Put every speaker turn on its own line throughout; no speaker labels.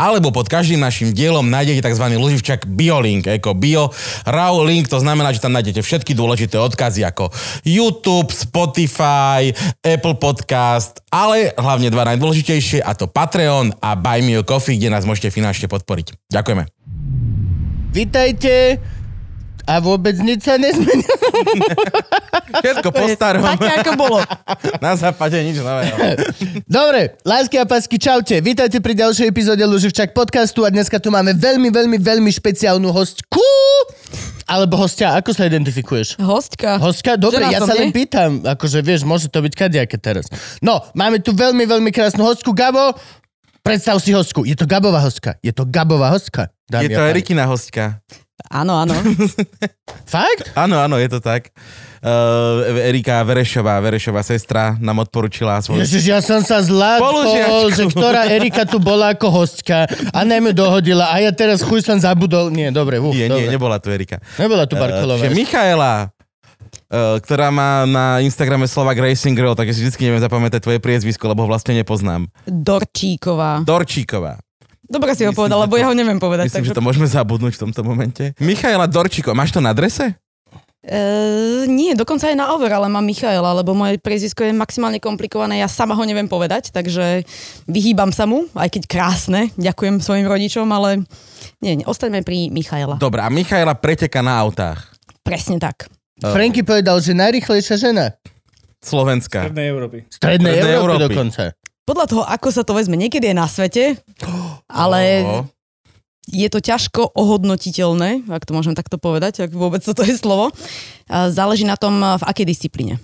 Alebo pod každým našim dielom nájdete tzv. loživčak BioLink, ako Bio Raw Link, to znamená, že tam nájdete všetky dôležité odkazy ako YouTube, Spotify, Apple Podcast, ale hlavne dva najdôležitejšie a to Patreon a Buy Me a Coffee, kde nás môžete finančne podporiť. Ďakujeme.
Vitajte a vôbec nič sa nezmenilo.
Všetko po starom.
Také, ako bolo.
Na západe nič nového.
Dobre, lásky a pasky, čaute. Vítajte pri ďalšej epizóde Luživčak podcastu a dneska tu máme veľmi, veľmi, veľmi špeciálnu hostku. Alebo hostia, ako sa identifikuješ?
Hostka.
Hostka? Dobre,
Žena
ja
som,
sa len
nie?
pýtam, akože vieš, môže to byť kadejaké teraz. No, máme tu veľmi, veľmi krásnu hostku. Gabo, predstav si hostku. Je to Gabová hostka. Je to Gabová hostka. dámy
Je to
a páni.
Erikina hostka.
Áno, áno.
Fakt?
Áno, áno, je to tak. Uh, Erika Verešová, Verešová sestra, nám odporúčila svoj...
Ježiš, ja som sa zlátkol,
Spolužiačku.
že ktorá Erika tu bola ako hostka a najmä dohodila a ja teraz chuj som zabudol. Nie, dobre, uf,
Nie, Eh, nie,
dobre.
nebola tu Erika.
Nebola tu Barkolová.
Že Michaela, eh, ktorá má na Instagrame Slovak Racing Girl, takže si vždy neviem zapamätať tvoje priezvisko, lebo ho vlastne nepoznám.
Dorčíková.
Dorčíková.
Dobre si ho
Myslím, že
povedal, lebo
to-
ja ho neviem povedať.
Myslím, že to
takže...
môžeme zabudnúť v tomto momente. Michaela Dorčíková, máš to na drese?
Eh, nie, dokonca aj na over, ale mám Michaela, lebo moje priezvisko je maximálne komplikované, ja sama ho neviem povedať, takže vyhýbam sa mu, aj keď krásne, ďakujem svojim rodičom, ale nie, nie ostaňme pri Michaela. Do...
Dobre, a Michaela preteka na autách. eh,
Presne tak.
Franky povedal, že najrychlejšia žena.
Slovenska.
Strednej Európy.
Strednej
Strednej
Európy,
Európy.
dokonca.
Podľa toho, ako sa to vezme, niekedy je na svete, ale
O,
je to ťažko ohodnotiteľné, ak to môžem takto povedať, ak vôbec toto je slovo. A Záleží na tom, v akej disciplíne.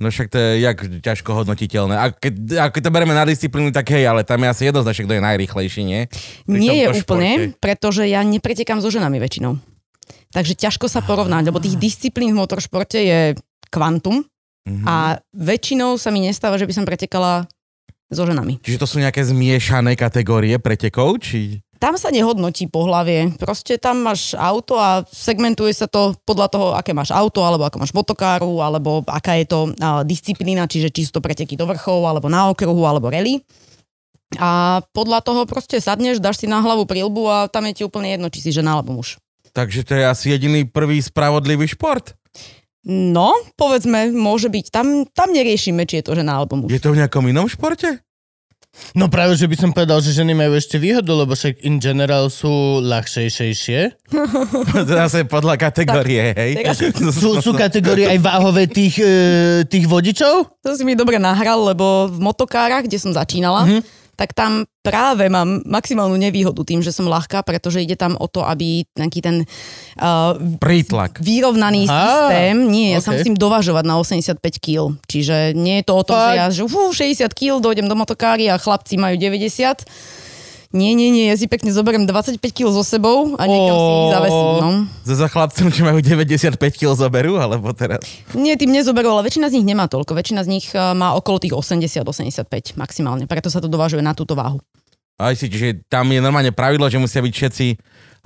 No však to je jak ťažko hodnotiteľné. A keď, a keď to bereme na disciplínu, tak hej, ale tam je asi jednoznačne, kto je najrychlejší, nie? Pri
Nie je
tomto
úplne,
športe.
pretože ja nepretekám so ženami väčšinou. Takže ťažko sa porovnať, lebo tých disciplín v motoršporte je kvantum
Mhm.
a väčšinou sa mi nestáva, že by som pretekala so ženami.
Čiže to sú nejaké zmiešané kategórie pretekov, či...
Tam sa nehodnotí po hlavie. Proste tam máš auto a segmentuje sa to podľa toho, aké máš auto, alebo ako máš motokáru, alebo aká je to a, disciplína, čiže či sú to preteky do vrchov, alebo na okruhu, alebo rally. A podľa toho proste sadneš, dáš si na hlavu prílbu a tam je ti úplne jedno, či si žena alebo muž.
Takže to je asi jediný prvý spravodlivý šport.
No, povedzme, môže byť. Tam, tam neriešime, či je to žena alebo muž.
Je to v nejakom inom športe?
No práve, že by som povedal, že ženy majú ešte výhodu, lebo však in general sú ľahšejšejšie.
Zase Teda podľa kategórie, hej.
teraz-
Sú, sú kategórie aj váhové tých, e, tých vodičov?
To si mi dobre nahral, lebo v motokárach, kde som začínala,
Mhm.
tak tam práve mám maximálnu nevýhodu tým, že som ľahká, pretože ide tam o to, aby nejaký ten uh,
Prítlak.
vyrovnaný
Á,
systém, nie, ja sa
okej.
musím dovažovať na 85 kg, čiže nie je to o tom, že
Fakt?
ja že fú, 60 kg dojdem do motokári a chlapci majú 90. Nie, nie, nie, ja si pekne zoberiem 25 kg so sebou a niekam si ich zavesím. No.
Za za chlapcom, či majú 95 kg zoberú, alebo teraz?
Nie, tým nezoberú, ale väčšina z nich nemá toľko. Väčšina z nich eh, má okolo tých 80-85 maximálne, preto sa to dovažuje na túto váhu.
Aj si, čiže tam je normálne pravidlo, že musia byť všetci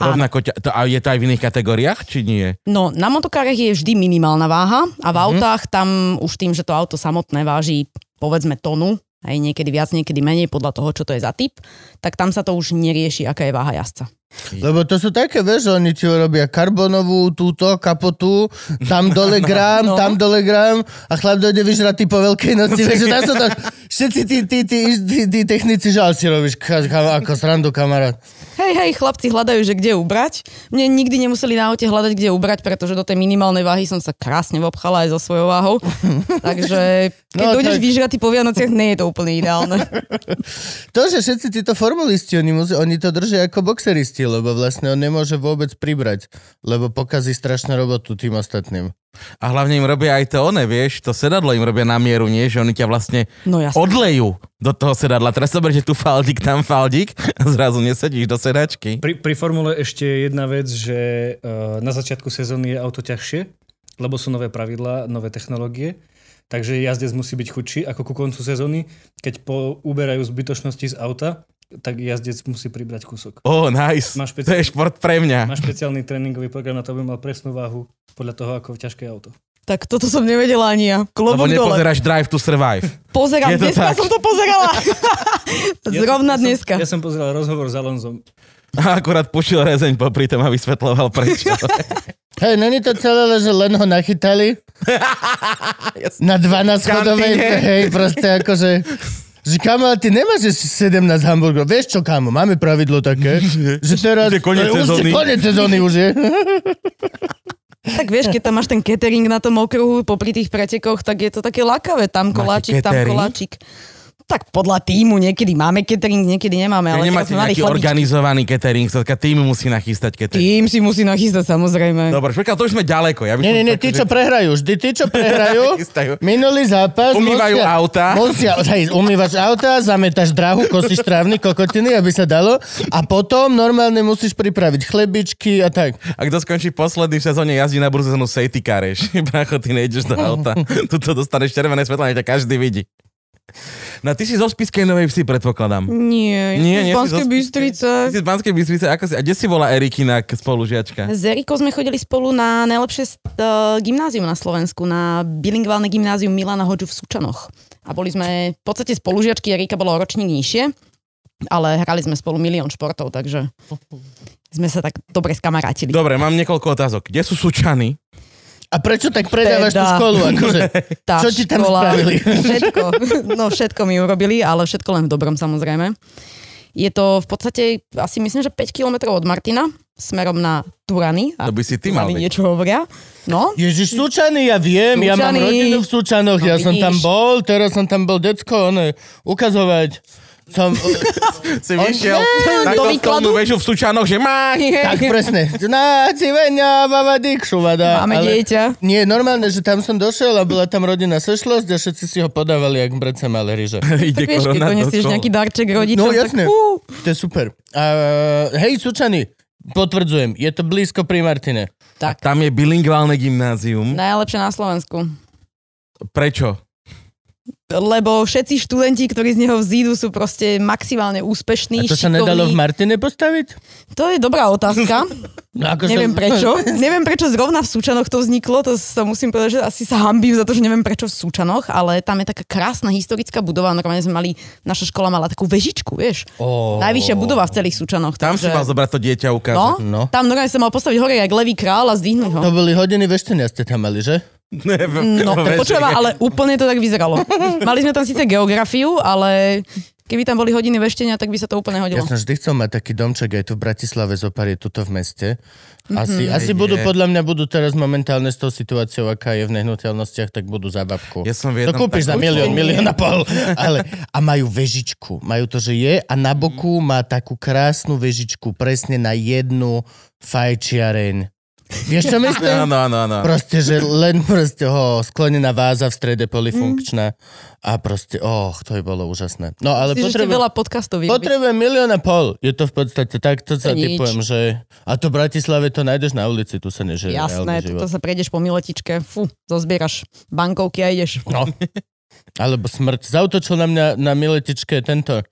Áno.
rovnako... ťa- To, a je to aj v iných kategóriách, či nie?
No, na motokárech je vždy minimálna váha a
Mhm.
v autách tam už tým, že to auto samotné váži povedzme tonu, aj niekedy viac, niekedy menej podľa toho, čo to je za typ, tak tam sa to už nerieši, aká je váha jazdca.
Lebo to sú také, vieš, že oni ti robia karbonovú túto kapotu, tam dole gram, no.
No.
tam dole gram a chlap dojde vyžratý po veľkej noci, vieš, že tam sa to, všetci tí, tí, tí, tí, tí technici, že ale si robíš ka- ka- ako srandu, kamarát.
Hej, hej, chlapci hľadajú, že kde ubrať. Mne nikdy nemuseli na aute hľadať, kde ubrať, pretože do tej minimálnej váhy som sa krásne vopchala aj so svojou váhou. Takže keď
No,
no, dojdeš
tak-
tak... vyžratý po Vianociach, nie je to úplne ideálne.
To, že všetci títo formulisti, oni, musia, oni to držia ako boxeristi, lebo vlastne on nemôže vôbec pribrať, lebo pokazí strašnú robotu tým ostatným.
A hlavne im robia aj to one, vieš, to sedadlo im robia na mieru, nie? Že oni ťa vlastne
No jasne.
odlejú do toho sedadla. Teraz dobre, že tu faldík, tam faldík a zrazu nesedíš do sedačky.
Pri, pri formule ešte jedna vec, že eh, na začiatku sezóny je auto ťažšie, lebo sú nové pravidlá, nové technológie. Takže jazdec musí byť chudší ako ku koncu sezóny, keď po, uberajú zbytočnosti z auta tak jazdec musí pribrať kúsok.
Oh, nice.
Máš
To je šport pre mňa.
Máš špeciálny tréningový program na to, aby mal presnú váhu podľa toho, ako ťažké je auto.
Tak toto som nevedela ani ja.
Lebo
Klobúk dole.
nepozeráš Drive to Survive.
Pozerám,
Je to
dneska
tak.
som to pozerala. Zrovna
som-
dneska.
Ja som pozeral rozhovor s Alonzom.
A akurát pušil rezeň popri tom a vysvetloval prečo.
Hej, není to celé, že len ho nachytali na 12 chodovej,
Kantine.
hej, proste akože... Že kamo, ale ty nemáš ešte 17 hamburgerov. Vieš čo, kamo, máme pravidlo také, že teraz...
Že koniec
už-
sezóny.
Koniec sezóny už je.
Tak vieš, keď tam máš ten catering na tom okruhu popri tých pretekoch, tak je to také lakavé. Tam koláčik, tam
catering?
koláčik. Tak podľa týmu niekedy máme catering, niekedy nemáme, ale teraz
Nemáte
sme mali
nejaký
chladičky.
organizovaný catering, sa tým musí nachystať catering.
Tým si musí nachystať samozrejme.
Dobre, špekal, to už sme ďaleko. Ja by
Nie,
som
nie, nie,
tak,
tí,
že-
čo prehrajú, vždy tí, čo prehrajú,
Chystajú.
minulý zápas...
Umývajú
musia,
auta.
Musia, hej, umývaš auta, zametáš drahu, kosíš trávny, kokotiny, aby sa dalo. A potom normálne musíš pripraviť chlebičky a tak.
A kto skončí posledný v sezóne jazdí na budúcu sezónu safety car, vieš. Bracho, ty nejdeš do auta. Tuto dostaneš červené svetlo, nech ťa každý vidí. No a ty si zo Spiskej Novej Vsi, predpokladám.
No.
Nie,
Nie, nie
nie, z
si
Banskej
zo-
Bystrice.
Ty si z Banskej Bystrice, ako si, a kde si bola Erikina k- spolužiačka?
S Erikou sme chodili spolu na najlepšie uh, gymnázium na Slovensku, na bilingválne gymnázium Milana Hoďu v Sučanoch. A boli sme v podstate spolužiačky, Erika bola o ročník nižšie, ale hrali sme spolu milión športov, takže sme sa tak dobre
No,
skamarátili.
Dobre, mám niekoľko otázok. Kde sú Sučany?
A prečo tak predávaš tú
Teda.
školu? Akože,
Tá
čo ti tam spravili?
Všetko, no všetko mi urobili, ale všetko len v dobrom samozrejme. Je to v podstate asi myslím, že 5 kilometrov od Martina, smerom na Turany.
To by si ty mal byť.
Turany niečo hovoria. No,
Ježiš, Sučany, ja viem, ja mám
Sučany.
rodinu v Sučanoch, ja
No,
som tam
vidíš.
bol, teraz som tam bol, decko, one, ukazovať. Som,
Si vyšiel na
do
kostolnú
výkladu?
väžu v Sučanoch, že má.
tak presne. Na civenia, vavadik, šuvada.
Máme dieťa.
Nie, normálne, že tam som došiel a bola tam rodina sešlosť a všetci si ho podávali, jak brece malé ryže.
Ide
Tak vieš, keď
korona do
donesieš
školy.
nejaký darček rodičom,
No jasne,
tak fú,
to je super. A, hej, Sučany, potvrdzujem, je to blízko pri Martine.
A tam je bilingválne
Hm.
gymnázium.
najlepšie na Slovensku.
Prečo?
Lebo všetci študenti, ktorí z neho vzídu, sú proste maximálne
A
úspešní,
to sa
šikovní.
nedalo v Martine postaviť?
To je dobrá otázka.
No, ako
neviem prečo. Neviem prečo zrovna v Súčanoch to vzniklo, to sa musím povedať, že asi sa hambím za to, že neviem prečo v Súčanoch, ale tam je taká krásna historická budova, normálne sme mali, naša škola mala takú vežičku, vieš.
Ó.
Najvyššia budova v celých Súčanoch.
Tam si mal zobrať to dieťa
No,
ukázať.
No.
no, tam normálne sa mal postaviť hore, jak levý král a zdvihnúť ho.
To boli hodiny veštenia ste tam mali, že?
Neviem.
No,
Večer.
počujem, ale úplne to tak vyzeralo. Mali sme tam síce geografiu, ale keby tam boli hodiny veštenia, tak by sa to úplne
Ja
hodilo.
som vždy chcel mať taký domček, aj tu v Bratislave, zopár je tuto v meste. Asi,
Mhm.
mm-hmm. asi
Hej,
budú,
je.
podľa mňa budú teraz momentálne s tou situáciou, aká je v nehnuteľnostiach, tak budú za babku.
Ja som
to
v jednom
kúpiš za
takom-
milión, milión a pol. Ale, a majú vežičku. Majú to, že je a
Mhm.
na boku má takú krásnu vežičku presne na jednu fajčiareň. Vieš, čo myslím?
Áno, áno, áno.
Proste, že len proste ho sklenená váza v strede
Mhm.
polifunkčná a proste, oh, to by bolo úžasné. No ale
Myslíš, že ešte
potrebujem,
veľa podcastov vyrobiť.
potrebujem milión a pol. Je to v podstate tak, to sa
To nič.
typujem, že... A to v Bratislave to nájdeš na ulici, tu sa nežije
Jasné,
reálny
toto
život.
sa prejdeš po miletičke, fú, zozbieraš bankovky a ideš.
No. Alebo smrť. Zautočil na mňa na miletičke tento,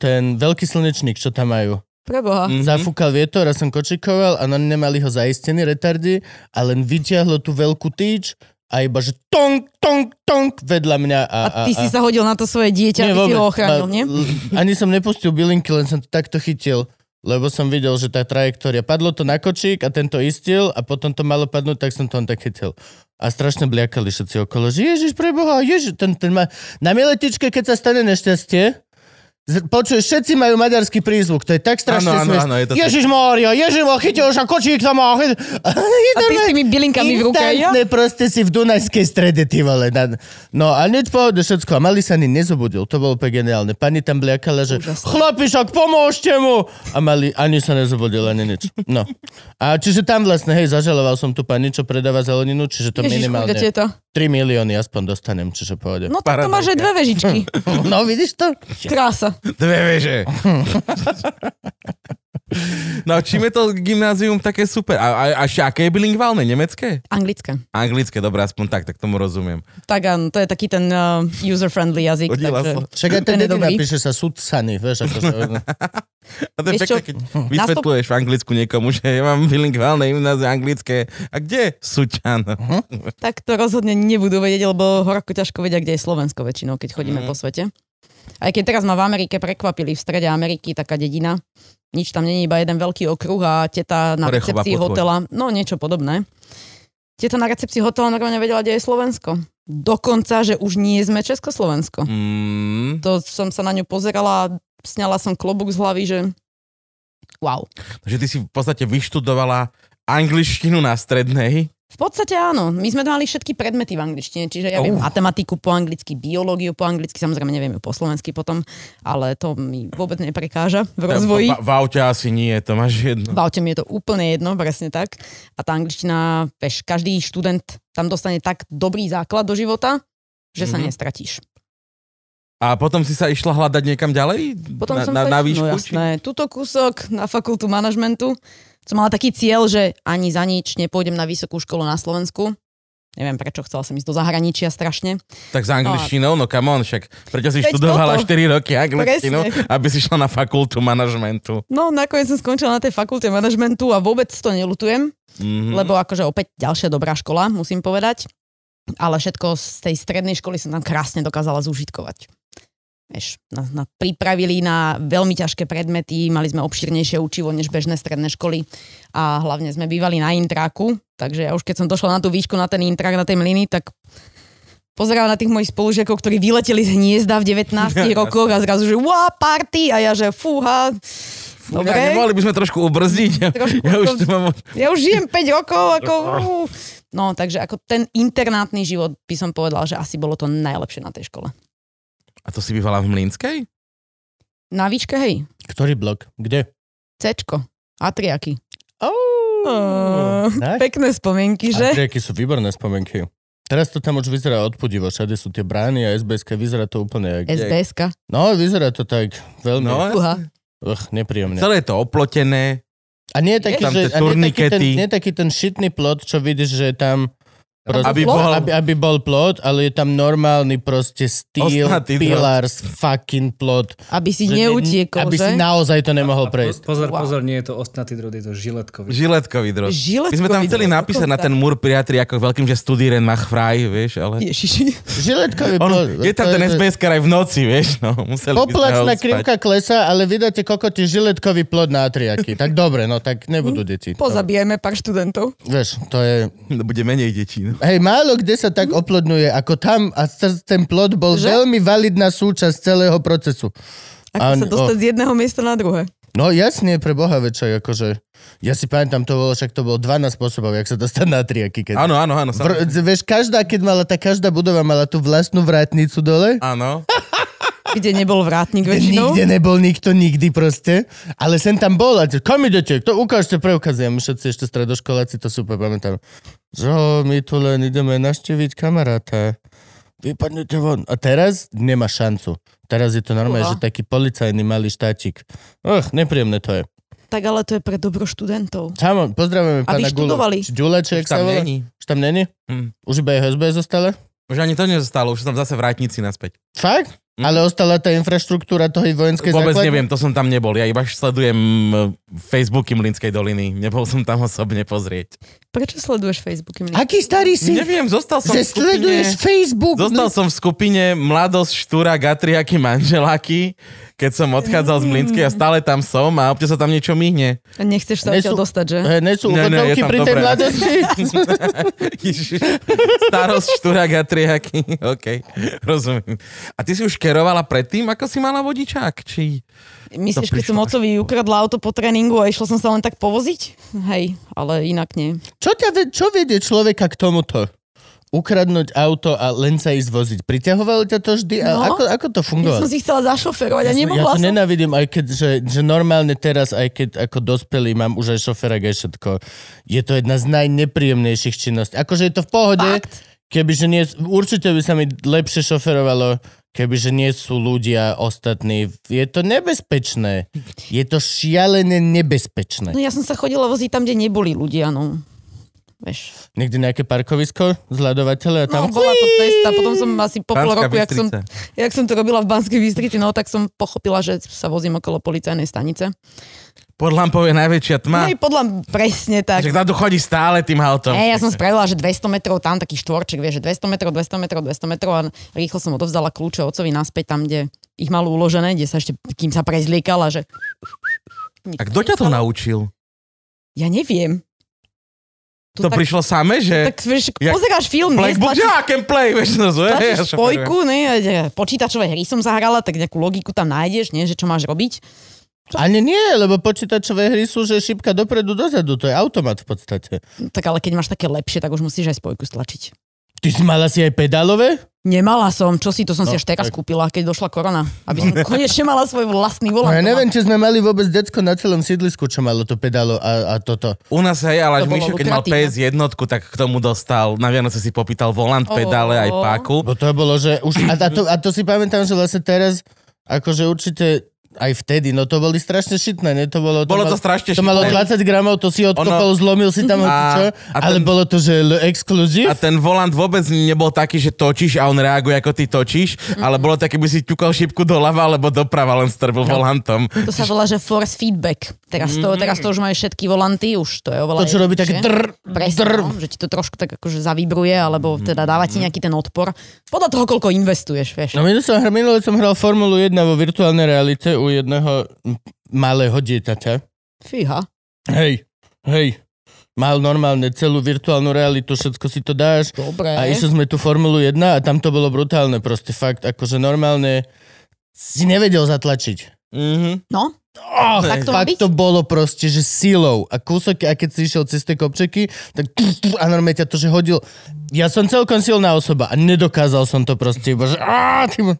ten veľký slnečník, čo tam majú.
Preboha.
Mhm.
Mm-hmm. Zafúkal vietor a som kočikoval a no, nemali ho zaistený retardy a len vyťahlo tú veľkú týč a iba že tong, tong, tong vedľa mňa. A,
A ty si sa hodil na to svoje dieťa, ty si ho ochránil,
Ma-
nie?
l- Ani som nepustil bylinky, len som to takto chytil lebo som videl, že tá trajektória, padlo to na kočík a tento istil a potom to malo padnúť, tak som to on tak chytil. A strašne bliakali všetci okolo, že ježiš preboha, ježiš, ten, ten ma... Na miletičke, keď sa stane nešťastie, z... počuješ, všetci majú maďarský prízvuk, to je tak strašne
Áno, áno,
smiešné.
áno, je to tak.
ježiš Mária, ježiš, ma chytil už a kočík tam a... chytil-
A ty s tými bylinkami v ruke, ja?
Instantné proste si v Dunajskej strede, ty vole. Na- No a hneď pohode všetko. A mali sa ani nezobudil. To bolo úplne geniálne. Pani tam bliakala, že
Úžasné.
chlapi, však pomôžte mu. A mali, ani sa nezobudil, ani nič. No. A čiže tam vlastne, hej, zažaloval som tu pani, čo predáva zeleninu, čiže to
Ježiš,
minimálne
chudia tieto.
3 milióny aspoň dostanem, čiže pohode. No,
No tak to máš aj dve vežičky.
no vidíš to?
Krása.
Dve veže. Naučíme No, to gymnázium také super. A, a, a ešte aké je bilingválne? Nemecké?
Anglické.
Anglické, dobre, aspoň tak, tak tomu rozumiem.
Tak áno, to je taký ten uh, user-friendly jazyk.
Hodila
takže,
sa.
Však aj ten
Ten je
dedik
dobrý.
napíše sa sudcany, vieš, akože...
A to je
Vieš
pekné,
čo?
keď
Hm.
vysvetľuješ v anglicku niekomu, že ja mám bilingválne gymnázium anglické. A kde? Suťan.
tak to rozhodne nebudú vedieť, lebo horko ťažko vedia, kde je Slovensko väčšinou, keď chodíme po svete. Aj keď teraz ma v Amerike prekvapili, v strede Ameriky taká dedina, nič tam není, iba jeden veľký okruh a teta na
Orechová
recepcii
potvoň.
hotela, no niečo podobné. Teta na recepcii hotela normálne vedela, kde je Slovensko. Dokonca, že už nie sme Československo.
Mm.
To som sa na ňu pozerala a sňala som klobúk z hlavy, že wow.
Že ty si v podstate vyštudovala angličtinu na strednej.
V podstate áno. My sme mali všetky predmety v angličtine, čiže ja viem
Oh.
matematiku po anglicky, biológiu po anglicky, samozrejme neviem ju po slovensky potom, ale to mi vôbec neprekáža v rozvoji.
V, v aute asi nie, to máš jedno.
V aute mi je to úplne jedno, presne tak. A tá angličtina, vieš, každý študent tam dostane tak dobrý základ do života, že sa
Mhm.
nestratíš.
A potom si sa išla hľadať niekam ďalej?
Potom
na,
som
na,
sa
na
išla-
výšku?
no
či-
jasné, tuto kúsok na fakultu manažmentu som mala taký cieľ, že ani za nič nepôjdem na vysokú školu na Slovensku. Neviem prečo, chcela som ísť do zahraničia strašne.
Tak s angličtinou, no come on, však preto si
Veď
študovala
toto.
4 roky angličtinu,
Presne.
aby si šla na fakultu manažmentu.
No nakoniec som skončila na tej fakulte manažmentu a vôbec to nelutujem,
Mm-hmm.
mm. lebo akože opäť ďalšia dobrá škola, musím povedať. Ale všetko z tej strednej školy som tam krásne dokázala zúžitkovať. Vieš, nás na, pripravili na veľmi ťažké predmety, mali sme obširnejšie učivo než bežné stredné školy a hlavne sme bývali na intráku, takže ja už keď som došla na tú výšku, na ten intrák, na tej mlyny, tak pozerala na tých mojich spolužiakov, ktorí vyleteli z hniezda v 19 rokoch a zrazu, že wow, party! A ja, že fúha, dobre.
Ja, nemohli by sme trošku ubrzdiť?
Trošku
ja už tu
to-
mám...
Ja už žijem 5 rokov, ako... ú. No, takže ako ten internátny život by som povedala, že asi bolo to najlepšie na tej škole.
A to si bývala v Mlínskej?
Na výške, hej,
Ktorý blok? Kde?
Cčko, Atriaky.
Oh, tak?
Pekné spomienky, že?
Aké sú výborné spomienky. Teraz to tam už vyzerá odpudivo, všade sú tie brány a SBSK, vyzerá to úplne jak...
SDSK.
No, vyzerá to tak veľmi no.
No,
Uha.
Ugh, nepríjemne.
celé je to oplotené.
A nie je taký,
Tam
že, a nie taký,
tie
ten,
turnikety.
nie taký ten šitný plot, čo vidíš, že je tam... Proste,
Aby
Plot?
bol...
aby, aby bol plot, ale je tam normálny proste steel,
Ostnatý drôt.
pillars, fucking plot.
Aby si
Že ne-
neutiekol,
Aby si
že?
naozaj to nemohol prejsť.
Pozor,
Wow.
pozor, nie je to ostnatý drôt, je to žiletkový.
Žiletkový drôt.
Žiletkový
My sme tam
drôt,
chceli napísať na
dokonca.
ten múr priatri ako veľkým, že studíren mach fraj, vieš, ale...
Ježiši.
Žiletkový
On,
plot.
je tam
to
ten SBS aj v noci, vieš, no, museli by sme ho
Poplačná
uspať.
krivka klesá, ale vydáte kokoti žiletkový plod na atriaky. Tak dobre, no tak nebudú
Mhm.
deti.
Pozabijeme pár študentov.
Vieš, to je...
Bude menej detí, no.
Hej, málo kde sa tak oplodňuje ako tam a c- ten plod bol
Mhm. Že?
veľmi validná súčasť celého procesu.
Ako
Áno.
sa dostať z jedného miesta na druhé.
No jasne, pre boha väčšej, akože... Ja si pamätám, to bolo, však to bolo 12 spôsobov, jak sa dostať na atriaky. Keď...
Áno, áno, áno.
Vr-
samozrejme.
vieš, každá, keď mala, tá každá budova mala tú vlastnú vrátnicu dole.
Áno.
Kde nebol vrátnik väčšinou.
Nikde nebol nikto nikdy proste, ale sem tam bol a te- kam idete, to ukážte, preukazujem, všetci ešte stredoškoláci, to super pamätám. Že "O, my tu len ideme naštíviť kamaráta, vypadnete von. A teraz nemá šancu. Teraz je to normálne,
Uha.
že taký policajný malý štátik. Och, nepríjemné to je.
Tak ale to je pre dobro študentov.
Samo, pozdravujeme pána Gulu.
vyštudovali.
Či Ďula, či jak
Už
sa
tam
volá?
není.
Už tam není?
Hm.
Už iba jeho SB zostala?
Už ani to nezostalo, už sú tam zase vrátnici naspäť.
Fakt?
Hm.
Ale ostala tá infraštruktúra toho vojenskej
Vôbec
základne?
neviem, to som tam nebol. Ja iba sledujem eh, Facebooky Mlinskej doliny. Nebol som tam osobne pozrieť.
Prečo sleduješ Facebooky? Mne?
Aký starý si?
Neviem, zostal som
že
v skupine-
sleduješ no- Facebook.
Zostal som v skupine Mladosť, Štúra, Gatriaky, Manželáky, keď som odchádzal z Mlinskej a stále tam som a občas sa tam niečo mihne.
Nechceš sa
Nie
odtiaľ
sú-
dostať, že?
Hej, nie sú
Ne, ne,
uchodzovky
je tam
pri tej
dobré.
mladosti?
Ježiš. Starosť, Štúra, Gatriaky. OK, rozumiem. A ty si už kerovala predtým, ako si mala vodičák? Či... To
Myslíš, keď som
prišlo
ocovi ukradla auto po tréningu a išla som sa len tak povoziť? Hej, ale inak nie.
Čo, ťa, ve- čo vedie človeka k tomuto? Ukradnúť auto a len sa ísť voziť. Priťahovalo ťa to vždy? A
No.
ako, ako to
Ja
fungovalo?
som si chcela zašoferovať a
som- ja
nemohla
to
som.
nenávidím, aj keď, že, že normálne teraz, aj keď ako dospelý mám už aj šoféra, aj všetko. Je to jedna z najnepríjemnejších činností. Akože je to v pohode,
Fakt?
kebyže nie, určite by sa mi lepšie šoferovalo, kebyže nie sú ľudia ostatní. Je to nebezpečné. Je to šialené nebezpečné.
No ja som sa chodila voziť tam, kde neboli ľudia, no. Vieš.
Niekde nejaké parkovisko, zľadovateľe a tam...
No, bola to cesta, potom som asi po pol
Banská
roku, jak som,
Bystrica.
jak som to robila v Banskej Bystrici, no tak som pochopila, že sa vozím okolo policajnej stanice.
Pod lampou je najväčšia
No
tma.
i podľa presne tak.
Že kto tu chodí stále tým autom.
Hej, ja som spravila, že 200 metrov tam, taký štvorček, vieš, že 200 metrov, 200 metrov, 200 metrov a rýchlo som odovzdala kľúče otcovi naspäť tam, kde ich mal uložené, kde sa ešte, kým sa prezliekala, že...
A kto ťa to naučil?
Ja neviem.
To
tak-
prišlo samé, že...
Tak vieš,
jak-
pozeráš film,
Black Book, že
stlačíš-
I can play, vieš, no zve.
Platíš spojku, ne, a de- počítačové hry som zahrala, tak nejakú logiku tam nájdeš, nie, že čo máš robiť.
Ani nie, lebo počítačové hry sú, že šipka dopredu, dozadu. To je automat v podstate.
No, tak ale keď máš také lepšie, tak už musíš aj spojku stlačiť.
Ty si mala si aj pedálové?
Nemala som, čo si, to som
No,
si až teraz
tak.
kúpila, keď došla korona. Aby som konečne mala svoj vlastný
No,
volant.
ja
doma.
neviem, či sme mali vôbec decko na celom sídlisku, čo malo to pedálo a, a toto.
U nás hej, ale
To bolo
Mišo, keď mal PS1,
lukratívne.
tak k tomu dostal, na Vianoce si popýtal volant,
Ó.
pedále aj páku.
Bo to bolo, že už... A, a, to, a to si pamätám, že vlastne teraz, akože určite aj vtedy, no to boli strašne šitné, ne? To bolo,
Bolo
mal-
to strašne
To malo 20
šitné.
gramov, to si odkopol, ono... zlomil si tam
A-
hocičo,
a
ale
ten-
bolo to, že l- exkluzív.
A ten volant vôbec nebol taký, že točíš a on reaguje, ako ty točíš, ale bolo také, by si ťukal šipku doľava alebo doprava, len strbil
No.
volantom.
To sa volá, že force feedback. Teraz to, teraz to už majú všetky volanty, už to je oveľa...
To, čo robí také drr,
jednoduchšie. Presne,
drr.
no, že ti to trošku tak akože zavibruje, alebo teda dáva ti nejaký ten odpor. Podľa toho, koľko investuješ, vieš.
No minule som, minule som hral Formulu 1 vo virtuálnej realite u jedného m- malého dieťaťa.
Fíha.
Hej, hej. Mal normálne celú virtuálnu realitu, všetko si to dáš.
Dobre.
A išli sme tu Formulu 1 a tam to bolo brutálne proste, fakt, akože normálne si nevedel zatlačiť.
Mhm.
No,
Oh,
Tak to má
fakt to
byť?
bolo proste, že silou a kúsok a keď si išiel cez tie kopčeky, tak tu, tu, a normálne ťa to, že hodil. Ja som celkom silná osoba a nedokázal som to proste, iba, že á, ty mo-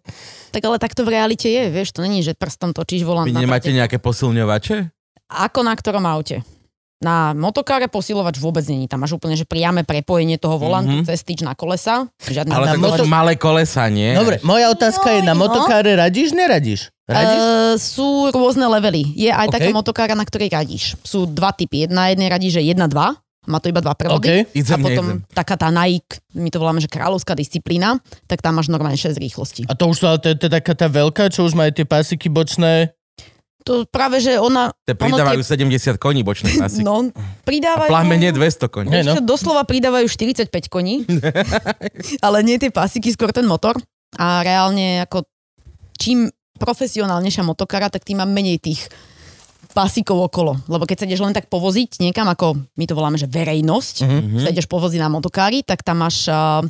tak ale tak to v realite je, vieš, to není, že prstom točíš volant.
Vy
na
nemáte
prte.
nejaké posilňovače?
No, Ako na ktorom aute? Na motokáre posilovač vôbec není. Tam máš úplne, že priame prepojenie toho volantu
Mhm.
cez tyč na kolesa. Žiadne
Ale tak to sú malé kolesa, nie?
Dobre, moja otázka
No,
je, na
no.
motokáre radíš, neradíš? Radíš?
Uh, sú rôzne levely. Je
OK.
aj okay. taká motokára, na ktorej radíš. Sú dva typy. Jedna jednej radí, že jedna, dva. Má to iba dva prevody.
OK.
Idem,
A potom
nejdem.
taká tá Nike, my to voláme, že kráľovská disciplína, tak tam máš normálne 6 rýchlostí.
A to už sú, ale to je, to je taká tá veľká, čo už má aj tie pásiky bočné.
To práve, že ona...
Te
ono
pridávajú
tie-
70 koní bočnej pasy.
No, pridávajú...
Plamene 200 koní.
Hej, no.
Ešte doslova pridávajú 45 koní, ale nie tie pasiky, skôr ten motor. A reálne, ako čím profesionálnejšia motokara, tak tým má menej tých pasikov okolo. Lebo keď sa ideš len tak povoziť niekam, ako my to voláme, že verejnosť,
Mhm.
sa ideš povoziť na motokári, tak tam máš a,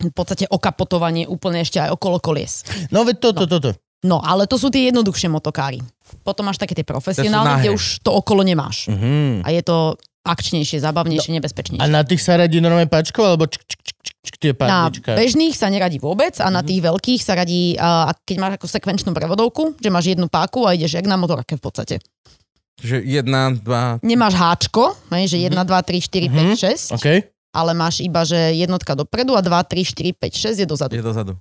v podstate okapotovanie úplne ešte aj okolo kolies.
No veď toto, toto.
No, ale to sú tie jednoduchšie motokári. Potom máš také tie profesionálne,
nahé.
kde už to okolo nemáš.
Mhm. No.
A je to akčnejšie, zabavnejšie,
A
nebezpečnejšie.
na tých sa radí normálne pačkou, alebo čk, čk, čk, čk, čk, tie
Na
pádlička?
bežných sa neradí vôbec a na tých veľkých sa radí, a a keď máš ako sekvenčnú prevodovku, že máš jednu páku a ideš jak na motorke v podstate.
Že jedna, dva...
Nemáš háčko, hej, že 1, 2, 3, 4, 5, 6,
OK.
ale máš iba, že jednotka dopredu a 2, 3, 4, 5, 6 je dozadu.
Je dozadu.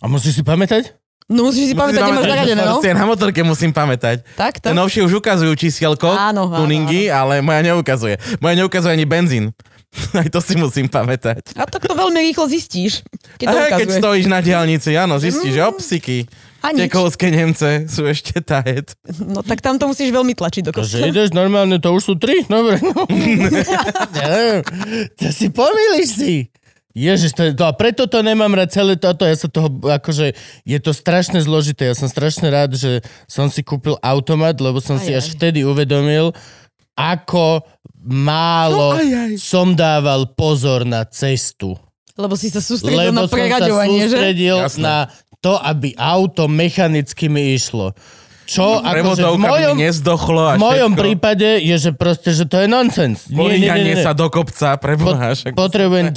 A musíš si pamätať?
No musíš si pamätať, kde máš zaradené, no?
Proste na motorke musím pamätať.
Tak,
Tie
tak.
novšie už ukazujú čísielko,
Áno, áno,
No, tuningy, ale moja neukazuje. Moja neukazuje ani benzín. Aj to si musím pamätať.
A tak to veľmi rýchlo zistíš, keď
Aha,
to
keď
ukazuje. Mm.
stojíš na diálnici, áno, zistíš, že obsiky.
A nič.
Tekovské Nemce sú ešte tajet.
No tak tam to musíš veľmi tlačiť do
Takže
kopca.
ideš normálne, to už sú tri? Dobre. No. ja neviem, to si pomýliš si. Ježiš, to, je- to, a preto to nemám rád celé toto, ja sa toho, akože, je to strašne zložité, ja som strašne rád, že som si kúpil automat, lebo som aj, si
Aj,
až
aj.
vtedy uvedomil, ako málo
No, aj, aj.
som dával pozor na cestu.
Lebo si sa sústredil
Lebo som
na
sa
preraďovanie, že?
sústredil
Jasné.
na to, aby auto mechanicky mi išlo. Čo? Akože v
No, Prevodovka by
mojom,
mi nezdochlo a
v mojom
všetko.
prípade je, že proste, že to je nonsens.
Políňanie sa do kopca, preboha, však...
Potrebujem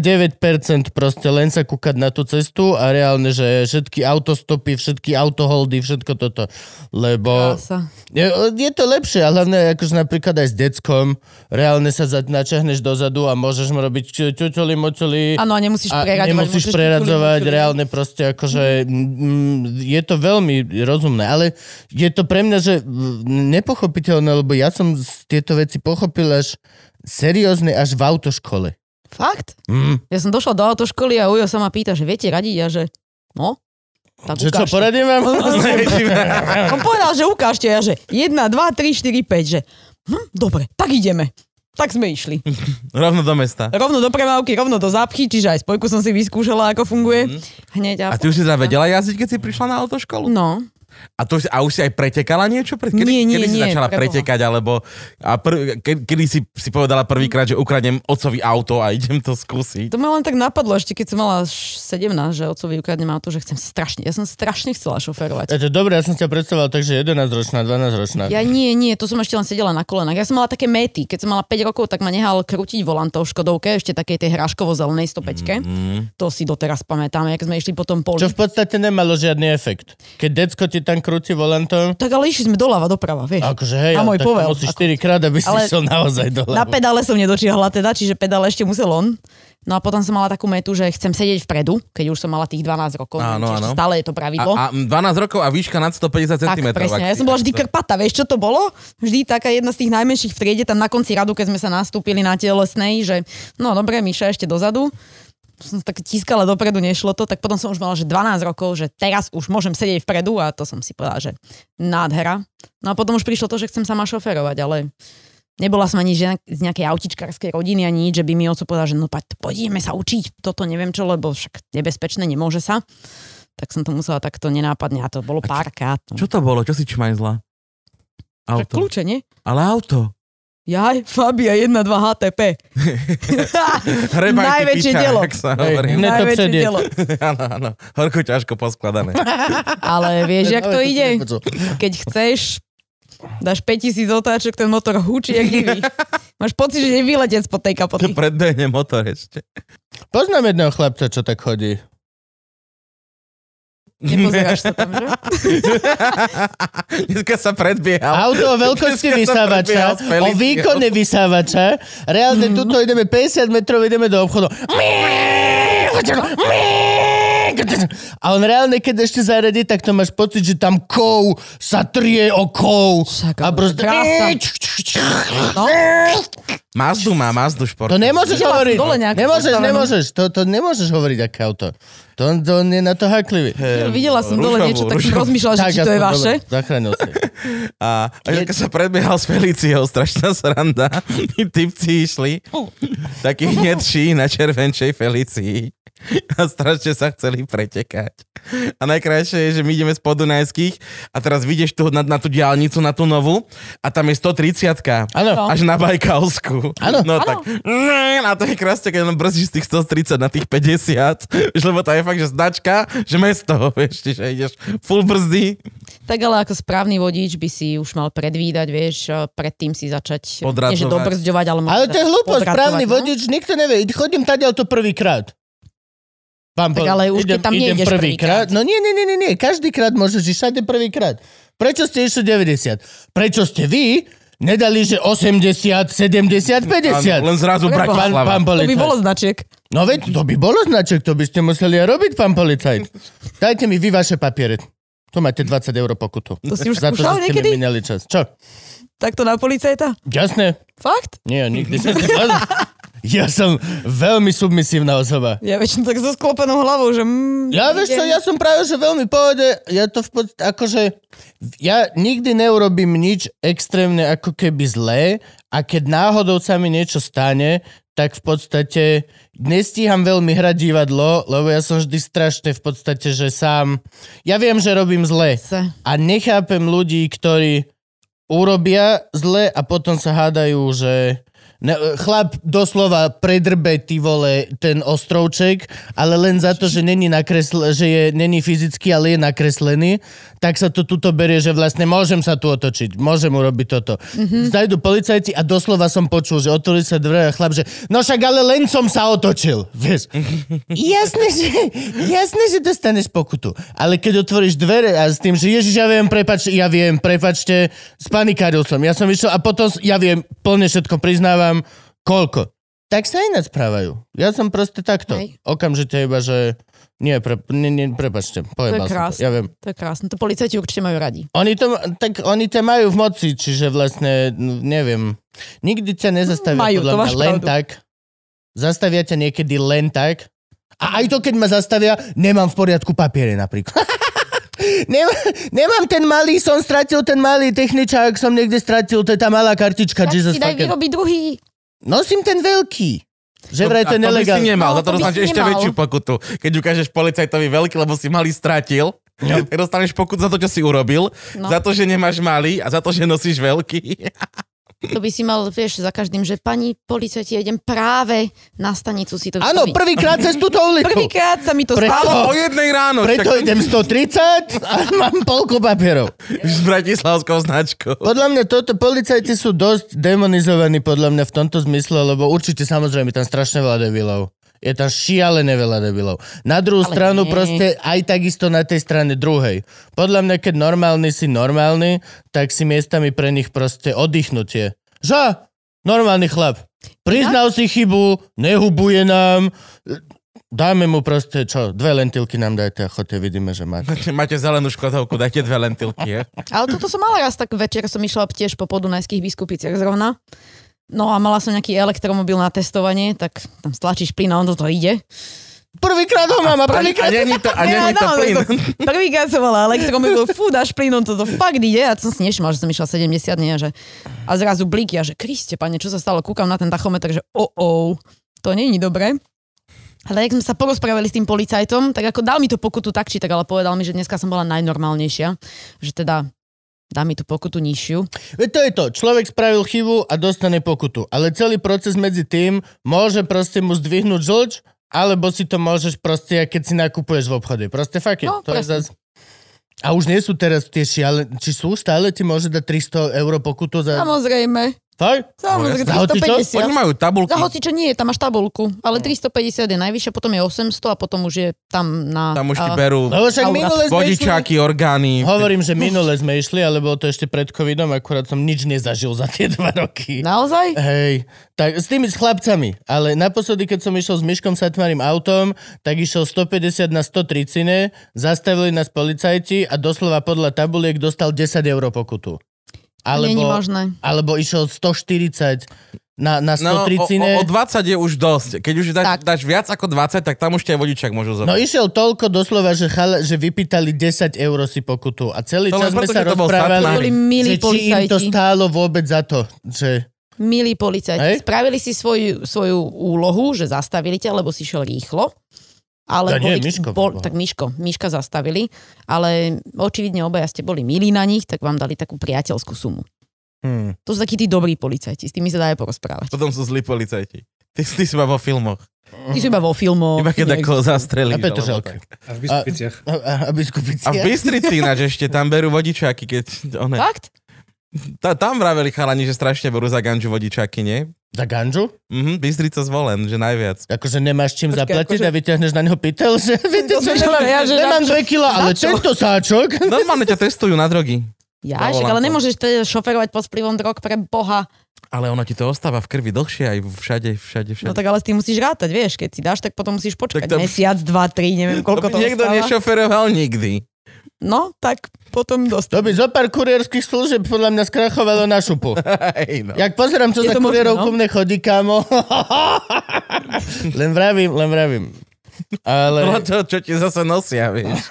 99% proste len sa kúkať na tú cestu a reálne, že všetky autostopy, všetky autoholdy, všetko toto. Lebo
Krása.
je, je to lepšie, a hlavne akože napríklad aj s deckom, reálne sa za- načahneš dozadu a môžeš mu robiť čučuli, močuli.
Áno, a nemusíš preradzovať.
Nemusíš
môžeš
preradzovať,
titulí-
reálne proste akože mm, je to veľmi rozumné, ale je to pre mňa, že mm, nepochopiteľné, lebo ja som z- tieto veci pochopil až seriózne až v autoškole.
Fakt? Ja som došla do autoškoly a Ujo sa ma pýta, že viete radiť a že no, tak
Že čo,
ukážte.
poradím vám?
On povedal, že ukážte a že 1, 2, 3, 4, 5, že hm, dobre, tak ideme. Tak sme išli.
Rovno do mesta.
Rovno do premávky, rovno do zápchy, čiže aj spojku som si vyskúšala, ako funguje. Hneď a...
Mhm. A ty už si zavedela jazdiť, keď si prišla na autoškolu?
No,
A, to, už- a už si aj pretekala niečo? Pred- Kedy,
Nie, nie,
kedy si
nie,
začala
preboha.
pretekať? Alebo, a prv, ke, kedy si, si povedala prvýkrát, že ukradnem otcovi auto a idem to skúsiť?
to ma len tak napadlo ešte, keď som mala š- 17, že otcovi ukradnem auto, že chcem strašne, ja som strašne chcela šoferovať.
Je E, to dobré, ja som ťa predstavoval tak, že 11-ročná, 12-ročná.
Ja nie, nie, to som ešte len sedela na kolenách. Ja som mala také méty. Keď som mala 5 rokov, tak ma nehal krútiť volantou v Škodovke, ešte takej tej hráškovo-zelenej 105 mm. To si doteraz pamätám, jak sme išli potom poli.
Mhm. Čo v podstate nemalo žiadny efekt. Keď decko ti tam krúti volantom,
Tak ale išli sme doľava, doprava, vieš.
akože hej,
na
ale
môj
tak to
povel.
musíš 4 krát, aby si
Ale-
išiel naozaj dole.
Na pedále som nedočiahla teda, čiže pedále ešte musel on. No a potom som mala takú metu, že chcem sedieť vpredu, keď už som mala tých 12 rokov.
Áno,
neviem, či ešte
áno.
Stále je to
A,
pravidlo.
a 12 rokov a výška nad 150
tak,
cm.
presne. Ja som bola vždy krpata, vieš, čo to bolo? Vždy taká jedna z tých najmenších v triede, tam na konci radu, keď sme sa nastúpili na telesnej, že no dobre, Miša ešte dozadu. Som tak tiskala dopredu, nešlo to, tak potom som už mala, že 12 rokov, že teraz už môžem sedieť vpredu a to som si povedala, že nádhera. No a potom už prišlo to, že chcem sama šoferovať, ale Nebola som ani žiak- z nejakej autičkárskej rodiny ani nič, že by mi oco povedal, že no poď, poďme sa učiť, toto neviem čo, lebo však nebezpečné, nemôže sa. Tak som to musela takto nenápadne a to bolo párkrát. no.
Čo to bolo? Čo si čmajzla?
Však
Auto.
kľúče, nie?
Ale auto.
Jaj, Fabia 1.2 HTP.
Hrebajte
Najväčšie
piča,
dielo.
ak sa
Hej,
hovorí.
hneď to
Najväčšie
predie.
dielo.
Áno, áno. Horko ťažko poskladané.
Ale vieš, jak to
Ale som
ide?
nepočul.
Keď chceš, dáš 5000 otáčok, ten motor hučí, jak divý. Máš pocit, že nevyletec po tej kapoty.
Predbehne motor ešte.
Poznám jedného chlapca, čo tak chodí.
Nepozeráš sa tam, že?
Dneska sa predbiehal.
Auto o veľkosti
Dneska som prebieral
vysávača,
s
o
Feliciou.
výkone vysávača. Reálne
Mhm.
tuto ideme 50 metrov, ideme do obchodu. A on reálne, keď ešte zaradí, tak to máš pocit, že tam kov sa trie o kov.
Však,
A
ale
proste...
krása. No,
Mazdu má, Mazdu šport.
To nemôžeš
Videla som
hovoriť.
dole nejakú
Nemôžeš,
postavenú.
nemôžeš. To, to nemôžeš hovoriť, aké auto. To, to on je na to haklivý.
No, videla som dole
Rušovu,
niečo, tak som
rušovu.
rozmýšľala, že či to
aspoň,
je vaše.
dobre, Zachránil si.
A, a dneska sa predbiehal s Feliciou, strašná sranda. Tí typci išli,
Oh.
takí hnedší na červenčej Felicii. A strašne sa chceli pretekať. A najkrajšie je, že my ideme z Podunajských a teraz vidíš tu na, na tú diálnicu, na tú novú a tam je 130
Áno.
až na
Oh.
Bajkalsku.
Áno.
No tak, a to je krásne, keď len brzdíš z tých 130 na tých 50, vieš, lebo to je fakt, že značka, že mesto, vieš, že ideš full brzdy,
Tak ale ako správny vodič by si už mal predvídať, vieš, a predtým si začať, eh, nie že
Podradzovať.
dobrzďovať, ale... možno
Ale to je
začať
hlúpo,
podradzovať,
správny
no.
vodič, nikto nevie. Chodím tadiaľ to prvýkrát. Pán
Tak
Pavel,
ale už keď tam nejdeš prvýkrát.
No nie, nie, nie, nie, nie. Každýkrát môžeš ísť všade prvýkrát. Prečo ste išli 90? Prečo ste vy nedali, že 80, 70, 50?
Áno, len zrazu
Preboha.
pán,
Bratislava.
pán
To by
policajt.
bolo značiek.
No veď, to by bolo značek, to by ste museli aj robiť, pán policajt. Dajte mi vy vaše papiere. Tu máte 20 eur pokutu.
To si už
Za to, že
skúšal
ste
niekedy?
mi minali čas. Čo?
Takto na policajta?
Jasné.
Fakt?
Nie, nikdy som si Ja som veľmi submisívna osoba.
Ja väčšinou tak so sklopenou hlavou, že... Mm,
Ja vieš čo,
idem.
ja som práve že veľmi pohode, ja to v podstate, akože, ja nikdy neurobím nič extrémne ako keby zlé a keď náhodou sa mi niečo stane, tak v podstate nestíham veľmi hrať divadlo, lebo ja som vždy strašne v podstate, že sám, ja viem, že robím zle
Se.
a nechápem ľudí, ktorí urobia zle a potom sa hádajú, že ne, chlap doslova predrbe ty vole ten ostrovček, ale len za to, že není, nakresl, že je, není fyzicky, ale je nakreslený, tak sa to tuto berie, že vlastne môžem sa tu otočiť, môžem urobiť toto. Mm-hmm. Zajdu policajti a doslova som počul, že otvorili sa dvere a chlap, že no však ale len som sa otočil, vieš. jasné, že, jasné, že dostaneš pokutu, ale keď otvoríš dvere a s tým, že Ježiš, ja viem, prepač, ja viem, prepačte, spanikáril som, ja som išiel a potom, s- ja viem, plne všetko priznávam, koľko. Tak sa ináč správajú. Ja som proste tak takto.
Hej.
Okamžite iba, že nie, pre, nie, nie prepačte,
To je
pojebal som to.
krásne.
Ja viem.
To je krásne. To policajti určite majú radi.
Oni to, tak oni to majú v moci, čiže vlastne, n- neviem, nikdy ťa nezastavia
Majú,
podľa
to máš
mňa len
pravdu.
tak. Zastavia ťa niekedy len tak. A aj to, keď ma zastavia, nemám v poriadku papiere napríklad. Nemám, nemám ten malý, som stratil ten malý techničák, som niekde stratil, to je tá malá kartička.
Tak
Jesus
si daj
fucking-
vyrobiť druhý.
Nosím ten veľký. Že vraj to je
a to by si
nelegálne.
nemal, za to
No, to by
dostaneš
si
ešte
nemal.
väčšiu pokutu. Keď ukážeš policajtovi veľký, lebo si malý stratil, tak dostaneš pokutu za to, čo si urobil,
No.
za to, že nemáš malý a za to, že nosíš veľký.
To by si mal, vieš, za každým, že pani policajti, ja idem práve na stanicu si to
Áno,
vyrobiť.
prvýkrát cez túto ulicu.
Prvýkrát sa mi to
Pre-
O
stalo.
jednej ráno,
Preto
však
idem 130 a mám polku papierov.
s bratislavskou značkou.
Podľa mňa toto, policajti sú dosť demonizovaní podľa mňa v tomto zmysle, lebo určite samozrejme tam strašne veľa debilov. Je tam šialené veľa debilov. Na druhú
Ale
stranu
nie.
proste aj takisto na tej strane druhej. Podľa mňa, keď normálny si normálny, tak si miestami pre nich proste oddychnutie. Ža, normálny chlap. Priznal si chybu, nehubuje nám, dáme mu proste, čo, dve lentilky nám dajte a chodte, vidíme, že máte.
Máte zelenú škodovku, dajte dve lentilky. je.
Ale toto som mala raz, tak večer som išla tiež po podunajských biskupiciach zrovna. No a mala som nejaký elektromobil na testovanie, tak tam stlačíš plyn a on do toho ide.
Prvýkrát ho mám a
A
prvýkrát...
není to, a není to
naozaj
plyn.
som- Prvýkrát som mala elektromobil, fú, dáš plyn, on toto fakt ide. A som si nevšimla, že som išla 70, nie, že... A zrazu blík, ja, že Kriste, pane, čo sa stalo? Kúkam na ten tachometer, že o oh, to není dobre. Ale jak sme sa porozprávali s tým policajtom, tak ako dal mi tú pokutu tak či tak, ale povedal mi, že dneska som bola najnormálnejšia, že teda dá mi tú pokutu nižšiu.
Veď to je to, človek spravil chybu a dostane pokutu, ale celý proces medzi tým môže proste mu zdvihnúť žlč, alebo si to môžeš proste, keď si nakupuješ v obchode. Proste fakt je.
No,
to je
presne.
zas... A už nie sú teraz tie šiale... Či sú stále? Ti môže dať 300 eur pokutu za...
Samozrejme.
Fakt?
No,
Samozrejme,
Za hoci čo?
Oni
350.
majú No. tabulky.
Za hoci čo nie, tam máš tabulku, ale 350 je najvyššia, potom je 800 a potom už je tam na...
Tam už ti
a-
berú
Lebo No, však
Aura.
minule sme išli...
vodičáky, orgány.
Hovorím, že minule sme išli, ale bolo to ešte pred covidom, akurát som nič nezažil za tie dva roky.
Naozaj?
Hej, tak s tými s chlapcami, ale naposledy, keď som išiel s Myškom Satmarým autom, tak išiel 150 na 130, zastavili nás policajti a doslova podľa tabuliek dostal 10 eur pokutu. Alebo,
Není možné.
alebo išiel 140 na, na 130.
No, o, o, o 20 je už dosť. Keď už dáš,
Tak.
dáš viac ako 20, tak tam už ťa aj vodičák môžu
No
zobrať.
išiel toľko doslova, že, chala, že vypýtali 10 eur si pokutu a celý
To
čas
len
sme
preto,
sa
že to bol
rozprávali,
Satmar.
Boli milí
že či im to
policajti.
stálo vôbec za to, že...
Milí policajti.
Hej?
Spravili si svoju, svoju úlohu, že zastavili ťa, lebo si šiel rýchlo. Ale
Ja nie,
boli-
Miško,
bol,
preboha.
tak Miško, Miška zastavili, ale očividne obaja ste boli milí na nich, tak vám dali takú priateľskú sumu.
Hm.
To sú takí tí dobrí policajti, s tými sa dá aj porozprávať.
Potom sú zlí policajti. Ty, ty si iba vo filmoch.
Ty sú iba vo filmoch.
Iba keď
nie-
ako zastrelí.
Na Petržalke.
A v biskupiciach.
A, a, a
A v Bystrici ináč ešte, tam berú vodičáky, keď... One,
Fakt?
ta, tam vraveli chalani, že strašne berú za ganžu vodičáky, nie?
Za ganžu?
Mhm, Bystrica zvolen, že najviac.
Akože nemáš čím
Počkaj,
zaplatiť
akože-
a vyťahneš na neho pytel, že viete, čo,
sme
nemám,
ja, že
nemám
na čo?
2 kila, ale
čo?
tento sáčok.
Normálne ťa testujú na drogy.
Ja, však,
Dovolám
ale
to.
nemôžeš teda šoferovať pod vplyvom drog pre Boha.
Ale ono ti to ostáva v krvi dlhšie aj všade, všade, všade.
No tak ale s tým musíš rátať, vieš, keď si dáš, tak potom musíš počkať
Tak to-
mesiac, dva, tri, neviem koľko
by
to
Niekto
stáva.
nešoferoval nikdy.
No, tak potom
To
dostal.
by zo pár kurierských služieb podľa mňa skrachovalo na šupu.
Hej, no.
Jak pozerám, čo
Je
za
to možné,
kurierov
no.
ku mne chodí, kámo. len vravím, len vravím.
No
Ale
to, čo ti zase nosia, vieš.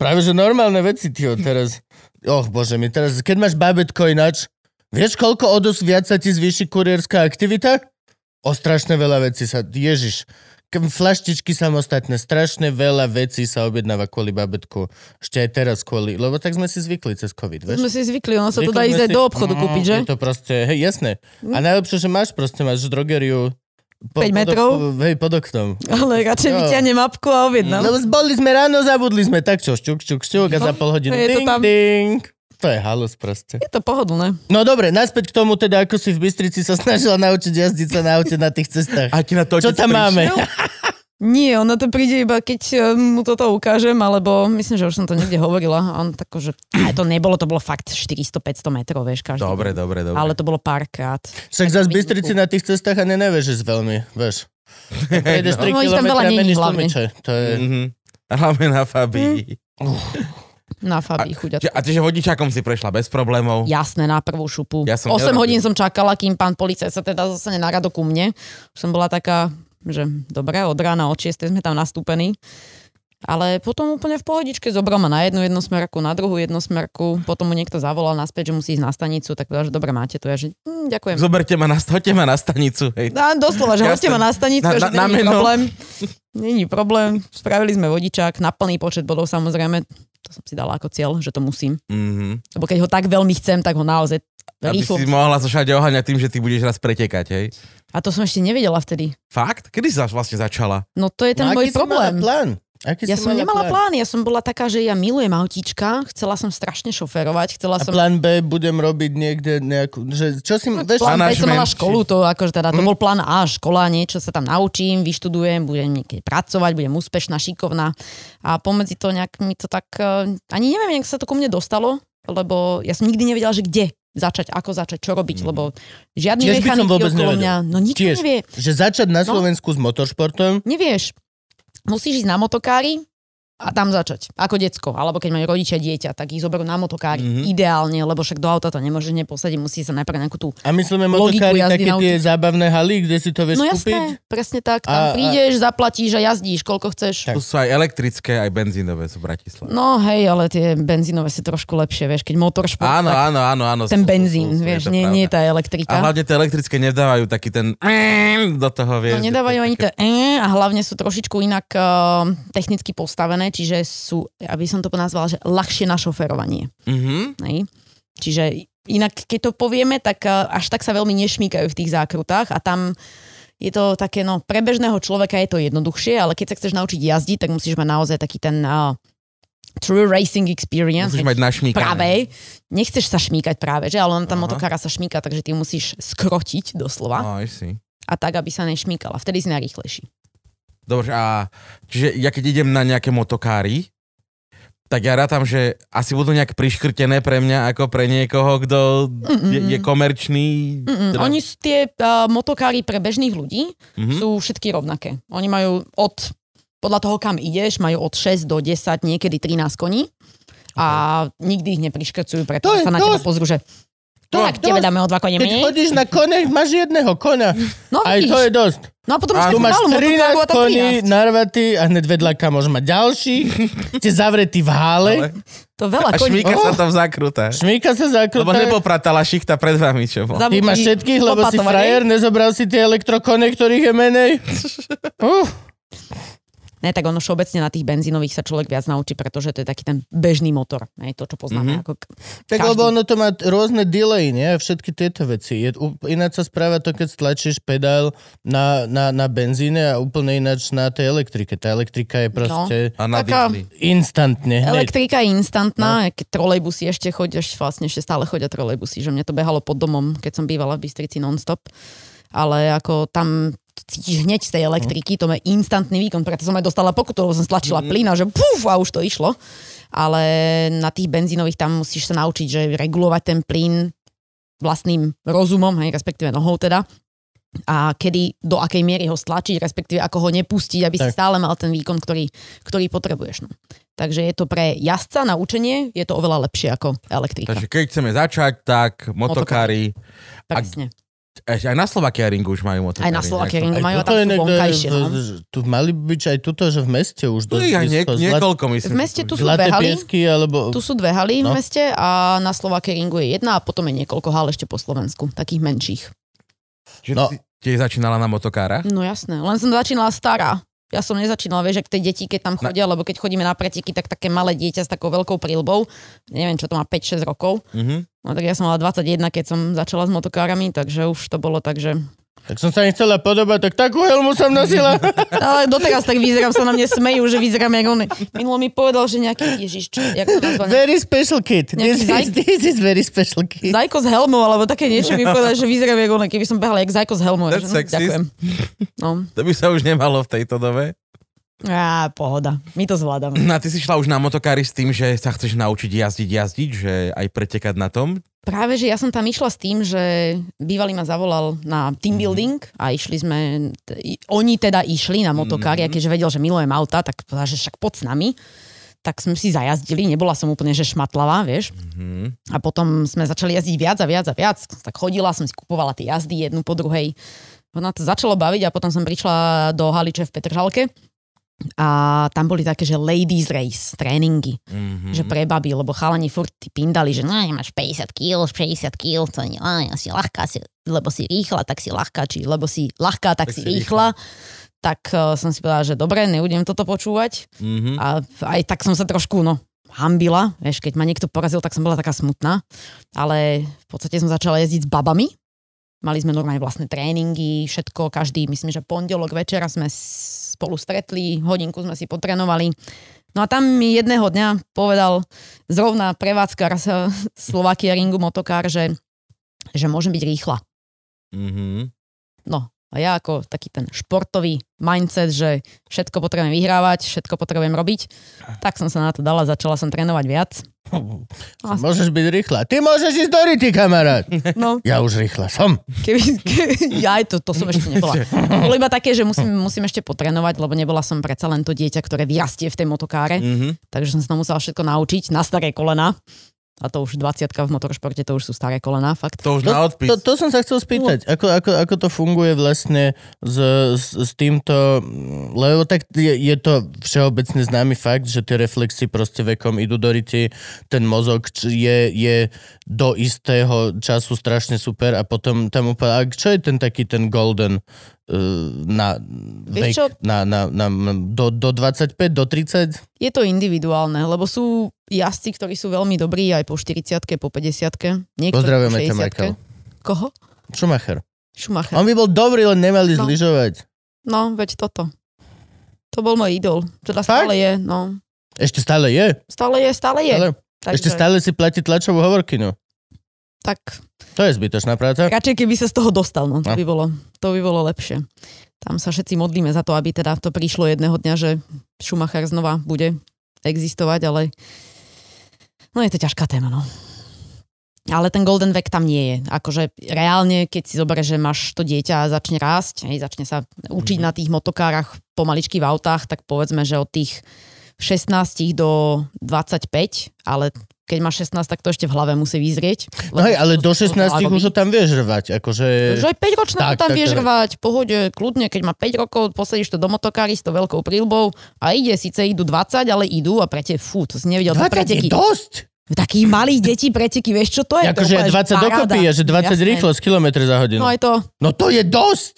práve že normálne veci, tio, teraz. Och, bože mi, teraz, keď máš babetko ináč, vieš, koľko o dosť viac sa ti zvýši kurierská aktivita? O strašne veľa vecí sa, ježiš. K- Flaštičky samostatné, strašne veľa vecí sa objednáva kvôli babetku. Ešte aj teraz kvôli, lebo tak sme si zvykli cez COVID, vieš?
Sme si zvykli, ono sa to
Zvykli
dá
sme
ísť
si-
aj
Mm, No,
do obchodu kúpiť, že? Mm.
Je to proste, hej, jasné. A najlepšie, že máš proste, máš drogeriu Po,
5
pod-
metrov?
po- Hej, pod oknom.
Ale radšej vyťahne mapku a objednám.
Lebo boli sme ráno, zabudli sme, tak čo, šťuk, šťuk, šťuk a za pol hodinu
je No, to
ding,
tam.
ding. To je halus proste.
Je to pohodlné.
No dobre, naspäť k tomu teda, ako si v Bystrici sa snažila naučiť jazdiť sa na aute na tých cestách.
A ti na to
Čo tam máme?
Nie, on na to príde iba, keď e, mu toto ukážem, alebo myslím, že už som to niekde hovorila. A on akože- tako, že a to nebolo, to bolo fakt 400-500 metrov, vieš, každý.
Dobre, dobre, dobre.
Ale to bolo párkrát.
Však zase v Bystrici na tých cestách a nenevežeš veľmi, vieš. Prejdeš
No.
3
No, ich tam
km
veľa
a
není
meníš
hlavne.
tlmiče. To je...
Mhm. Hlavne na Fabii.
Na Fabii, chuďa.
Že- A ty, že vodičákom si prešla bez problémov.
Jasné, na prvú šupu.
Ja som
8
nerobil.
hodín som čakala, kým pán policajt sa teda zase narado ku mne. Už som bola taká, že dobre, od rána od 6 sme tam nastúpení. Ale potom úplne v pohodičke zobral ma na jednu jednosmerku, na druhú jednosmerku, potom mu niekto zavolal naspäť, že musí ísť na stanicu, tak povedal, že dobre, máte tu. Ja že hm, ďakujem.
Zoberte ma na, hoďte ma na stanicu, hej.
Dá, doslova, že
Jasné.
hoďte ma na
Na-
stanicu, na, že
na- na
není
meno.
problém. Není problém. Spravili sme vodičák na plný počet bodov samozrejme. To som si dala ako cieľ, že to musím.
Mhm.
Lebo keď ho tak veľmi chcem, tak ho naozaj
Aby
No, rýchlo
si mohla sa všade oháňať tým, že ty budeš raz pretekať, hej.
A to som ešte nevedela vtedy.
Fakt? Kedy si za- vlastne začala?
No to je ten
No,
môj
aký si mala
problém.
plán? Aký
Ja
si
som nemala plán. ja som bola taká, že ja milujem autíčka, chcela som strašne šoferovať, chcela
A
som...
plán B budem robiť niekde nejakú... Že, čo si... Vieš,
Plán B som
Manažment,
mala
či-
školu, to, akože teda,
Hm?
to bol plán A, škola, niečo sa tam naučím, vyštudujem, budem niekde pracovať, budem úspešná, šikovná. A pomedzi to nejak mi to tak, eh, ani neviem, jak sa to ku mne dostalo, lebo ja som nikdy nevedela, že kde začať, ako začať, čo robiť, lebo žiadny
Mhm. Tiež by som
mechanik
vôbec
okolo
nevedel.
mňa, no nikto
Tiež.
nevie.
že začať na
No.
Slovensku s motoršportom,
nevieš, musíš ísť na motokári a tam začať, ako decko, alebo keď majú rodičia dieťa, tak ich zoberú na
Mhm.
motokári, mm-hmm. ideálne, lebo však do auta to nemôžeš neposadiť, musí sa najprv nejakú tú...
A myslíme
Logiku
motokári
jazdy
také
naučiť.
tie zábavné haly, kde si to vieš
no
kúpiť?
jasné, presne
A-
tak, tam
a-
prídeš, zaplatíš a jazdíš, koľko
Tak.
chceš.
Tu sú aj elektrické, aj benzínové sú v Bratislave.
No hej, ale tie benzínové si trošku lepšie, vieš, keď motoršport,
Áno,
No, tak
áno, áno, áno. sú-
ten
sú- sú-
benzín,
sú, je
vieš,
to
nie, nie
pravda.
tá
A
elektrika.
hlavne tie elektrické nedávajú taký ten do toho, vieš.
No nedávajú
že
ani
to
to e, a hlavne sú trošičku inak uh, technicky postavené, čiže sú, aby som to nazvala, že ľahšie na šoferovanie.
Mhm.
Hej? Čiže inak, keď to povieme, tak a, až tak sa veľmi nešmýkajú v tých zákrutách a tam je to také, no, pre bežného človeka je to jednoduchšie, ale keď sa chceš naučiť jazdiť, tak musíš mať naozaj taký ten uh, true racing experience.
Musíš mať našmíkané.
Práve. Nechceš sa šmýkať práve, že? Ale on
Aha.
tam motokára sa šmýka, takže ty ju musíš skrotiť doslova
No, aj si.
a tak, aby sa nešmýkala. Vtedy si najrýchlejší.
Dobre, a čiže ja keď idem na nejaké motokári, tak ja rátam, že asi budú nejak priškrtené pre mňa ako pre niekoho, kto je, je komerčný.
Mm,
teda-
Oni sú tie uh, motokári pre bežných ľudí,
Mhm.
sú všetky rovnaké. Oni majú od, podľa toho kam ideš, majú od 6 do 10, niekedy 13 koní a nikdy ich
To
nepriškrcujú, pretože
je
sa na teba
dosť.
pozrú, že
To
tak
je
tebe
dosť.
dáme o dva konie
Keď
menej.
chodíš na kone, máš jedného kona.
No
Aj to je
vidíš,
dosť.
no a potom
A
máš
Tu
tú
máš
malú motokáru a
13
tá
koní
13.
narvatý a hneď vedľa kamož má ďalší. Ste zavretí v hále.
Ale-
To veľa
A
koní.
šmíka sa tam zakrutá.
Šmíka sa
Lebo
zakrutá.
nepopratala šichta pred vami, čo bol.
Ty máš všetkých, lebo si frajer, nezobral si tie elektrokone, ktorých je menej. Uh,
Ne, tak ono všeobecne na tých benzínových sa človek viac naučí, pretože to je taký ten bežný motor. Ne, to, čo poznáme mm-hmm. ako... k-
Mhm. tak
Každý.
lebo ono to má rôzne delay, nie? Všetky tieto veci. Je, ú- ináč sa správa to, keď stlačíš pedál na, na, na benzíne a úplne ináč na tej elektrike. Tá elektrika
No.
je proste
A na
Taká-
diesli.
instantne. Hneď.
Elektrika je instantná, no. keď trolejbusy ešte chodia, ešte vlastne ešte stále chodia trolejbusy, že mne to behalo pod domom, keď som bývala v Bystrici non-stop, ale ako tam cítiš hneď z tej elektriky, to je instantný výkon, preto som aj dostala pokutu, lebo som stlačila plyn a že puf a už to išlo. Ale na tých benzínových tam musíš sa naučiť, že regulovať ten plyn vlastným rozumom, hej, respektíve nohou teda, a kedy, do akej miery ho stlačiť, respektíve ako ho nepustiť, aby si
Tak.
stále mal ten výkon, ktorý, ktorý potrebuješ. No. Takže je to pre jazdca na učenie, je to oveľa lepšie ako elektrika.
Takže keď chceme začať, tak motokári.
Presne.
Ešte Aj na Slovakia ringu už majú motokári.
Aj na Slovakia
nejako.
ringu.
Aj
majú a
tuto
tam
je
sú
niekde-
vonkajšie, no.
z- z- Tu mali byť aj tuto, že v meste už
To
dosť
je aj nie,
blízko. Zlat-
niekoľko, myslím.
V
že
meste
sú.
tu sú
Zlaté
dve haly,
piesky, alebo...
tu sú dve haly
No.
v meste a na Slovakia ringu je jedna a potom je niekoľko hal ešte po Slovensku, takých menších.
Že
No.
ty tiež začínala na motokárach?
No jasné, len som začínala stará. Ja som nezačínala, vieš, ak tie deti, keď tam chodia, lebo keď chodíme na preteky, tak také malé dieťa s takou veľkou prílbou, neviem, čo to má 5-6 rokov,
Mhm.
no tak ja som mala 21, keď som začala s motokárami, takže už to bolo tak, že
Tak som sa nechcela podobať, tak takú helmu som nosila.
Ale doteraz tak vyzerám, sa na mne smejú, že vyzerám jak on. Minulo mi povedal, že nejaký Ježiš, čo, jak to nazvané?
Very special kid. This is,
Nejaký
this is very special kid.
Zajko s helmou, alebo také niečo mi povedal, že vyzerám jak on, keby som behala jak Zajko s helmou.
That's
Že, hm,
sexist.
ďakujem. No,
To by sa už nemalo v tejto dobe.
á, pohoda, my to zvládame.
No a ty si šla už na motokári s tým, že sa chceš naučiť jazdiť, jazdiť, že aj pretekať na tom.
Práve, že ja som tam išla s tým, že bývalý ma zavolal na team building a išli sme, t- i- oni teda išli na motokári, a keďže vedel, že milujem auta, tak povedal, že však poď s nami. Tak sme si zajazdili, nebola som úplne, že šmatlavá, vieš.
Mhm,
A potom sme začali jazdiť viac a viac a viac. Tak chodila, som si kupovala tie jazdy jednu po druhej. Ona to začalo baviť a potom som prišla do Haliče v Petržalke a tam boli také, že ladies race, tréningy
Mm-hmm.
že pre baby, lebo chalani furt ty pindali, že no, máš 50 kg, 60 kg, to nie, no, si ľahká, si, lebo si rýchla, tak si ľahká, či lebo si ľahká, tak, tak si rýchla. Tak uh, som si povedala, že dobre, nebudem toto počúvať.
Mm-hmm.
A aj tak som sa trošku, no, hambila, vieš, keď ma niekto porazil, tak som bola taká smutná, ale v podstate som začala jezdiť s babami. Mali sme normálne vlastné tréningy, všetko, každý, myslím, že pondelok večera sme s- spolu stretli, hodinku sme si potrenovali. No a tam mi jedného dňa povedal zrovna prevádzkar z Slovakia Ringu Motokár, že, že môžem byť rýchla.
Mm-hmm.
No a ja ako taký ten športový mindset, že všetko potrebujem vyhrávať, všetko potrebujem robiť, tak som sa na to dala, začala som trénovať viac.
Môžeš byť rýchla. Ty môžeš ísť do rity, kamarát.
No,
Ja už rýchla som.
keby, keby ja aj to, to som ešte nebola. To Bolo iba také, že musím, musím ešte potrénovať, lebo nebola som predsa len to dieťa, ktoré vyrastie v tej motokáre,
Mm.
Mm-hmm.
takže som sa musela všetko naučiť na staré kolena. A to už 20 v motoršporte, to už sú staré kolena, fakt.
To
To,
už na odpis.
to, to som sa chcel spýtať, ako, ako, ako to funguje vlastne s, s, s týmto, mm, lebo tak je, je to všeobecne známy fakt, že tie reflexy proste vekom idú do ryti, ten mozog č- je, je do istého času strašne super a potom tam úplne, a čo je ten taký ten golden eh, na, vek,
čo?
na, na, na do, do 25, do 30?
Je to individuálne, lebo sú jazdci, ktorí sú veľmi dobrí aj po 40 po 50 niektorí
Pozdravujeme
po
ťa,
60
Michael.
Koho?
Schumacher.
Schumacher.
On by bol dobrý, len nemali
No.
zlyžovať.
No, veď toto. To bol môj idol. Teda stále je, no.
Ešte stále je.
Stále je, stále je.
Stále,
Takže,
ešte stále si platí tlačovú hovorkyňu.
Tak
To je zbytočná práca.
radšej, keby sa z toho dostal, no. To,
No.
by bolo, to by bolo lepšie. Tam sa všetci modlíme za to, aby teda to prišlo jedného dňa, že Schumacher znova bude existovať, ale no je to ťažká téma, no. Ale ten golden vek tam nie je. Akože reálne, keď si zoberieš, že máš to dieťa a začne rásť, hej, začne
Mhm.
sa učiť na tých motokárach pomaličky v autách, tak povedzme, že od tých 16 do 25, ale keď máš 16, tak to ešte v hlave musí vyzrieť.
No hej, ale do 16 už ho
už
tam vieš rvať, akože...
No, že aj 5 ročná
Tak,
to tam
tak,
vieš
tak.
rvať, v pohode, kľudne, keď má 5 rokov, posadíš to do motokári s tou veľkou príľbou a ide, síce idú 20, ale idú a prete, fú, to si nevidel,
20
to
je
preteky.
dosť!
Takých malých detí preteky, vieš čo to je? To je
Akože
úplne
20
paráda.
dokopy a že 20
Jasné.
rýchlosť kilometre za hodinu.
No aj to.
No to je dosť!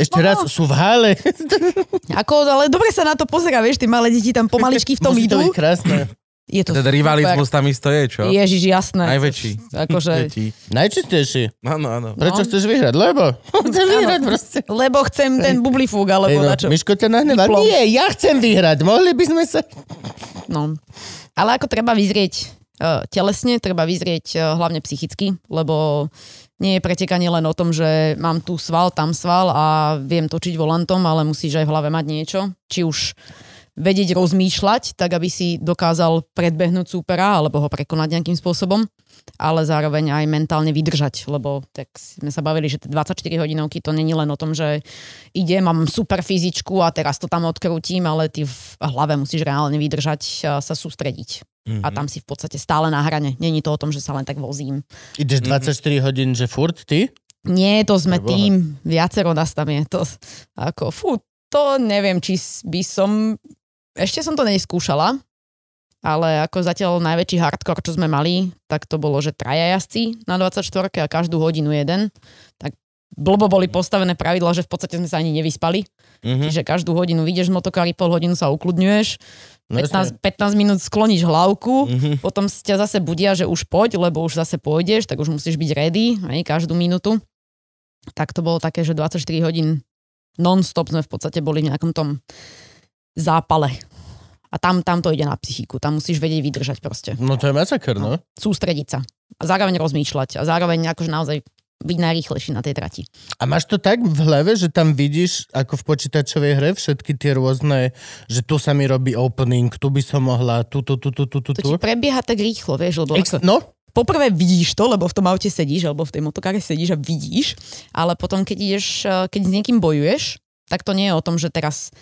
Ešte
No.
raz, sú v hale.
Ako, ale dobre sa na to pozera, vieš, tie malé deti tam pomaličky v tom
Musí to
idú.
byť krásne.
Je to
Ten
super.
rivalizmus tam isto je, čo?
Ježiš, jasné.
Najväčší.
Akože,
Deti.
Najčistejší.
Áno, áno.
Prečo
No.
chceš vyhrať? Lebo. Chcem vyhrať proste.
lebo chcem ten bublifúk,
Hej,
alebo
no,
na čo.
Miško ťa nahnevá.
Diplom.
Nie, ja chcem vyhrať. Mohli by sme sa...
No. Ale ako treba vyzrieť eh, telesne, treba vyzrieť eh, hlavne psychicky, lebo nie je pretekanie len o tom, že mám tu sval, tam sval a viem točiť volantom, ale musíš aj v hlave mať niečo. Či už vedieť rozmýšľať, tak aby si dokázal predbehnúť súpera alebo ho prekonať nejakým spôsobom, ale zároveň aj mentálne vydržať, lebo tak sme sa bavili, že tie 24 hodinovky to není len o tom, že ide, mám super fyzičku a teraz to tam odkrútim, ale ty v hlave musíš reálne vydržať a sa sústrediť. Mm-hmm. A tam si v podstate stále na hrane. Není to o tom, že sa len tak vozím. Mhm.
Ideš 24 hodín, že furt ty?
Nie, to sme
Preboha.
tým, viacero nás tam je. To, ako, fú, to neviem, či s- by som... Ešte som to neskúšala, ale ako zatiaľ najväčší hardcore, čo sme mali, tak to bolo, že traja jazdci na 24 a každú hodinu jeden. Tak blbo boli postavené pravidla, že v podstate sme sa ani nevyspali.
Mm-hmm.
Čiže každú hodinu vyjdeš z motokári, pol hodinu sa ukludňuješ,
No, jasne.
15, 15 minút skloníš hlavku,
Mm-hmm.
potom si ťa zase budia, že už poď, lebo už zase pôjdeš, tak už musíš byť ready, hej, každú minútu. tak to bolo také, že 24 hodín non-stop sme v podstate boli v nejakom tom zápale. A tam, tam to ide na psychiku, tam musíš vedieť vydržať proste.
No to je masaker, no.
Sústrediť sa. A zároveň rozmýšľať. A zároveň akože naozaj byť najrýchlejší na tej trati.
A máš to tak v hlave, že tam vidíš, ako v počítačovej hre, všetky tie rôzne, že tu sa mi robí opening, tu by som mohla, tu, tu, tu, tu, tu, tu. tu.
To ti prebieha tak rýchlo, vieš, lebo
Ex-
ako,
no,
poprvé vidíš to, lebo v tom aute sedíš, alebo v tej motokáre sedíš a vidíš, ale potom keď ideš, eh, keď s niekým bojuješ, tak to nie je o tom, že teraz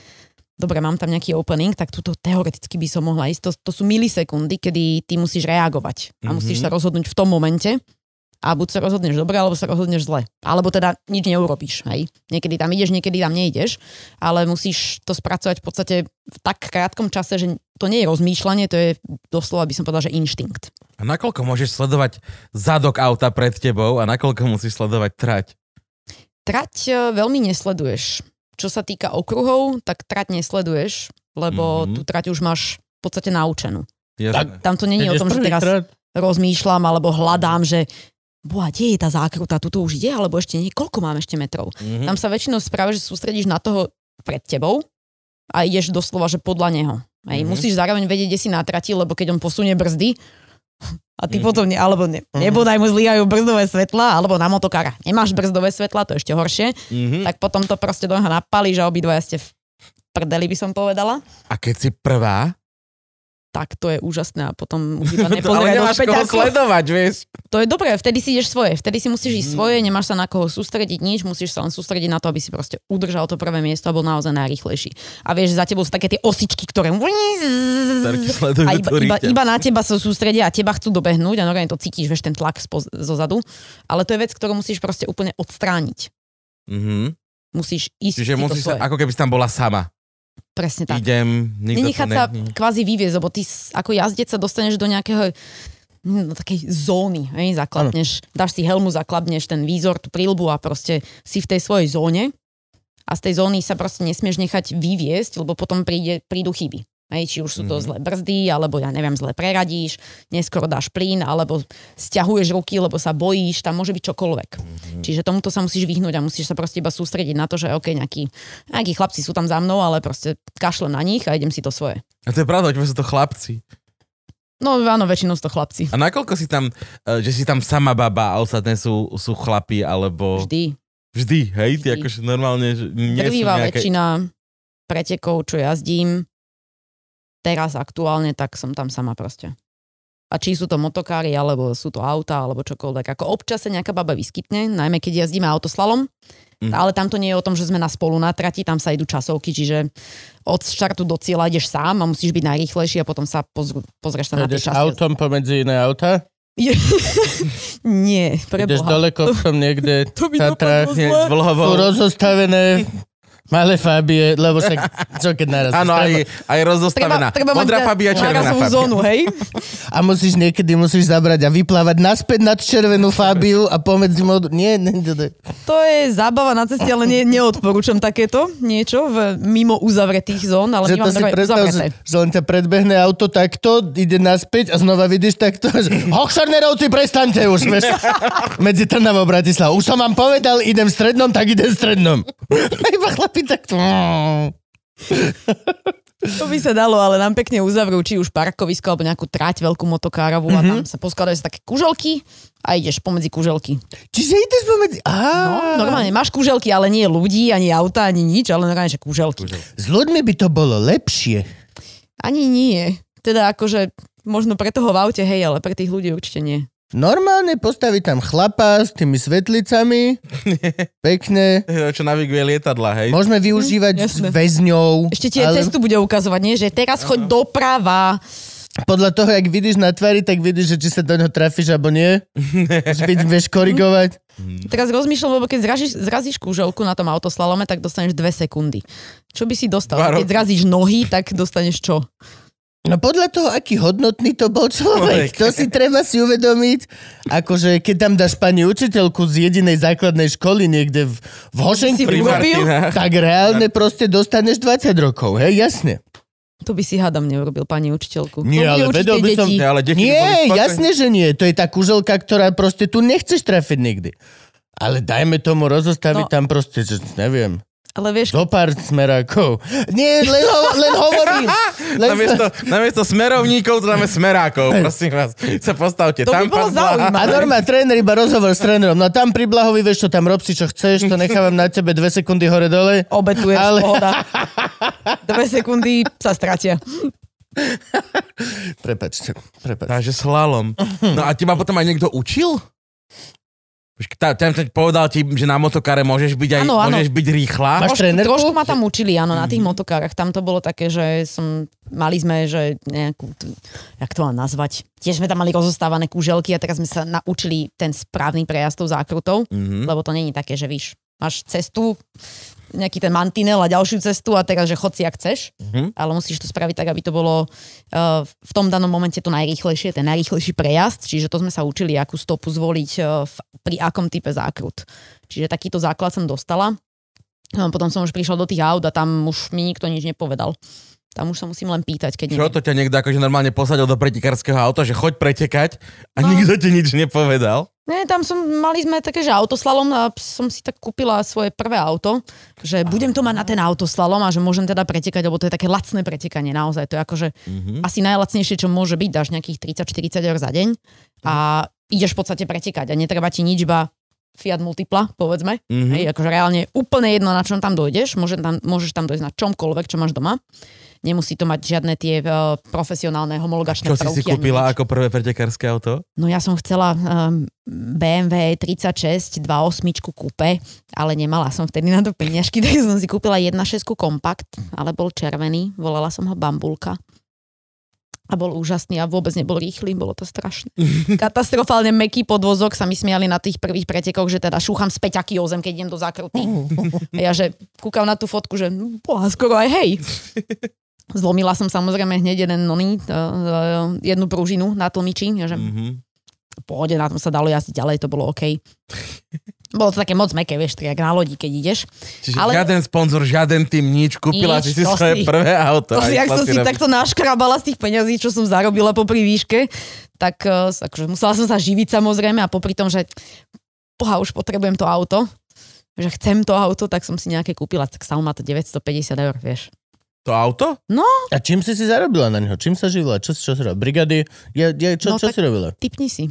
dobre, mám tam nejaký opening, tak tuto teoreticky by som mohla ísť. To, to sú milisekundy, kedy ty musíš reagovať a musíš sa rozhodnúť v tom momente a buď sa rozhodneš dobre, alebo sa rozhodneš zle. Alebo teda nič neurobíš, hej. Niekedy tam ideš, niekedy tam neideš, ale musíš to spracovať v podstate v tak krátkom čase, že to nie je rozmýšľanie, to je doslova by som povedala, že inštinkt.
A nakoľko môžeš sledovať zadok auta pred tebou a nakoľko musíš sledovať trať?
Trať e, veľmi nesleduješ. Čo sa týka okruhov, tak trať nesleduješ,
Mhm.
lebo mm-hmm. tú trať už máš v podstate naučenú.
Jasné.
Tam to není o
ideš
tom, že teraz
prvýkrát.
rozmýšľam alebo hľadám,
Mhm.
že boha, kde je tá zákruta, tu to už ide, alebo ešte nie, koľko mám ešte metrov.
Mhm.
Tam sa väčšinou správa, že sústredíš na toho pred tebou a ideš doslova, že podľa neho.
Mhm.
Hej, mm-hmm. Musíš zároveň vedieť, kde si na trati, lebo keď on posunie brzdy, a
Mhm.
ty mm-hmm. potom, ne, alebo ne, nebodaj mu zlíhajú brzdové svetla, alebo na motokára nemáš brzdové svetla, to je ešte horšie,
Mhm.
Mm. tak potom to proste do neho napali, že obidvaja ste v prdeli, by som povedala.
A keď si prvá,
Tak to je úžasné a potom už iba
ale
nepozeraj do
nemáš koho
späťaku.
sledovať, Mm. vieš.
To je dobré, vtedy si ideš svoje, vtedy si musíš ísť svoje, nemáš sa na koho sústrediť nič, musíš sa len sústrediť na to, aby si proste udržal to prvé miesto a bol naozaj najrychlejší. A vieš, za tebou sú také tie osičky, ktoré...
Tak sledujú
A iba,
tú
iba,
riťa.
iba na teba sa sústredia a teba chcú dobehnúť a normálne to cítiš, vieš, ten tlak spoz, zo zadu. Ale to je vec, ktorú musíš proste úplne odstrániť.
Mhm.
Musíš ísť
Čiže
si to
musíš
svoje.
sa, ako keby si tam bola sama.
Presne tak.
Idem, nikto
Nenechať
to
sa
ne...
kvázi vyviezť, lebo ty s- ako jazdec sa dostaneš do nejakého no, takej zóny, hej, zaklapneš, dáš si helmu, zaklapneš ten výzor, tú prílbu a proste si v tej svojej zóne a z tej zóny sa proste nesmieš nechať vyviesť, lebo potom príde, prídu chyby. Hej, či už sú
Mhm.
to zlé brzdy, alebo ja neviem, zle preradíš, neskoro dáš plyn, alebo stiahuješ ruky, lebo sa bojíš, tam môže byť čokoľvek. Mm. Čiže tomuto sa musíš vyhnúť a musíš sa proste iba sústrediť na to, že OK, nejakí, nejakí chlapci sú tam za mnou, ale proste kašlem na nich a idem si to svoje.
A to je pravda, tebe sú to chlapci.
No áno, väčšinou sú to chlapci.
A nakoľko si tam, e, že si tam sama baba a ostatné sú, sú chlapi, alebo...
Vždy.
Vždy, hej? Ty
Vždy.
akože normálne, že nie sú
Drvíva
nejaké...
väčšina pretekov, čo jazdím, teraz aktuálne, tak som tam sama proste. A či sú to motokári, alebo sú to auta, alebo čokoľvek. Ako občas sa nejaká baba vyskytne, najmä keď jazdíme autoslalom,
Mhm.
mm. ale tam to nie je o tom, že sme na spolu na trati, tam sa idú časovky, čiže od štartu do cieľa ideš sám a musíš byť najrýchlejší a potom sa pozr- pozrieš sa na tie
Ideš
časy.
autom pomedzi iné auta,
nie,
ideš
preboha.
dole kopcom niekde,
To by
Tatra,
dopadlo
Nie,
zle.
s vlhovou.
sú rozostavené malé fábie, lebo však, čo keď naraz.
Áno, aj, aj rozostavená. Modrá
na-
fabia, červená
nárazovú
fabia.
zónu, hej?
A musíš niekedy musíš zabrať a vyplávať naspäť nad červenú fábiu a pomedzi mod... Nie, nie, nie, nie.
To je zábava na ceste, ale nie, neodporúčam takéto niečo v mimo uzavretých zón, ale
že to
my máme
si
normálne
predstav, že,
uzavreté.
že len ťa predbehne auto takto, ide naspäť a znova vidíš takto, že hochšarnerovci, prestaňte už, vieš, medzi Trnavou a Bratislavou. Už som vám povedal, idem v strednom, tak idem v strednom. A Iba chlapi takto.
To by sa dalo, ale nám pekne uzavrú, či už parkovisko, alebo nejakú trať veľkú motokárovú
Mhm.
a tam sa poskladajú sa také kuželky a ideš pomedzi kuželky.
Čiže ideš pomedzi... Aha.
No, normálne máš kuželky, ale nie ľudí, ani auta, ani nič, ale normálne, že kuželky.
S ľuďmi by to bolo lepšie.
Ani nie. Teda akože možno pre toho v aute, hej, ale pre tých ľudí určite nie.
Normálne postaviť tam chlapa s tými svetlicami. Pekne.
Čo naviguje lietadla, hej?
Môžeme využívať
Hm, jasné.
väzňov.
Ešte ti ale... cestu bude ukazovať, nie? Že teraz choď doprava.
Podľa toho, jak vidíš na tvári, tak vidíš, že či sa do neho trafíš, alebo nie. Že vid- vieš korigovať.
Teraz rozmýšľam, lebo keď zražíš, zrazíš kúžovku na tom autoslalome, tak dostaneš dve sekundy. Čo by si dostal?
Dva roky.
Keď zrazíš nohy, tak dostaneš čo?
No podľa toho, aký hodnotný to bol človek.
Človek.
To si treba si uvedomiť. Akože keď tam dáš pani učiteľku z jedinej základnej školy niekde v, v Hošenku,
Si
Pri
urobil?
Martinách.
tak reálne proste dostaneš 20 rokov, hej, jasne.
To by si hádam neurobil, pani učiteľku.
Nie,
to bude
ale
určite
vedel by som-
deti.
Nie, ale deti by boli
Nie,
spokojní.
jasne, že nie. To je tá kuželka, ktorá proste tu nechceš trafiť nikdy. Ale dajme tomu rozostaviť
No.
tam proste, že neviem,
Ale vieš,
zo pár smerákov.
Nie, len, ho, len hovorím. Len
Namiesto, namiesto smerovníkov, to dáme smerákov. Prosím vás, sa postavte.
To
tam
by bolo
pán Blaha.
zaujímavé.
A normálne tréner iba rozhovor s trénerom. No a tam pri Blahovi vieš, čo tam rob si, čo chceš, to nechávam na tebe dve sekundy hore-dole.
obetuješ,
Ale-
ale... pohoda. Dve sekundy sa stratia.
Prepačte, prepačte.
Takže slalom. No a teba potom aj niekto učil? Už tá- Ten ten povedal ti, že na motokáre môžeš byť aj
Áno, áno.
môžeš byť rýchla.
Máš
Trošku-
trénerku?
Trošku ma tam učili, áno,
Mhm.
na tých motokárach. Tam to bolo také, že som, mali sme, že nejakú, t- jak to mám nazvať, tiež sme tam mali rozostávané kúželky a teraz sme sa naučili ten správny prejazd tou zákrutou,
Mhm.
lebo to není také, že víš, máš cestu, nejaký ten mantinel a ďalšiu cestu a teraz, že chod si, ak chceš,
Mhm.
ale musíš to spraviť tak, aby to bolo eh, v tom danom momente to najrýchlejšie, ten najrýchlejší prejazd, čiže to sme sa učili, akú stopu zvoliť eh, v, pri akom type zákrut. Čiže takýto základ som dostala. No, potom som už prišla do tých aut a tam už mi nikto nič nepovedal. Tam už sa musím len pýtať, keď
Čo to ťa niekto akože normálne posadil do pretekárskeho auta, že choď pretekať a
No.
nikto ti nič nepovedal?
Nie, tam som, mali sme také, že autoslalom a som si tak kúpila svoje prvé auto, že budem to mať na ten autoslalom a že môžem teda pretekať, lebo to je také lacné pretekanie naozaj. To je akože
Mhm.
asi najlacnejšie, čo môže byť, dáš nejakých 30-40 eur za deň a
Mhm.
ideš v podstate pretekať a netreba ti nič, iba Fiat Multipla, povedzme.
Mhm.
Hej, akože reálne je úplne jedno, na čom tam dojdeš, môže tam, môžeš tam dojsť na čomkoľvek, čo máš doma. Nemusí to mať žiadne tie uh, profesionálne homologačné
Čo si si
prvky ani nič.
kúpila ako prvé pretekárske auto?
No ja som chcela um, BMW 36 28 kúpe, ale nemala som vtedy na to peniažky, tak som si kúpila 1.6 kompakt, ale bol červený, volala som ho Bambulka. A bol úžasný a vôbec nebol rýchly, bolo to strašné. Katastrofálne meký podvozok sa mi smiali na tých prvých pretekoch, že teda šúcham späť aký o zem, keď idem do zakruty. A ja že kúkam na tú fotku, že no, boha, skoro aj hej. Zlomila som samozrejme hneď jeden nony, eh, eh, jednu pružinu na tlmiči, ja že
Mhm.
pohode, na tom sa dalo jazdiť ďalej, to bolo OK. Bolo to také moc meké, vieš, to je jak na lodi, keď ideš.
Čiže
Ale-
žiaden sponzor, žiaden tým, nič. Kúpila
Nič,
si si
to
svoje
si-
prvé auto. a
To, si, ak
išla
som si
robiť.
takto naškrabala z tých peňazí, čo som zarobila popri výške, tak eh, akože musela som sa živiť samozrejme a popri tom, že poha, už potrebujem to auto, že chcem to auto, tak som si nejaké kúpila, tak samo má to 950 eur, vieš.
To auto?
A čím si si zarobila na neho? Čím sa živila? Čo, čo si robila? Brigady? Ja, ja, čo,
No
čo si
tak-
robila?
Typni si.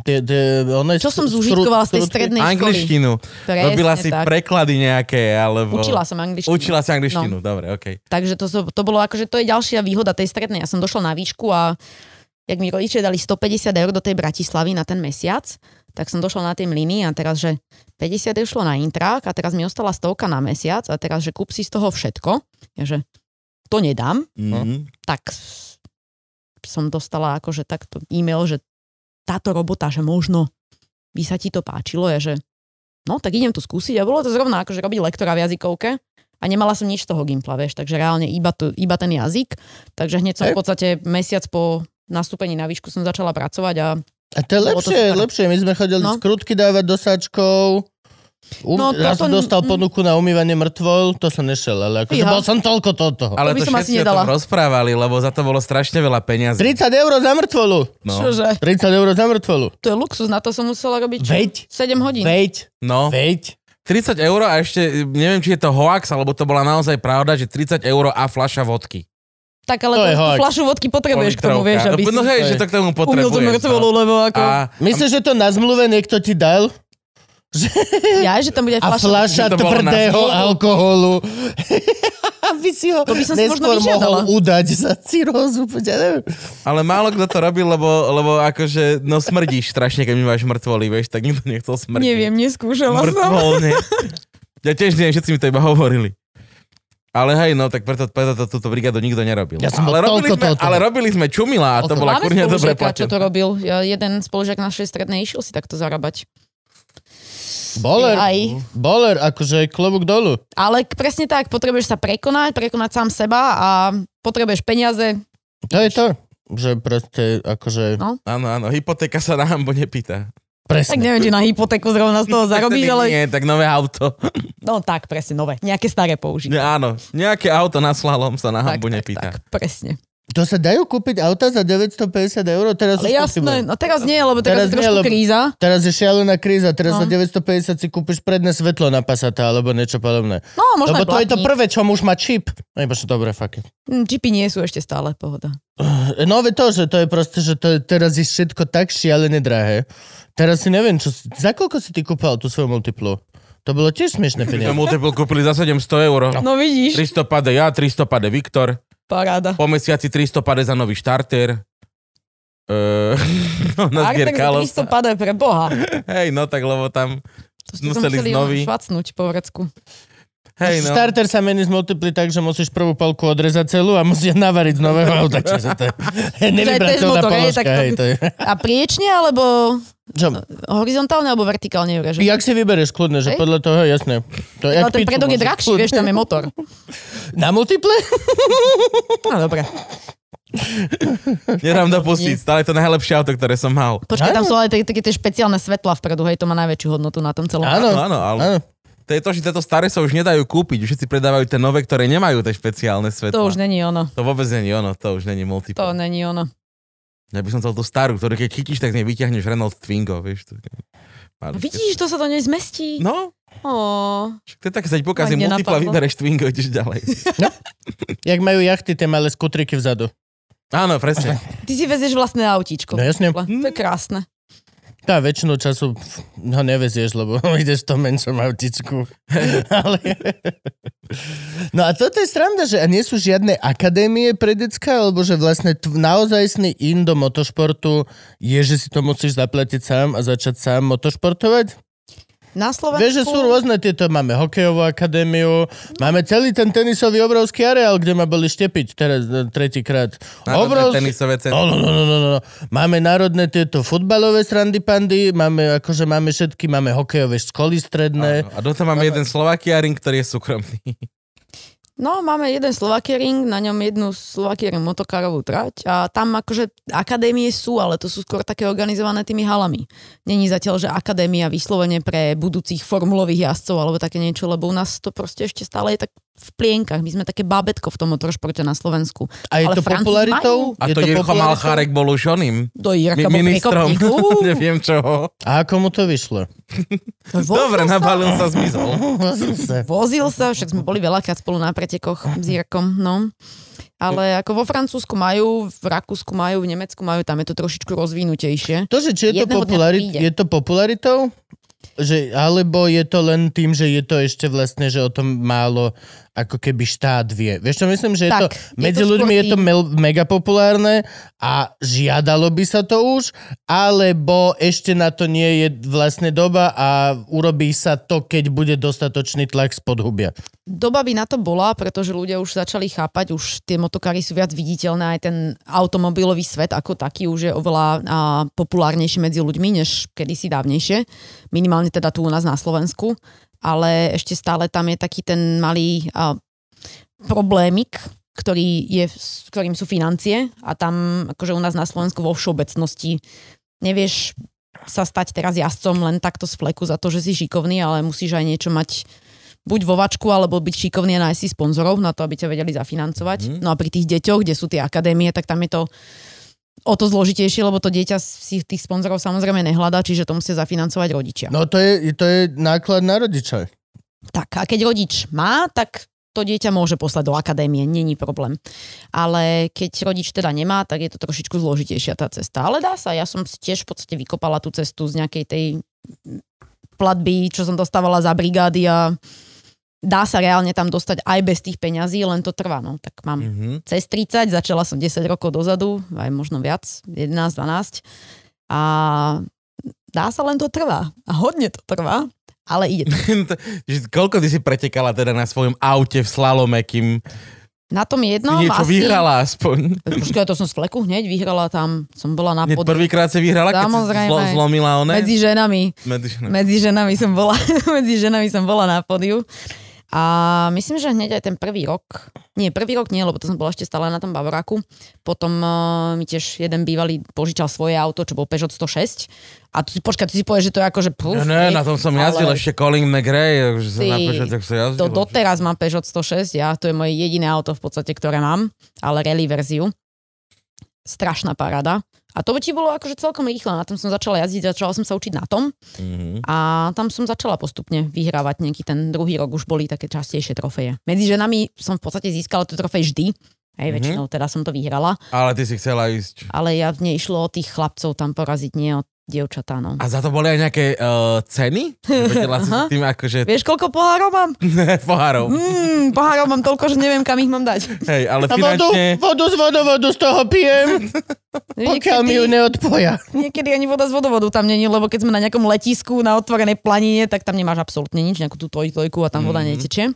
Tie- tie- ona je
Čo som
skru-
zúžitkovala z tej
skrutky?
strednej školy?
Angličtinu.
Presne
Robila si
tak.
preklady nejaké, alebo...
Učila som angličtinu. No.
Učila si angličtinu, dobre, okej.
Takže to, so, to bolo akože, to je ďalšia výhoda tej strednej. Ja som došla na výšku a jak mi rodičia dali 150 eur do tej Bratislavy na ten mesiac, tak som došla na tej mlyny a teraz, že 50 eur šlo na intrák a teraz mi ostala stovka na mesiac a teraz, že kúp si z toho všetko. Ja, že to nedám,
Mhm.
tak s- som dostala akože takto e-mail, že táto robota, že možno by sa ti to páčilo, je, že no tak idem to skúsiť a bolo to zrovna akože robiť lektora v jazykovke a nemala som nič z toho gimpla, vieš, takže reálne iba, tu, iba ten jazyk, takže hneď som v podstate mesiac po nastúpení na výšku som začala pracovať a
A to je
Bolo to
lepšie,
super.
lepšie. My sme chodili
No.
no. skrutky dávať do sáčkov. Um, no,
No,
raz som
toto-
dostal
mm.
ponuku na umývanie mŕtvol, to som nešiel, ale akože
Fíha.
bol som toľko to od toho.
Ale
by
to,
som asi
všetci o
nedala.
tom rozprávali, lebo za to bolo strašne veľa peňazí.
30 eur za mŕtvolu.
No.
čože,
30 eur za mŕtvolu.
to je luxus, na to som musela robiť čo?
Veď.
7
Hm.
hodín.
Veď,
no.
veď.
30 eur a ešte, neviem, či je to hoax, alebo to bola naozaj pravda, že 30 eur a fľaša vodky.
Tak
To
ale to
je hoax.
fľašu vodky potrebuješ k tomu,
Politrovka.
vieš, aby
no, no,
si
hej,
to
že
je.
to k tomu
umil tú
potrebuješ.
mŕtvolu,
no.
lebo ako...
A
Myslíš, že to na zmluve niekto ti dal?
Ja, že tam bude aj
A
fľaša.
fľaša
že to bolo na
tvrdého
zmluvu?
alkoholu. Aby si ho
To by som si možno
neskôr mohol
vyžiadala.
udať za cirózu. Ja neviem.
Ale málo kto to robil, lebo, lebo akože, no smrdíš strašne, keď máš mŕtvoly, vieš, tak nikto nechcel smrdiť.
Neviem, neskúšala som.
Mŕtvolne. Ja tiež neviem, všetci mi to iba hovorili. Ale hej, no, tak preto, preto to, túto brigádu nikto nerobil.
Ja som bol
ale, robili
toľko
sme,
toto.
ale robili sme čumila a to
Toľko.
bola
Máme
kurňa dobre
spolužiaka, čo to
platená.
robil. Ja, jeden spolužiak našej strednej išiel si takto zarábať.
Boler,
Aj.
boler, akože klobúk dolu.
Ale k- presne tak, potrebuješ sa prekonať, prekonať sám seba a potrebuješ peniaze.
To je to, že proste akože...
No.
Áno, áno, hypotéka sa na hambo nepýta.
Tak
Presne.
neviem, či na hypotéku zrovna z toho zarobíš,
Vtedy
No, ale...
Nie, tak nové auto.
No tak, presne, nové. Nejaké staré použiť.
Ne, áno, nejaké auto na slalom sa na
tak,
hambu
tak,
nepýta.
tak, presne.
To sa dajú kúpiť auta za 950 eur? Teraz
Ale
už kúpime.
jasné, no teraz nie, lebo teraz, teraz je
nie,
trošku
lebo-
kríza.
Teraz je šialená kríza, teraz
No.
za 950 si kúpiš predné svetlo na Passata alebo niečo podobné.
No, možno
Lebo
aj
to je to
blatník.
prvé, čo už má čip. Nebo že No dobre, fuck it.
Mm, Jeepy nie sú ešte stále, pohoda.
No ve to, že to je proste, že to je, teraz je všetko tak šialené drahé. Teraz si neviem, čo, si- za koľko si ty kúpal tú svoju multiplu? To bolo tiež smiešné
My sme
peniaze.
multiple kúpili za 700 eur.
No vidíš,
300 pade ja, 300 pade Viktor.
paráda.
Po mesiaci 300 pade za nový štarter. Eh, no, na
Artex
zbierkalo.
300 padá pre Boha.
Hej, no tak lebo tam...
To ste sa
Museli ísť nový.
švacnúť po vrecku.
Hej, no.
Starter sa mení z multiply tak, že musíš prvú palku odrezať celú a musíš navariť z nového auta. Čiže to je nevybrateľná
motor, hej,
položka.
tak to- No,
Hej, to je.
A priečne, alebo
Čo,
horizontálne, alebo vertikálne ureže?
jak si vyberieš kľudne, že
Hej.
podľa toho, jasné. To je
Ale
jak
ten
pizzu
predok je
môžeš
drahší,
kľudne-
vieš, tam je motor.
Na multiple?
No dobre.
Nedám dopustiť, stále je to najlepšie auto, ktoré som mal.
Počkaj, tam sú ale tie- také tie špeciálne svetla vpredu, hej, to má najväčšiu hodnotu na tom celom.
Áno.
Áno, ale
Áno.
to je to, že tieto staré sa už nedajú kúpiť. Všetci predávajú tie nové, ktoré nemajú tie špeciálne svetla.
To už není ono.
to vôbec není ono, to už není multiple.
To není ono.
Ja by som chcel tú starú, ktorú keď chytíš, tak z nej vyťahneš Renault Twingo, vieš. To... Maličké.
Vidíš, to sa to nezmestí.
No,
Ó.
však to je tak, keď sa ti pokazí
Ma nenapadlo.
multipla, vybereš Twingo, ideš ďalej.
Jak majú jachty, tie malé skutriky vzadu.
Áno, presne.
Ty si vezieš vlastné autíčko.
No jasne.
To je krásne.
Tá väčšinu času pf, ho nevezieš, lebo ideš v tom menšom autičku. Ale... No a toto je sranda, že a nie sú žiadne akadémie pre decka, alebo že vlastne tv- naozajstný in do motošportu je, že si to musíš zaplatiť sám a začať sám motošportovať?
Na Slovensku...
Vieš, že sú rôzne tieto, máme hokejovú akadémiu, máme celý ten tenisový obrovský areál, kde ma boli štepiť teraz e, tretíkrát.
Národné
Obrovský,
tenisové
No,
centrum.
no, no, no, no, no. Máme národné tieto futbalové srandy pandy, máme akože máme všetky, máme hokejové školy stredné.
Áno. A do toho máme jeden Slovakiaring, ktorý je súkromný.
No, máme jeden Slovakia ring, na ňom jednu Slovakia ring motokárovú trať a tam akože akadémie sú, ale to sú skôr také organizované tými halami. Není zatiaľ, že akadémia vyslovene pre budúcich formulových jazdcov alebo také niečo, lebo u nás to proste ešte stále je tak v plienkach. My sme také bábetko v tom motoršporte na Slovensku.
A je
ale
to
Francúzi
popularitou?
majú.
A to Jirko
popularitou?
Malchárek bol už oným.
Do
Mi-
Jirka bol
ministrom.
priekopník. Uú,
Neviem čoho.
A ako mu to vyšlo?
vozil
Dobre,
sa,
nabalil sa, zmizol.
Vozil sa, však sme boli veľakrát spolu na pretekoch s Jirkom, no. Ale ako vo Francúzsku majú, v Rakúsku majú, v Nemecku majú, tam je to trošičku rozvinutejšie.
To, že či je to,
Jedného dňa
populari-
príde.
je to popularitou? Že, alebo je to len tým, že je to ešte vlastne, že o tom málo ako keby štát vie. Vieš čo myslím, že je to,
Tak, je to
medzi
skôr
ľuďmi je to
tým.
mel- mega populárne a žiadalo by sa to už, alebo ešte na to nie je vlastne doba a urobí sa to, keď bude dostatočný tlak z podhubia.
Doba by na to bola, pretože ľudia už začali chápať, už tie motokary sú viac viditeľné, aj ten automobilový svet ako taký už je oveľa a, populárnejší medzi ľuďmi, než kedysi dávnejšie. Minimálne teda tu u nás na Slovensku. Ale ešte stále tam je taký ten malý a, problémik, ktorý je, s ktorým sú financie a tam akože u nás na Slovensku vo všeobecnosti nevieš sa stať teraz jazdcom len takto z fleku za to, že si šikovný, ale musíš aj niečo mať buď vo vačku, alebo byť šikovný a nájsť si sponzorov na to, aby ťa vedeli zafinancovať. No a pri tých deťoch, kde sú tie akadémie, tak tam je to o to zložitejšie, lebo to dieťa si tých sponzorov samozrejme nehľadá, čiže to musia zafinancovať rodičia.
No to je, to je náklad na rodiča.
Tak, a keď rodič má, tak to dieťa môže poslať do akadémie, není problém. Ale keď rodič teda nemá, tak je to trošičku zložitejšia tá cesta. Ale dá sa, ja som si tiež v podstate vykopala tú cestu z nejakej tej platby, čo som dostávala za brigády a dá sa reálne tam dostať aj bez tých peňazí, len to trvá. No. Tak mám
Mhm.
cez 30, začala som 10 rokov dozadu, aj možno viac, 11, 12. A dá sa, len to trvá. A hodne to trvá, ale ide to.
Že Koľko ty si pretekala teda na svojom aute v slalome, kým
Na tom
si
jednom
niečo
No, asi...
vyhrala aspoň?
Počkaj, to som z fleku hneď vyhrala tam. Som bola na
Nie,
pod...
Prvýkrát si vyhrala, keď si
Samozrejme.
zlo- zlomila one?
Medzi ženami.
Medzi...
Medzi ženami som bola, medzi ženami som bola na pódiu. A myslím, že hneď aj ten prvý rok, nie, prvý rok nie, lebo to som bola ešte stále na tom Bavoráku. Potom uh, mi tiež jeden bývalý požičal svoje auto, čo bol Peugeot 106. A tu si, počkaj, ty si povieš, že to je akože puf,
Ja No, ne,
hej,
na tom som jazdil
ale
ešte Colin McRae, akože už sa
Ty,
napíšať, tak sa jazdil.
To doteraz mám Peugeot 106, ja to je moje jediné auto v podstate, ktoré mám, ale rally verziu. strašná paráda. A to by ti bolo akože celkom rýchle. Na tom som začala jazdiť, začala som sa učiť na tom.
Mhm.
A tam som začala postupne vyhrávať nejaký ten druhý rok, už boli také častejšie trofeje. Medzi ženami som v podstate získala tú trofej vždy,
Mhm.
aj väčšinou teda som to vyhrala,
Ale ty si chcela ísť.
ale ja mne išlo o tých chlapcov tam poraziť, nie o dievčatá, no.
A za to boli aj nejaké uh, ceny? Že Vedela si s
Aha.
tým akože
Vieš, koľko pohárov mám?
pohárov.
Mm, pohárov mám toľko, že neviem, kam ich mám dať.
Hej,
A
ale
vodu,
finančne...
vodu z vodovodu z toho pijem, pokiaľ mi ju
Niekedy,
neodpoja.
niekedy ani voda z vodovodu tam není, lebo keď sme na nejakom letisku, na otvorenej planine, tak tam nemáš absolútne nič, nejakú tú toj, tojku a tam voda netečie.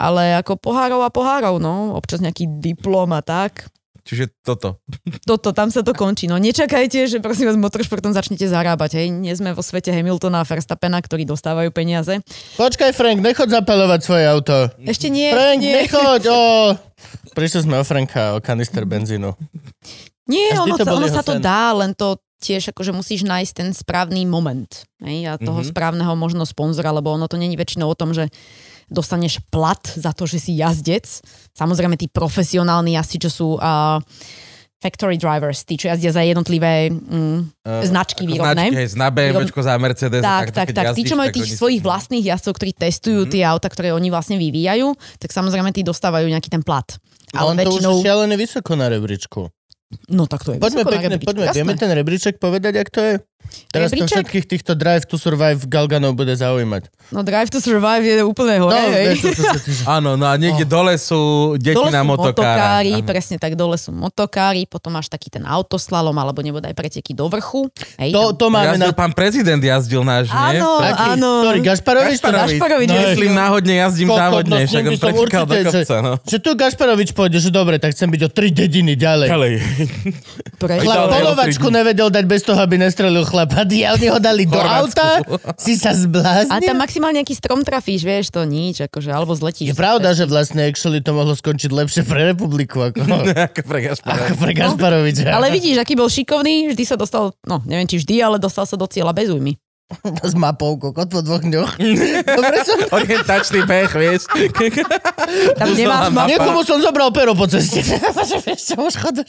Ale ako pohárov a pohárov, no, občas nejaký diplom a tak.
Čiže toto.
toto, tam sa to končí. No nečakajte, že prosím vás motoršportom začnete zarábať. Hej. Nie sme vo svete Hamiltona a Verstappena, ktorí dostávajú peniaze.
Počkaj, Frank, nechod zapalovať svoje auto.
Ešte nie.
Frank,
nie,
nechoď, o... Prišli sme o Franka, o kanister benzínu.
nie
A vždy
ono,
to bol
ono
jeho
sa to
sen.
dá, len to tiež akože musíš nájsť ten správny moment. Hej. A toho
Mhm.
správneho možno sponzora, lebo ono to není väčšinou o tom, že dostaneš plat za to, že si jazdec. Samozrejme tí profesionálni jazdci, čo sú uh, factory drivers, tí, čo jazdia za jednotlivé mm,
Uh,
značky
ako
výrobné.
Značky, hej, na BMWčko, za Mercedes. a
Tak,
takto,
tak,
keď
tak. Tí, čo
jazdíš,
majú
tak oni
tých
sú-
svojich vlastných jazdcov, ktorí
Mhm.
testujú tie auta, ktoré oni vlastne vyvíjajú, tak samozrejme tí dostávajú nejaký ten plat.
Ale No, on
Ale
to
väčšinou...
už je šialené vysoko na rebríčku.
No tak to je
Poďme
vysoko na
pekne,
rebríčku,
poďme,
jasné.
vieme ten rebríček povedať, ak to je? Teraz to
Rebríček?
všetkých týchto Drive to Survive Galganov bude zaujímať.
No Drive to Survive je úplne hore,
No,
hej.
vieš, čo, čo, čo, čo.
Áno, no a niekde dole sú deti
Oh. Dole
na
sú
motokára.
motokári,
Áno.
presne tak, dole sú motokári, potom máš taký ten autoslalom, alebo nebodaj preteky do vrchu. Hej,
To, to máme na...
Jazdil pán prezident, jazdil náš, nie?
Áno,
To-
Aký?
áno.
Ktorý, Gašparovič?
Gašparovič.
Gašparovič
No,
jazdil.
Myslím, náhodne jazdím
Kokot,
závodne,
no, s
však
ním by
on
som
pretekal do
určite,
kopca, no.
Že tu Gašparovič pôjde, že dobre, tak chcem byť o tri dediny ďalej.
Pre...
Chlap
Ideálne
polovačku
o tri dní.
nevedel dať bez toho, aby nestrelil chlapa. A oni ho dali do
Chorvátsku.
auta, si sa
A
zbláznil.
tam maximálne nejaký strom trafíš, vieš, to nič, akože, alebo
Je
zletíš.
pravda, že vlastne actually to mohlo skončiť lepšie pre republiku ako,
Ako pre Gašpara.
ako pre Gasparoviča.
No, Ale vidíš, aký bol šikovný, vždy sa dostal, no neviem či vždy, ale dostal sa do cieľa bez újmy.
S mapou, kokot po dvoch dňoch. Dobre som...
Orientačný beh, vieš.
Tam nemáš
mapa.
mapu.
Niekomu som zobral pero po ceste. Vieš, čo už chodí.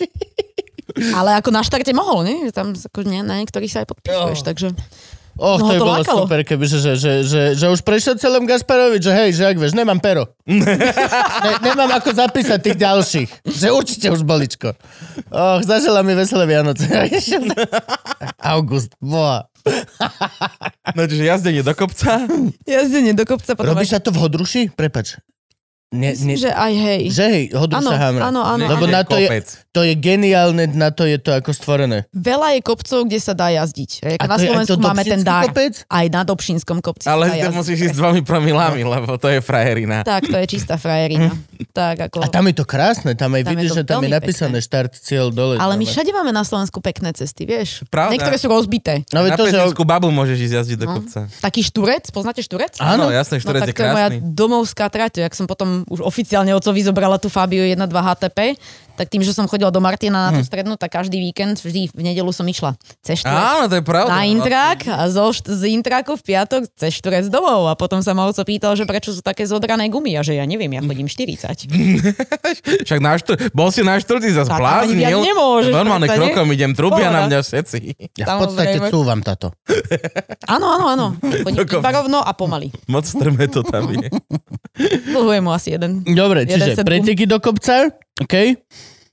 Ale ako na štarte mohol, nie? Že tam ako nie, na niektorých sa aj podpisuješ, takže...
Och,
No,
Oh, to by
to
bolo
lákalo.
super, keby, že, že, že, že, že už prešiel celom Gasparovič, že hej, že ak vieš, nemám pero. ne, nemám ako zapísať tých ďalších. Že určite už boličko. Och, zažila mi veselé Vianoce. August, boha.
No čiže jazdenie do kopca.
Jazdenie do kopca potom...
Robí sa to v Hodruši? Prepač. Ne, ne,
Že aj hej.
že hej, Hodruša
Áno,
Hamra.
áno, áno.
Lebo
áno.
na to je,
Kopec.
to je geniálne, na to je to ako stvorené.
Veľa je kopcov, kde sa dá jazdiť.
A
Ako na
to je aj
Slovensku
to
máme ten
Dobšinský
dar.
kopec?
Aj na Dobšinskom kopci
Ale
sa dá
ty
jazdiť.
musíš ísť s dvomi promilami, lebo to je frajerina.
Tak, to je čistá frajerina. tak, ako...
A tam je to krásne, tam aj
Tam je
vidíš,
to
že tam je
veľmi
napísané štart, cieľ, dole.
Ale my
dole.
všade máme na Slovensku pekné cesty, vieš?
Pravda.
Niektoré sú rozbité.
No veď
Na
to, že...
pezinskú babu môžeš ísť jazdiť do kopca.
Taký šturec, poznáte šturec? No,
Áno, jasné, štorec je
Hm. tak to je moja
krásny.
domovská trať, jak som potom už oficiálne ocovi zobrala tú Fabio 1.2 HTP, tak tým, že som chodila do
Mhm.
Martina na tú strednú, tak každý víkend, vždy v nedelu som išla cez štvrť
Áno, to je pravda.
no.
na Intrak a zo, št- z Intraku v piatok cez štvrť domov a potom sa ma oco pýtal, že prečo sú také zodrané gumy a že ja neviem, ja chodím 40.
No, Však na štru... bol si na štvrtý zase
Tak,
bláznil.
ani viac nemôžeš,
Normálne
predsa, nie?
krokom idem, trubia na
Pohoda.
mňa všetci.
Ja v podstate
Samozrejme.
cúvam táto.
Áno, áno, áno. Chodím
Dokopy.
iba rovno a pomaly.
Moc strme to tam je.
Dlhujem mu asi jeden.
Dobre,
Jeden
čiže
set
preteky do kopca, OK.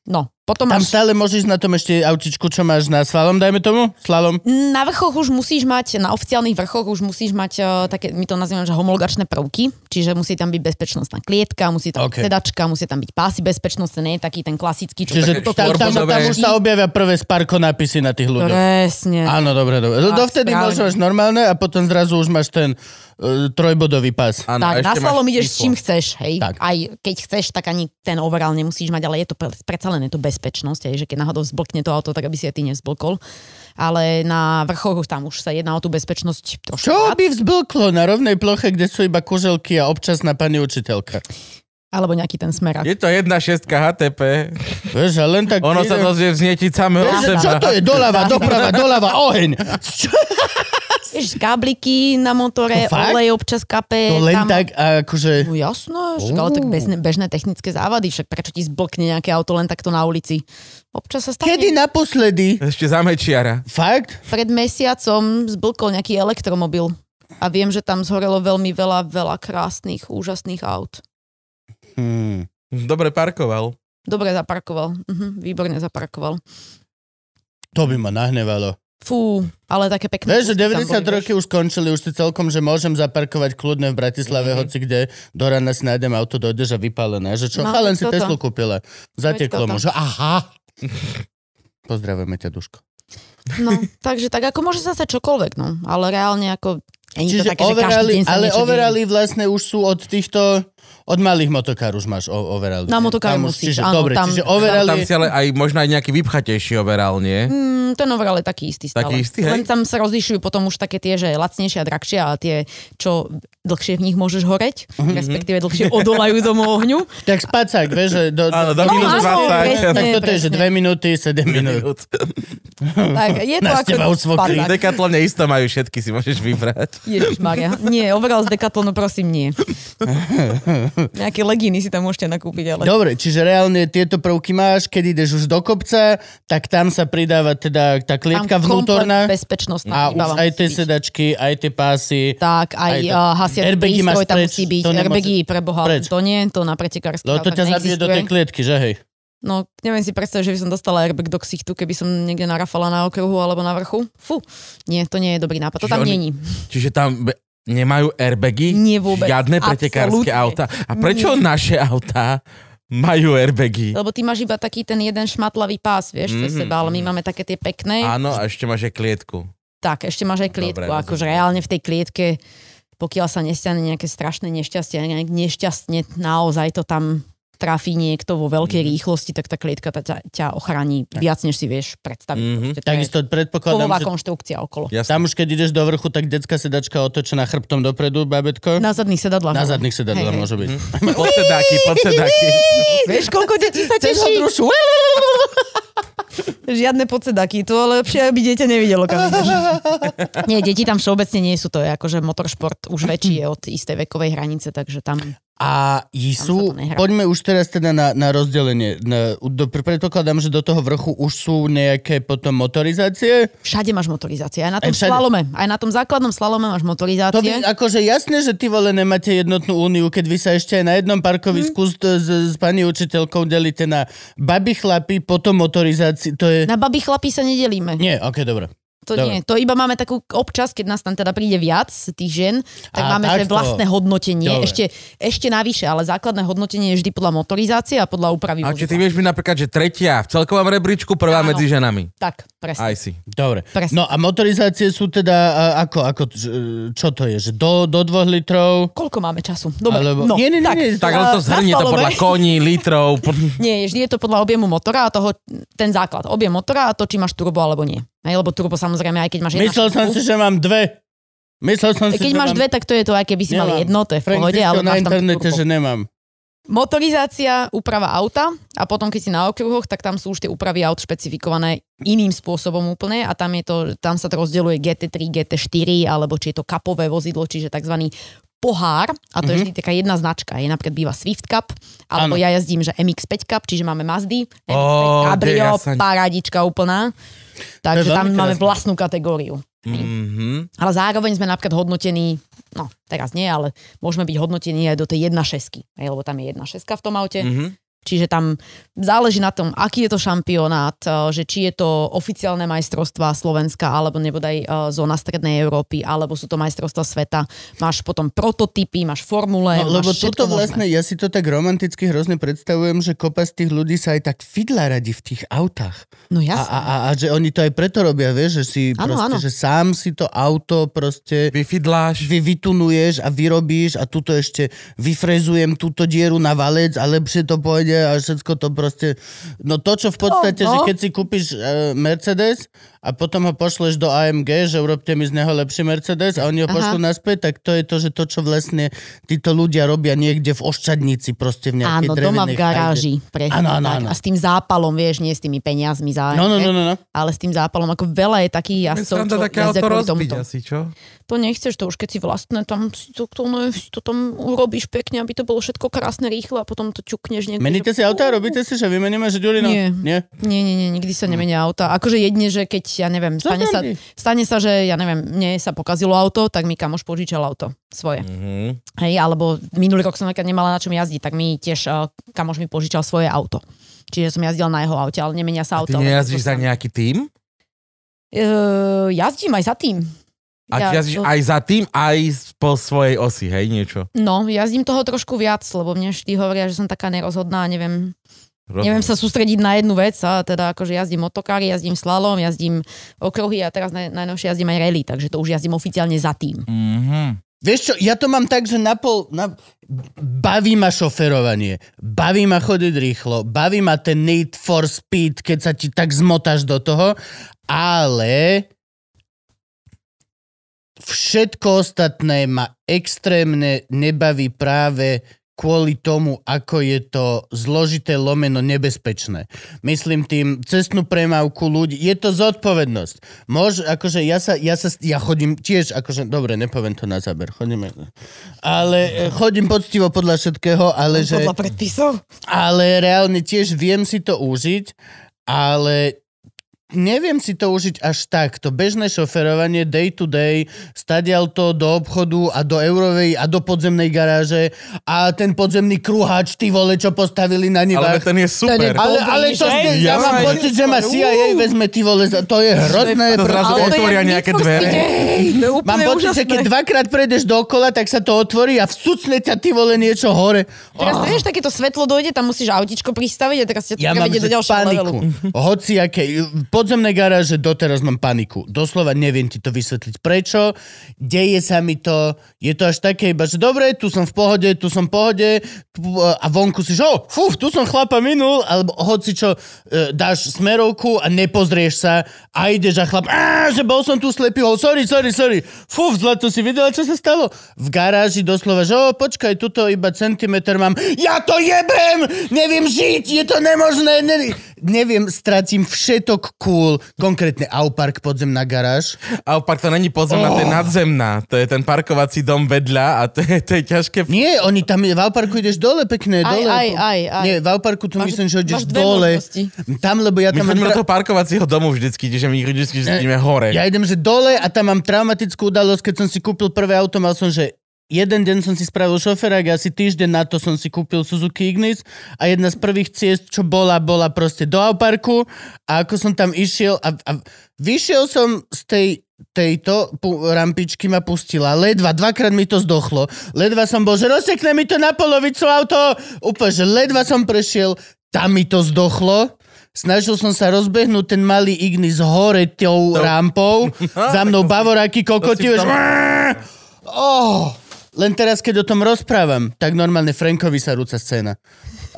No, potom
Tam
máš...
stále môžeš na tom ešte autičku, čo máš na slalom, dajme tomu? Slalom.
Na vrchoch už musíš mať, na oficiálnych vrchoch už musíš mať eh, také, my to nazývame, že homologačné prvky, čiže musí tam byť bezpečnostná klietka, musí tam
Ok.
byť sedačka, musí tam byť pásy bezpečnostné, nie je taký ten klasický, čo
Čiže tam, tam,
také
tam
štvorbolové.
už sa objavia prvé sparko nápisy na tých ľuďoch.
Presne.
Áno, dobre, dobre.
Tak,
Dovtedy
správne.
môžeš normálne a potom zrazu už máš ten uh, trojbodový pás.
Áno, a
tak, na
ešte máš
slalom ideš s
číslo.
čím chceš, hej.
Tak.
Tak. Aj keď chceš, tak ani ten overall nemusíš mať, ale je to pre- predsa len je to bezpečnosť, hej, že keď náhodou zblkne to auto, tak aby si aj ty nezblkol. Ale na vrchoch už tam už sa jedná o tú bezpečnosť trošku.
Čo
viac.
by vzblklo na rovnej ploche, kde sú iba kuželky a občasná pani učiteľka?
Alebo nejaký ten smerak.
Je to 1.6 HTP.
Vieš, a len tak...
Ono sa to zje vznietiť samého
Vieš,
od
že
seba.
čo to je? Doľava, doprava, doľava, oheň. Čo?
Vieš, kábliky na motore,
To fakt?
olej občas kape.
To len
tam...
tak, akože...
No jasné, však, ale tak bežné, bežné technické závady, však prečo ti zblkne nejaké auto len takto na ulici? Občas sa stane.
Kedy naposledy?
Ešte zamečiara.
Fakt?
Pred mesiacom zblkol nejaký elektromobil a viem, že tam zhorelo veľmi veľa, veľa krásnych, úžasných aut.
Hmm.
Dobre parkoval.
Dobre zaparkoval, mhm, výborne zaparkoval.
To by ma nahnevalo.
Fú, ale také pekné.
Vieš, že
kúsky
90
tam boli,
roky už skončili, už si celkom, že môžem zaparkovať kľudne v
Mhm.
Bratislave, mm-hmm. hoci kde, do rána si nájdem auto, dojdeš a vypálené. Že čo?
No,
No, Chalen si
toto.
Teslu kúpila. Zateklo
toto.
mu, že aha. Pozdravujeme ťa, Duško.
No, takže tak ako môže sa stať čokoľvek, no, ale reálne ako... Není to
Čiže
také, že každý
overali,
deň sa
ale
niečo deje.
overali vlastne už sú od týchto, od malých motokár už máš o- overali.
Na motokári
Tam už- Čiže,
musíš, áno,
dobre,
tam-
čiže
Tam
overali,
si ale aj možno aj nejaký vypchatejší overal, nie?
Mm, ten overall je taký istý stále.
Taký istý, hej?
Len tam sa rozlišujú potom už také tie, že lacnejšie a drahšie a tie, čo dlhšie v nich môžeš horeť,
Mhm.
respektíve dlhšie odolajú tomu ohňu.
tak spacák, vieš, že do,
Áno, do
No,
minus
áno,
20.
tak toto je, že
presne.
2 minúty, 7 minút.
minút.
Tak, je to
Na
ako
teba usvokli.
Pri
spacák.
Decathlone isto majú všetky, si môžeš vybrať.
Ježišmaria. Nie, overall z Decathlonu prosím nie. Nejaké legíny si tam môžete nakúpiť, ale...
Dobre, čiže reálne tieto prvky máš, keď ideš už do kopca, tak tam sa pridáva teda tá
tam
klietka
komplet
vnútorná
bezpečnostná
a už
výbava
aj
musí
tie
byť.
sedačky, aj tie pásy.
Tak,
Aj
aj, aj
to.
hasiaci
Airbagy máš
prístroj tam
preč,
musí byť.
to nemôže-
Airbagy, preboha,
preč.
to nie, to na pretekárskych
Lebo to
autách
ťa zabije do tej
neexistuje.
klietky, že hej?
No, neviem si predstaviť, že by som dostala airbag do ksichtu, keby som niekde narafala na okruhu alebo na vrchu. Fú, nie, to nie je dobrý nápad. To
Čiže
tam
oni-
není.
Čiže tam be- nemajú airbagy?
Nie vôbec.
Žiadne pretekárske
Absolútne.
auta. A prečo naše autá majú airbagy?
Lebo ty máš iba taký ten jeden šmatlavý pás, vieš, mm-hmm. cez
Mhm,
seba, ale my
mhm.
máme také tie pekné.
Áno, a ešte máš aj klietku.
Tak, ešte máš aj klietku.
Dobre,
Dobre, akože
rozumiem.
reálne v tej klietke, pokiaľ sa nestane nejaké strašné nešťastie, nejak nešťastne naozaj to tam trafí niekto vo
Mhm.
veľkej rýchlosti, tak tá klietka ta- ťa, ťa ochrání viac, než si vieš predstaviť.
Mhm.
Mm-hmm.
Takisto predpokladám,
Kovová
že
konštrukcia okolo.
Jasné.
tam už keď ideš do vrchu, tak detská sedačka otočená chrbtom dopredu, babetko.
Na zadných sedadlách.
Na zadných sedadlách
Hej, hej.
môže byť.
Podsedáky, podsedáky.
Vieš, koľko detí sa
Cez
teší?
hodrušu.
Žiadne podsedaky, to ale lepšie, aby dieťa nevidelo, kam ideš. Nie, deti tam všeobecne nie sú, to je akože motoršport už väčší je od istej vekovej hranice, takže tam...
A jí
Tam sa
sú,
to nehrá.
poďme už teraz teda na, na rozdelenie. Na, do, predpokladám, že do toho vrchu už sú nejaké potom motorizácie.
Všade máš motorizácie, aj na
Aj
tom
všade.
slalome, aj na tom základnom slalome
To
máš
by,
motorizácie.
akože jasné, že ty vole nemáte jednotnú úniu, keď vy sa ešte aj na jednom parkovisku
Mhm.
mm. s, s, s pani učiteľkou delíte na baby chlapy, potom motorizácii, to je... Na...
Na babi chlapí sa nedelíme.
Nie, ok, dobre.
To
Dobre.
nie. To iba máme takú občas, keď nás tam teda príde viac tých žien, tak
Á,
máme že
takto.
vlastné hodnotenie.
Dobre.
Ešte, ešte navyše, ale základné hodnotenie je vždy podľa motorizácie a podľa úpravy
A či ty
vozidla.
vieš byť napríklad, že tretia v celkovom rebríčku, prvá
Áno.
medzi ženami.
Tak, presne.
Aj si.
Dobre.
Presne.
No a motorizácie sú teda, a, ako, ako, č- čo to je, že do, do dvoch litrov?
Koľko máme času? Dobre,
Alebo-
no,
Nie, nie, nie,
tak,
nie,
Tak ale to
na
zhrnie to
slalome-
podľa koní, litrov. pod-
Nie, vždy je to podľa objemu motora a toho, ten základ. Objem motora a to, či máš turbo alebo nie. Hej, lebo turbo samozrejme, aj keď máš jedna
Myslel som
štvorku-
si, že mám dve. Myslel som si,
Keď
že
máš
mám...
dve, tak to je to, aj keby si mal
Nemám.
jedno, to je v
Frank
pohode,
zistil
ale
na
máš tam
internete,
turbo.
že nemám.
Motorizácia, úprava auta a potom, keď si na okruhoch, tak tam sú už tie úpravy aut špecifikované iným spôsobom úplne a tam, je to, tam sa to rozdeľuje GT3, GT4 alebo či je to kapové vozidlo, čiže tzv. pohár a to je vždy taká jedna značka. Je napríklad býva Swift Cup, alebo
Mhm. Áno.
ja jazdím, že MX5 Cup, čiže máme Mazdy, MX5
Ó,
Cabrio,
kde ja sa-
parádička úplná. Takže tam
veľmi
máme
krásne.
vlastnú kategóriu.
Mhm.
Ale zároveň sme napríklad hodnotení, no teraz nie, ale môžeme byť hodnotení aj do tej 1.6, hej, lebo tam je 1.6 v tom aute.
Mhm.
Čiže tam záleží na tom, aký je to šampionát, eh, že či je to oficiálne majstrovstva Slovenska, alebo nebodaj eh, zóna Strednej Európy, alebo sú to majstrovstva sveta. Máš potom prototypy, máš formule,
No, lebo
máš všetko
toto
možné.
vlastne, ja si to tak romanticky hrozne predstavujem, že kopa z tých ľudí sa aj tak fidla radi v tých autách.
No
A,
jasné.
a, a, a že oni to aj preto robia, vieš, že si
Áno,
proste,
áno.
že sám si to auto proste
Vyfidláš.
vy vytunuješ a vyrobíš a tuto ešte vyfrezujem túto dieru na valec a lepšie to pôjde a všetko to proste... No to, čo v podstate,
No,
že
no.
keď si kúpiš e, Mercedes a potom ho pošleš do AMG, že urobte mi z neho lepší Mercedes a oni ho
Aha.
pošlú naspäť, tak to je to, že to, čo vlastne títo ľudia robia niekde v oščadnici, proste v nejakej
Áno, doma
drevenej
v garáži.
chajde.
Presne,
Áno, áno,
tak.
áno.
A s tým zápalom, vieš, nie s tými peniazmi za
No, no, no,
AMG,
no, no.
ale s tým zápalom, ako veľa je takých jazdcov,
Tam
čo
dá také auto
jazdia kvôli
rozbiť
tomuto.
asi, čo?
To nechceš, to už keď si vlastné, tam si to, to, no, si to tam urobíš pekne, aby to bolo všetko krásne, rýchlo a potom to čukneš niekde.
Meníte si auta a robíte si, že vymeníme, že Ďurino?
Nie.
Nie?
Nie, nie, nie, nikdy sa
No.
nemenia auta. Akože jedine, že keď, ja neviem, stane sa,
Zoberni.
stane sa, že, ja neviem, mne sa pokazilo auto, tak mi kamoš požičal auto svoje.
Mhm.
Hej, alebo minulý rok som napríklad nemala na čom jazdiť, tak mi tiež eh, kamoš mi požičal svoje auto. Čiže som jazdila na jeho aute, ale nemenia
A
sa
ty
auto. ale
nejazdíš
to
za
som-
nejaký tým?
Eh, jazdím aj za tým.
A ty
Ja-
jazdíš aj za tým, aj s- po svojej osi, hej, niečo.
No, jazdím toho trošku viac, lebo mne vždy hovoria, že som taká nerozhodná, a neviem, neviem sa sústrediť na jednu vec a teda akože jazdím motokári, jazdím slalom, jazdím okruhy a teraz naj, najnovšie jazdím aj rally, takže to už jazdím oficiálne za tým.
Mhm.
Vieš čo, ja to mám tak, že napol... Na... Baví ma šoferovanie, baví ma chodiť rýchlo, baví ma ten need for speed, keď sa ti tak zmotáš do toho, ale všetko ostatné ma extrémne nebaví práve kvôli tomu, ako je to zložité, lomeno, nebezpečné. Myslím tým cestnú premávku ľudí. Je to zodpovednosť. Môž, akože ja sa, ja sa, ja chodím tiež, akože, dobre, nepoviem to na záber, chodíme. Ale e, chodím poctivo podľa všetkého, ale že...
Podľa predpisov?
Ale reálne tiež viem si to užiť, ale neviem si to užiť až tak. To bežné šoferovanie day to day, stadial to do obchodu a do eurovej a do podzemnej garáže a ten podzemný kruhač, ty vole, čo postavili na
Ale
nivách.
ten je super.
ale, ale to ste, ja
Jaj.
mám pocit, že ma CIA vezme, ty vole, za- to je hrozné.
To zrazu
Ale to je
otvoria
jak
nejaké
Need for
dvere.
Speed. To je úplne
Mám pocit,
úžasné.
že keď dvakrát prejdeš dokola, tak sa to otvorí a vsucne ťa ty vole niečo hore.
Teraz to vieš, takéto svetlo dojde, tam musíš autičko pristaviť a teraz ťa to
Ja
ja
mám
vedie do
že
ďalšieho levelu.
paniku. Hoci aké, v podzemnej garáže doteraz mám paniku. Doslova neviem ti to vysvetliť. Prečo? Deje sa mi to. Je to až také iba, že dobre, tu som v pohode, tu som v pohode tu, a vonku si, že oh, fú, tu som chlapa minul, alebo hoci čo, e, dáš smerovku a nepozrieš sa a ideš a chlap, "Á, že bol som tu slepý, oh, sorry, sorry, sorry. Fú, zlato si videla, čo sa stalo? V garáži doslova, že o, počkaj, tuto iba centimeter mám. Ja to jebem! Neviem žiť, je to nemožné. Ne, neviem, stratím všetok cool, konkrétne Aupark podzemná garáž.
A opak to není podzemná, to je nadzemná. To je ten parkovací dom vedľa a to je, to je ťažké.
Nie, oni tam, v Auparku ideš dole pekné,
Aj,
dole.
aj, aj, aj.
Nie, v Auparku tu
Máš-
myslím, že ideš
máš dve
dole.
možnosti.
Tam, lebo ja
My
tam
chodíme
mám...
do toho parkovacieho domu vždycky, čiže my vždycky ideme hore.
Ja idem, že dole a tam mám traumatickú udalosť, keď som si kúpil prvé auto, mal som, že jeden deň som si spravil šoferák, asi týždeň na to som si kúpil Suzuki Ignis a jedna z prvých ciest, čo bola, bola proste do Auparku a ako som tam išiel a, a vyšiel som z tej tejto pu- rampičky ma pustila. Ledva, dvakrát mi to zdochlo. Ledva som bol, že rozsekne mi to na polovicu auto. Úplne, že ledva som prešiel, tam mi to zdochlo. Snažil som sa rozbehnúť ten malý Ignis hore tou rampou. Za mnou bavoráky kokoti. Už...
to si
Oh, len teraz, keď o tom rozprávam, tak normálne Frankovi sa rúca scéna.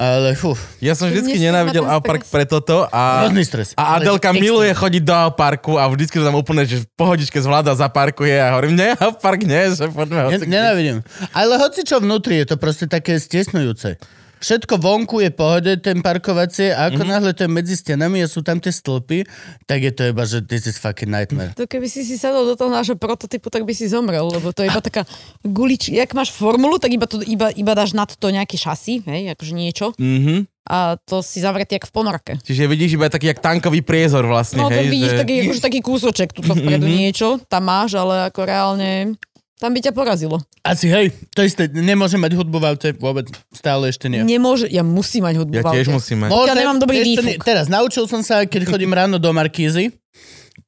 Ale fú,
Ja som vždycky
Mne sa
nenávidel
na ten
Aupark
stres.
pre toto a,
Hrozný stres.
a
Ale
Adelka
extrém.
miluje chodiť do Auparku a vždycky to tam úplne, že v pohodičke zvláda zaparkuje a hovorím, nie, Aupark nie, že poďme ho
ne- nenávidím. Ale hoci čo vnútri, je to proste také stiesnujúce. Všetko vonku je pohode, ten parkovacie, a ako mm-hmm. náhle to je medzi stenami a sú tam tie stĺpy, tak je to iba, že this is fucking nightmare.
To keby si si sadol do toho nášho prototypu, tak by si zomrel, lebo to je iba taká gulič... Jak máš formulu, tak iba, to, iba, iba dáš nad to nejaké šasy, hej, akože niečo.
Mhm.
A to si zavretý jak v ponorke.
Čiže vidíš iba taký jak tankový priezor vlastne,
No to
hej, že...
vidíš taký, akože taký kúsoček tuto vpredu niečo, tam máš, ale ako reálne... Tam by ťa porazilo.
Asi hej, to isté, nemôžem mať hudbu v aute, vôbec, stále ešte nie.
Nemôže, ja musím mať hudbu
Ja
v aute.
tiež musím eh. mať.
Môžem,
Ja nemám dobrý
vieš čo, ne-
výfuk.
Teraz, naučil som sa, keď chodím ráno do Markízy,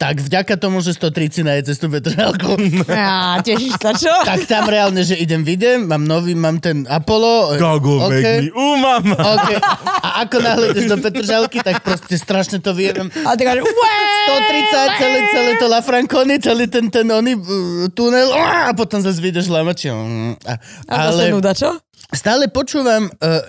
tak vďaka tomu, že 130 na je cestu Petržalku,
Á, tešíš sa, čo?
tak tam reálne, že idem, videm, mám nový, mám ten Apollo. e,
Gogo,
OK.
make me, u mama.
OK. A ako náhle ideš do Petržalky, tak proste strašne to vyjebem.
A ty kažeš, "Ué!"
130, celé, celé to La Franconi, celý ten, e, ten oný uh, tunel, uh, a potom zase vyjdeš lamačia.
A zase nuda, čo?
stále počúvam uh,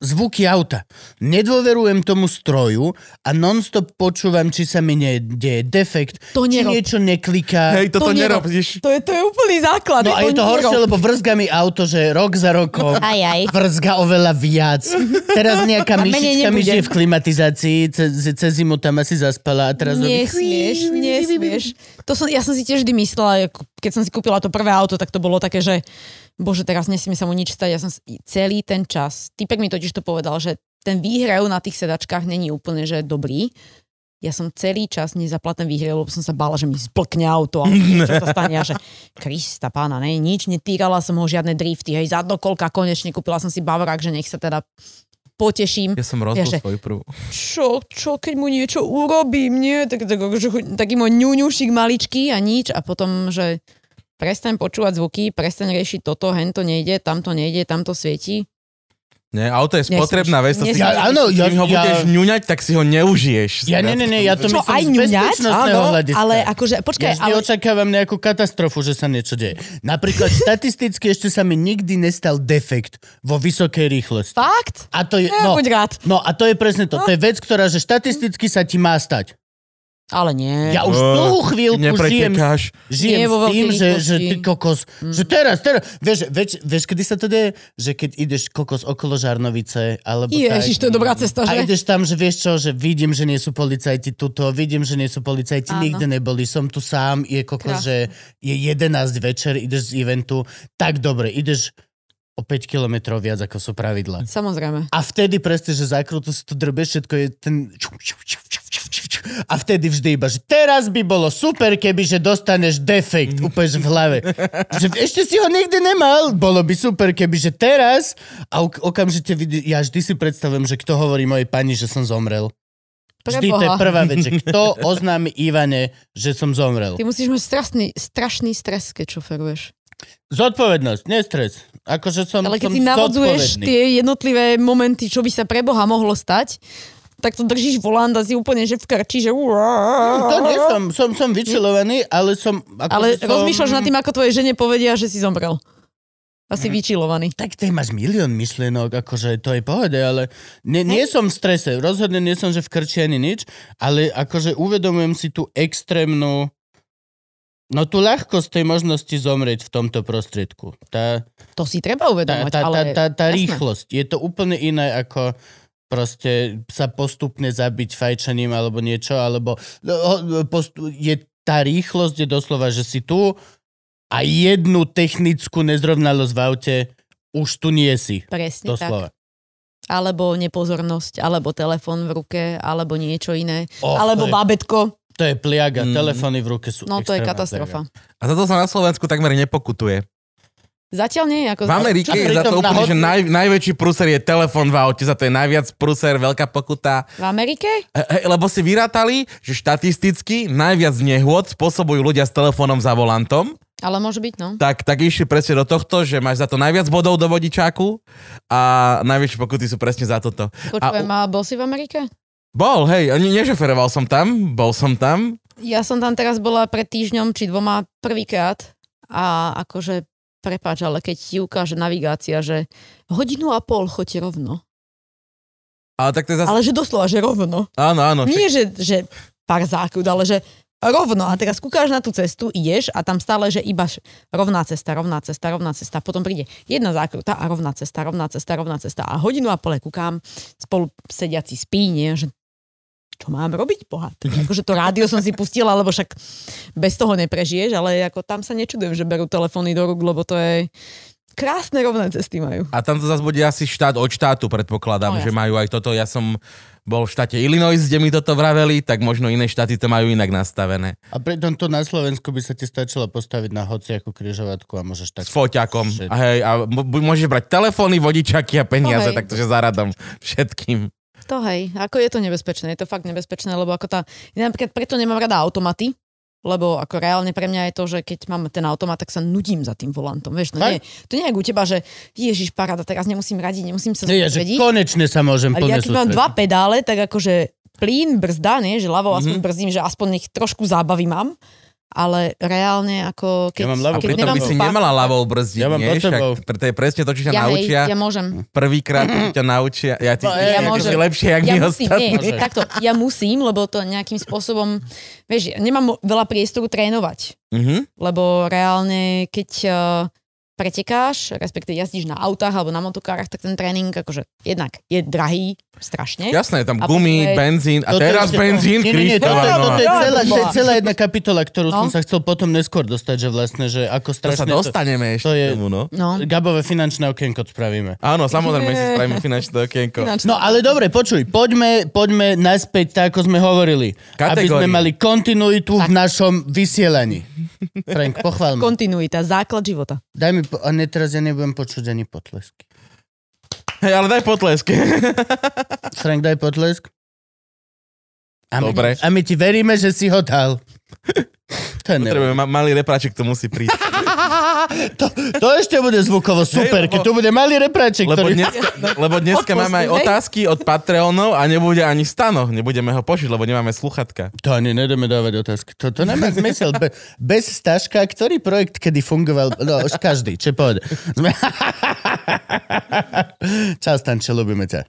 zvuky auta. Nedôverujem tomu stroju a nonstop počúvam, či sa mi nie- deje defekt,
To
či
nerob.
niečo nekliká.
Hej, toto to
nerob.
nerobíš.
To je, to je úplný základ.
No a je to
nerob.
horšie, lebo vrzga mi auto, že rok za rokom
Aj, aj.
vrzga oveľa viac. Teraz nejaká
A
myšička
menej
mi
nebude.
žije v klimatizácii, cez, cez zimu tam asi zaspala a teraz
Nie
robí...
smieš, nie smieš. To som, ja som si tiež vždy myslela, ako- keď som si kúpila to prvé auto, tak to bolo také, že bože, teraz nesmie sa mu nič stať. Ja som si- celý ten čas, typek mi totiž to povedal, že ten výhrev na tých sedačkách není úplne, že dobrý. Ja som celý čas nezapla ten výhrev, lebo som sa bála, že mi zblkne auto a niečo sa stane. A že Krista pána, ne, nič, netýrala som ho, žiadne drifty, hej, zadnokolka, konečne kúpila som si Bavorák, že nech sa teda poteším.
Ja som rozbil
že-
svoju prvú.
čo, čo, keď mu niečo urobím, nie? Tak, tak, akože taký môj ňuňušik maličký a nič a potom, že prestaň počúvať zvuky, prestaň riešiť toto, hen to nejde, tam to nejde, tam to svieti.
Nie, auto je
Nesmieš.
spotrebná vec. to si-
Nesmieš.
Ja, áno, ja,
Kým ho
ja,
budeš ňuňať, tak si ho neužiješ.
ja, nie, nie, nie, ja to
Čo, aj
myslím z
ňuňať?
bezpečnostného hľadiska.
ale akože, počkaj,
Ja
ale...
ale... neočakávam nejakú katastrofu, že sa niečo deje. Napríklad štatisticky ešte sa mi nikdy nestal defekt vo vysokej rýchlosti.
Fakt?
A to je,
Ja
no,
buď rád.
no a to je presne to. To je vec, ktorá, že štatisticky sa ti má stať.
Ale nie.
Ja už dlhú chvíľku žijem,
Nepretekáš.
žijem
Nie
s
vo
tým,
veľkej
že, že
rýchlosti. Mm.
ty kokos, že teraz, teraz, vieš, vieš, vieš, kedy sa to deje? Že keď ideš kokos okolo Žarnovice, alebo
Ježiš, to
tak,
je dobrá cesta,
A
že?
ideš tam, že vieš čo, že vidím, že nie sú policajti tuto, vidím, že nie sú policajti,
Áno.
nikde neboli, som tu sám, je koko, že
Krásne.
je 11 večer, ideš z eventu, tak dobre, ideš o 5 kilometrov viac, ako sú pravidla.
Samozrejme.
A vtedy presne, že zakruto si to drbe, všetko je ten... čup, čup, čup, čup, čup, čup, čup. A vtedy vždy iba, že teraz by bolo super, keby že dostaneš defekt úplne že v hlave. Že ešte si ho nikdy nemal, bolo by super, keby že teraz. A ok- okamžite vidí, ja vždy si predstavujem, že kto hovorí mojej pani, že som zomrel. Vždy to je
Preboha.
prvá vec, že kto oznámi Ivane, že som zomrel.
Ty musíš mať strašný, strašný stres, keď šoferuješ.
Zodpovednosť, nestres. Akože som,
Ale keď
som
si navodzuješ
zodpovedný.
tie jednotlivé momenty, čo by sa pre Boha mohlo stať, tak to držíš volant a si úplne, že v krči, že...
To nie som, som, som vyčilovaný, ale som... Ako
Ale
som...
rozmýšľaš nad tým, ako tvojej žene povedia, že si zomrel. Asi
Mhm.
vyčilovaný.
Tak ty máš milión myšlienok, akože to je pohode, ale nie, nie som v strese, rozhodne nie som, že v krči ani nič, ale akože uvedomujem si tú extrémnu, no tú ľahkosť tej možnosti zomrieť v tomto prostriedku. Tá,
To si
tá,
treba uvedomať,
tá,
ale...
tá, tá, tá
jasné.
rýchlosť, je to úplne iné ako proste sa postupne zabiť fajčaním alebo niečo, alebo no, ho- postu- je tá rýchlosť je doslova, že si tu a jednu technickú nezrovnalosť v aute už tu nie si.
Presne tak.
Doslova.
Alebo nepozornosť, alebo telefón v ruke, alebo niečo iné.
Oh, to,
alebo
je,
bábetko.
to je pliaga, mm.
Mm.
telefóny v ruke sú.
No to je
extrémna
katastrofa.
A za to sa na Slovensku takmer nepokutuje.
Zatiaľ nie,
V
ako...
Amerike
Čo
je za
pritom na
to úplne,
hoci-
že naj, najväčší prúser je telefon v aute, za to je najviac prúser, veľká pokuta.
V Amerike?
E, e, lebo si vyrátali, že štatisticky najviac nehôd spôsobujú ľudia s telefónom za volantom.
Ale môže byť, no.
tak, tak išli presne do tohto, že máš za to najviac bodov do vodičáku a najväčšie pokuty sú presne za toto.
Počujem,
A
a bol si v Amerike?
Bol, hej, ani nežoferoval som tam, bol som tam.
Ja som tam teraz bola pred týždňom či dvoma prvýkrát a akože prepáč, ale keď ti ukáže navigácia, že hodinu a pol chodte rovno.
Ale tak to je zase... Ale...
Ale že doslova, že rovno.
Áno, áno. však-
Nie, že, že pár zákrut, ale že rovno. A teraz kúkáš na tú cestu, ideš a tam stále, že iba š- rovná cesta, rovná cesta, rovná cesta. Potom príde jedna zákruta a rovná cesta, rovná cesta, rovná cesta. A hodinu a pole kúkam, spolu sediaci spí, nie, že čo mám robiť, boha? Tak akože to rádio som si pustila, lebo však bez toho neprežiješ, ale ako tam sa nečudujem, že berú telefóny do rúk, lebo to je krásne rovné cesty majú.
A tam to zase bude asi štát od štátu, predpokladám,
No,
že
jasne.
majú aj toto. Ja som bol v štáte Illinois, kde mi toto vraveli, tak možno iné štáty to majú inak nastavené.
vec. A pritom to na Slovensku by sa ti stačilo postaviť na hociakú križovatku a môžeš tak...
S foťakom.
Shit.
A hej, a m- bu- môžeš brať telefóny, vodičaky a peniaze,
No, hej.
okay. taktože zaradom všetkým.
To hej, ako je to nebezpečné, je to fakt nebezpečné, lebo ako tá, ja napríklad preto nemám rada automaty, lebo ako reálne pre mňa je to, že keď mám ten automat, tak sa nudím za tým volantom, vieš, no
Fakt?
nie, to nie je u teba, že ježiš paráda, teraz nemusím radiť, nemusím sa
Nie, že
sústrediť.
konečne sa môžem
Ale
plne
ja keď mám
sústrediť.
dva pedále, tak akože plín, brzda, nie, že ľavou aspoň brzdím, že aspoň nech trošku zábavy mám. ale reálne ako...
Ja
Keď,
mám ľavú,
keď
pritom
Pritom
nemám
by si
pak-
nemala ľavou brzdiť,
Ja mám
nie?
pod
Však
sebou.
pre- to je presne to, čo ťa
ja, hej,
naučia.
ja môžem.
Prvýkrát ťa naučia. Ja, ty,
Mhm. No, ja
ty
môžem.
si lepšie, jak my
ja musím,
ostatní.
nie, takto, ja musím, lebo to nejakým spôsobom, vieš, ja nemám mo- veľa priestoru trénovať,
Mhm.
lebo reálne, keď eh, pretekáš, respektíve jazdíš na autách alebo na motokárach, tak ten tréning akože jednak je drahý strašne.
Jasné, tam
A
gumy,
potom je-
benzín a
Toto je
teraz
ešte-
benzín,
Nie, nie, nie, toto,
Kristova.
je-
no.
toto je celá, to je celá jedna kapitola, ktorú
No.
som sa chcel potom neskôr dostať, že vlastne, že ako
To sa
strašne...
dostaneme ešte
to je-
k tomu, no.
No.
Gabové finančné okienko spravíme.
Áno, samozrejme, si
Nie.
spravíme finančné okienko.
Ináč-
No ale dobre, počuj, poďme, poďme naspäť tak, ako sme hovorili. Aby
Kategórie.
sme mali kontinuitu v našom vysielaní. Frank, pochvál
Mm.
ma.
Kontinuita, základ života.
Daj mi, po- a ne, teraz ja nebudem počuť ani potlesky.
Hej, ale daj potlesk.
Frank, daj potlesk. A my,
Dobre.
a my ti veríme, že si ho dal. To, je never-
Potrebujeme ma- malý repráček, to musí prísť.
to, to ešte bude zvukovo super,
lebo-
keď tu bude malý repráček,
Lebo
ktorý...
dneska, lebo dneska máme aj
hej.
otázky od Patreonov a nebude ani stano. Nebudeme ho počuť, lebo nemáme sluchatka.
To ani nedáme dávať otázky. To, to nemá zmysel. Be, bez Staška, ktorý projekt kedy fungoval? No, už každý, čo povedať. Sme... Čau, Stanče, ľubíme ťa.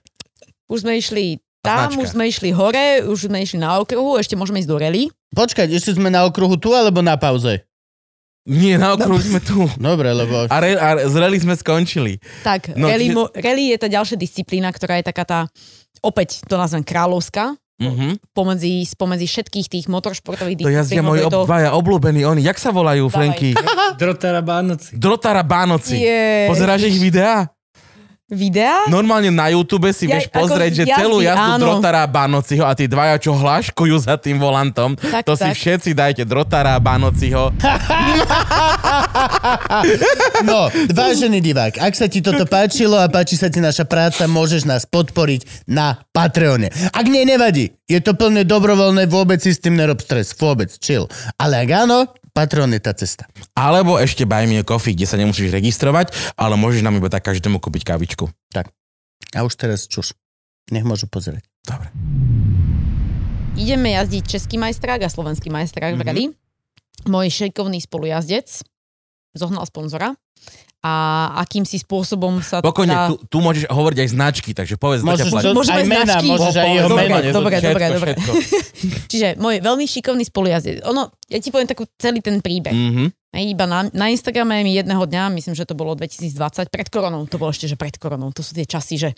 Už sme išli tam,
Značka.
už sme išli hore, už sme išli na okruhu, ešte môžeme ísť do rally.
Počkať, ešte sme na okruhu tu, alebo na pauze?
Nie, na okruhu sme tu.
Dobre, lebo...
A, re, a z rally sme skončili.
Tak,
No,
no, rally,
čiže-
mo- rally je tá ďalšia disciplína, ktorá je taká tá, opäť to nazvem kráľovská,
Mhm.
pomedzi, spomedzi všetkých tých
To
motoršportových
jazdia
disciplín.
moji ob,
lebo je
dvaja obľúbení oni. Jak sa volajú,
Dávaj.
Frenky?
Drotara Bánoci.
Drotara Bánoci.
Je...
Pozeráš ich videá?
Videa?
Normálne na YouTube si
Ja-
vieš
ako
pozrieť, že
jazdy,
celú jazdu
áno.
Drotara Bánociho a tí dvaja, čo hláškujú za tým volantom,
Tak,
to si
tak.
všetci dajte Drotara Bánociho.
No,
Vážený divák, ak sa ti toto páčilo a páči sa ti naša práca, môžeš nás podporiť na Patreone. Ak nie, nevadí. Je to plne dobrovoľné, vôbec si s tým nerob stres. Vôbec, chill. Ale ak áno, Patreon je tá cesta.
Alebo ešte Buy Me a Coffee, kde sa nemusíš registrovať, ale môžeš nám iba tak každému kúpiť kávičku.
A už teraz čuš. Nech môžu pozrieť.
Ideme jazdiť český majstrák a slovenský majstrák
Mhm.
mm-hmm. v rally. Môj šikovný spolujazdec zohnal sponzora a akýmsi spôsobom sa...
Pokojne,
tá...
tu, tu môžeš hovoriť aj značky, takže povedz, kto ťa
Môžeš
platí.
čo-
Môžeme
aj mená,
značky.
môžeš aj jeho
Dobre,
mená.
dobre,
všetko,
dobre, dobre.
všetko.
Čiže môj veľmi šikovný spolujazdec. Ono, ja ti poviem takú celý ten príbeh.
Mhm.
Hej, Iba na, na Instagrame mi jedného dňa, myslím, že to bolo 2020, pred koronou, to bolo ešte, že pred koronou, to sú tie časy, že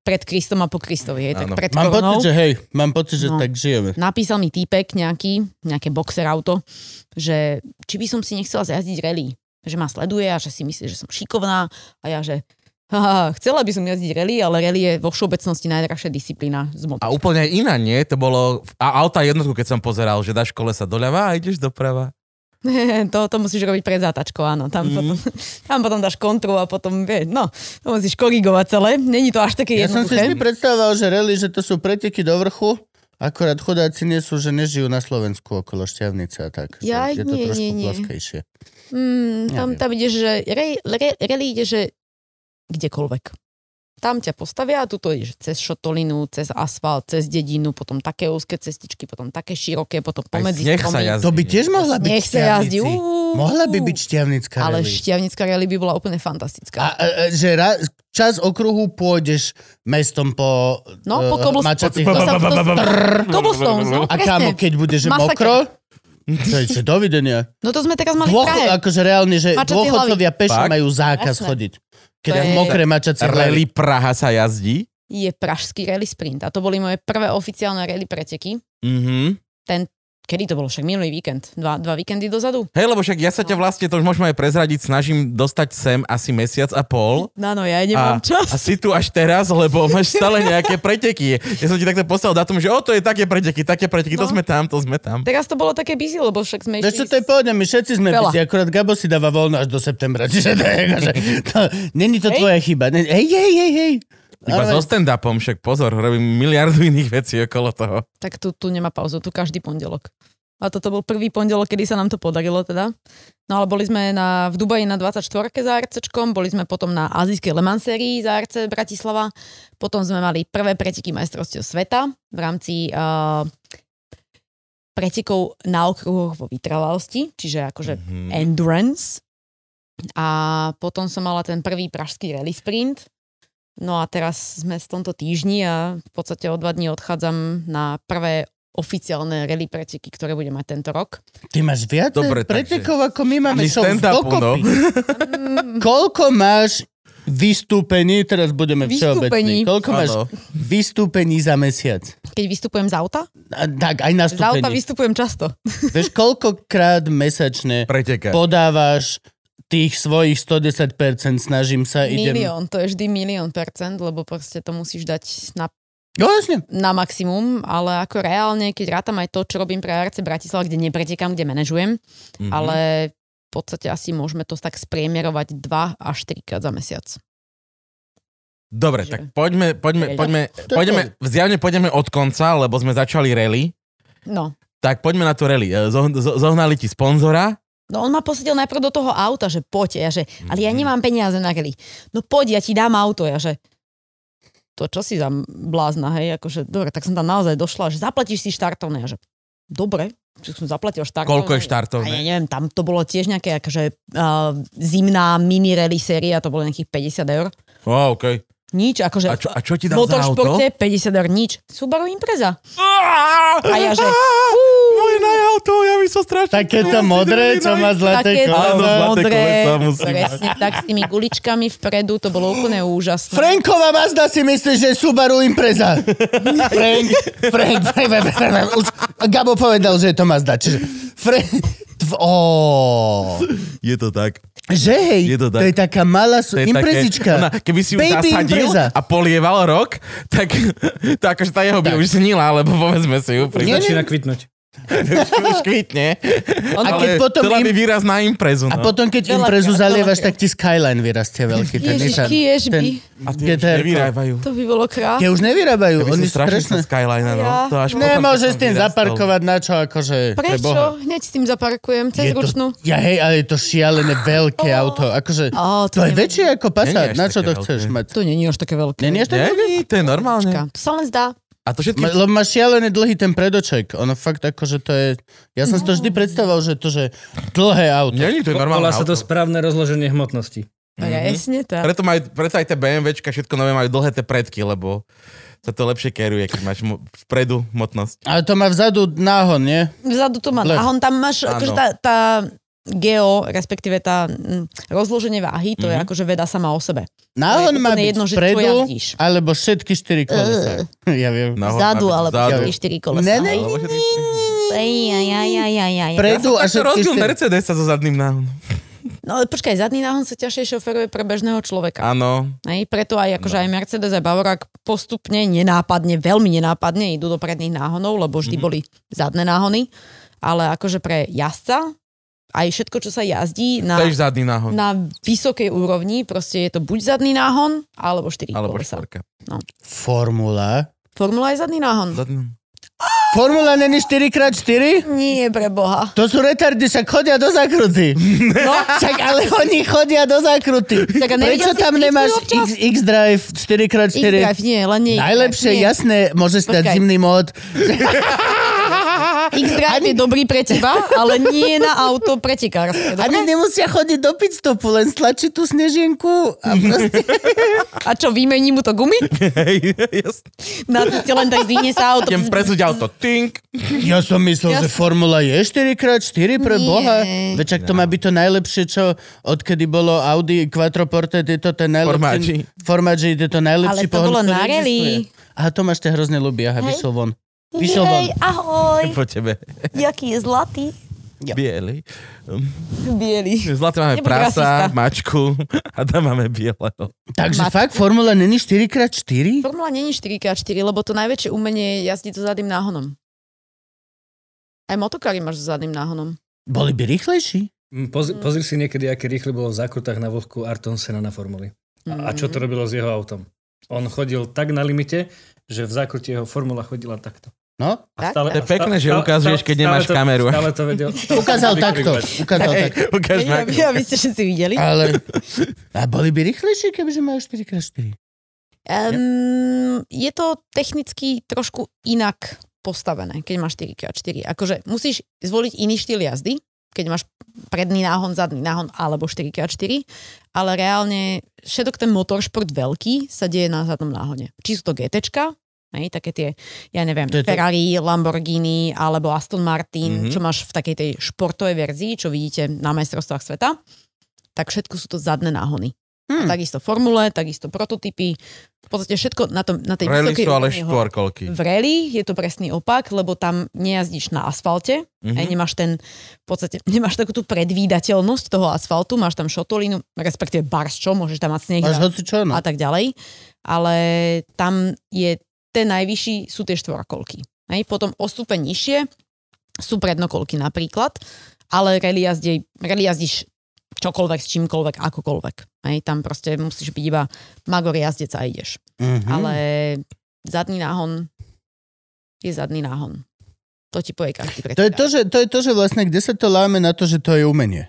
pred Kristom a po Kristovi, hej,
Áno.
tak pred
Mám
koronou.
pocit, že hej, mám pocit, že
No.
tak žijeme.
napísal mi týpek nejaký, nejaké boxer auto, že či by som si nechcela zjazdiť rally, že ma sleduje a že si myslí, že som šikovná a ja, že haha, chcela by som jazdiť rally, ale rally je vo všeobecnosti najdrahšia disciplína
A
z motor.
úplne iná, nie? To bolo... A auta jednotku, keď som pozeral, že dáš kolesa doľava a ideš doprava.
to, to musíš robiť pred zátačkou, áno.
Mhm.
Tam, mm. potom, tam potom dáš kontru a potom, vie, no, to musíš korigovať celé. Není to až také
Ja som si vždy
jednoduché.
predstavoval, že rally, že to sú preteky do vrchu, akorát chudáci nie sú, že nežijú na Slovensku okolo Šťavnice a tak. že je
Jaj,
to
nie,
trošku
nie, nie.
plaskejšie.
Mm, tam,
Neviem.
tam ideš, že rally, rally ide, že kdekoľvek. Tam ťa postavia a tuto ideš cez šotolinu, cez asfalt, cez dedinu, potom také úzke cestičky, potom také široké, potom
Aj
pomedzi
sneh sa jazdí.
To by tiež mohla byť
Nech sa jazdí.
šťavnici.
uú.
Mohla by byť šťavnická
Ale
rally.
šťavnická rally by bola úplne
A,
fantastická.
a,
e,
a že ra, čas okruhu pôjdeš mestom po...
No, po
e,
eh,
kobl-
mačacích
to
hlavách.
sa, to, Cobblestones, no,
A kámo,
presne.
keď budeš
Masaker.
mokro, to je čo, dovidenia.
No to sme teraz mali v Prahe.
Dôcho, akože reálne, že
Mačacie
dôchodcovia pešo
Fakt?
majú zákaz
Jasné.
chodiť. Keď
To
je...
je-
mokré mačacie hlavy.
Rally Praha sa jazdí.
Je pražský rally sprint. A to boli moje prvé oficiálne rally preteky.
Mhm.
Kedy to bolo? Však minulý víkend. Dva, dva víkendy dozadu.
Hej, lebo však ja sa
No.
ťa vlastne, to už môžeme aj prezradiť, snažím dostať sem asi mesiac a pol.
No, no, ja
a,
nemám čas.
a si tu až teraz, lebo máš stále nejaké preteky. Ja som ti takto poslal datum, že o, to je také preteky, také preteky, to
No.
sme tam, to sme tam.
Teraz to bolo také busy, lebo však sme
Vieš čo, to je pohodne, my všetci sme
Veľa.
busy, akurát Gabo si dáva voľno až do septembra, čiže to je akože, to, není to
Hej.
tvoja chyba. Ne, hej, hej, hej, hej.
Iba
Ale-
so stand-upom, však pozor, robím miliardu iných vecí okolo toho.
tak tu, tu nemá pauzu, tu každý pondelok. A toto bol prvý pondelok, kedy sa nám to podarilo teda. No ale boli sme na, v Dubaji na 24 za RCčkom, boli sme potom na azijskej Le Mans sérii za RC Bratislava, potom sme mali prvé preteky majstrovstiev sveta v rámci uh, pretekov na okruhoch vo vytrvalosti, čiže akože
Mhm.
mm-hmm. endurance. A potom som mala ten prvý pražský rally sprint. No a teraz sme v tomto týždni a v podstate o dva dní odchádzam na prvé oficiálne rally preteky, ktoré bude mať tento rok.
Ty máš viac
Dobre, takže-
pretekov, ako my máme
My
show
stand-upu, no.
dokopy.
Mhm.
Koľko máš vystúpení, teraz budeme všeobecní,
Vystúpení.
koľko máš
Áno.
vystúpení za mesiac?
Keď vystupujem z auta?
A, tak, aj na
Z auta
stúpení.
vystupujem často.
Vieš, koľkokrát mesačne
Pretekaj.
podávaš tých svojich 110%, snažím sa, idem...
Milión, to je vždy milión percent, lebo proste to musíš dať na
No jasne.
na maximum, ale ako reálne, keď rátam aj to, čo robím pre ARC Bratislava, kde nepretekám, kde manažujem,
Mhm.
mm-hmm. ale v podstate asi môžeme to tak spriemerovať 2 až 3 krát za mesiac.
Dobre,
Že-
tak poďme, poďme,
Veľa.
poďme,
To je
poďme, zjavne pôjdeme od konca, lebo sme začali rally.
No.
Tak poďme na to rally. E, zoh- zo- Zohnali ti sponzora.
No on ma posadil najprv do toho auta, že poď, ja, že, ale
Mhm.
ja nemám peniaze na rally. No poď, ja ti dám auto, ja, že to čo si tam blázna, hej, akože, dobre, tak som tam naozaj došla, že zaplatíš si štartovné, ja, že dobre, že som zaplatil štartovné.
Koľko je
A ja
štartovné?
neviem, tam to bolo tiež nejaké akože, uh, zimná mini rally séria, to bolo nejakých 50 eur.
Oh, okay.
Nič, akože
a, čo, a čo ti
v
dal za auto?
motoršporte 50 eur, nič. Subaru Impreza.
A
ja že-
Ah! Moje najauto, ja by som strašne...
Takéto modré, čo má zlaté
Také
Áno,
kola.
zlaté
modré,
kolesa musí mať.
presne tak s tými guličkami vpredu, to bolo úplne úžasné.
Franková Mazda si myslí, že je Subaru Impreza. Frank, Frank, Frank, Frank, Frank, Frank. Už Gabo povedal, že je to Mazda. Čiže Frank, tv, ó.
Je to tak.
Že hej,
Je to tak.
to je taká malá su-
To je
imprezička.
Také, ona, keby si ju
Baby
zasadil
impreza.
a polieval rok, tak to akože tá jeho
Tak.
by už snila, lebo povedzme si úprimne,
Nie, nie.
Začína kvitnúť.
už kvitne.
A
Ale
keď potom
chcela by
im-
výraz na imprezu. No.
A potom, keď
Veľakrát,
imprezu zalievaš,
veľakrát.
tak ti skyline vyrastie veľký. Ten Nissan.
Ježišky, ježby,
a tie už
GTR-ko.
nevyrábajú.
to by bolo
Tie
krásne.
už nevyrábajú, oni sú strašné.
Skyline, no.
Ja.
To až potom, keď
Nemôžeš
som
tým
vyrastal.
zaparkovať na čo, akože... pre Boha.
Prečo? Hneď s tým zaparkujem, cez
Je to,
ručnú.
ja hej, ale je to šialené veľké auto. Akože,
Á,
to je
neviem.
väčšie ako
Nie, nie
Passat.
až
Na čo
také
to
veľké.
chceš mať?
To není až také veľké.
Nie, nie, ešte-
Nie, nie, to je normálne.
Počka, To sa len zdá.
A to všetky...
Ma- Lebo má šialené dlhý ten predoček. Ono fakt akože to je... Ja som si to
No.
vždy predstavoval, že to, že dlhé auto.
Nie, nie, to je normálne.
Volá sa to
auto.
správne rozloženie hmotnosti.
Presne tak.
Preto, majú, preto aj tie BMWčka, všetko nové majú dlhé tie predky, lebo sa to lepšie keruje, keď máš mo- vpredu motnosť.
Ale to má vzadu náhon, nie?
Vzadu to má
Lev.
náhon, tam máš
Áno.
akože tá, tá geo, respektíve tá mm, rozloženie váhy, to je akože veda sama o sebe.
Náhon
To je
má
úplne
byť
jedno, že čo
vpredu,
jazdíš. No.
alebo všetky štyri kolesa. ja viem.
Nahor má
Vzadu
byť
alebo
vzadu.
všetky štyri kolesa.
Ne, ne,
Alebo všetky štyri.
Ej, aj, aj, aj, aj, aj.
Predu a
Tak to
všetky
rozdiel
štyri.
Mercedesa so zadným náhom.
No ale počkaj, zadný náhon sa ťažšie šoferuje pre bežného človeka.
Áno.
Hej, preto aj, akože aj Mercedes aj Bavorák postupne nenápadne, veľmi nenápadne idú do predných náhonov, lebo vždy boli zadné náhony. Ale akože pre jazdca, aj všetko, čo sa jazdí na,
Tež zadný náhon.
na vysokej úrovni, proste je to buď zadný náhon, alebo štyri
Alebo
kolesa.
štvorka.
Formula.
Formula je zadný náhon.
Zadný...
Formula není 4x4?
Nie, pre boha.
To sú retardy, však chodia do zakruty.
No,
Však ale oni chodia do zakruty.
Tak a
Prečo
nevidel si
tam
X-drive
nemáš
občas?
X, X-Drive 4x4?
X-Drive nie, len nie
Najlepšie,
X-Drive, nie.
jasné, môžeš dať
Počkaj.
zimný mód.
X-Drive je dobrý pre teba, ale nie na auto pretekárske. dobre?
Ani nemusia chodiť do pitstopu, len stlačiť tú snežienku a proste...
A čo, vymení mu to gumy?
Hej, jasne.
Na ceste len tak zdvihne sa auto.
Idem presuť auto. Tink.
Ja som myslel,
Ja
že Formula je 4x4 pre
Nie.
Boha. Veď ak to má byť to najlepšie, čo odkedy bolo Audi Quattroporte, je to ten najlepší... Formaggio. je to najlepší
Ale to bolo
pohon, ktorý
na rally.
existuje. Aha, to máš te hrozne ľubí, aha, vyšiel von. Vyšiel von.
Jej, ahoj,
Po tebe.
jaký je zlatý.
Bielý.
Bielý.
Zlaté máme
Nebuď
prasa,
rasista. mačku
a tam máme bieleho.
Takže
Matko.
fakt Formula není 4x4?
Formula není 4x4, lebo to najväčšie umenie je jazdiť so zadným náhonom. Aj motokary máš so zadným náhonom.
Boli by rýchlejší?
Mm, Pozri, pozri si niekedy, aké rýchle bolo v zákrutách na vlhku Arton Sena na formuli. A, a čo
Mm.
to robilo s jeho autom? On chodil tak na limite, že v zákrute jeho formula chodila takto.
No,
Tak,
Stále-
tak.
To je pekné, že ukazuješ, keď
stále
nemáš
to-
kameru.
Stále to vedel. stále
ukázal
to vedel
takto.
vykrikovať.
Ukázal
Hej,
takto.
ukáž
Ja,
na...
ja, vy ste všetci videli.
Ale... A boli by rýchlejšie, kebyže majú 4x4?
Um, je to technicky trošku inak postavené, keď máš 4x4. Akože musíš zvoliť iný štýl jazdy, keď máš predný náhon, zadný náhon alebo 4x4, ale reálne všetok ten motoršport veľký sa deje na zadnom náhone. Či sú to GTčka, Hej, také tie, ja neviem,
To Mhm. je to-
Ferrari, Lamborghini alebo Aston Martin, mm-hmm. čo máš v takej tej športovej verzii, čo vidíte na majstrovstvách sveta, tak všetko sú to zadné náhony.
Hm.
Hm.
Hmm. Takisto formule, takisto prototypy, v podstate všetko na, tom, na tej
Rally
vysokej
sú ale
úrovni ho-
štvorkolky.
v rally je to presný opak, lebo tam nejazdíš na asfalte, mm-hmm.
Mhm.
aj nemáš ten, v podstate, nemáš takú tú predvídateľnosť toho asfaltu, máš tam šotolínu, respektíve barščo, môžeš tam mať sneh
Máš
a,
hoci čo, no.
a tak ďalej, ale tam je ten najvyšší, sú tie štvorkolky. Hej? Potom o stupeň nižšie sú prednokolky napríklad, ale rally, jazdí, rally jazdíš čokoľvek, s čímkoľvek, akokoľvek. Hej? Tam proste musíš byť iba magor jazdec a ideš
Mhm.
ale zadný náhon je zadný náhon. To ti povie každý
To je to, že, to je to, že vlastne, kde sa to láme na to, že to je umenie.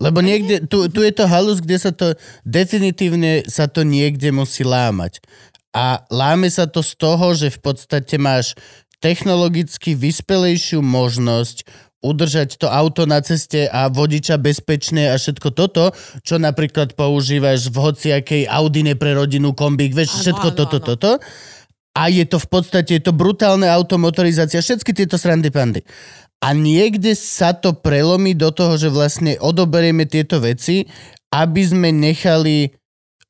Lebo niekde, tu, tu je to halus, kde sa to, definitívne sa to niekde musí lámať. A láme sa to z toho, že v podstate máš technologicky vyspelejšiu možnosť udržať to auto na ceste a vodiča bezpečné a všetko toto, čo napríklad používaš v hociakej Audine pre rodinu, kombík, vieš,
Áno,
všetko
áno,
toto,
áno.
toto. A je to v podstate, je to brutálne auto, motorizácia, všetky tieto srandy pandy. A niekde sa to prelomí do toho, že vlastne odoberieme tieto veci, aby sme nechali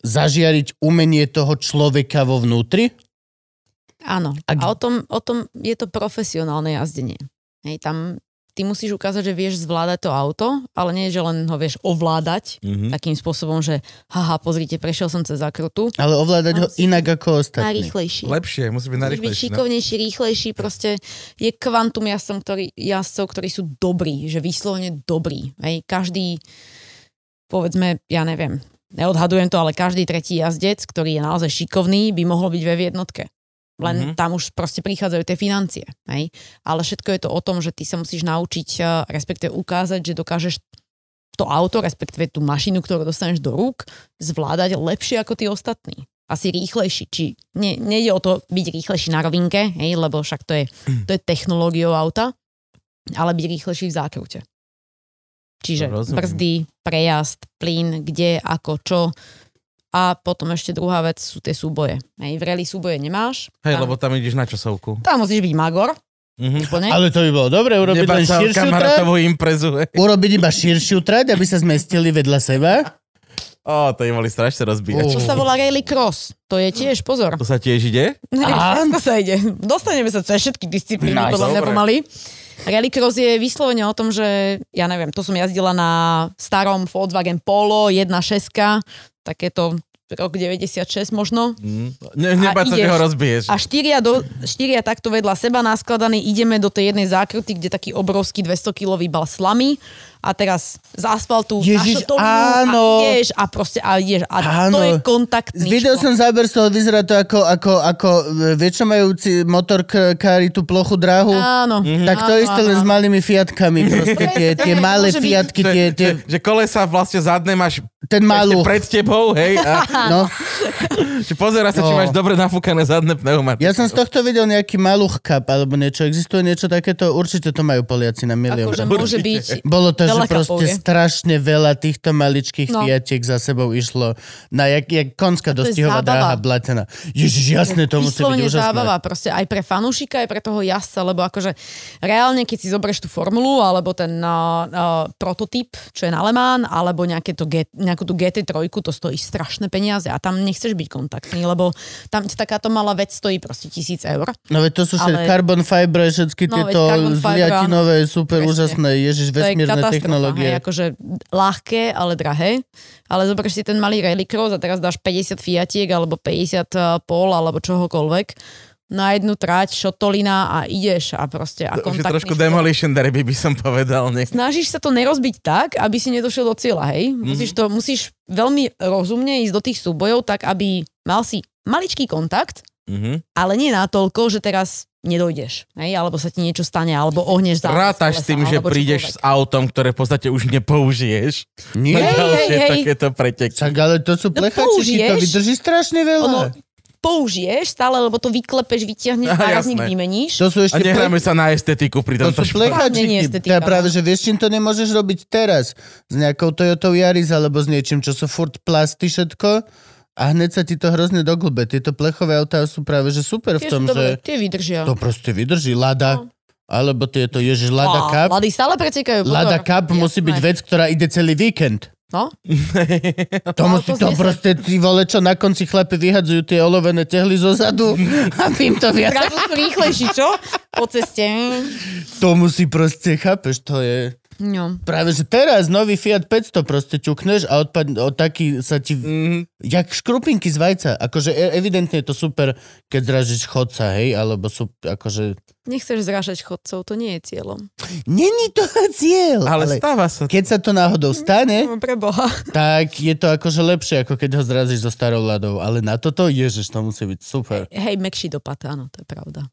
zažiariť umenie toho človeka vo vnútri.
Áno.
A
A,
kde-
o, tom, o tom je to profesionálne jazdenie. Hej, tam ty musíš ukázať, že vieš zvládať to auto, ale nie, že len ho vieš ovládať
Hm.
Mhm.
takým spôsobom, že haha, pozrite, prešiel som cez zákrutu.
Ale ovládať ho
Áno, si-
inak ako ostatní.
Najrýchlejší.
Lepšie, musí byť
Musíš byť
najrychlejšie. no.
šikovnejší, rýchlejší, proste je kvantum jazdcov, ktorí, jazdcov, ktorí sú dobrí, že vyslovene dobrí. Hej. Každý, povedzme, ja neviem, neodhadujem to, ale každý tretí jazdec, ktorý je naozaj šikovný, by mohol byť ve v jednotke. Len
Mhm.
mm-hmm. tam už proste prichádzajú tie financie. Hej. Ale všetko je to o tom, že ty sa musíš naučiť, eh, respektíve ukázať, že dokážeš to auto, respektíve tú mašinu, ktorú dostaneš do rúk, zvládať lepšie ako tí ostatní. Asi rýchlejší. Či ne, nejde o to byť rýchlejší na rovinke, hej, lebo však to je, to je technológiou auta, ale byť rýchlejší v zákrute. Čiže
No, Rozumiem.
brzdy, prejazd, plyn, kde, ako, čo. A potom ešte druhá vec sú tie súboje. Hej, v rally súboje nemáš.
Hej,
tam,
lebo tam ideš na časovku.
tam musíš byť magor.
Mhm.
Úplne.
Ale to by bolo dobre, urobiť len
Nebáť sa o
širšiu trať.
kamarátovú imprezu. hej.
Urobiť iba širšiu trať, aby sa zmestili vedľa seba.
Ó, to im boli strašne
Ó.
rozbíjať.
To sa volá rally cross. To je tiež, pozor.
To sa tiež ide?
Ne,
Á.
všetko sa ide. Dostaneme sa cez všetky disciplíny,
Nice.
nice, podľa mňa
Dobre.
pomaly. Rallycross je vyslovene o tom, že ja neviem, to som jazdila na starom Volkswagen Polo 1.6, takéto rok 96 možno.
Mhm. Ne, nebáť sa, že
ideš.
ho rozbiješ.
A štyria, do, štyria takto vedľa seba naskladaní ideme do tej jednej zákruty, kde taký obrovský 200-kilový bal slamy a teraz z asfaltu
Ježiš,
na šotovú
áno.
a ideš a proste a ideš a to
Áno.
je kontaktný.
Videl som záber z toho, vyzerá to ako, ako, ako e, vieš, čo majú motorkári tú plochu dráhu.
Áno.
Tak to
Áno,
isté
áno,
len s
áno.
malými fiatkami, proste tie, tie malé
Môže byť.
fiatky,
Že-
tie, tie,
že- Že kolesa vlastne zadné máš
ten
ešte
malú.
pred tebou, hej, a
No.
že pozera sa, či
No.
máš dobre nafúkané zadné pneumatiky.
Ja som z tohto videl nejaký maluch cup alebo niečo. Existuje niečo takéto? Určite to majú Poliaci na milión.
Akože
Akože...
môže byť
Bolo to, že
Veľa kapov
proste
je.
strašne veľa týchto maličkých no.
No.
fiatiek za sebou išlo na jak, jak konská
to je
dostihová
zábava.
dráha blatená. Ježiš, jasné, to musí byť
vyslovene
úžasné.
zábava proste aj pre fanúšika, aj pre toho jazdca, lebo akože reálne, keď si zoberieš tú formulu alebo ten uh, uh, prototyp, čo je na Lemán, alebo nejaké to G, nejakú tú GT3, to stojí strašné peniaze a tam nechceš byť kontaktný, lebo tam ti takáto malá vec stojí proste tisíc eur.
No veď to sú všetky
Ale-
carbon fibre, všetky
No, veď
tieto
carbon fiber,
zliatinové, super
Presne.
úžasné, ježiš,
to je
vesmírne
katastrofa,
technológie.
Hej, akože ľahké, ale drahé. Ale zoberieš si ten malý rallycross a teraz dáš 50 Fiatiek alebo 50 pol alebo čohokoľvek na jednu trať, šotolina a ideš a proste a
To už je
kontaktný
trošku
šport.
demolition derby by som povedal. Nie.
snažíš sa to nerozbiť tak, aby si nedošiel do cieľa, hej?
Mhm.
Musíš, to, musíš veľmi rozumne ísť do tých súbojov tak, aby mal si maličký kontakt,
Mhm.
ale nie natoľko, že teraz nedojdeš, hej? Alebo sa ti niečo stane, alebo ohneš za
Rátaš s
kolesa,
tým, že
alebo
prídeš s
čokoľvek.
autom, ktoré v podstate už nepoužiješ.
Nie,
Na
Hej,
ďalšie
hej, hej.
takéto preteky.
Čak, ale to sú
No
plechačiky, to
použiješ.
vydrží strašne veľa.
Ono, použiješ stále, lebo to vyklepeš, vytiahneš,
Aha,
nárazník
jasné.
vymeníš.
To sú
A
ešte
nehráme sa na estetiku pri
To
tomto
sú
športe.
nie
plechačiky.
estetika,
Teda práve,
no.
že vieš, čím to nemôžeš robiť teraz. S nejakou Toyotou Yaris alebo s niečím, čo sú furt plasty všetko. A hneď sa ti to hrozne doglbe. Tieto plechové autá sú práve, že super v
Tiež No.
tom,
dobre,
že
tie vydržia.
to proste vydrží. Lada. Alebo tieto, ježiš, Lada
Á,
Cup.
Lady stále pretekajú. pozor.
Lada Cup musí byť
No, Jasné.
vec, ktorá ide celý víkend.
No,
To
No,
musí,
to
to
znesem.
proste, ty vole, čo na konci chlapi vyhadzujú tie olovené tehly zo zadu a im to viac.
zrazu sú rýchlejší, čo? Po ceste. mm,
To musí proste, chápeš, to je...
No.
Práve, že teraz nový Fiat 500 proste ťukneš a odpad, o taký sa ti... Mm.
Mhm.
Jak škrupinky z vajca. Akože e- evidentne je to super, keď zražíš chodca, hej, alebo sú, akože...
Nechceš zrážať chodcov, to nie je cieľom.
Není to cieľ,
Ale
ale, ale
stáva sa.
keď sa to náhodou stane,
No, pre Boha.
tak je to akože lepšie, ako keď ho zrazíš so starou ľadou. Ale na toto, ježiš, to musí byť super.
Hej, mekší dopad, áno, to je pravda.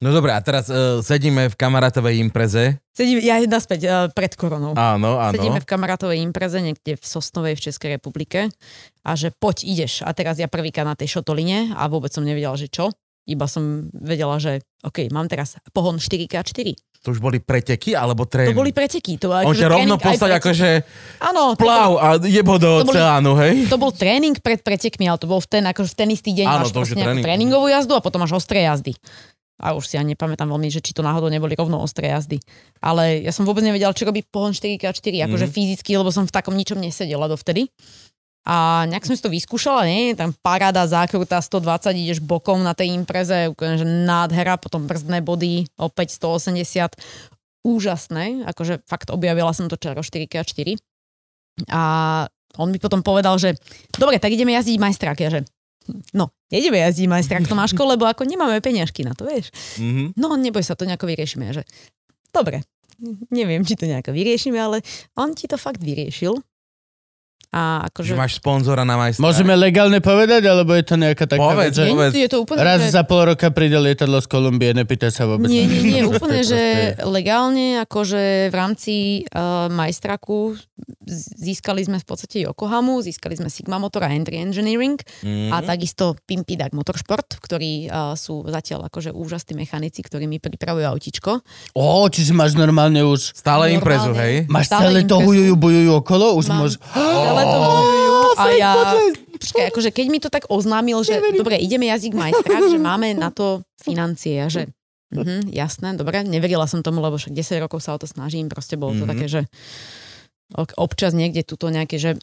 No dobré, a teraz
e,
uh, sedíme v kamarátovej impreze.
Sedím, ja naspäť uh, pred koronou.
Áno, áno.
Sedíme v kamarátovej impreze niekde v Sosnovej v Českej republike a že poď ideš. A teraz ja prvýkrát na tej šotoline a vôbec som nevedela, že čo. Iba som vedela, že OK, mám teraz pohon 4x4.
To už boli preteky alebo trény?
To boli preteky. To
On
bol akože
ťa rovno
tréning aj
poslať
preteky.
akože
Áno, to bol,
plav a jebo do
To boli-
oceánu, hej?
to bol tréning pred pretekmi, ale to bol v ten, akože v ten istý deň
Áno,
máš
to už je
proste nejakú
tréning.
tréningovú jazdu a potom máš ostré jazdy. A už si ja nepamätám veľmi, že či to náhodou neboli rovno ostré jazdy. Ale ja som vôbec nevedela, čo robí pohon 4x4, akože
Mhm.
fyzicky, lebo som v takom ničom nesedela dovtedy. A nejak som si to vyskúšala, nie? Tam paráda, zákrutá, 120, ideš bokom na tej impreze, úplne, že nádhera, potom brzdné body, opäť 180. Úžasné, akože fakt objavila som to čaro 4x4. A on mi potom povedal, že dobre, tak ideme jazdiť majstrák. Ja že, no, nejdeme jazdiť majstrák Tomáško, lebo ako nemáme peňažky na to, vieš.
Mhm.
No, neboj sa, to nejako vyriešime. Ja že, dobre, neviem, či to nejako vyriešime, ale on ti to fakt vyriešil. A
Že
akože...
máš sponzora na majstra.
Môžeme legálne povedať, alebo je to nejaká taká vec, že
Povedz, no. nie,
Nie, je to úplne...
raz
že-
za pol roka príde lietadlo z Kolumbie, nepýtaj sa vôbec.
Nie, nie, nie,
Proste,
úplne,
proste.
že legálne, akože v rámci uh, majstraku z- získali sme v podstate Yokohamu, získali sme Sigma Motor a Entry Engineering
Mhm.
a takisto Pimpy Dark Motorsport, ktorí uh, sú zatiaľ akože úžasní mechanici, ktorí mi pripravujú autičko.
Ó, čiže máš normálne už...
Stále
normálne.
imprezu, hej?
Máš
Stále
celé to
impresu.
hujujú, bujujú okolo, už
Mám.
môž...
Ale to bojujú a ja... Počkaj, akože keď mi to tak oznámil, že dobre, ideme jazdiť majstrák, že máme na to financie a že mhm, jasné, dobre, neverila som tomu, lebo však 10 rokov sa o to snažím, proste bolo to
Mhm.
také, že ok- občas niekde tuto nejaké, že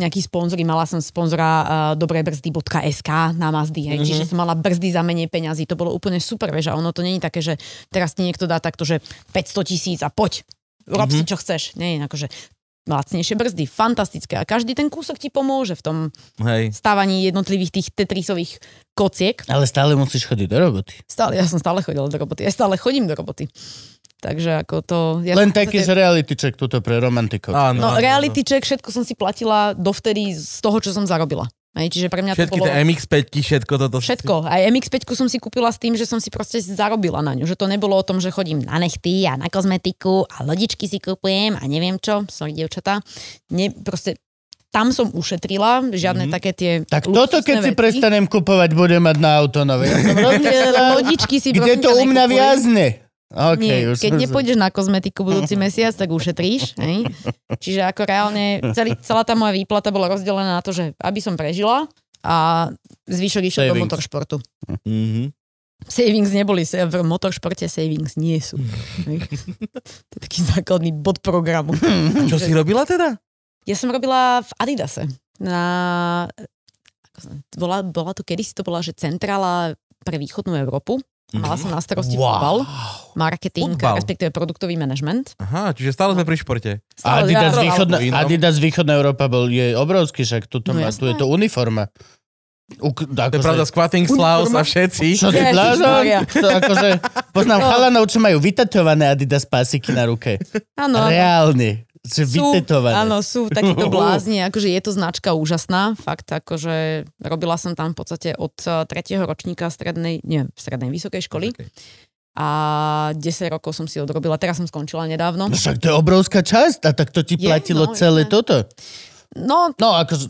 nejaký sponzor, mala som sponzora uh, dobrebrzdy.sk na Mazdy, hej,
Mhm.
čiže som mala brzdy za menej peňazí, to bolo úplne super, vieš, a ono to není také, že teraz ti niekto dá takto, že 500 tisíc a poď, rob
Mhm.
si čo chceš, nie, akože lacnejšie brzdy, fantastické a každý ten kúsok ti pomôže v tom
Hej.
stávaní jednotlivých tých tetrisových kociek.
Ale stále musíš chodiť do roboty.
Stále, ja som stále chodila do roboty, ja stále chodím do roboty. Takže ako to... Ja
Len
som v
taký,
podstate-
že reality check tuto pre romantikov.
Áno,
No,
áno,
reality check, všetko som si platila dovtedy z toho, čo som zarobila. Hej, čiže pre mňa
áno. Všetky
to bolo...
tie MX5, všetko toto.
Všetko. Aj MX-5 som si kúpila s tým, že som si proste zarobila na ňu. Že to nebolo o tom, že chodím na nechty a na kozmetiku a lodičky si kúpujem a neviem čo. Sorry, devčatá. Ne, proste tam som ušetrila žiadne mm-hmm. také tie
Tak toto,
luxusné
keď si
veci.
prestanem kupovať, budem mať na auto nové. Ja som rovne-
Proste Lodičky si
Kde
prosím
to
ťa,
u mňa
nekupuj.
viazne? OK,
vlastne Nie,
už
keď
som-
nepôjdeš na kozmetiku budúci mesiac, tak ušetríš. Hej? Čiže ako reálne celý, celá tá moja výplata bola rozdelená na to, že aby som prežila a zvyšok išiel do
Savings.
motoršportu.
Mhm.
Savings neboli, sa- v motoršporte savings nie sú.
Mhm.
Hej. to je taký základný bod programu.
Čo si robila teda?
Ja som robila v Adidase. Na, ako sa- bola, bola to kedysi, to bola, že centrála pre východnú Európu. A Mala som na starosti
Mhm. Wow.
futbal, marketing,
Futbal.
respektíve produktový manažment.
Aha, čiže stále sme pri športe.
A
Stále-
Adidas,
ja-
východná,
Inom.
Adidas východná Európa bol je obrovský, však tuto
No
má,
jasné.
tu je to uniforma. Uk,
To je pravda, squatting, slaus a všetci.
Čo si
Ježiš
blázon?
Maria.
To akože, poznám
No.
chalanov, čo majú vytetované Adidas pásiky na ruke.
Áno, áno.
Reálne. Že vytetované.
No, áno, sú takíto blázni, akože je to značka úžasná, fakt, akože robila som tam v podstate od eh, tretieho ročníka strednej, nie, strednej vysokej školy
Vysokej.
a 10 rokov som si odrobila, teraz som skončila nedávno.
No Však to je obrovská časť a tak to ti
Je,
platilo
no,
celé
jasné.
toto.
No,
No, akože...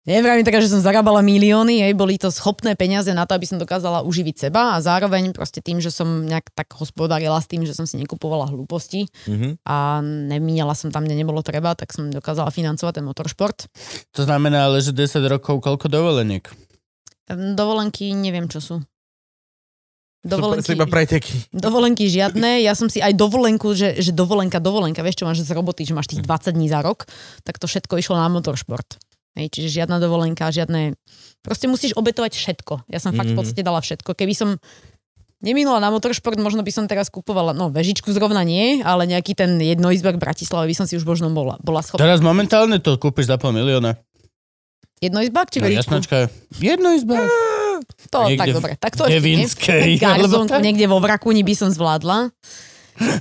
Nevravím taká, že som zarábala milióny, hej, boli to schopné peniaze na to, aby som dokázala uživiť seba a zároveň proste tým, že som nejak tak hospodarila s tým, že som si nekupovala hlúposti
Mhm.
a nemínala som tam, kde nebolo treba, tak som dokázala financovať ten motoršport.
To znamená ale, že 10 rokov koľko dovoleniek?
Ehm, Dovolenky neviem, čo sú.
Sú iba preteky.
Dovolenky žiadne, ja som si aj dovolenku, že, že dovolenka, dovolenka, vieš čo máš z roboty, že
Hm.
máš tých 20 dní za rok, tak to všetko išlo na motoršport. Hej, čiže žiadna dovolenka, žiadne... Proste musíš obetovať všetko. Ja som mm-hmm. fakt v
Mhm.
podstate dala všetko. Keby som neminula na motoršport, možno by som teraz kupovala, no vežičku zrovna nie, ale nejaký ten jednoizbak v Bratislave by som si už možno bola, bola schopná.
Teraz momentálne to kúpiš za pol milióna.
Jednoizbak
No,
či vežičku?
jasnačka. Jedno izba.
To, tak
Niekde v
dobre. Tak No, to ešte nie.
Devinskej. alebo
garzónku
tak.
niekde vo Vrakuni by som zvládla.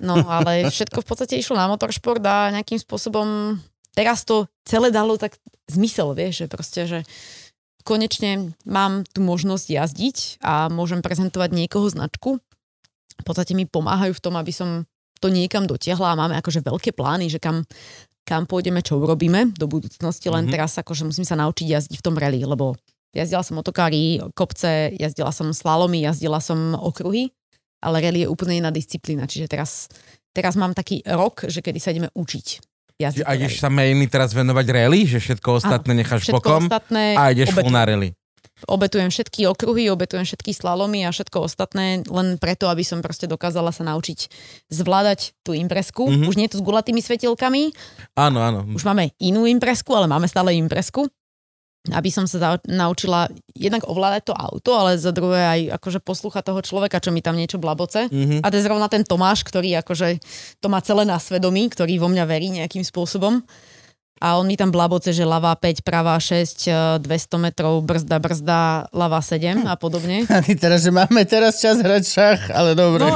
No, ale všetko v podstate išlo na motoršport a nejakým spôsobom teraz to celé dalo tak zmysel, vieš, že proste, že konečne mám tú možnosť jazdiť a môžem prezentovať niekoho značku. V podstate mi pomáhajú v tom, aby som to niekam dotiahla a máme akože veľké plány, že kam, kam pôjdeme, čo urobíme do budúcnosti, len
Mhm.
mm-hmm. teraz akože musím sa naučiť jazdiť v tom rally, lebo jazdila som motokári, kopce, jazdila som slalomy, jazdila som okruhy, ale rally je úplne iná disciplína, čiže teraz, teraz mám taký rok, že kedy sa ideme učiť jazdiť.
Čiže A
v
ideš
rally.
sa mainly teraz venovať rally, že všetko ostatné necháš
Všetko
bokom
ostatné
a ideš full
obetujem.
na rally.
obetujem všetky okruhy, obetujem všetky slalomy a všetko ostatné len preto, aby som proste dokázala sa naučiť zvládať tú impresku.
Mhm.
Mm-hmm. Už nie je to s gulatými svetielkami,
Áno, áno.
už máme inú impresku, ale máme stále impresku. Aby som sa zau- naučila jednak ovládať to auto, ale za druhé aj akože poslúchať toho človeka, čo mi tam niečo blaboce.
Mhm.
A to je zrovna ten Tomáš, ktorý akože to má celé na svedomí, ktorý vo mňa verí nejakým spôsobom. A on mi tam blaboce, že ľavá 5, pravá 6, eh, 200 metrov, brzda, brzda, ľavá 7 a podobne.
Ani teraz, že máme teraz čas hrať šach, ale dobre.
No a,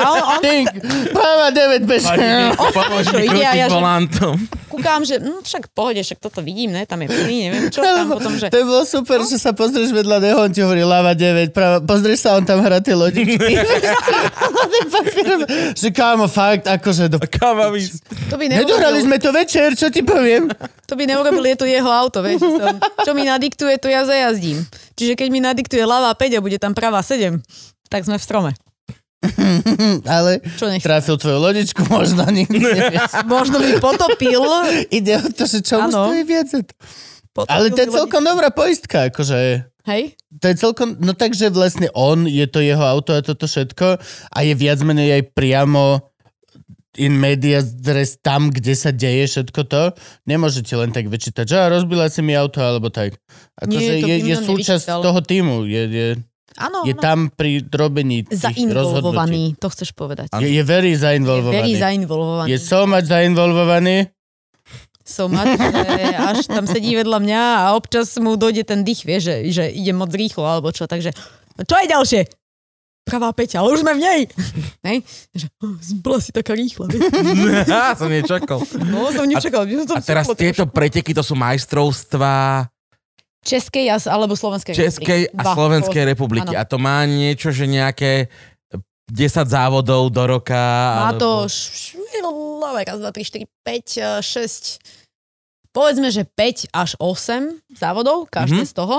a on, on No,
Tink, práva 9 bez.
Pomôž mi
Čo ide
krútiť
a ja, že-
volantom.
kúkam, že hm, však v pohode, však toto vidím, ne, tam je plný, neviem čo, tam potom, že No.
To by bolo super, že sa pozrieš vedľa neho, on ti hovorí lava 9, práva, pozrieš sa, on tam hrá tie lodičky. že kámo, fakt, akože do...
Káva víc.
to by
Nedohrali sme
neurobil.
to večer, čo ti poviem?
To by neurobil, je to jeho auto, vieš. že Som, čo mi nadiktuje, to ja zajazdím. Čiže keď mi nadiktuje ľavá 5 a bude tam pravá 7, tak sme v strome.
Ale
Čo nech?
trafil tvoju lodičku, možno nikdy nevieš.
Možno mi potopil.
Ide o to, že čo mu
Áno.
stojí viac. za to.
potopil
Ale to je
mi
celkom dobrá poistka, akože.
lodi- Hej?
To je celkom, no takže vlastne on, je to jeho auto a toto všetko a je viac menej aj priamo in media dres tam, kde sa deje všetko to. Nemôžete len tak vyčítať, že "Á, rozbila si mi auto alebo tak. Akože
Nie, to
je,
by
je
mňa
súčasť
nevyčítal.
toho týmu, je, je,
Áno,
je
áno.
tam pri robení tých rozhodnutí.
zainvolvovaný, to chceš povedať.
Je, je very
Je Very
zainvolvovaný.
zainvolvovaný.
Je so much zainvolvovaný.
Som až, až tam sedí vedľa mňa a občas mu dojde ten dých, vieš, že, že ide moc rýchlo alebo čo, takže "No čo je ďalšie? Pravá Peťa, ale už sme v nej. Hej? Že, "Oh, bola si taká rýchla. Vieš?
Ja som nečakal.
No, som nečakal. že som
A teraz
supla
tieto preteky, to sú majstrovstvá
Českej a, alebo Slovenskej
Českej a
Dva.
Slovenskej republiky.
Áno.
A to má niečo, že nejaké 10 závodov do roka.
Má
alebo-
to š- š- no, raz, dva, tri, štyri, päť, eh, šesť, povedzme, že 5 až 8 závodov, každý
Mhm.
z toho.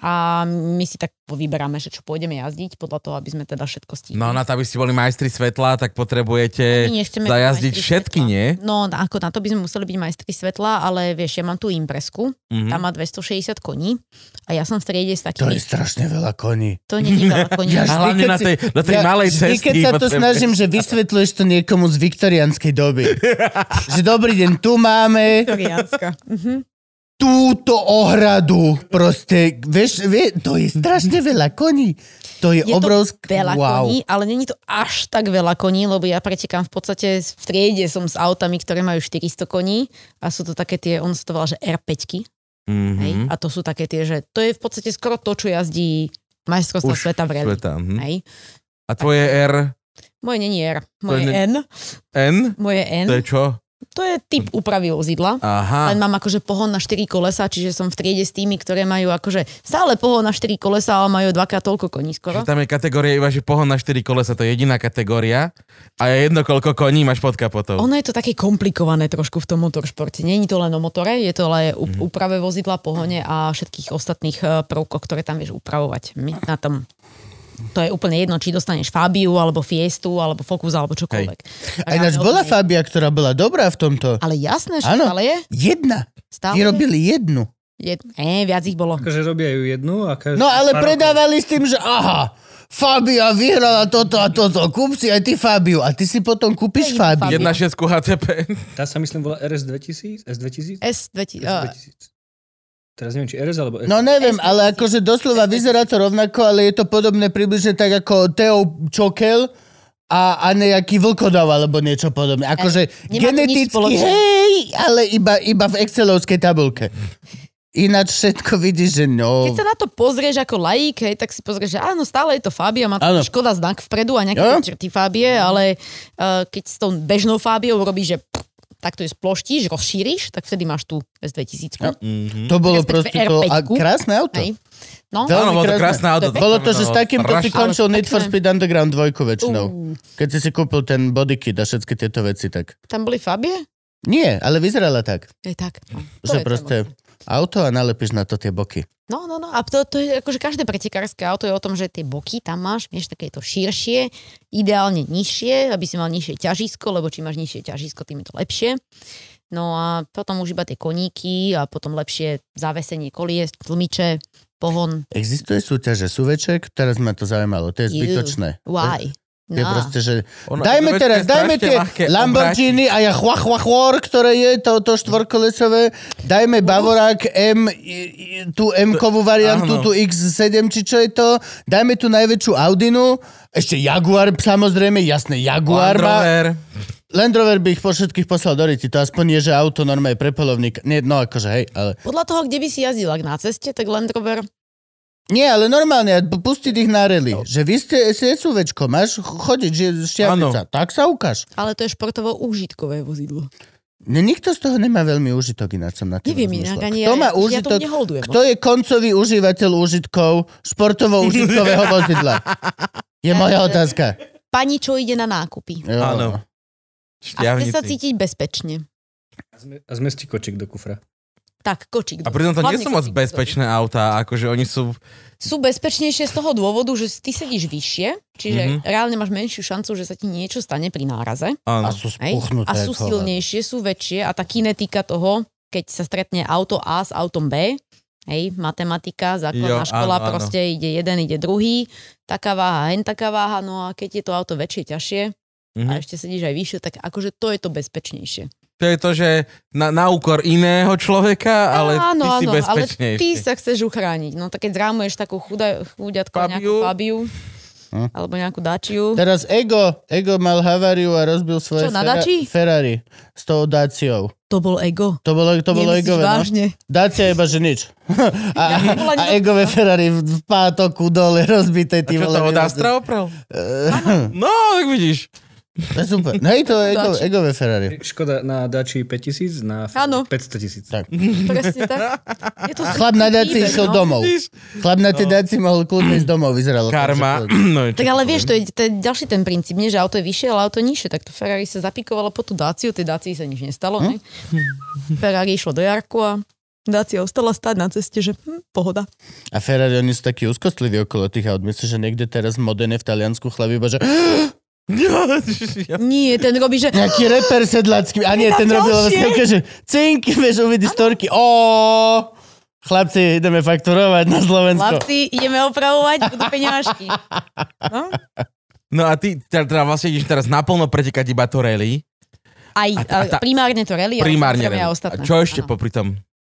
A my si tak vyberáme, že čo pôjdeme jazdiť podľa toho, aby sme teda všetko stihli.
No na to, aby ste boli majstri svetla, tak potrebujete
My nechceme byť
zajazdiť
majstri
všetky,
svetla.
nie?
No, na- ako na to by sme museli byť majstri svetla, ale vieš, ja mám tú impresku,
Mhm.
tá má 260 koní a ja som v triede s
To je
takými,
strašne veľa koní.
to nie je veľa koní.
Ja
A
Vždy,
hlavne
keď
na tej, na tej malej
vždy,
cesti.
keď sa to
potrebuješ-
snažím, že vysvetľuješ to niekomu z viktorianskej doby. že dobrý deň, tu máme
Viktoriánska. Mhm.
túto ohradu. Proste, vieš, vie, to je strašne veľa koní. To je,
Je
obrovské.
to veľa
wow.
koní, ale není to až tak veľa koní, lebo ja pretekám v podstate v triede som s autami, ktoré majú 400 koní a sú to také tie, on sa to volá, že R5, mm-hmm.
Mhm.
a to sú také tie, že to je v podstate skoro to, čo jazdí majstrovstvo
Už
sveta v rally.
Sveta, mhm.
Hej.
A tvoje R...
Moje není R,
To
moje
je
N,
N?
moje N,
To je čo?
To je typ úpravy vozidla.
Aha.
Len mám akože pohon na 4 kolesa, čiže som v triede s tými, ktoré majú akože stále pohon na 4 kolesa, ale majú dvakrát toľko koní skoro.
Že tam je kategória iba, že pohon na 4 kolesa, to je jediná kategória. A je jedno, koľko koní máš pod kapotou.
Ono je to také komplikované trošku v tom motoršporte. Není to len o motore, je to len o úprave vozidla, pohone a všetkých ostatných eh, prvkoch, ktoré tam vieš upravovať. My na tom to je úplne jedno, či dostaneš Fabiu, alebo Fiestu, alebo Focus, alebo čokoľvek.
Aj náš bola Fabia, ktorá bola dobrá v tomto.
Ale jasné, že
Áno.
stále je.
Jedna.
Stále
Vyrobili jednu.
je. Nie, viac ich bolo.
Akože robia ju jednu a každý...
No ale
pár rokov-
predávali s tým, že aha, Fabia vyhrala toto a toto, kúp si aj ty Fabiu. A ty si potom kúpiš
Ja idem
Fabiu.
Jedna šesku HTP.
Tá sa myslím volá RS 2000? S 2000?
S2000, eh,
2000. Teraz neviem, či RS alebo... S.
No neviem, ale akože doslova vyzerá to rovnako, ale je to podobné približne tak ako Teo Čokel a, a nejaký vlkodav alebo niečo podobné. Akože
nemá to nič
geneticky,
spoločné.
hej, ale iba, iba v excelovskej tabulke. Ináč všetko vidíš, že no.
Keď sa na to pozrieš ako laik, hej, tak si pozrieš, že áno, stále je to Fábia, má
Áno.
to škoda znak vpredu a nejaké
Jo.
črty Fábie, ale uh, keď s tou bežnou Fábiou robíš, že pff, takto ju sploštíš, rozšíriš, tak vtedy máš tú S2000.
Jo. To bolo
respektíve
proste to a
R5-ku.
krásne auto.
Hej. No,
Veľmi
Áno, bolo to
krásne.
krásne auto.
Bolo to,
No,
že s takýmto si
Strašne.
končil
Ale
Need for
pekné.
Speed Underground 2 väčšinou.
Uú.
Keď si si kúpil ten bodykit a všetky tieto veci, tak...
tam boli Fábie?
Nie, ale vyzerala tak,
Je tak. No, to
že
je
proste auto a nalepíš na to tie boky.
No, no, no, a to, to je akože každé pretekárske auto je o tom, že tie boky tam máš, vieš, také to širšie, ideálne nižšie, aby si mal nižšie ťažisko, lebo čím máš nižšie ťažisko, tým je to lepšie. No a potom už iba tie koníky a potom lepšie zavesenie kolies, tlmiče, pohon,
Existuje súťaže suveček, teraz ma to zaujímalo, to je
Ju,
zbytočné.
why?
To
No
Je proste, že
Ono-
dajme
to je
teraz,
strašne
dajme tie
ľahké
Lamborghini a ja chua, chua, chor, ktoré je toto štvorkolesové, dajme Bavorák M, i- i- tú M-kovú variantu,
áno.
tú X7, či čo je to, dajme tú najväčšiu Audinu, ešte Jaguar, samozrejme, jasné, Jaguar
Land
má,
Rover.
Land Rover by ich po všetkých poslal do riti, to aspoň je, že auto normálne prepolovník. Nie, no akože hej, ale...
Podľa toho, kde by si jazdil, ak na ceste, tak Land Rover,
Nie, ale normálne, p- pustiť ich na rally.
No.
Že vy ste SUVčko, máš ch- chodiť, že šťavnica. Tak sa ukáž.
ale to je športovo úžitkové vozidlo.
Ne, nikto z toho nemá veľmi užitok, ináč som na tým
Neviem
rozmýšľal.
inak, ani
Kto
ja,
má
ja tomu
užitok,
neholdujem.
kto je koncový užívateľ užitkov športovo-užitkového vozidla? Je moja otázka.
Pani, čo ide na nákupy.
Jo. no.
Áno.
A chce
Šťavnici.
sa cítiť bezpečne.
A zme- A zmestí kočík do kufra.
Tak, kočík.
A pritom to nie
Hlavne
sú moc
kočík.
bezpečné autá, akože oni sú...
sú bezpečnejšie z toho dôvodu, že ty sedíš vyššie, čiže
Mhm.
mm-hmm. reálne máš menšiu šancu, že sa ti niečo stane pri náraze.
A
Áno.
sú
Hej?
spuchnuté.
A sú
ako-
silnejšie, sú väčšie a tá kinetika toho, keď sa stretne auto A s autom B, hej, matematika,
Jo,
základná
áno,
škola,
áno.
proste ide jeden, ide druhý, taká váha, hen taká váha, no a keď je to auto väčšie, ťažšie a
Mhm.
ešte sedíš aj vyššie, tak akože to je to bezpečnejšie.
To je to, že na, na úkor iného človeka, ale ty si
ale
bezpečnejší.
ty sa chceš uchrániť. No tak keď zrámuješ takú chuda, chudiatku,
Fabiu.
nejakú Fabiu,
Hm.
alebo nejakú Dačiu,
Teraz Ego, Ego mal haváriu a rozbil svoje
Čo, na
Ferra-
Dači?
Ferrari s tou Daciou.
To bol ego.
To bolo, to bolo
Nemyslíš
Egové, no?
vážne?
Dacia iba, že nič. A,
Ja som bola
a
nedostupná.
Egové Ferrari v v pátoku dole rozbité.
A
Ty
čo
vole,
to od
vyhodil.
Astra oprel? No, tak vidíš.
To je super. No hej, to je Ego,
Dacia.
Egové Ferrari.
Škoda na Dači 5000, na
Áno.
500 tisíc.
Tak.
Presne tak. Je to
Chlap na
no.
Daci išiel domov.
Vidíš? No.
Chlap na tej Daci mohol kľudne ísť domov, vyzeralo. to, že
Karma.
kľudne.
No, čo
Tak
ti
ale
poviem.
vieš, to je, to je ďalší ten princíp, nie, že auto je vyššie, ale auto je nižšie. Tak to Ferrari sa zapikovalo po tú Daciu, tej Dacii sa nič nestalo. Ne? Ferrari išlo do Jarku a Dacia ostala stáť na ceste, že hm, pohoda.
A Ferrari, oni sú takí úzkostliví okolo tých aut. Myslím, že niekde teraz v Modene v Taliansku chlap iba, že
Ja-
Nie, ten robí, že
nejaký reper sedlacký. A nie,
Vydám
ten robil
ďalšie.
vlastne, že cink, vieš, uvidí storky. Ó, chlapci, ideme fakturovať na Slovensko.
chlapci, ideme opravovať, budú peňažky. No?
No a ty teda, teda vlastne ideš teraz naplno pretekať iba to rally.
Aj,
A- a
a,
tá-
primárne to rally,
Primárne rally.
ale samozrejme aj
A
ostatné.
čo ešte
Áno.
popri tom?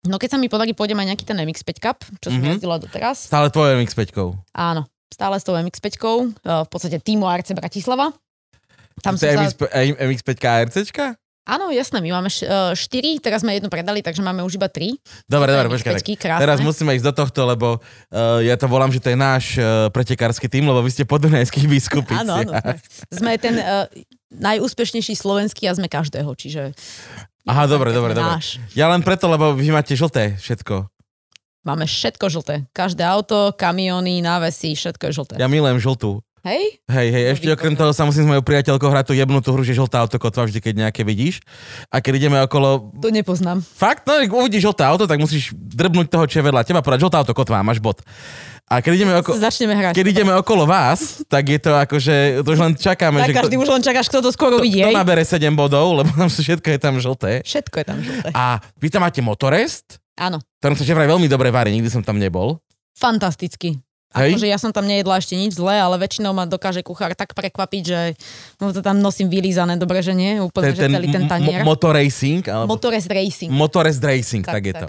No keď sa mi podarí, pôjdem aj nejaký ten MX-5 Cup, čo som
Mhm.
jazdila doteraz.
Stále tvoje MX-5. -kou.
Áno, stále s tou MX-5, v podstate týmu ARC Bratislava.
To
Tam
je
som sa,
er MX-5 MX-5 ARCčka?
Áno, jasné, my máme š- eh, štyri, teraz sme jednu predali, takže máme už iba tri.
Dobre, dobre,
Peťky,
počkaj. tak
peťky, krásne.
Teraz musíme ísť do tohto, lebo uh, ja to volám, že to je náš uh, pretekársky tým, lebo vy ste podunajských biskupíc.
Áno, áno. Sme, sme ten uh, najúspešnejší slovenský a sme každého, čiže
Aha, dobre, dobre,
sme
dobre.
náš.
Ja len preto, lebo vy máte žlté všetko.
Máme všetko žlté. Každé auto, kamiony, návesy, všetko je žlté.
Ja
Ja.
milujem žltú.
Hej?
Hej, hej, ešte
výborné.
okrem toho sa musím s mojou priateľkou hrať tú jebnutú hru, že žltá autokotva vždy, keď nejaké vidíš. A keď ideme okolo...
To nepoznám.
Fakt, no, ak uvidíš žlté auto, tak musíš drbnúť toho, čo je vedľa teba, povedať žltá autokotva, máš bod. A keď ideme, oko...
Začneme hrať.
keď ideme okolo vás, tak je to akože, to už len čakáme,
tak
že
každý
kto,
už len čakáš, kto to skoro vidí.
kto
hej?
nabere 7 bodov, lebo tam sú- všetko je tam žlté.
Všetko je tam žlté.
A vy tam máte motorest,
Áno.
ktorom sa že vraj veľmi dobre varí, nikdy som tam nebol.
Fantasticky.
Hej.
Akože ja som tam nejedla ešte nič zlé, ale väčšinou ma dokáže kuchár tak prekvapiť, že no to tam nosím vylízané, dobre, že nie, úplne, že celý ten tanier.
mo- Mm. motoracing, alebo
Motorist Racing.
Motorist Racing, tak, tak
Tak,
je
tak.
to.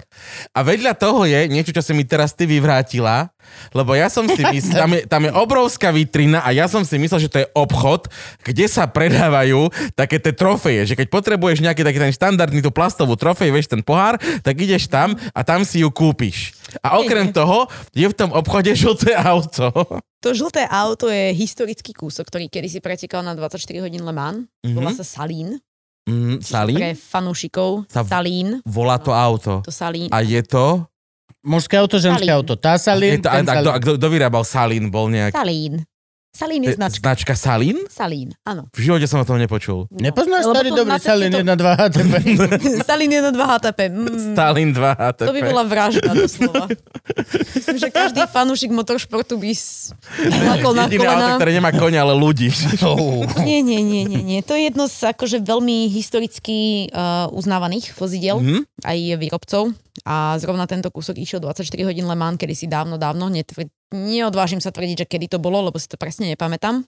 A vedľa toho je niečo, čo si mi teraz ty vyvrátila, lebo ja som si myslel, tam, je, tam je obrovská vitrina a ja som si myslel, že to je obchod, kde sa predávajú také tie trofeje, že keď potrebuješ nejaký taký ten štandardný tú plastovú trofej, vieš ten pohár, tak ideš tam a tam si ju kúpiš. A okrem toho je v tom obchode žlté auto.
To žlté auto je historický kúsok, ktorý kedy si pretekal na 24 hodín Le Mans.
Mhm.
Volá sa Salín.
Mm,
Pre
Sali?
fanúšikov.
Sa-
Salín.
Volá to auto.
To Salín.
A je to...
Mužské auto, ženské
Salín.
auto. Tá
Je
salín,
to a,
ten
a, kto, a
salín.
kto, kto vyrábal Salín? Bol nejaký...
Salín. Salín je značka.
Značka Salín?
Salín, áno.
V živote som o tom nepočul.
Nepoznáš
Lebo
starý
to
dobrý
na takýto-
salín 1, 2
Akože
HTP?
Salín 1, 2 HTP. Mm.
Stalin 2 HTP.
To by bola vražda doslova. Myslím, že každý fanúšik motoršportu by s- plakol na
Jediné auto,
kolena.
ktoré nemá konia, ale ľudí. Oh.
Nie, nie, nie, nie, nie. To je jedno z akože veľmi historicky uh, uznávaných vozidiel,
Mhm.
mm-hmm. aj výrobcov. A zrovna tento kúsok išiel 24 hodín Le Mans, kedy si dávno, dávno. Netvr- neodvážim sa tvrdiť, že kedy to bolo, lebo si to presne nepamätám.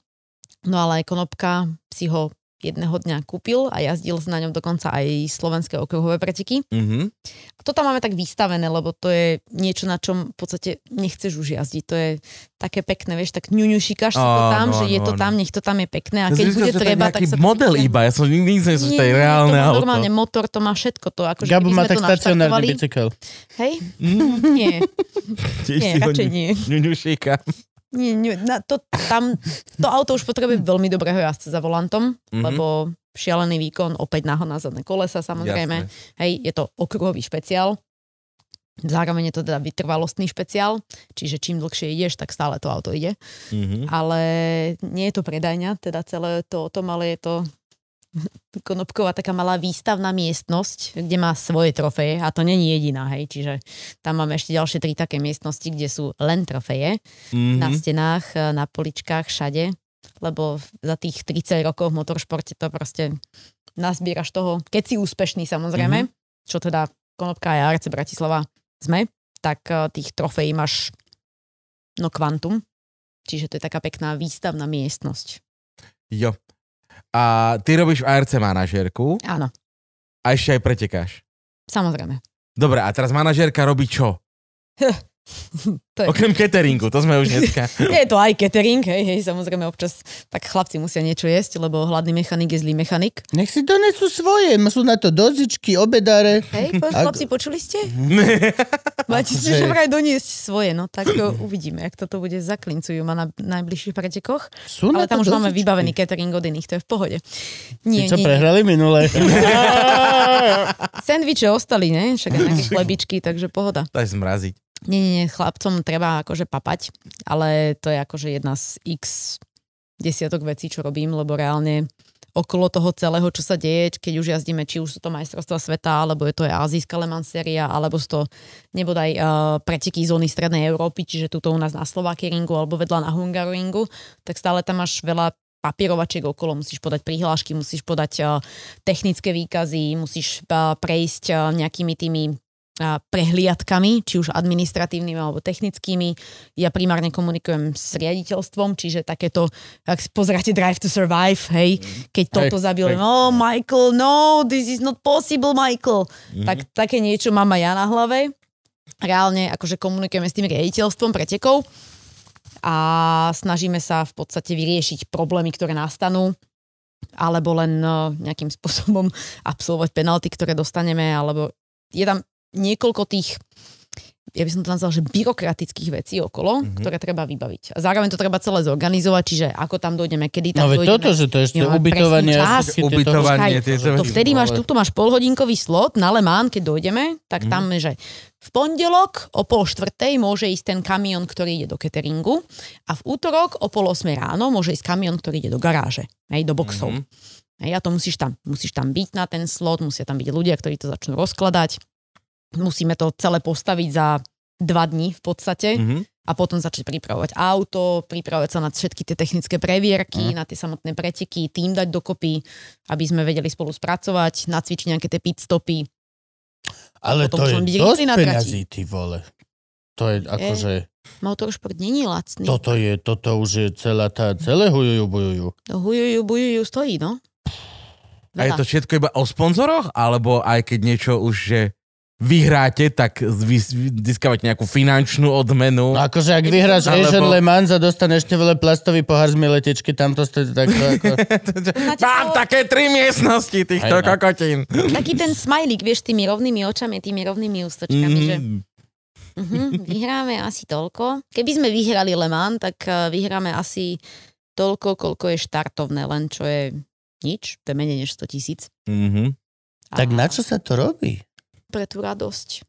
No ale Konopka si ho jedného dňa kúpil a jazdil na ňom dokonca aj slovenské okruhové preteky.
Mhm.
to tam máme tak vystavené, lebo to je niečo, na čom v podstate nechceš už jazdiť. To je také pekné, vieš, tak ňuňušikaš si to
Áno,
tam, že je
áno,
to
áno.
tam, nech to tam je pekné a
Ja som
keď
zistil,
bude
že to je
treba, tak
nejaký
sa...
model iba, ja som nikdy nikdy som, že to je reálne
to má
auto.
normálne motor, to má všetko to. Akože
Gabo
keby
má
sme
tak
to naštartovali-
stacionárny bicykel.
Hej? Nie,
Tiež
nie,
Mm. si ho
radšej
ňu-
nie.
ňuňušíka.
nie, nie na to, tam, to auto už potrebuje veľmi dobrého jazdca za volantom,
Mhm.
mm-hmm. lebo šialený výkon, opäť náhodná zadné kolesa samozrejme.
Jasné.
Hej, je to okruhový špeciál. Zároveň je to teda vytrvalostný špeciál, čiže čím dlhšie ideš, tak stále to auto ide.
Mhm.
Ale nie je to predajňa, teda celé to o tom, ale je to Konopková taká malá výstavná miestnosť, kde má svoje trofeje a to není jediná, hej, čiže tam máme ešte ďalšie tri také miestnosti, kde sú len trofeje
Mhm.
na stenách, e, na poličkách, všade, lebo za tých 30 rokov v motoršporte to proste nazbieraš toho, keď si úspešný samozrejme, čo teda Konopka a RC Bratislava sme, tak e, tých trofejí máš no kvantum, čiže to je taká pekná výstavná miestnosť.
Jo. A ty robíš v ARC manažérku
Áno,
a ešte aj pretekáš.
samozrejme.
Dobre, a teraz manažérka robí čo?
To je-
Okrem cateringu, to sme už dneska.
Je to aj catering, hej, hej, samozrejme občas tak chlapci musia niečo jesť, lebo hladný mechanik je zlý mechanik.
Nech si donesú svoje, sú na to dozičky, obedáre.
Hej, po,
Ak-
chlapci, počuli ste? Máte si
Akože-
že vraj doniesť svoje, no tak o, uvidíme, ak toto bude zaklincujú ma na najbližších pretekoch.
Sú na
Ale tam
No, to
už máme
dozičky.
vybavený catering od iných, to je v pohode. Nie,
Ty čo
nie, nie.
prehrali minule?
Sendviče ostali, ne? Však aj nejaké chlebičky, takže pohoda.
Daj zmraziť.
Nie, nie, nie, chlapcom treba akože papať, ale to je akože jedna z x desiatok vecí, čo robím, lebo reálne okolo toho celého, čo sa deje, keď už jazdíme, či už sú to majstrovstvá sveta, alebo je to je azijská Le Mans séria, alebo sú to nebodaj uh, preteky zóny Strednej Európy, čiže tuto u nás na Slovakiringu alebo vedľa na Hungaroringu, tak stále tam máš veľa papierovačiek okolo, musíš podať prihlášky, musíš podať uh, technické výkazy, musíš uh, prejsť uh, nejakými tými a prehliadkami, či už administratívnymi alebo technickými. Ja primárne komunikujem s riaditeľstvom, čiže takéto, ak si pozeráte Drive to Survive, hej, keď toto
Hej,
zabil,
hej.
no Michael, no, this is not possible, Michael.
Mhm.
Tak také niečo mám aj ja na hlave. Reálne akože komunikujeme s tým riaditeľstvom pretekov a snažíme sa v podstate vyriešiť problémy, ktoré nastanú alebo len eh, nejakým spôsobom absolvovať penalty, ktoré dostaneme, alebo je tam niekoľko tých ja by som to nazval, že byrokratických vecí
Mhm.
okolo, mm-hmm. ktoré treba vybaviť. A zároveň to treba celé zorganizovať, čiže ako tam dojdeme, kedy tam
No veď
dojdeme.
toto, že to ešte
nemáme
ubytovanie.
presný čas.
všetky tieto-
Ubytovanie,
Počkaj,
tieto
To
veci.
vtedy máš,
Ale-
tuto máš polhodinkový slot na Le Mans, keď dojdeme, tak
Mhm.
tam je, že v pondelok o pol štvrtej môže ísť ten kamión, ktorý ide do cateringu a v útorok o pol osmej ráno môže ísť kamión, ktorý ide do garáže, hej, do boxov.
Mhm.
Hej, a to musíš tam, musíš tam byť na ten slot, musia tam byť ľudia, ktorí to začnú rozkladať. Musíme to celé postaviť za dva dní v podstate
Mhm.
a potom začať pripravovať auto, pripravovať sa na všetky tie technické
Mhm.
previerky, mm. na tie samotné preteky, tým dať dokopy, aby sme vedeli spolu spracovať, nacvičiť nejaké tie pit stopy.
Ale to
potom
je
môžeme byť
dosť
rýchli na trati.
peňazí, ty vole. To je akože,
Motorsport není lacný. To...
toto je, toto už je celá tá, celé hujujú, bujujú.
Hujujú, bujujú, stojí, no.
A
Teda.
je to všetko iba o sponzoroch? Alebo aj keď niečo už, že vyhráte, tak zvy- získavate nejakú finančnú odmenu?
No akože, ak vyhráš
Alebo-
Asian Le Mans a dostaneš ešte veľa plastový pohár z miletečky, tam to stojí takto ako...
Máte
Mám
to-
také tri miestnosti týchto
Hej, no.
kokotín.
Taký ten smajlík, vieš, s tými rovnými očami, tými rovnými ústočkami, mm. že
Mm.
uh-huh, vyhráme asi toľko. Keby sme vyhrali Le Mans, tak eh, vyhráme asi toľko, koľko je štartovné, len čo je nič, to je menej než 100 tisíc.
Mhm.
Tak na čo sa to robí?
Pre tú radosť.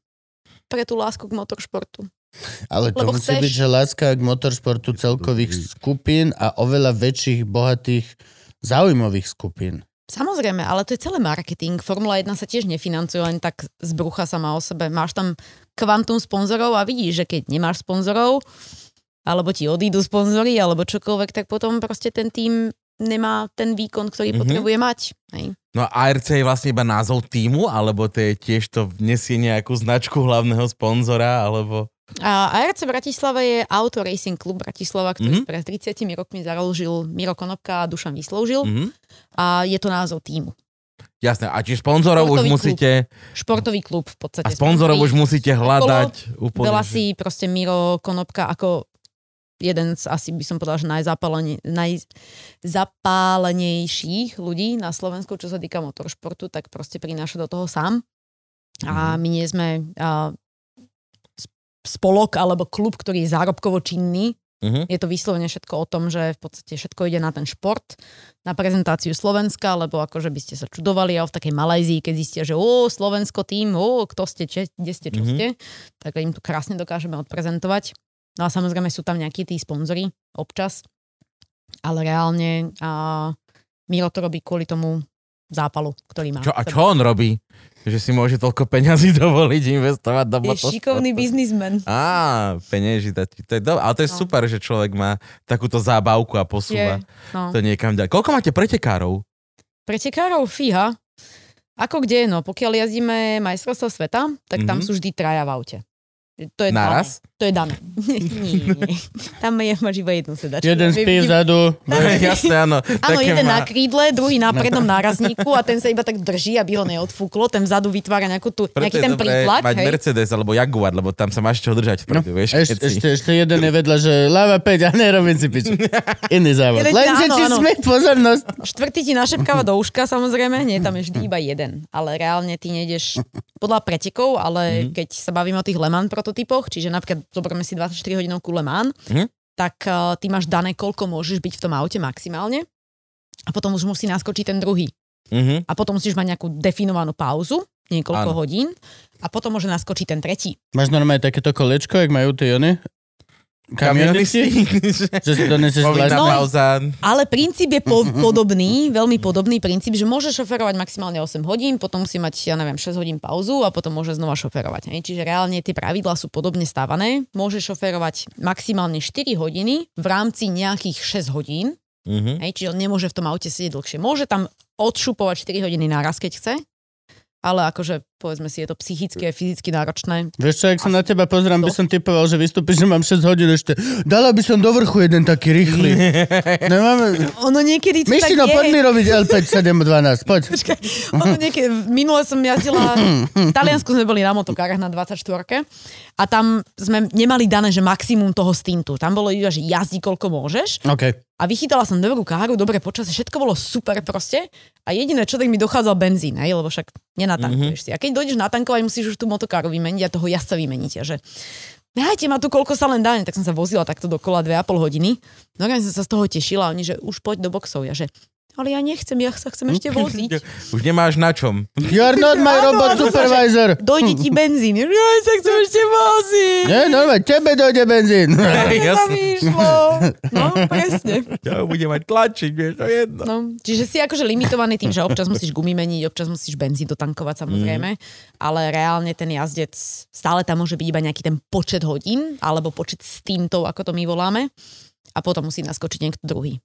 Pre tú lásku k motoršportu.
Ale to
Lebo
musí
chceš.
byť, že láska k motorsportu celkových skupín a oveľa väčších, bohatých, zaujímavých skupín.
Samozrejme, ale to je celé marketing. Formula 1 sa tiež nefinancuje len tak z brucha sama o sebe. Máš tam kvantum sponzorov a vidíš, že keď nemáš sponzorov, alebo ti odídu sponzory, alebo čokoľvek, tak potom proste ten tým nemá ten výkon,
Mhm.
ktorý mm-hmm. potrebuje mať. Hej.
No a ARC je vlastne iba názov týmu, alebo to je tiež to nesie nejakú značku hlavného sponzora, alebo...
A ARC Bratislava je Auto Racing Club Bratislava, ktorý
Mhm.
mm-hmm. pred 30 rokmi založil Miro Konopka a Dušan Vysloužil. Mm-hmm.
Mhm.
A je to názov týmu.
Jasné, a či sponzorov už
Športový klub.
musíte,
Športový klub v podstate.
a sponzorov už musíte hľadať úplne.
Veľa
že-
si proste Miro Konopka ako jeden z asi by som povedala, že najzapálene- najzapálenejších ľudí na Slovensku, čo sa týka motoršportu, tak proste prináša do toho sám.
Mhm.
A my nie sme a, sp- spolok alebo klub, ktorý je zárobkovo činný.
Mhm.
Je to vyslovene všetko o tom, že v podstate všetko ide na ten šport, na prezentáciu Slovenska, lebo akože by ste sa čudovali a v takej Malajzii, keď zistia, že o, Slovensko tým, o, kto ste, če, kde ste, čo
Mhm.
ste, tak im to krásne dokážeme odprezentovať. No a samozrejme sú tam nejakí tí sponzori občas, ale reálne a Miro to robí kvôli tomu zápalu, ktorý má.
Čo, a čo on robí? Že si môže toľko peňazí dovoliť investovať do
Je
motosportu?
šikovný biznismen.
Á, penieži dať. To je dobré, ale to je
No.
super, že človek má takúto zábavku a posúva
Je, no.
to niekam ďalej. Koľko máte pretekárov?
Pretekárov fíha. Ako kde, no, pokiaľ jazdíme majstrovstvo sveta, tak tam
Mhm.
sú vždy traja v aute. To je
Naraz?
Dané. To je dané. Nie, nie. Tam je, máš iba jednu sedačku.
Jeden
Vy-
spí
vy-
vzadu.
Jasné, áno.
No, Áno,
Také
jeden
má- No.
na krídle, druhý na prednom nárazníku a ten sa iba tak drží, aby ho neodfúklo. Ten vzadu vytvára nejakú tu,
Preto
nejaký
je
ten
dobré
prítlak.
mať
hej.
Mercedes alebo Jaguar, lebo tam sa máš čo držať. Preto, no, vieš,
Ešte,
keď si-
ešte, ešte jeden je vedľa, že ľava 5 a nerobím si piču. Iný závod.
Jeden-
Lenže
áno,
či
áno.
sme pozornosť.
Štvrtý ti našepkáva do uška, samozrejme, nie, tam je vždy iba jeden, ale reálne ty nejdeš podľa pretekov, ale
Mhm.
mm-hmm. keď sa bavíme o tých Le Mans prototypoch, čiže napríklad zoberme si 24 hodinovku Le Mans,
Mhm.
mm-hmm. tak uh, ty máš dané, koľko môžeš byť v tom aute maximálne a potom už musí naskočiť ten druhý.
Mhm.
A potom musíš mať nejakú definovanú pauzu, niekoľko
Áno.
hodín a potom môže naskočiť ten tretí.
Máš normálne takéto kolečko, jak majú tie one? Kamionisti?
Kamionisti?
Že si doneseš
Povinná
vlastne.
pauza.
Ale princíp je po- podobný, veľmi podobný princíp, že môže šoferovať maximálne 8 hodín, potom musí mať, ja neviem, 6 hodín pauzu a potom môže znova šoferovať. Hej. Čiže reálne tie pravidlá sú podobne stávané. Môže šoferovať maximálne 4 hodiny v rámci nejakých 6 hodín,
Mhm.
hej. čiže on nemôže v tom aute sedieť dlhšie. Môže tam odšupovať 4 hodiny naraz, keď chce, ale akože povedzme si, je to psychicky a fyzicky náročné.
Vieš čo, ak sa na teba pozrám, by som typoval, že vystúpiš, že mám 6 hodín ešte. Dala by som do vrchu jeden taký rýchly. Nemáme...
Ono niekedy to
Myšlino,
tak
poď
je.
mi robiť L5, 7, 12, poď.
Ono niekedy, minule som jazdila, v Taliansku sme boli na motokárach na 24 a tam sme nemali dané, že maximum toho stintu. Tam bolo iba, že jazdí koľko môžeš
OK.
a vychytala som dobrú káru, dobre počasie, všetko bolo super proste a jediné čo, tak mi dochádzal benzín, hej, lebo však nenatankuješ mm-hmm. si. A keď dojdeš natankovať, musíš už tú motokáru vymeniť a toho jazdca vymeníte, že Dajte ma tu, koľko sa len dá. Tak som sa vozila takto dokola 2,5 hodiny. No ja som sa z toho tešila. Oni, že už poď do boxov. Ja, že ale ja nechcem, ja sa chcem ešte voziť.
Už nemáš na čom.
You are not my robot supervisor.
Dojde ti benzín. Ja sa chcem ešte voziť.
Nie, normálne, tebe dojde benzín.
Hej,
To tam išlo. No, presne.
Ja ho budem mať tlačiť, vieš, to je jedno.
No, čiže si akože limitovaný tým, že občas musíš gumy meniť, občas musíš benzín dotankovať
Mm.
samozrejme, ale reálne ten jazdec, stále tam môže byť iba nejaký ten počet hodín, alebo počet stintov, ako to my voláme, a potom musí naskočiť niekto druhý.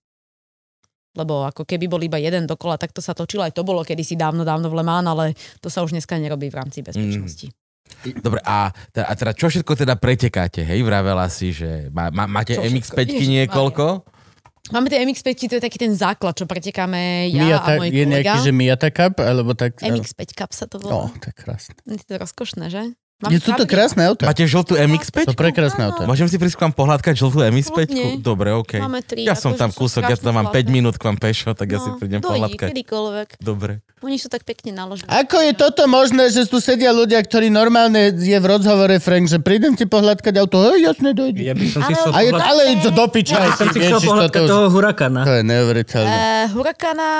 Lebo ako keby bol iba jeden dokola, tak to sa točilo, aj to bolo kedysi dávno, dávno v Le Mans, ale to sa už dneska nerobí v rámci bezpečnosti.
Dobre, a, te- a teda čo všetko teda pretekáte, hej? Vravela si, že má, má, máte
Čo
MX-5
všetko? Ježišmarja.
niekoľko?
Máme tie MX-5, to je taký ten základ, čo pretekáme ja
Miata,
a môj
je
kolega.
nejaký, že Miata Cup, alebo tak...
MX-5 Cup sa to volá.
No, to je krásne.
No. Je to rozkošné, že?
Nie, sú to krásne auta.
Máte
To
žltú MX-5?
prekrásne auta.
Môžem si prísť k vám pohľadkať žltú MX-5?
Kľudne.
Dobre, OK.
Máme tri,
Ja som
akože
tam
sú
kúsok, ja to tam mám 5
strašne
minút k vám pešo, tak ja si prídem
No, dojdi,
pohľadkať.
kedykoľvek.
Dobre.
Oni sú tak pekne naložení.
Ako je toto možné, že tu sedia ľudia, ktorí normálne je v rozhovore, Frank, že prídem ti pohľadkať auto, hej, jasne, dojde.
Ja by som
Ale-
si chcel
A je to,
pohľad-
ale je to do piča.
Ja
aj
som
ty
si chcel
riešiš
pohľadkať
toto už.
toho hurakana.
To je neuveriteľné.
Uh, Hurakana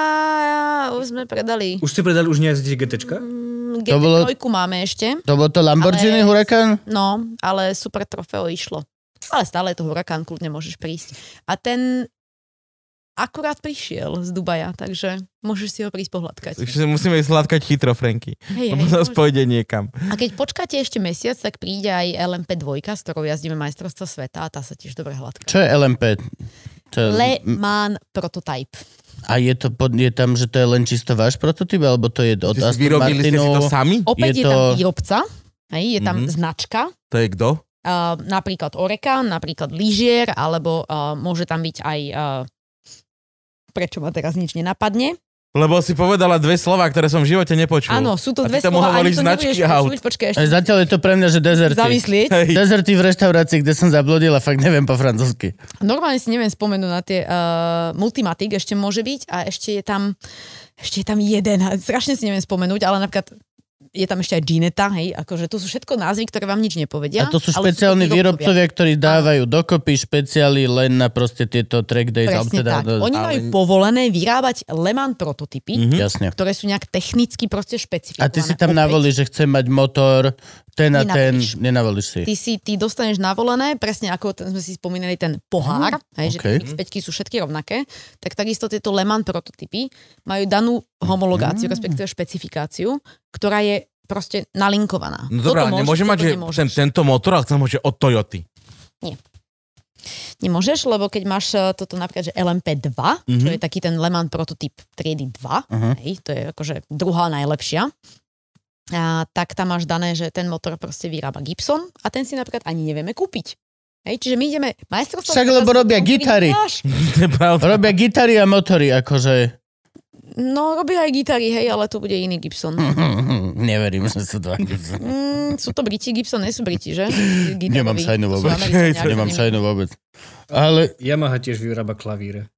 už sme predali.
Už ste predali, už nejazdíte GTčka?
Mm,
To bolo-
GT3 máme ešte,
To bol to Lamborghini
ale-
Huracan?
no, ale super trofeo išlo. Ale stále je to Hurakan, kľudne môžeš prísť. A ten akurát prišiel z Dubaja, takže môžeš si ho prísť pohľadkať.
Ešte si musíme ísť hľadkať chytro, Franky.
Hej,
Lebo nás
môžeš.
pôjde niekam.
A keď počkáte ešte mesiac, tak príde aj LMP2, s ktorou jazdíme majstrovstvo sveta a tá sa tiež dobre hladká.
Čo je LMP? To je...
Le Mans Prototype.
A je, to pod, je tam, že to je len čisto váš prototyp, alebo to je od
Že si
Aston
Vyrobili ste si to
Martinov?
sami?
Opäť
Je
je, tam
to-
výrobca, hej, je tam
Mhm.
značka,
To je kto?
uh, napríklad Oreka, napríklad lyžier, alebo uh, môže tam byť aj... Uh, prečo ma teraz nič nenapadne.
Lebo si povedala dve slova, ktoré som v živote nepočul.
Áno, sú to
A ty
dve
tomu
slova, ani
hovoríš
to
značky
nebudeš
aut.
počuť, počkaj,
Aj
ešte
E, Zatiaľ je to pre mňa, že dezerty.
zamyslieť.
Hej.
Dezerty v reštaurácii, kde som zablodil a fakt neviem po francúzsky.
Normálne si neviem spomenúť na tie uh, Multimatic, ešte môže byť a ešte je tam, ešte je tam jeden, a strašne si neviem spomenúť, ale napríklad je tam ešte aj Gineta, hej, akože to sú všetko názvy, ktoré vám nič
A
nepovedia.
to sú
ale
špeciálni
tí
výrobcovia, ktorí dávajú dokopy špeciály len na proste tieto track days. alebo
Presne
teda,
tak.
no,
Oni majú povolené vyrábať Leman prototypy,
Mhm.
Jasne.
ktoré sú nejak technicky proste špecifikované.
Mhm. A ty si tam
Opäť,
navolíš, že chcem mať motor, ten a ten,
Nenavolíš.
nenavolíš si.
Ty, si, ty dostaneš navolené, presne ako ten, sme si spomínali ten pohár, mm, hej,
okej.
okay. že tie X5 sú všetky rovnaké, tak takisto tieto Le Mans prototypy majú danú
Mm.
homologáciu, respektíve špecifikáciu, ktorá je proste nalinkovaná.
No dobrá,
Toto
ale
môžeš,
nemôžem mať
toto
že
nemôžeš.
ten, tento motor, ale chcem ho, že od Toyoty.
Nemôžeš, lebo keď máš eh, toto napríklad, že LMP2, mm-hmm.
Mhm.
čo je taký ten Le Mans prototyp triedy
Mhm.
2, uh-huh. hej, to je akože druhá najlepšia, a, tak tam máš dané, že ten motor proste vyrába Gibson a ten si napríklad ani nevieme kúpiť. Hej, čiže my ideme majstrovstvo.
Však, lebo robia gitary.
to je pravda.
Robia gitary a motory, akože...
No, robia aj gitary, hej, ale to bude iný Gibson.
Hm. Neverím, že sú dva.
Mm, sú to Briti, Gibson nie sú Briti, že? Gitaroví.
Nemám šajnu
To sú
vôbec.
Američania, ako
Nemám
s nimi.
šajnu vôbec. Ale
Yamaha tiež vyrába klavíre.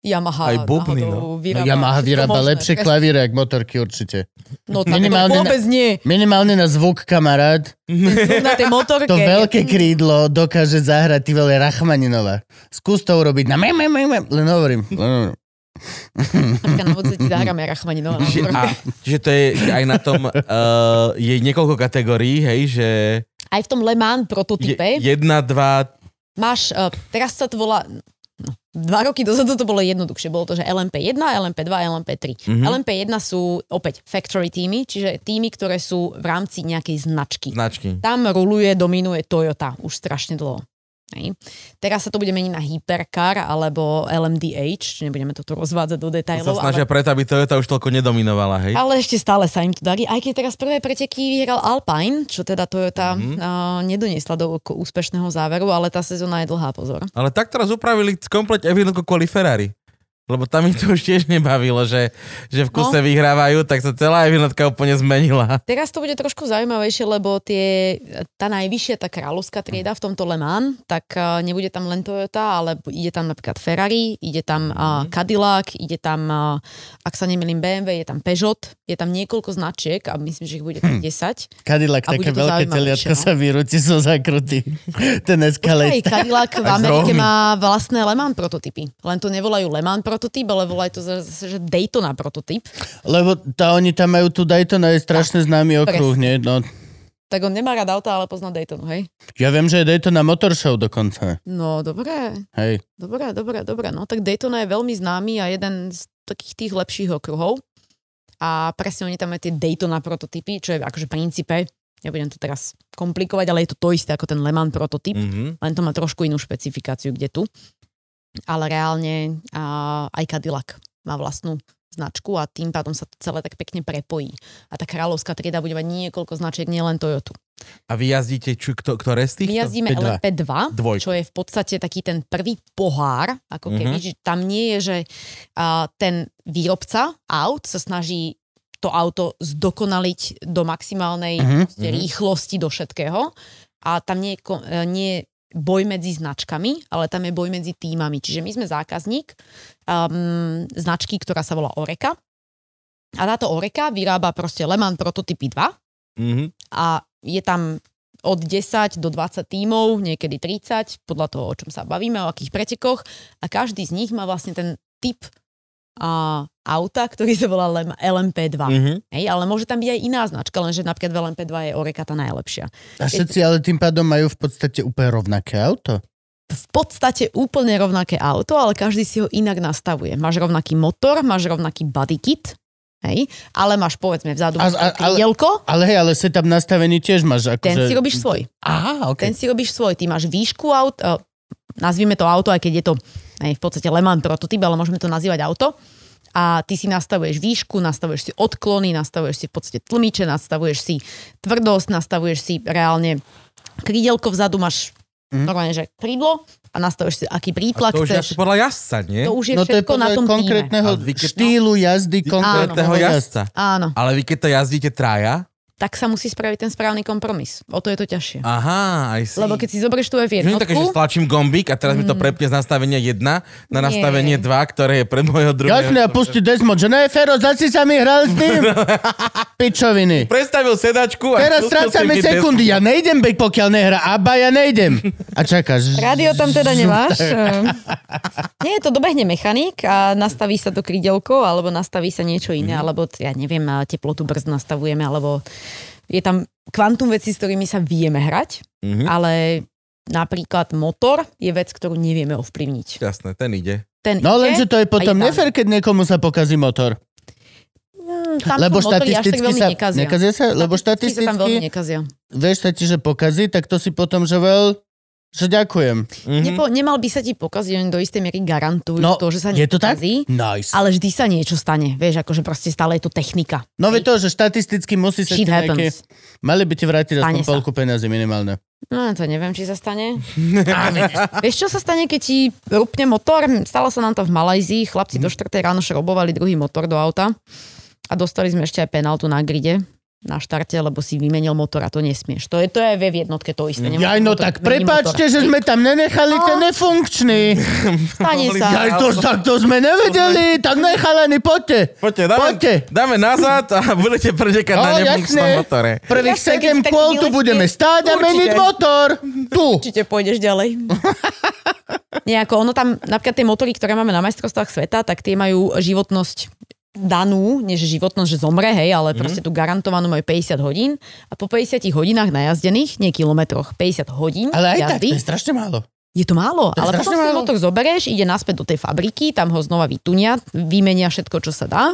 Yamaha.
Aj bubny, no.
náhodou vyrába
No Yamaha
všetko
vyrába
možné,
lepšie
presne.
klavíre, ako motorky určite.
No, tak
Minimálne
to
na-
vôbec nie.
Minimálne na zvuk, kamarát.
Zvuk Na tej motorke.
To veľké krídlo dokáže zahrať ty veľa Rachmaninova. Skús to urobiť na me, me, me, me. Len hovorím. len hovorím.
Napríklad na vodce ti zahráme no, Rachmaninova. na
Čiže, a,
motorke.
čiže to je že aj na tom, uh, je niekoľko kategórií, hej, že
Aj v tom Le Mans
je,
prototype
jedna, dva,
máš, eh, teraz sa to volá, no, dva roky dozadu to bolo jednoduchšie. Bolo to, že LMP1, LMP2, LMP3.
Mhm.
Mm-hmm. LMP1 sú opäť factory týmy, čiže týmy, ktoré sú v rámci nejakej značky.
No. značky.
Tam ruluje, dominuje Toyota už strašne dlho. Hej. Teraz sa to bude meniť na hypercar alebo LMDH, čiže nebudeme toto rozvádzať do
To sa
detajlov.
snažia preto, aby Toyota už toľko nedominovala, hej?
Ale ešte stále sa im to darí, aj keď teraz prvé preteky vyhral Alpine, čo teda Toyota
Mhm.
mm-hmm. uh, nedoniesla do k- úspešného záveru, ale tá sezóna je dlhá, pozor.
Ale tak teraz upravili komplet F1 kvôli Ferrari. Lebo tam ich to už tiež nebavilo, že, že v kuse no. vyhrávajú, tak sa celá F1 úplne zmenila.
Teraz to bude trošku zaujímavejšie, lebo tie, tá najvyššia, tá kráľovská trieda v tomto Le Mans, tak uh, nebude tam len Toyota, ale ide tam napríklad Ferrari, ide tam uh, Cadillac, ide tam, uh, ak sa nemýlim, BMW, je tam Peugeot, je tam niekoľko značiek a myslím, že ich bude tam 10.
Cadillac,
A
také
bude to
veľké
zaujímavejšie,
teliatko
no.
sa vyrúti zo zakruty. Ten
Aj
Escalade.
Cadillac v
Aj s
Amerike
rohmi.
má vlastné Le Mans prototypy. Len to nevolajú Le Mans prototyp, ale volajú to zase, že Daytona prototyp.
Lebo tá, oni tam majú tu Daytona, je strašne známy okruh, nie? No,
Tak on nemá rád auta, ale pozná Daytonu, hej?
ja viem, že je Daytona Motor Show dokonca.
No, dobré,
Hej.
dobré, dobré, dobré. No, tak Daytona je veľmi známy a jeden z takých tých lepších okruhov. A presne oni tam majú tie Daytona prototypy, čo je akože v princípe, nebudem to teraz komplikovať, ale je to to isté ako ten Le Mans prototyp.
Mm-hmm.
len to má trošku inú špecifikáciu, kde tu. Ale reálne a, aj Cadillac má vlastnú značku a tým pádom sa to celé tak pekne prepojí. A tá kráľovská trieda bude mať niekoľko značiek, nielen Toyotu.
A vy jazdíte či, kto, ktoré z týchto?
My jazdíme
P2.
LMP2,
Dvojku.
čo je v podstate taký ten prvý pohár, ako keby,
Mhm.
že tam nie je, že a, ten výrobca aut sa snaží to auto zdokonaliť do maximálnej
Mhm.
proste rýchlosti do všetkého a tam nie je, ko- e, nie je boj medzi značkami, ale tam je boj medzi týmami. Čiže my sme zákazník um, značky, ktorá sa volá Oreka a táto Oreka vyrába proste Le Mans prototypy 2
Mm-hmm.
a je tam od 10 do 20 tímov, niekedy 30, podľa toho, o čom sa bavíme, o akých pretekoch. A každý z nich má vlastne ten typ a, auta, ktorý sa volá LM- LMP2.
Mhm.
Mm.
Mm-hmm.
Hej, ale môže tam byť aj iná značka, lenže napríklad v LMP2 je Oreka tá najlepšia.
A všetci ale tým pádom majú v podstate úplne rovnaké auto.
v podstate úplne rovnaké auto, ale každý si ho inak nastavuje. Máš rovnaký motor, máš rovnaký body kit, hej, ale máš povedzme vzadu
A- a-
a,
ale-
krídelko,
Ale hej, ale setup nastavený tiež máš akože...
ten si robíš svoj.
Aha,
Ten
ok.
si robíš svoj. Ty máš výšku aut, eh, nazvime to auto, aj keď je to hej, v podstate Le Mans prototyp, ale môžeme to nazývať auto. A ty si nastavuješ výšku, nastavuješ si odklony, nastavuješ si v podstate tlmiče, nastavuješ si tvrdosť, nastavuješ si reálne krídelko vzadu, máš normálne, že krídlo a nastavuješ si, aký prítlak
Mhm. To už je
chceš.
asi podľa jazdca, nie?
To už je
No to je
všetko na
podľa
tom týme.
konkrétneho
Ale vy keď-
štýlu jazdy,
Konkrétneho
konkrétneho
jazdca.
jazdca.
Áno,
Ale vy keď to jazdíte traja,
tak sa musí spraviť ten správny kompromis. O to je to ťažšie.
aha, aj si.
Lebo keď si Mm. zoberieš tú F1,
No, také, že stlačím gombík a teraz mi to prepne z nastavenia 1 na nastavenie 2, ktoré je pre môjho druhého.
Jasne, a pusti Desmond, že ne, Fero, zase sa mi hral s tým. Pičoviny.
Prestavil sedačku a...
Teraz
pustil
strácame
si mi des-
sekundy, ja nejdem back, pokiaľ nehra Abba, ja nejdem. A čakáš.
Radio tam teda nemáš. Ehm, Nie, to dobehne mechanik a nastaví sa to krydelko, alebo nastaví sa niečo iné,
Mhm.
alebo t- ja neviem, a teplotu brzd nastavujeme, alebo je tam kvantum vecí, s ktorými sa vieme hrať,
Mhm.
ale napríklad motor je vec, ktorú nevieme ovplyvniť.
Jasné, ten ide.
Ten
No
ide,
lenže to je potom
tam.
nefér, keď niekomu sa pokazí motor.
mm, tam
lebo
sa motory až tak
štatisticky
veľmi
sa...
nekazia.
nekazia sa? Lebo
sa tam veľmi
štatisticky,
nekazia.
vieš, sa ti, že pokazí, tak to si potom, že veľ, že ďakujem.
Mhm.
Nepo, nemal by sa ti pokaziť, oni do istej miery garantujú
No,
to, že sa
je to tak?
nepokazí,
Nice.
ale vždy sa niečo stane. Vieš, akože proste stále je to technika.
No ve to, že štatisticky musí sa ti
Shit
nejaké...
happens.
Mali by ti vrátiť aspoň
Stane sa.
polku peniazy minimálne.
No to neviem, či sa stane. Vieš, čo sa stane, keď ti rupne motor? Stalo sa nám to v Malajzii. Chlapci do
Mhm.
4. ráno šrobovali druhý motor do auta a dostali sme ešte aj penáltu na gride na štarte, lebo si vymenil motor a to nesmieš. To je, to je v jednotke to isté. Nemôžeš
Jaj, no
motor-
tak
meniť
prepáčte,
motor. No.
že sme tam nenechali ten nefunkčný.
Stane sa.
Jaj, to, tak to sme nevedeli. Tak nechalani, poďte.
Poďte, dáme,
Poďte.
dáme nazad a budete pretekať
No,
na nefunkčnom
jasné.
motore.
Prvých
Jasné, keď
7
taký
kôl tu
vyletí-
budeme stáť a
Určite.
meniť motor. Tu.
určite pôjdeš ďalej. Nejako, ono tam, napríklad tie motory, ktoré máme na majstrovstvách sveta, tak tie majú životnosť danú, než životnosť, že zomre, hej,
Mhm.
ale proste tu garantovanú majú 50 hodín a po 50 hodinách najazdených, nie kilometroch, 50 hodín
Ale aj tak, to
jazdy,
je strašne málo.
je to málo,
je
ale
strašne
potom si ten
málo.
motor zoberieš, ide naspäť do tej fabriky, tam ho znova vytunia, vymenia všetko, čo sa dá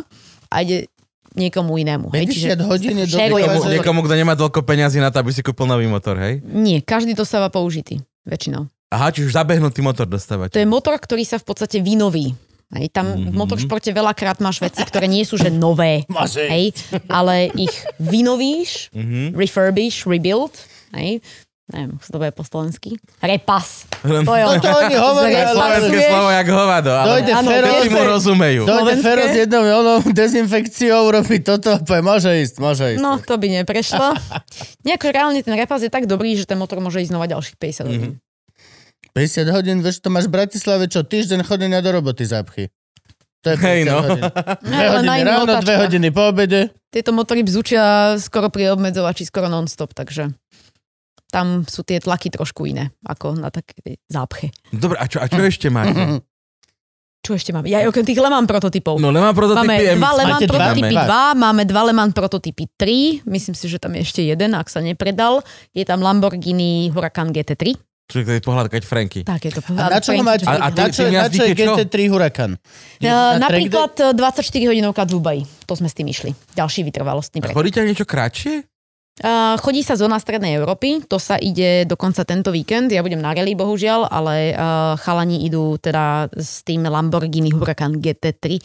a ide niekomu inému. Hej,
50 hodín je do
šeruje
Niekomu-
motor.
Niekomu, kto nemá toľko peňazí na to, aby si kúpil nový motor, hej?
Nie, každý dostáva použitý, väčšinou.
Aha, čiže už zabehnutý motor
To
dostávate.
je motor, ktorý sa v podstate vynoví. Hej, tam mm-hmm. v motoršporte veľakrát máš veci, ktoré nie sú že nové, hej, ale ich vynovíš, mm-hmm.
Mhm.
refurbish, rebuild, hej, neviem, ako sa to bude po slovensky, repas. To je ono.
No To oni hovoria,
Zrepasuješ.
ale...
Slovenské slovo jak hovado, ale
Dojde
Áno,
Fero,
všetci mu rozumejú.
dojde
slovenské.
Fero s jednou onou dezinfekciou, robí toto a povie, môže ísť, môže ísť.
No, to by neprešlo. Nejako reálne ten repas je tak dobrý, že ten motor môže ísť znova ďalších 50 hodín.
50 hodín, vieš, to máš v Bratislave, čo týždeň chodenia do roboty zápchy. To je 50
Hej, no.
hodín.
No,
Dve
ale na
hodiny
iných
ráno, dve
otáčkach.
hodiny po obede.
Tieto motory bzučia skoro pri obmedzovači, skoro non-stop, takže tam sú tie tlaky trošku iné, ako na také zápche.
Dobre, a čo, a čo
Mhm.
ešte máte?
Čo ešte máme? Ja okrem tých Leman prototypov.
No, len mám
Máme
prototypy
dva Leman
Máte dva?
prototypy
Máme.
2, máme dva Leman prototypy 3, myslím si, že tam je ešte jeden, ak sa nepredal. Je tam Lamborghini Huracan GT3.
Čiže to je pohľadkať Franky.
Tak je to.
A na čo ho
Franky,
máte?
čo-
A-
na
a
čo, na
ty- ty
čo je
jazdíte čo?
GT3 Huracan?
E,
Na track
Napríklad e, 24 hodinovka v Dubaji. To sme s tým išli. Ďalší vytrvalostný
A
pretek.
Chodíte aj niečo kratšie?
Uh, chodí sa zóna Strednej Európy, to sa ide dokonca tento víkend, ja budem na rally bohužiaľ, ale uh, chalani idú teda s tým Lamborghini Huracan GT3,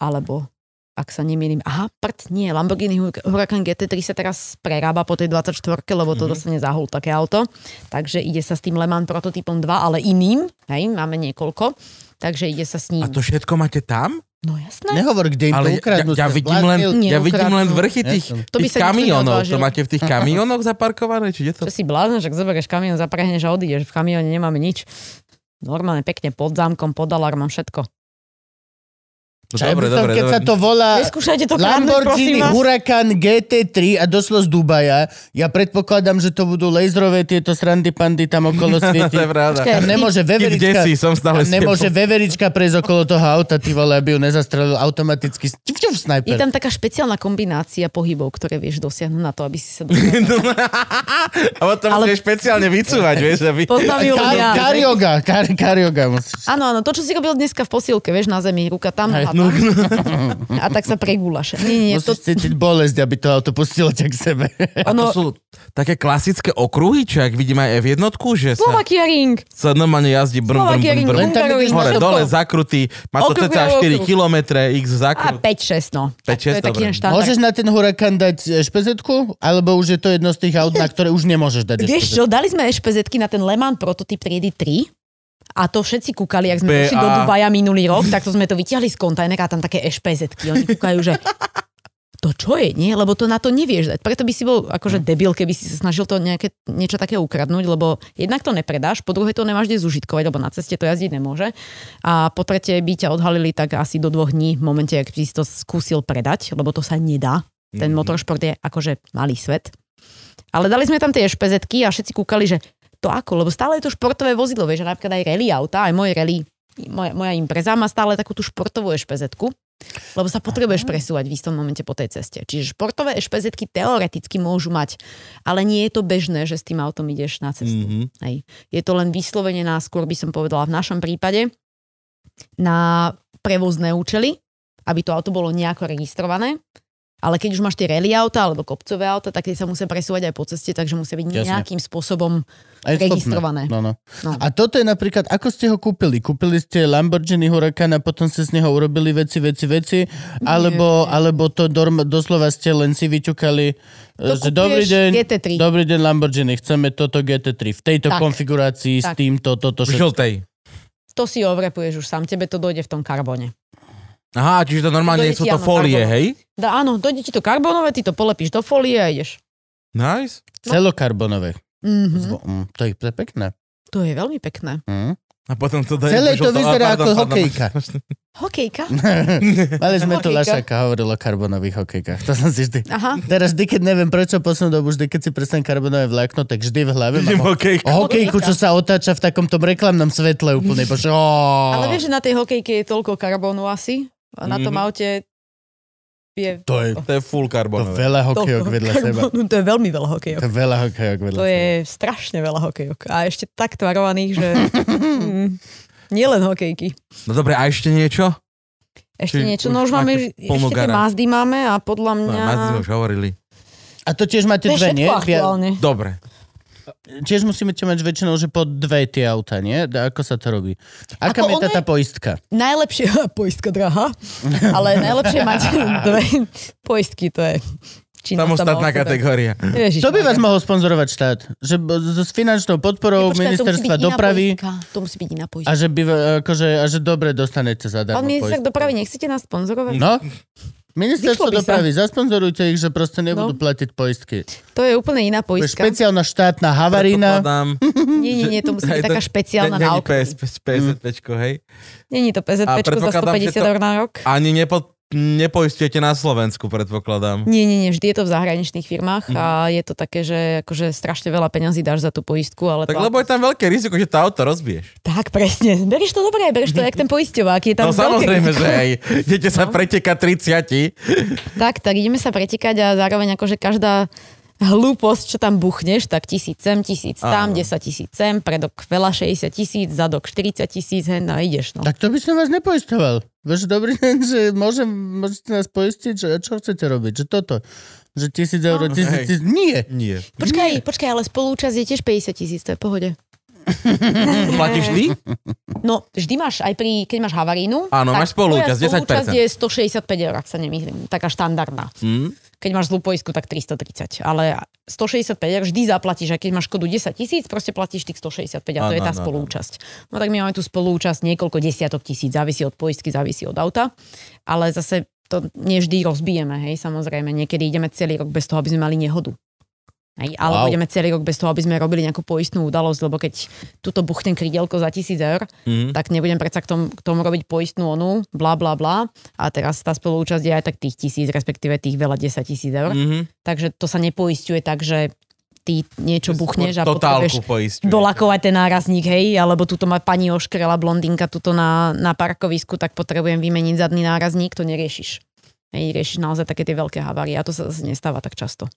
alebo ak sa nemýlim, aha, prd, nie, Lamborghini Hur- Huracan GT3 sa teraz prerába po tej 24 lebo
Mhm.
to dostane za hul také auto, takže ide sa s tým Le Mans prototypom 2, ale iným, hej, máme niekoľko, takže ide sa s
A
ním.
Mhm.
to všetko máte tam?
No jasné.
Nehovor, kde im to
Ale ja,
ukradnú.
ja,
ste
vidím len, No
zbláznil.
ja vidím len
Neukradnú.
vrchy tých,
To by
tých
sa nikto
kamionov. To
neodvážil.
máte v tých kamionoch zaparkované? Či je to?
Čo si blázon, že zoberieš kamion, zaprehneš a odídeš. V kamióne nemáme nič. Normálne pekne pod zámkom, pod alarmom, všetko.
No,
Čaj, by
dobre,
som,
dobre,
Keď
dobre.
sa to volá
Neskúšajte to kradnúť, prosím
Lamborghini
vás.
Huracan GT3 a doslo z Dubaja, ja predpokladám, že to budú laserové tieto srandy pandy tam okolo
to je
svieti.
pravda.
Počkaj,
Tam nemôže
Ty kde
veverička,
si? Som stále
tam
s
nemôže
tebou.
veverička prejsť okolo toho auta, ty vole, aby ju nezastrelil automaticky. Ťuf, ťuf,
Je
snajper.
tam taká špeciálna kombinácia pohybov, ktoré vieš dosiahnuť na to, aby si sa dostal.
Ale to
Ale-
musíš špeciálne vycúvať, vieš, aby...
Poznám ju
Kar-
ľudia.
Karioga, kar- karioga musíš.
Áno, áno, to, čo si robil dneska v posilke, vieš, na zemi, ruka tam, noha tam. A tak sa pregulaš. Nie, nie, nie, to,
Musíš cítiť bolesť, aby to auto pustilo ťa k sebe.
A to
ono,
sú také klasické okruhy, čo ak vidím aj F1, že sa,
Slovakia ring.
sa normálne jazdí brm, brm,
Slovakia
brm,
ring,
brm.
Len tak
Hungaroring,
ideš
Hore,
na
dole,
to.
zakrutý. Má to
Okruh
cca
je
4
okruh.
km, x
A
zakrut.
5-6, no.
5, 6,
to je taký
dobre.
jeden štandard.
Môžeš na ten Huracan dať e, špezetku? Alebo už je to jedno z tých aut, na ktoré už nemôžeš dať
Vieš
špezetku?
čo, dali sme ešpezetky na ten Le Mans prototyp triedy 3 a to všetci kúkali, ak sme
BA.
prišli do Dubaja minulý rok, tak to sme to vytiahli z kontajnera a tam také ešpezetky. Oni kúkajú, že to čo je, nie? Lebo to na to nevieš dať. Preto by si bol akože debil, keby si sa snažil to nejaké, niečo také ukradnúť, lebo jednak to nepredáš, po druhé to nemáš kde zužitkovať, lebo na ceste to jazdiť nemôže. A po tretie by ťa odhalili tak asi do dvoch dní v momente, ak by si to skúsil predať, lebo to sa nedá. Ten motoršport je akože malý svet. Ale dali sme tam tie špezetky a všetci kúkali, že to ako, lebo stále je to športové vozidlo, vieš, a napríklad aj rally auta, aj moje rally, moja, moja impreza má stále takú tú športovú ešpezetku, lebo sa potrebuješ presúvať v istom momente po tej ceste. Čiže športové ešpezetky teoreticky môžu mať, ale nie je to bežné, že s tým autom ideš na cestu.
Mhm.
Hej. Je to len vyslovene na, skôr by som povedala v našom prípade, na prevozné účely, aby to auto bolo nejako registrované. Ale keď už máš tie rally auta alebo kopcové auta, tak tie sa musia presúvať aj po ceste, takže musia byť
Jasne.
nejakým spôsobom
A je schopné.
registrované.
No, no.
No.
A toto je napríklad, ako ste ho kúpili? Kúpili ste Lamborghini Huracan a potom ste z neho urobili veci, veci, veci? Alebo, alebo to dorm, doslova ste len si vyťukali, e,
To
že
kupuješ
dobrý deň,
GT3.
dobrý deň Lamborghini, chceme toto GT3 v tejto
Tak.
konfigurácii s
Tak.
týmto, toto
V
všetko.
žltej.
To si ovrepuješ už sám, tebe to dojde v tom karbone.
Aha, čiže to normálne
Dojde
sú
ti,
to
áno,
folie,
pardon.
hej?
Da, áno, dojde ti to karbonové, ty to polepíš do folie a ideš.
Nice.
Celokarbonové.
Mm-hmm.
Zvo- mm, To je pekné.
To je veľmi pekné.
Mm.
A potom to dajú
Celé to
do žltého- a
vyzerá
pardon,
ako
pardon.
hokejka.
Hokejka?
Mm. Mali sme tu
Hokejka.
Lašaka, hovoril o karbonových hokejkách. To som si vždy...
Aha.
Teraz vždy, keď neviem prečo poslednú dobu, vždy, keď si predstavím karbonové vlákno, tak vždy v hlave
Idem
mám ho-
hokejku.
o hokejku, čo sa otáča v takomto reklamnom svetle úplne. Bože, ó.
Ale vieš, že na tej hokejke je toľko karbónu asi? A na tom
Mhm.
aute je
to je
To je full
to
karbonové.
veľa hokejok
toľko
vedľa seba.
karbónu. To je veľmi veľa hokejok.
To je veľa hokejok vedľa
To
seba.
je strašne veľa hokejok. A ešte tak tvarovaných, že... mm, nielen hokejky.
No dobre, a ešte niečo?
Ešte
Čiže
niečo.
už
No už máme,
máte plnú
ešte tie
garáž.
Mazdy máme a podľa
No,
mňa...
Mazdy sme už hovorili.
A to tiež máte
to
dve,
je všetko
nie? Via-
aktuálne.
Dobre.
tiež musíme mať väčšinou, že po dve tie auta, nie? Da- Ako sa to robí? Aká
Ako
je
ono
tá
je-
poistka?
Najlepšie, poistka drahá, ale najlepšie mať dve poistky, to je činnosť sama o
Samostatná
sebe.
kategória.
Ježiš,
To by vás
Maria.
mohol sponzorovať štát. Že b- so- s finančnou podporou
Počkaj, to musí
ministerstva
byť iná
dopravy
poistka, To musí byť iná poistka.
a že, by, akože, a že dobre dostanete zadarmo
Pán minister
poistku.
dopravy, nechcete nás sponzorovať?
No? Ministerstvo
Vyšlo by sa.
dopravy, zasponzorujte ich, že proste nebudú
No.
platiť poistky.
To je úplne iná
To je
poistka.
špeciálna štátna havarína.
Predpokladám.
Nie, nie, nie, to musí
Aj
byť
to-
taká špeciálna Mm.
Není
náuka.
PS, PSPčko, hej?
Není
A
to PZP za
predpokladám, že
150
to-
eur na rok.
Ani nepo, nepoistujete na Slovensku, predpokladám.
Nie, nie, nie, vždy je to v zahraničných firmách a
Mhm.
je to také, že akože strašne veľa peňazí dáš za tú poistku, ale
Tak
to...
lebo je tam veľké riziko, že to auto rozbiješ.
Tak, presne. Berieš to dobre, berieš to jak ten poisťovák. Je tam
no
veľké
samozrejme,
riziko. No.
že hej. Dete sa preteka 30.
Tak, tak ideme sa pretekať a zároveň akože každá hlúposť, čo tam buchneš, tak tisíc sem, tisíc tam,
Áno.
10 tisíc sem, predok veľa 60 tisíc, zadok 40 tisíc, hen, no ideš, no.
Tak to by som vás nepoistoval. Vieš, dobrý deň, že môžem, môžete nás poistiť, že čo chcete robiť, že toto. Že tisíc eur,
No.
tisíc,
Hej.
tisíc, nie.
Nie.
Počkaj, počkaj, ale spolúčasť je tiež 50 tisíc, to je v pohode.
To
Mm.
platíš ty?
No, vždy máš, aj pri, keď máš havarínu,
Áno,
tak
máš spolúčasť,
tvoja
10%.
spolúčasť je 165 eur, ak sa nemýlim, taká štandardná.
Hm?
Keď máš zlú poisku, tak 330, ale 165 eur vždy zaplatíš, a keď máš škodu 10 tisíc, proste platíš tých 165 a
Áno,
to je tá
áno,
spolúčasť. No tak my máme tu spolúčasť niekoľko desiatok tisíc, závisí od poistky, závisí od auta, ale zase to nie vždy rozbijeme, hej, samozrejme. Niekedy ideme celý rok bez toho, aby sme mali nehodu. Hej, ale wow.
Wow.
budeme celý rok bez toho, aby sme robili nejakú poistnú udalosť, lebo keď tuto buchnem krydielko za tisíc eur,
Hm?
tak nebudem predsa k tomu, k tomu robiť poistnú onu, bla bla bla. A teraz tá spoluúčasť je aj tak tých tisíc, respektíve tých veľa 10 tisíc eur. Mm.
Mhm.
Takže to sa nepoistuje tak, že ty niečo buchneš a potrebuješ
Totálku poisťuješ.
dolakovať ten nárazník, hej, alebo tuto ma pani oškrela blondinka tuto na, na parkovisku, tak potrebujem vymeniť zadný nárazník, to neriešiš. Hej, riešiš naozaj také tie veľké havárie a to sa zase nestáva tak často.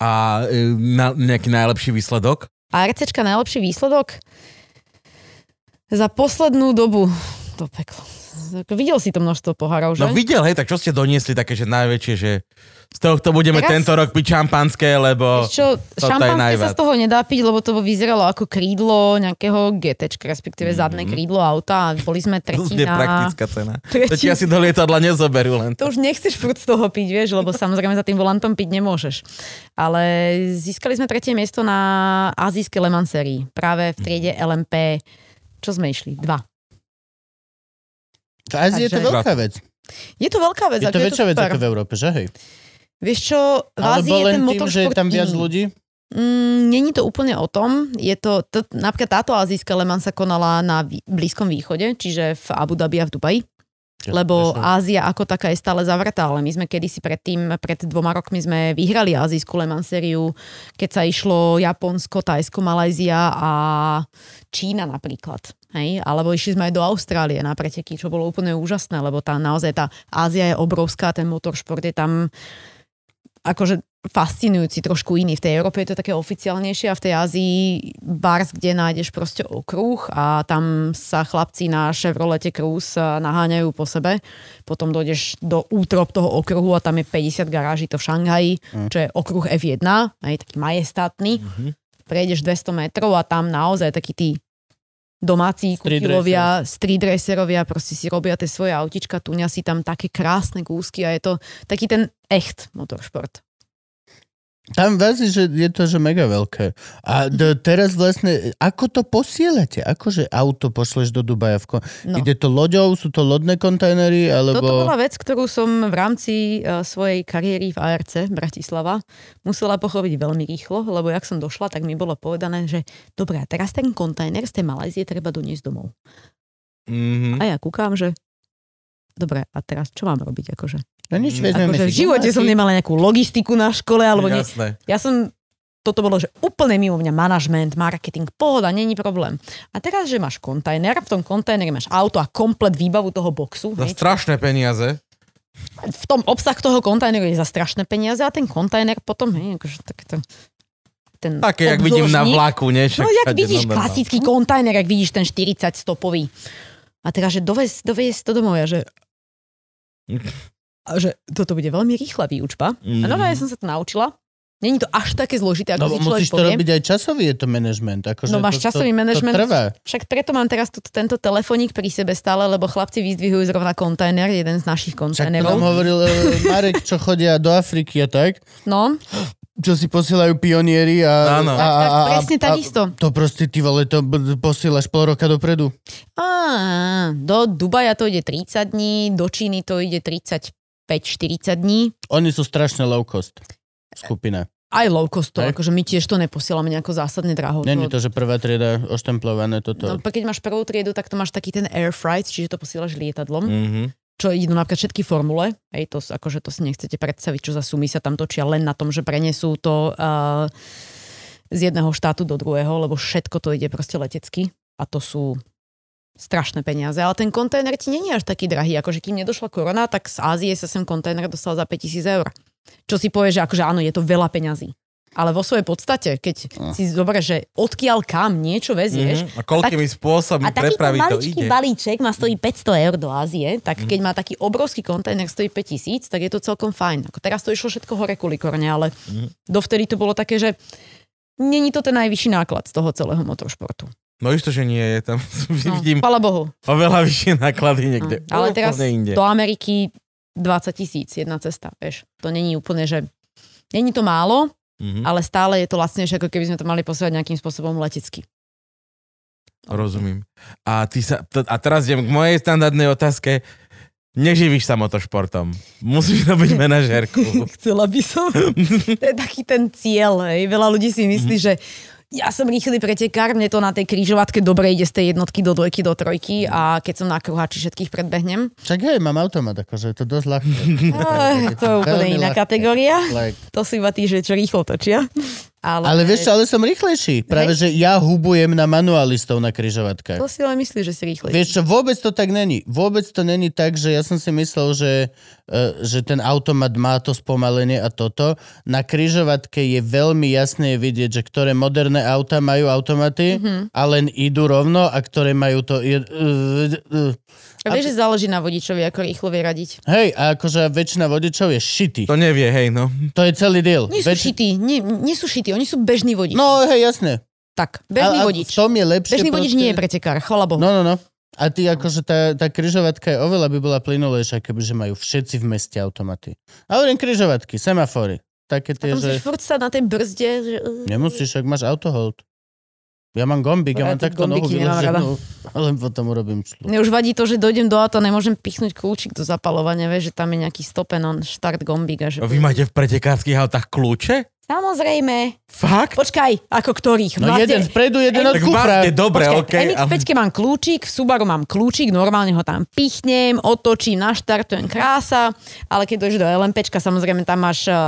A e, na, nejaký najlepší výsledok?
A RCčka najlepší výsledok? Za poslednú dobu to peklo. Ako Videl si to množstvo pohárov, že?
No videl, hej, tak čo ste doniesli také, že najväčšie, že z tohto budeme
Teraz-
tento rok piť šampanské, lebo...
Vieš čo,
to je
šampanské sa
najviac.
z toho nedá piť, lebo to vyzeralo ako krídlo nejakého GT, respektíve zadné krídlo auta a boli sme
Mhm. To je
tretina.
praktická cena. To ti
Tretina.
asi do lietadla nezoberú len.
To už nechceš furt z toho piť, vieš, lebo samozrejme za tým volantom piť nemôžeš. Ale získali sme tretie miesto na azijské Le Mans sérii. Práve v triede LMP, čo sme išli? Dva.
V Ázii je to
Takže-
veľká vec.
Je to veľká vec.
Je
ako
to väčšia vec
super.
ako v Európe, že hej?
Vieš čo, v
Alebo
Ázii je
len
ten
tým,
motorsport
že je tam viac
iný.
ľudí?
Mm, Není to úplne o tom. Je to, to, napríklad táto azijská Le Mans sa konala na vý, Blízkom východe, čiže v Abu Dhabi a v Dubaji.
Ja
Lebo
prešlo.
Ázia ako taká je stále zavretá, ale my sme kedysi predtým, pred dvoma rokmi sme vyhrali azijskú Le Mans sériu, keď sa išlo Japonsko, Tajsko, Malajzia a Čína napríklad. Hej? Alebo išli sme aj do Austrálie na preteky, čo bolo úplne úžasné, lebo tá naozaj tá Ázia je obrovská, ten motoršport je tam akože fascinujúci, trošku iný. V tej Európe je to také oficiálnejšie a v tej Ázii bars, kde nájdeš proste okruh a tam sa chlapci na Chevrolete Cruze eh, naháňajú po sebe. Potom dojdeš do útrop toho okruhu a tam je 50 garáží, to v Šanghaji,
Mm.
čo je okruh F1, aj taký majestátny.
Mhm.
Prejdeš 200 metrov a tam naozaj taký tí domáci
Street
kutilovia, street racerovia, proste si robia tie svoje autička, tuňa si tam také krásne kúsky a je to taký ten echt motorsport.
Tam v Ázii, že je to že mega veľké. A d- teraz vlastne, ako to posielate? Akože auto pošleš do Dubaja? V kon-
No.
Ide to loďou? Sú to lodné kontajnery?
Toto
Alebo...
bola vec, ktorú som v rámci eh, svojej kariéry v ARC Bratislava musela pochopiť veľmi rýchlo, lebo jak som došla, tak mi bolo povedané, že dobré, a teraz ten kontajner z tej Malajzie treba doniesť domov.
Mhm.
A ja kúkam, že dobre, a teraz čo mám robiť? Akože,
No nič,
Mm.
vezmeme
akože v
si
živote
gumáky.
som nemala nejakú logistiku na škole, alebo nie,
Jasné.
Ja som, toto bolo, že úplne mimo mňa manažment, marketing, pohoda, není problém. A teraz, že máš kontajner, v tom kontajneri máš auto a komplet výbavu toho boxu.
Za
hej.
strašné peniaze.
V tom obsah toho kontajneru je za strašné peniaze a ten kontajner potom, hej, akože takéto... Ten
Také, jak vidím na
obdĺžnik.
vlaku, nie? Však
No jak
všade,
vidíš
normálne.
klasický kontajner, ak vidíš ten 40 stopový. A teraz, že dovez, dovez to domov, ja, že a no, že toto bude veľmi rýchla výučba. A
Mhm.
normálne som sa to naučila Není to až také zložité, ako
Mhm. No
si človek
musíš to
povie.
robiť aj časový, je to management. Akože
No máš
to,
časový Ehm?
to,
manažment.
To trvá.
Však preto mám teraz tu, tento telefoník pri sebe stále, lebo chlapci vyzdvihujú zrovna kontajner, jeden z našich
Však to nám
kontajnerov.
hovoril e, Marek, čo chodia do Afriky a tak,
No,
čo si posielajú pionieri a...
Áno.
a, a,
tak
a,
presne
a,
takisto.
To proste ty vole, to b- posielaš pol roka dopredu.
Á, do Dubaja to ide 30 dní, do Číny to ide 35-40 dní.
Oni sú strašne low cost skupina.
Aj low cost to,
Hej.
akože my tiež to neposielame nejako zásadne draho.
Není to, že prvá trieda oštemplované toto.
No, keď máš prvú triedu, tak to máš taký ten air freight, čiže to posielaš lietadlom,
Mm-hmm.
čo idú napríklad všetky formule. Hej, to, s- akože to si nechcete predstaviť, čo za sumy sa tam točia len na tom, že prenesú to uh, z jedného štátu do druhého, lebo všetko to ide proste letecky a to sú strašné peniaze. Ale ten kontajner ti není až taký drahý. Akože kým nedošla korona, tak z Ázie sa sem kontajner dostal za 5000 eur. Čo si povie, že akože áno, je to veľa peňazí. Ale vo svojej podstate, keď si zoberieš, že odkiaľ kam niečo vezieš,
Mhm. A koľkými spôsobmi
a takýto
prepravy Hm, to
maličký
ide. Hm.
balíček má stojí 500 eur do Ázie, tak keď má taký obrovský kontajner stojí 5000, tak je to celkom fajn. Ako teraz to išlo všetko hore kulikorne, ale
Mhm.
dovtedy to bolo také, že není to ten najvyšší náklad z toho celého motoršportu.
No isto, že nie je tam.
No,
Vidím
Chvala Bohu.
oveľa vyššie náklady niekde.
No, ale teraz
Úplne inde.
do Ameriky 20 tisíc jedna cesta, vieš. To není úplne, že... Není to málo,
Mhm.
ale stále je to lacnejšie, ako keby sme to mali posielať nejakým spôsobom letecky.
Rozumím. A, ty sa, t- a teraz idem k mojej standardnej otázke. Neživíš sa motošportom. Musíš robiť manažérku.
Chcela by som. to je taký ten cieľ, hej. Veľa ľudí si myslí,
Mhm.
že ja som rýchly pretekár, mne to na tej križovatke dobre ide z tej jednotky do dvojky, do trojky a keď som na kruhači všetkých predbehnem.
Však hej, mám automat, akože je to dosť ľahké.
Ej, Ah, to je úplne
Veľmi
iná
ľahké.
kategória.
Like,
To sú iba tí, že čo rýchlo točia. Ale,
ale vieš čo, ale som rýchlejší. Práve, že ja hubujem na manualistov na kryžovatkách.
To si ale myslíš, že si rýchlejší.
Vieš čo, vôbec to tak není. Vôbec to není tak, že ja som si myslel, že, eh, že ten automat má to spomalenie a toto. Na kryžovatke je veľmi jasné vidieť, že ktoré moderné auta majú automaty
Mhm.
a len idú rovno a ktoré majú to... je- eh, eh,
A vieš, že záleží na vodičovi, ako rýchlo vie radiť.
Hej, a akože väčšina vodičov je šitý.
To nevie, hej, no.
To je celý diel.
Nie sú šití, nie, nie sú šití, oni sú bežní vodič.
No, hej, jasné.
tak, bežný
a, a
vodič.
V tom je lepšie
Bežný vodič nie je pretekár, chvala Bohu.
No, no, no. A ty akože tá, tá kryžovatka je oveľa by bola plynulejšia, kebyže majú všetci v meste automaty. A hovorím kryžovatky, semafory. Také tie,
Tam
že...
musíš furt stať na tej brzde. Že...
Nemusíš, ak máš autohold. Ja mám gombík, ja
Ja
mám
tie
takto nohu
gombíky nemám rada. No
vyloženú, ale potom urobím šlu.
Mne už vadí to, že dojdem do auta, nemôžem pichnúť kľúčik do zapalovania, vieš, že tam je nejaký stopen on štart gombík. A
A
že...
No Vy máte v pretekárských autách kľúče?
Samozrejme.
Fakt?
Počkaj, ako ktorých? V
No
Mazde-
jeden vpredu, jeden od
Tak
kufra.
máte, dobre,
Počkaj,
okej.
v MX-5 mám kľúčik, v Subaru mám kľúčik, normálne ho tam pichnem, otočím, naštartujem, krása, ale keď dojdeš do LMP, samozrejme tam máš eh,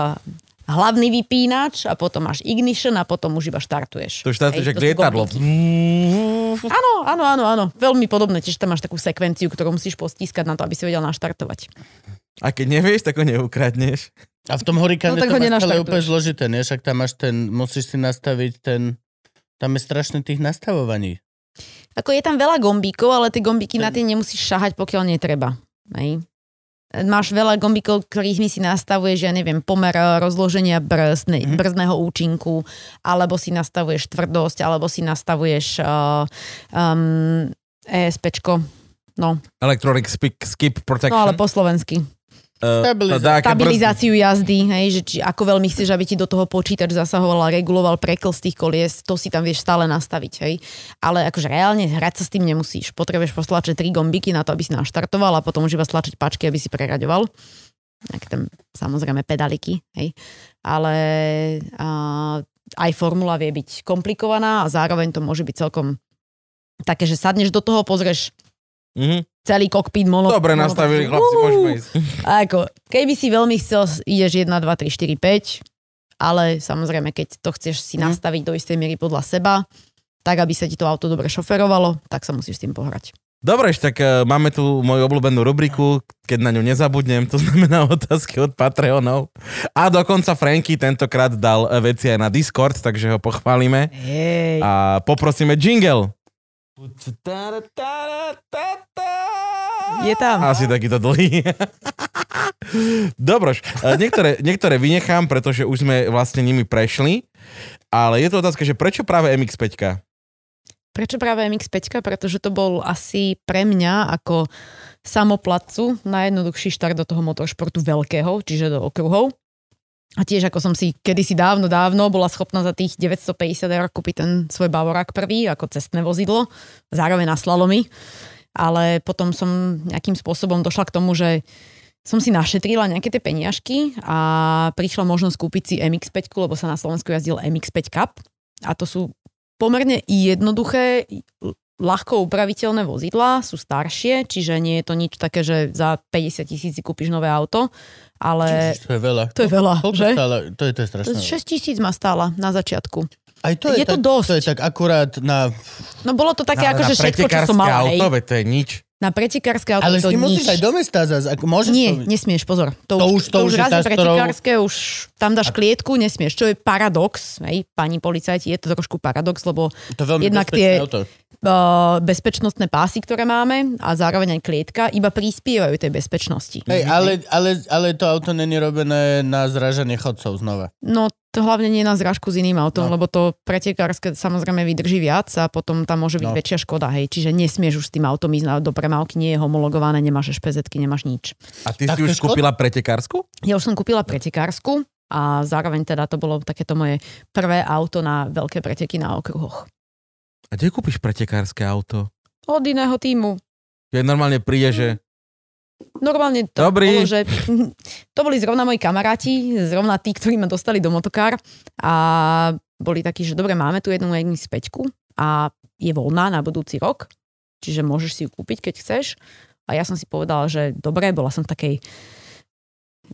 hlavný vypínač a potom máš ignition a potom už iba štartuješ.
To už štátu,
Hej,
že
to sú
lietadlo.
gombíky. Áno, áno, áno, áno. Veľmi podobné. Tiež tam máš takú sekvenciu, ktorú musíš postískať na to, aby si vedel naštartovať.
A keď nevieš, tak ho neukradneš.
A v tom hurikáne
No tak
to
ho
máš celé
nenaštartuješ.
úplne zložité, nie? Však tam máš ten, musíš si nastaviť ten... Tam je strašne tých nastavovaní.
Ako je tam veľa gombíkov, ale tie gombíky na tie nemusíš šahať, pokiaľ netreba. Hej. Máš veľa gombíkov, ktorými si nastavuješ, ja neviem, pomer eh, rozloženia brzd, ne, brzdného účinku, alebo si nastavuješ tvrdosť, alebo si nastavuješ uh, um, ESPčko. No,
Electronic skip, skip
no
protection.
ale po slovensky.
Eh,
Stabilizácia.
to dá aké
stabilizáciu jazdy, hej, že či, ako veľmi chceš, aby ti do toho počítač zasahoval a reguloval preklz tých kolies, to si tam vieš stále nastaviť, hej. Ale akože reálne hrať sa s tým nemusíš. Potrebuješ postlačiť tri gombiky na to, aby si naštartoval a potom už iba stlačiť pačky, aby si preraďoval. Tak tam samozrejme pedaliky, hej. Ale a, aj formula vie byť komplikovaná a zároveň to môže byť celkom také, že sadneš do toho, pozrieš
brzdy. Mhm.
celý kokpit mono.
Dobre
mono-
nastavili, chlapci,
Uú.
môžeme ísť.
A ako, keby si veľmi chcel, ideš 1, 2, 3, 4, 5, ale samozrejme, keď to chceš si
Mhm.
nastaviť do istej miery podľa seba, tak aby sa ti to auto dobre šoferovalo, tak sa musíš s tým pohrať.
Dobre, ešte tak eh, máme tu moju obľúbenú rubriku, keď na ňu nezabudnem, to znamená otázky od Patreonov. A dokonca Franky tentokrát dal e, eh, veci aj na Discord, takže ho pochválime.
Hej.
A poprosíme jingle.
Je tam.
Asi takýto dlhý. Dobroš, e, niektoré, niektoré vynechám, pretože už sme vlastne nimi prešli, ale je to otázka, že prečo práve MX-5?
Prečo práve MX5? Pretože to bol asi pre mňa ako samoplatcu najjednoduchší štart do toho motoršportu veľkého, čiže do okruhov. A tiež ako som si kedysi dávno, dávno bola schopná za tých 950 eur kúpiť ten svoj Bavorák prvý ako cestné vozidlo, zároveň na slalomy. Ale potom som nejakým spôsobom došla k tomu, že som si našetrila nejaké tie peniažky a prišla možnosť kúpiť si MX-5, lebo sa na Slovensku jazdil MX-5 Cup. A to sú pomerne jednoduché, ľahko upraviteľné vozidlá, sú staršie, čiže nie je to nič také, že za 50 tisíc si kúpiš nové auto, ale
Ježiš, to je veľa.
to je veľa,
Koľko
že?
stále? To je, to je
To
strašné.
je 6 tisíc ma stála na začiaľku.
Aj to je,
je to
tak,
dosť.
To je tak akurát na...
No bolo to také,
Na-
no, akože
na
všetko, čo som
pretekárske
mala,
auto,
hej.
veď to je nič.
Na pretekárske auto
Ale s
to
tým
nič.
musíš aj do mesta zás. Ak môžeš
Nie,
to...
nesmieš, pozor. To,
To už-
už,
to už
už
je
raz
tá,
je
s ktorou-
pretekárske, už tam dáš klietku, nesmieš. Čo je paradox, hej, pani policajti, je to trošku paradox, lebo
To je veľmi
jednak
bezpečné
tie-
auto.
uh, bezpečnostné pásy, ktoré máme a zároveň aj klietka, iba prispievajú tej bezpečnosti.
Hej, ale, ale, ale to auto není robené na zražanie chodcov znova.
No to hlavne nie na zrážku s iným autom,
No.
no. lebo to pretekárske samozrejme vydrží viac a potom tam môže byť
No.
no. väčšia škoda, hej. Čiže nesmieš už s tým autom ísť na- do premávky, nie je homologované, nemáš špezetky, nemáš nič.
A ty
Tak
si
to
už
je škoda.
kúpila pretekársku?
Ja už som kúpila pretekársku a zároveň teda to bolo takéto moje prvé auto na veľké preteky na okruhoch.
A kde kúpiš pretekárske auto?
Od iného týmu.
Ja normálne príde, že
Normálne to
Dobrý.
bolo, že to boli zrovna moji kamaráti, zrovna tí, ktorí ma dostali do motokár a boli takí, že dobre, máme tu jednu jednu späťku a je voľná na budúci rok, čiže môžeš si ju kúpiť, keď chceš. A ja som si povedala, že dobre, bola som v takej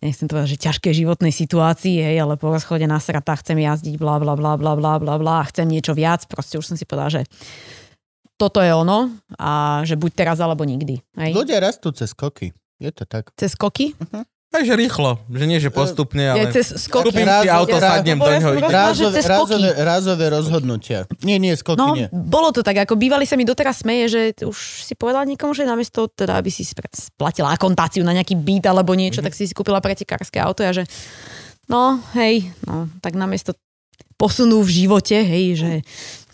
nechcem to povedať, že ťažkej životnej situácii, hej, ale po rozchode na srata chcem jazdiť, bla, bla, bla, bla, bla, bla, bla, a chcem niečo viac, proste už som si povedala, že toto je ono a že buď teraz alebo nikdy. Hej.
Ľudia rastú cez skoky. Je to tak.
Cez skoky?
takže rýchlo, že nie, že postupne,
Ja
ale...
E, cez skoky.
Kúpim si auto,
Raz-
sadnem do
Raz-
neho. idem.
Raz- Rozmaže
Rázové,
cez skoky.
rázové, rázové rozhodnutia. Nie, nie, skoky
No,
nie.
bolo to tak, ako bývali sa mi doteraz smeje, že už si povedala niekomu, že namiesto teda, aby si spre- splatila akontáciu na nejaký byt alebo niečo, mm-hmm. tak si si kúpila pretekárske auto a že no, hej, no, tak namiesto posunú v živote, hej, že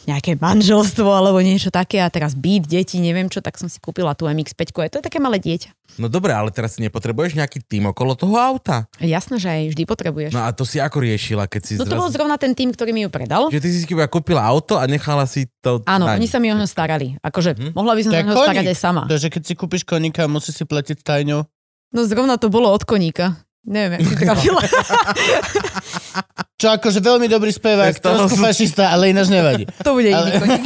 nejaké manželstvo alebo niečo také a teraz byt, deti, neviem čo, tak som si kúpila tú MX-5, je to je také malé dieťa.
No dobre, ale teraz si nepotrebuješ nejaký tým okolo toho auta.
Jasné, že aj vždy potrebuješ.
No a to si ako riešila, keď si
No to bol
zrazu...
zrovna ten tým, ktorý mi ju predal.
Že ty si si iba kúpila auto a nechala si to...
Áno,
na
oni
nich.
sa mi o ňo starali. Akože
Mhm.
mohla by
To
som
je
sa o ňo
koník.
starať aj sama.
Takže keď si kúpiš koníka, musíš si platiť tajňou.
No zrovna to bolo od koníka. Neviem, jak si trafila.
Čo akože veľmi dobrý spevák,
To je z toho
trošku
sú-
fašista, ale ináč nevadí.
to bude iný
Ale-
koník.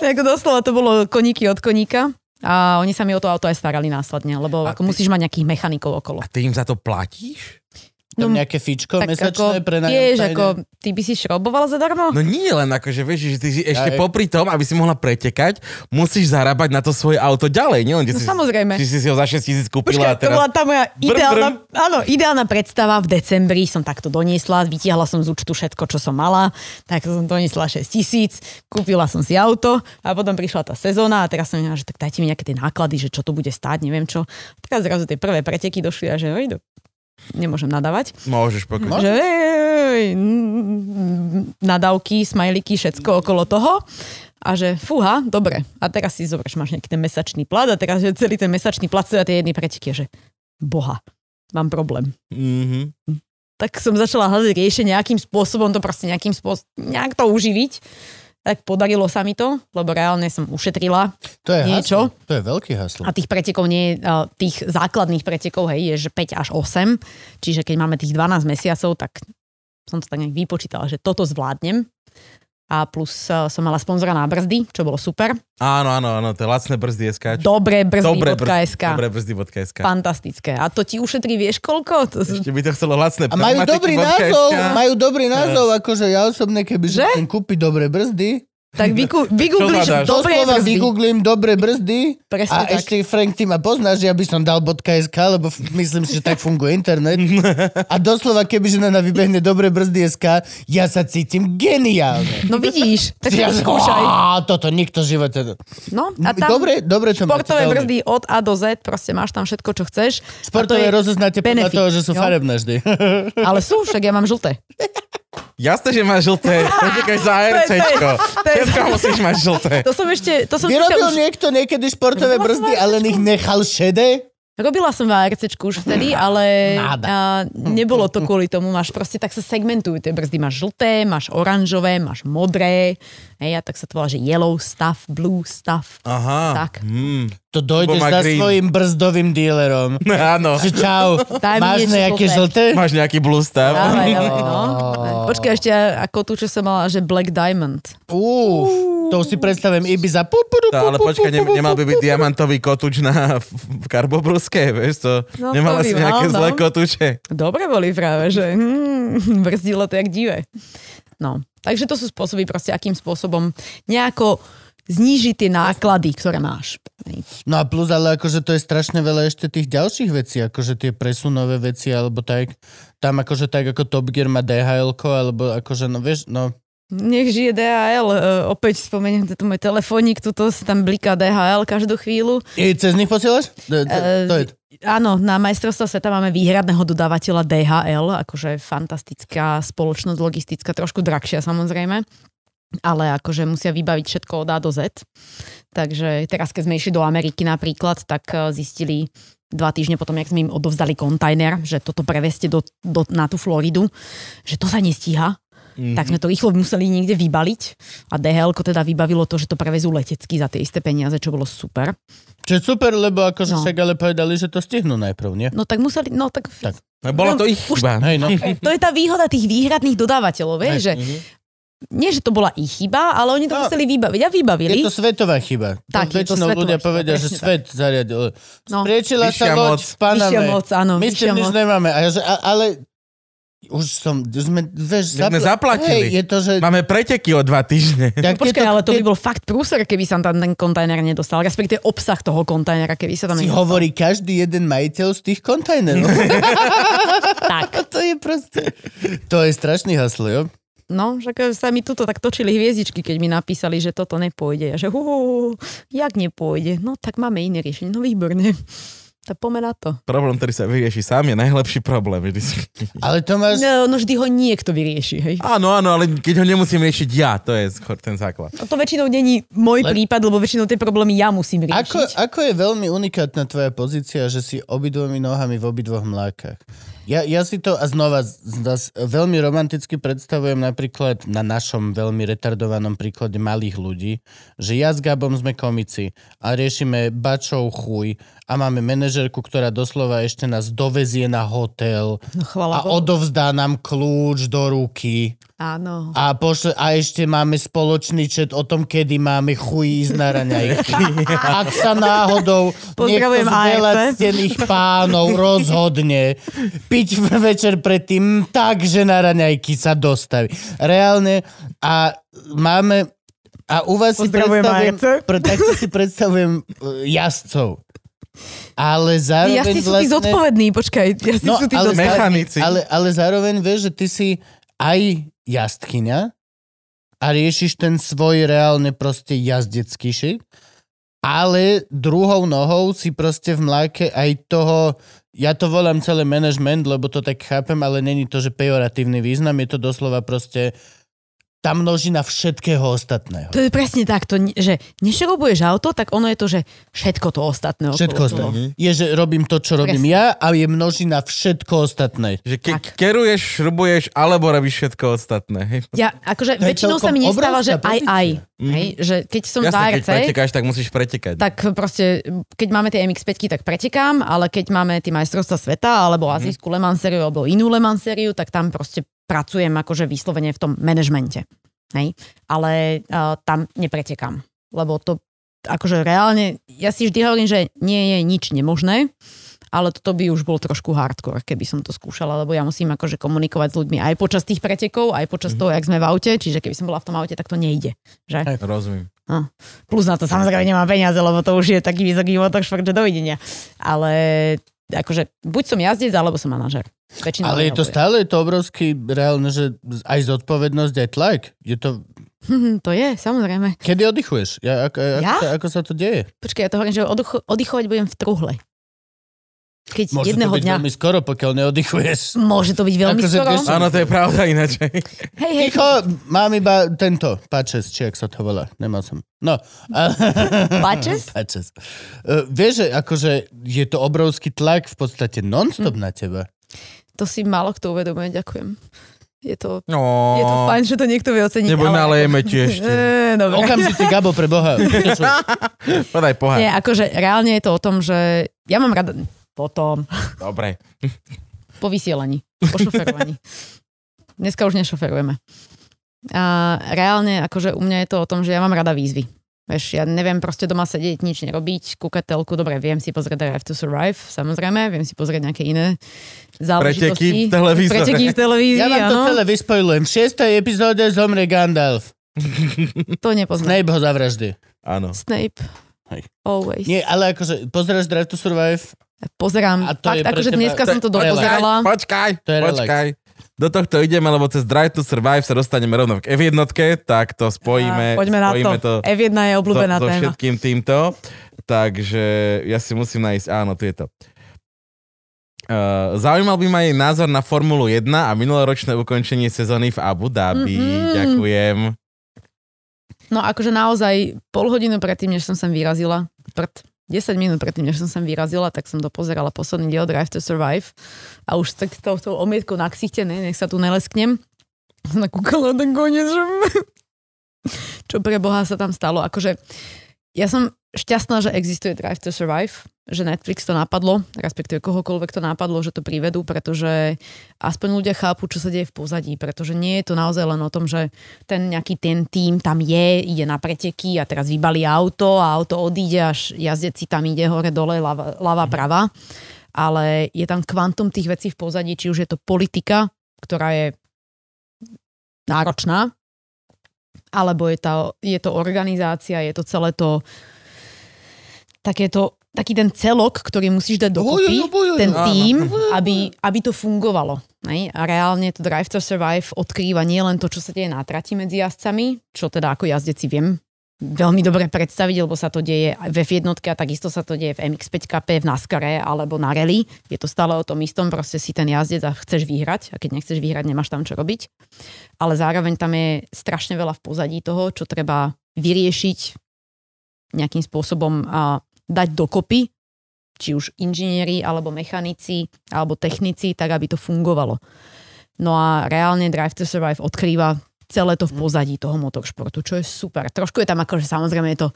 tak doslova to bolo koníky od koníka. A oni sa mi o to auto aj starali následne, lebo
A
ako
ty-
musíš mať nejakých mechanikov okolo.
A ty im za to platíš?
Tam
No,
nejaké fíčko mesačné pre nájom
vieš,
tajne.
ako ty by si šroboval zadarmo?
No nie len akože, vieš, že ty si ešte
Aj.
popri tom, aby si mohla pretekať, musíš zarábať na to svoje auto ďalej, nie len, že
No,
si,
samozrejme.
že si si ho za 6 tisíc
Počkaj,
kúpila a
to
teraz...
bola tá moja
Brr,
ideálna, áno, ideálna predstava. V decembri som takto doniesla, vytiahla som z účtu všetko, čo som mala, tak som doniesla 6 tisíc, kúpila som si auto a potom prišla tá sezóna a teraz som mala, že tak dajte mi nejaké tie náklady, že čo to bude stáť, neviem čo. A teraz zrazu tie prvé preteky došli a že oj, do- nemôžem nadávať.
Môžeš pokúšať.
Že ej, ej, ej, mm, nadávky, smajliky, všetko okolo toho. A že fúha, dobre. A teraz si zoberieš, máš nejaký ten mesačný plat a teraz že celý ten mesačný plat sú na tie jedny preteky. a Že boha, mám problém.
Mhm.
Tak som začala hľadať riešenie, akým spôsobom to proste nejakým spôsobom, nejak to uživiť. Tak podarilo sa mi to, lebo reálne som ušetrila
To je
niečo.
haslo. To je veľký haslo.
a tých pretekov nie, je, a tých základných pretekov, hej, je že 5 až 8, čiže keď máme tých 12 mesiacov, tak som to tak nejak vypočítala, že toto zvládnem. A plus a, som mala sponzora na brzdy, čo bolo super.
Áno, áno, áno, to je lacné brzdy SK.
Dobre
brzdy,
brzdy.sk.
dobré brzdy bodka SK.
Fantastické. A to ti ušetrí, vieš koľko? To sú...
Ešte by to chcelo lacné
A majú
pneumatiky
dobrý
bodka
názov,
SK.
majú dobrý názov, akože ja osobne, keby že chcem kúpiť dobré brzdy,
Tak vyku, vygooglíš
hľadáš?
dobre
Doslova
brzdy.
vygooglím dobre brzdy a
Presne tak.
ešte Frank, ty ma poznáš, ja by som dal .sk, lebo f- myslím si, že tak funguje internet. A doslova, keby žena na vybehne dobre brzdy SK, ja sa cítim geniálne.
No vidíš, tak
Ja
to skúšaj.
Á, toto nikto v živote.
No a tam
Dobre, dobre to máte,
športové
dobre.
brzdy od A do Z, proste máš tam všetko, čo chceš.
Športové
A to je
rozoznáte podľa
benefit,
toho, že sú
jo?
farebné vždy.
Ale sú, však ja mám žlté.
Jasné, že máš žlté. Počíkaš za RCčko. Všetko musíš mať žlté.
To som ešte, to som
Vyrobil
ešte už... Vlastne
niekto niekedy športové brzdy a len ich nechal šedé?
Robila som VRCčku už vtedy, ale
Náda.
a, nebolo to kvôli tomu. Máš proste, tak sa segmentujú tie brzdy. Máš žlté, máš oranžové, máš modré. Hej, a tak sa to volá, že yellow stuff, blue stuff.
Aha.
Tak.
Hmm.
To dojdeš
Lebo má
za
green.
svojim brzdovým dílerom.
Áno.
Že čau,
Daj mi
máš
niečo
nejaké
žlté.
žlté?
Máš nejaký blue stav.
Dávaj, dávaj, no. Počkaj ešte ako tu, čo som mala, že black diamond.
Uf, to už si predstavím Ibiza. Pu, pu, pu,
To, No, ale
pu, pu,
počkaj, ne,
pu, pu,
nemal by
pu,
byť
pu.
diamantový kotuč na v- v karbobruske, vieš to?
No, to
Nemala
by
si
mal,
nejaké
no.
zlé kotuče.
Dobre boli práve, že hmm, brzdilo to jak divé. No, takže to sú spôsoby proste, akým spôsobom nejako znížiť tie náklady, ktoré máš. Hej.
No a plus, ale akože to je strašne veľa ešte tých ďalších vecí, akože tie presunové veci, alebo tak, tam akože tak ako Top Gear má dhl alebo akože, no vieš, no,
Nech žije DHL, e, opäť spomeniem tento môj telefónik, tuto sa tam bliká DHL každú chvíľu.
I cez nich posielaš? To, to,
Eh,
to je,
Áno, na majstrovstvo sveta máme výhradného dodávateľa DHL, akože fantastická spoločnosť logistická, trošku drahšia samozrejme, ale akože musia vybaviť všetko od A do Z. Takže teraz, keď sme išli do Ameriky napríklad, tak eh, zistili dva týždne potom, jak sme im odovzdali kontajner, že toto preveste do, do, na tú Floridu, že to sa nestíha. Mm-hmm. Tak sme to rýchlo museli niekde vybaliť a DHL teda vybavilo to, že to prevezú letecky za tie isté peniaze, čo bolo super.
čo je super, lebo akože
No.
však ale povedali, že to stihnú najprv, nie?
No tak museli, no tak, tak.
No, bola to ich chyba.
Hej, no.
To je tá výhoda tých výhradných dodávateľov, vieš, že
Mhm.
nie, že to bola ich chyba, ale oni to
No.
museli vybaviť a vybavili.
Je to svetová chyba.
Tak, je to
väčšinou
svetová
ľudia
chyba,
povedia, že
presne tak.
svet zariadil.
No.
Spriečila sa
Vyššia
loď
moc.
v Paname.
Vyššia moc, áno,
My s
vyššia
tým nič
No, moc.
nemáme. A ja, že, a, ale už som, už sme, vieš,
My sme zaplatili.
Hej, je to, že...
Máme preteky o dva týždne.
tak
No, Počkaj,
tieto-
ale to by
tie-
bol fakt prúser, keby sa tam ten kontajner nedostal, respektíve obsah toho kontajnera, keby sa tam
Si
nedostal.
hovorí každý jeden majiteľ z tých kontajnerov.
Tak,
to je proste... To je strašný haslo, jo?
no, že sa mi tuto tak točili hviezdičky, keď mi napísali, že toto nepôjde. A že hú, jak nepôjde? No, tak máme iné riešenie. No, výborne. Tak pome na to.
Problém, ktorý sa vyrieši sám, je najlepší problém. vždycky.
Ale to máš...
No, no vždy ho niekto vyrieši, hej.
Áno, áno, ale keď ho nemusím riešiť ja, to je skôr ten základ.
A to väčšinou není
Le-
môj prípad, lebo väčšinou tie problémy ja musím riešiť.
Ako, ako je veľmi unikátna tvoja pozícia, že si obidvomi nohami v obidvoch mlákach? Ja, ja si to a znova z- zas, veľmi romanticky predstavujem napríklad na našom veľmi retardovanom príklade malých ľudí, že ja s Gabom sme komici a riešime bačov chuj a máme manažerku, ktorá doslova ešte nás dovezie na hotel
No, chvala
a odovzdá nám kľúč do ruky.
Áno.
A, pošle, a ešte máme spoločný čet o tom, kedy máme chuj ísť na raňajky. Ak sa náhodou niekto
Pozdravujem
z
AFC.
velastených pánov rozhodne piť v- večer predtým tak, že na raňajky sa dostaví. Reálne a máme a u vás si
Pozdravujem
predstavujem,
AFC.
pre, takto si predstavujem e, jazdcov. Ale zároveň
Ja si sú tí
vlastne...
zodpovední, počkaj. Ja si
No,
sú tí
ale-
zodpovední.
Mechanici.
Ale, ale zároveň vieš, že ty si aj jazdkyňa a riešiš ten svoj reálne proste jazdecký šik, ale druhou nohou si proste v mláke aj toho, ja to volám celé management, lebo to tak chápem, ale není to, že pejoratívny význam, je to doslova proste tá množina všetkého ostatného.
To je presne tak, to, ne- že nešrobuješ auto, tak ono je to, že všetko No, to ostatné. okolo
Všetko
toho.
ostatné. Je, že robím to, čo robím ja a je množina všetko ostatné.
Že ke-
Tak.
keruješ, šrubuješ, alebo robíš všetko ostatné. Hej.
Ja,
To
akože
je
väčšinou sa mi
celkom
nestáva, že
obrovská
aj,
pozícia. Mhm.
aj. Hej, že keď som v
Jasne, keď
ARC,
pretekáš, tak musíš pretekať.
tak proste, keď máme tie MX-5, tak pretekám, ale keď máme tie majstrovstvá sveta, alebo azijskú Le Mans sériu, alebo inú Le Mans sériu, tak tam proste pracujem akože vyslovene v tom manažmente. Hej? Ale uh, tam nepretekám, lebo to akože reálne, ja si vždy hovorím, že nie je nič nemožné, ale toto by už bol trošku hardcore, keby som to skúšala, lebo ja musím akože komunikovať s ľuďmi aj počas tých pretekov, aj počas mm-hmm. toho, jak sme v aute, čiže keby som bola v tom aute, tak to nejde. Že?
Rozumiem.
No. Plus na to samozrejme nemám peniaze, lebo to už je taký vysoký motor švrt, že dovidenia. Ale akože buď som jazdec, alebo som manažer. Väčšinou
Ale je to
neoboje.
stále je to obrovský reálne, že aj zodpovednosť, aj tlak. Je to...
Hm, to je, samozrejme.
Kedy oddychuješ? Ja, ako, ako,
Ja?
Sa, ako sa to deje?
Počkaj, ja to hovorím, že oducho- oddychovať budem v truhle. Keď
Môže
jedného
to byť
dňa...
veľmi skoro, pokiaľ neoddychuješ.
Môže to byť veľmi
Akože
skoro.
vieš-
Áno, to je pravda ináč.
Hej, hej,
Ticho, mám iba tento, pačes, či ak sa to volá. Nemal som. No.
Pačes?
pačes. Uh, vieš, že akože je to obrovský tlak v podstate
Hm.
non-stop na teba.
to si málo kto uvedomuje, ďakujem. Je to,
No,
je to fajn, že to niekto vie oceniť.
nebojme, ale
ale-
jeme ti ešte.
Eh, Dobre.
Okamžite, Gabo, pre Boha.
Podaj pohár.
Nie, akože reálne je to o tom, že ja mám rada potom
Dobre.
po vysielaní, po šoferovaní. Dneska už nešoferujeme. A reálne, akože u mňa je to o tom, že ja mám rada výzvy. Vieš, ja neviem proste doma sedieť, nič nerobiť, kúkať telku, dobre, viem si pozrieť Drive to Survive, samozrejme, viem si pozrieť nejaké iné
Preteky
záležitosti.
v televízore.
Preteky v televízii,
Ja vám to
áno.
celé vyspojlujem. V šiestej epizóde zomre Gandalf.
To nepoznám.
Snape ho zavraždí.
Áno.
Snape.
Hej.
Always.
Nie, ale akože, pozeráš Drive to Survive?
Pozerám.
A to je
Fakt,
pre
akože
teba-
dneska
to-
som to
to je
dopozerala.
Počkaj,
To je relax.
počkaj. Do tohto ideme, lebo cez Drive to Survive sa dostaneme rovno k F1, tak to spojíme,
A poďme na
spojíme
to. F1 je
so,
obľúbená
so
téma.
všetkým týmto. Takže ja si musím nájsť, áno, tu je to. Uh, zaujímal by ma jej názor na Formulu 1 a minuloročné ukončenie sezóny v Abu Dhabi.
Mhm.
Ďakujem.
No akože naozaj pol hodinu predtým, než som sem vyrazila, prd, 10 minút predtým, než som sem vyrazila, tak som dopozerala posledný diel Drive to Survive a už tak s tou, tou omietkou na ksichte, ne, nech sa tu nelesknem, som nakúkala na ten koniec, že čo pre Boha sa tam stalo. Akože ja som šťastná, že existuje Drive to Survive, že Netflix to napadlo, respektíve kohokoľvek to napadlo, že to privedú, pretože aspoň ľudia chápu, čo sa deje v pozadí, pretože nie je to naozaj len o tom, že ten nejaký ten tým tam je, ide na preteky a teraz vybalí auto a auto odíde, až jazdec si tam ide hore, dole, lava, lava prava. Ale je tam kvantum tých vecí v pozadí, či už je to politika, ktorá je náročná, alebo je, tá, je to organizácia, je to celé to takéto, taký ten celok, ktorý musíš dať dokopy ten
Áno.
tým, aby, aby to fungovalo. Ne? A reálne to Drive to Survive odkrýva nielen to, čo sa deje na trati medzi jazdcami, čo teda ako jazdec si viem veľmi dobre predstaviť, lebo sa to deje aj v F1 a takisto sa to deje v MX5KP, v NASCARe alebo na rally. Je to stále o tom istom, proste si ten jazdec a chceš vyhrať a keď nechceš vyhrať, nemáš tam čo robiť. Ale zároveň tam je strašne veľa v pozadí toho, čo treba vyriešiť nejakým spôsobom a dať dokopy, či už inžinieri, alebo mechanici, alebo technici, tak aby to fungovalo. No a reálne Drive to Survive odkrýva celé
Mhm.
to v pozadí toho motoršportu, čo je super. Trošku je tam akože samozrejme je to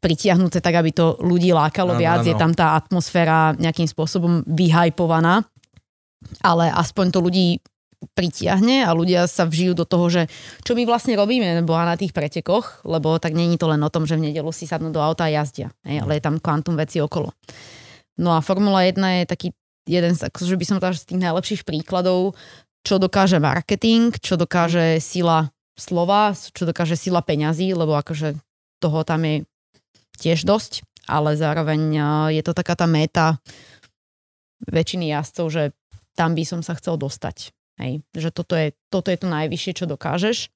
pritiahnuté tak, aby to ľudí lákalo
Áno,
viac, je
áno.
tam tá atmosféra nejakým spôsobom vyhajpovaná, ale aspoň to ľudí pritiahne a ľudia sa vžijú do toho, že čo my vlastne robíme, boha na tých pretekoch, lebo tak není to len o tom, že v nedelu si sadnú do auta a jazdia, hej, ale je tam kvantum veci okolo. No a Formula 1 je taký jeden z, akože by som povedala, že z tých najlepších príkladov, čo dokáže marketing, čo dokáže sila slova, čo dokáže sila peňazí, lebo akože toho tam je tiež dosť, ale zároveň a, je to taká tá meta väčšiny jazdcov, že tam by som sa chcel dostať. Hej. Že toto je, toto je to najvyššie, čo dokážeš.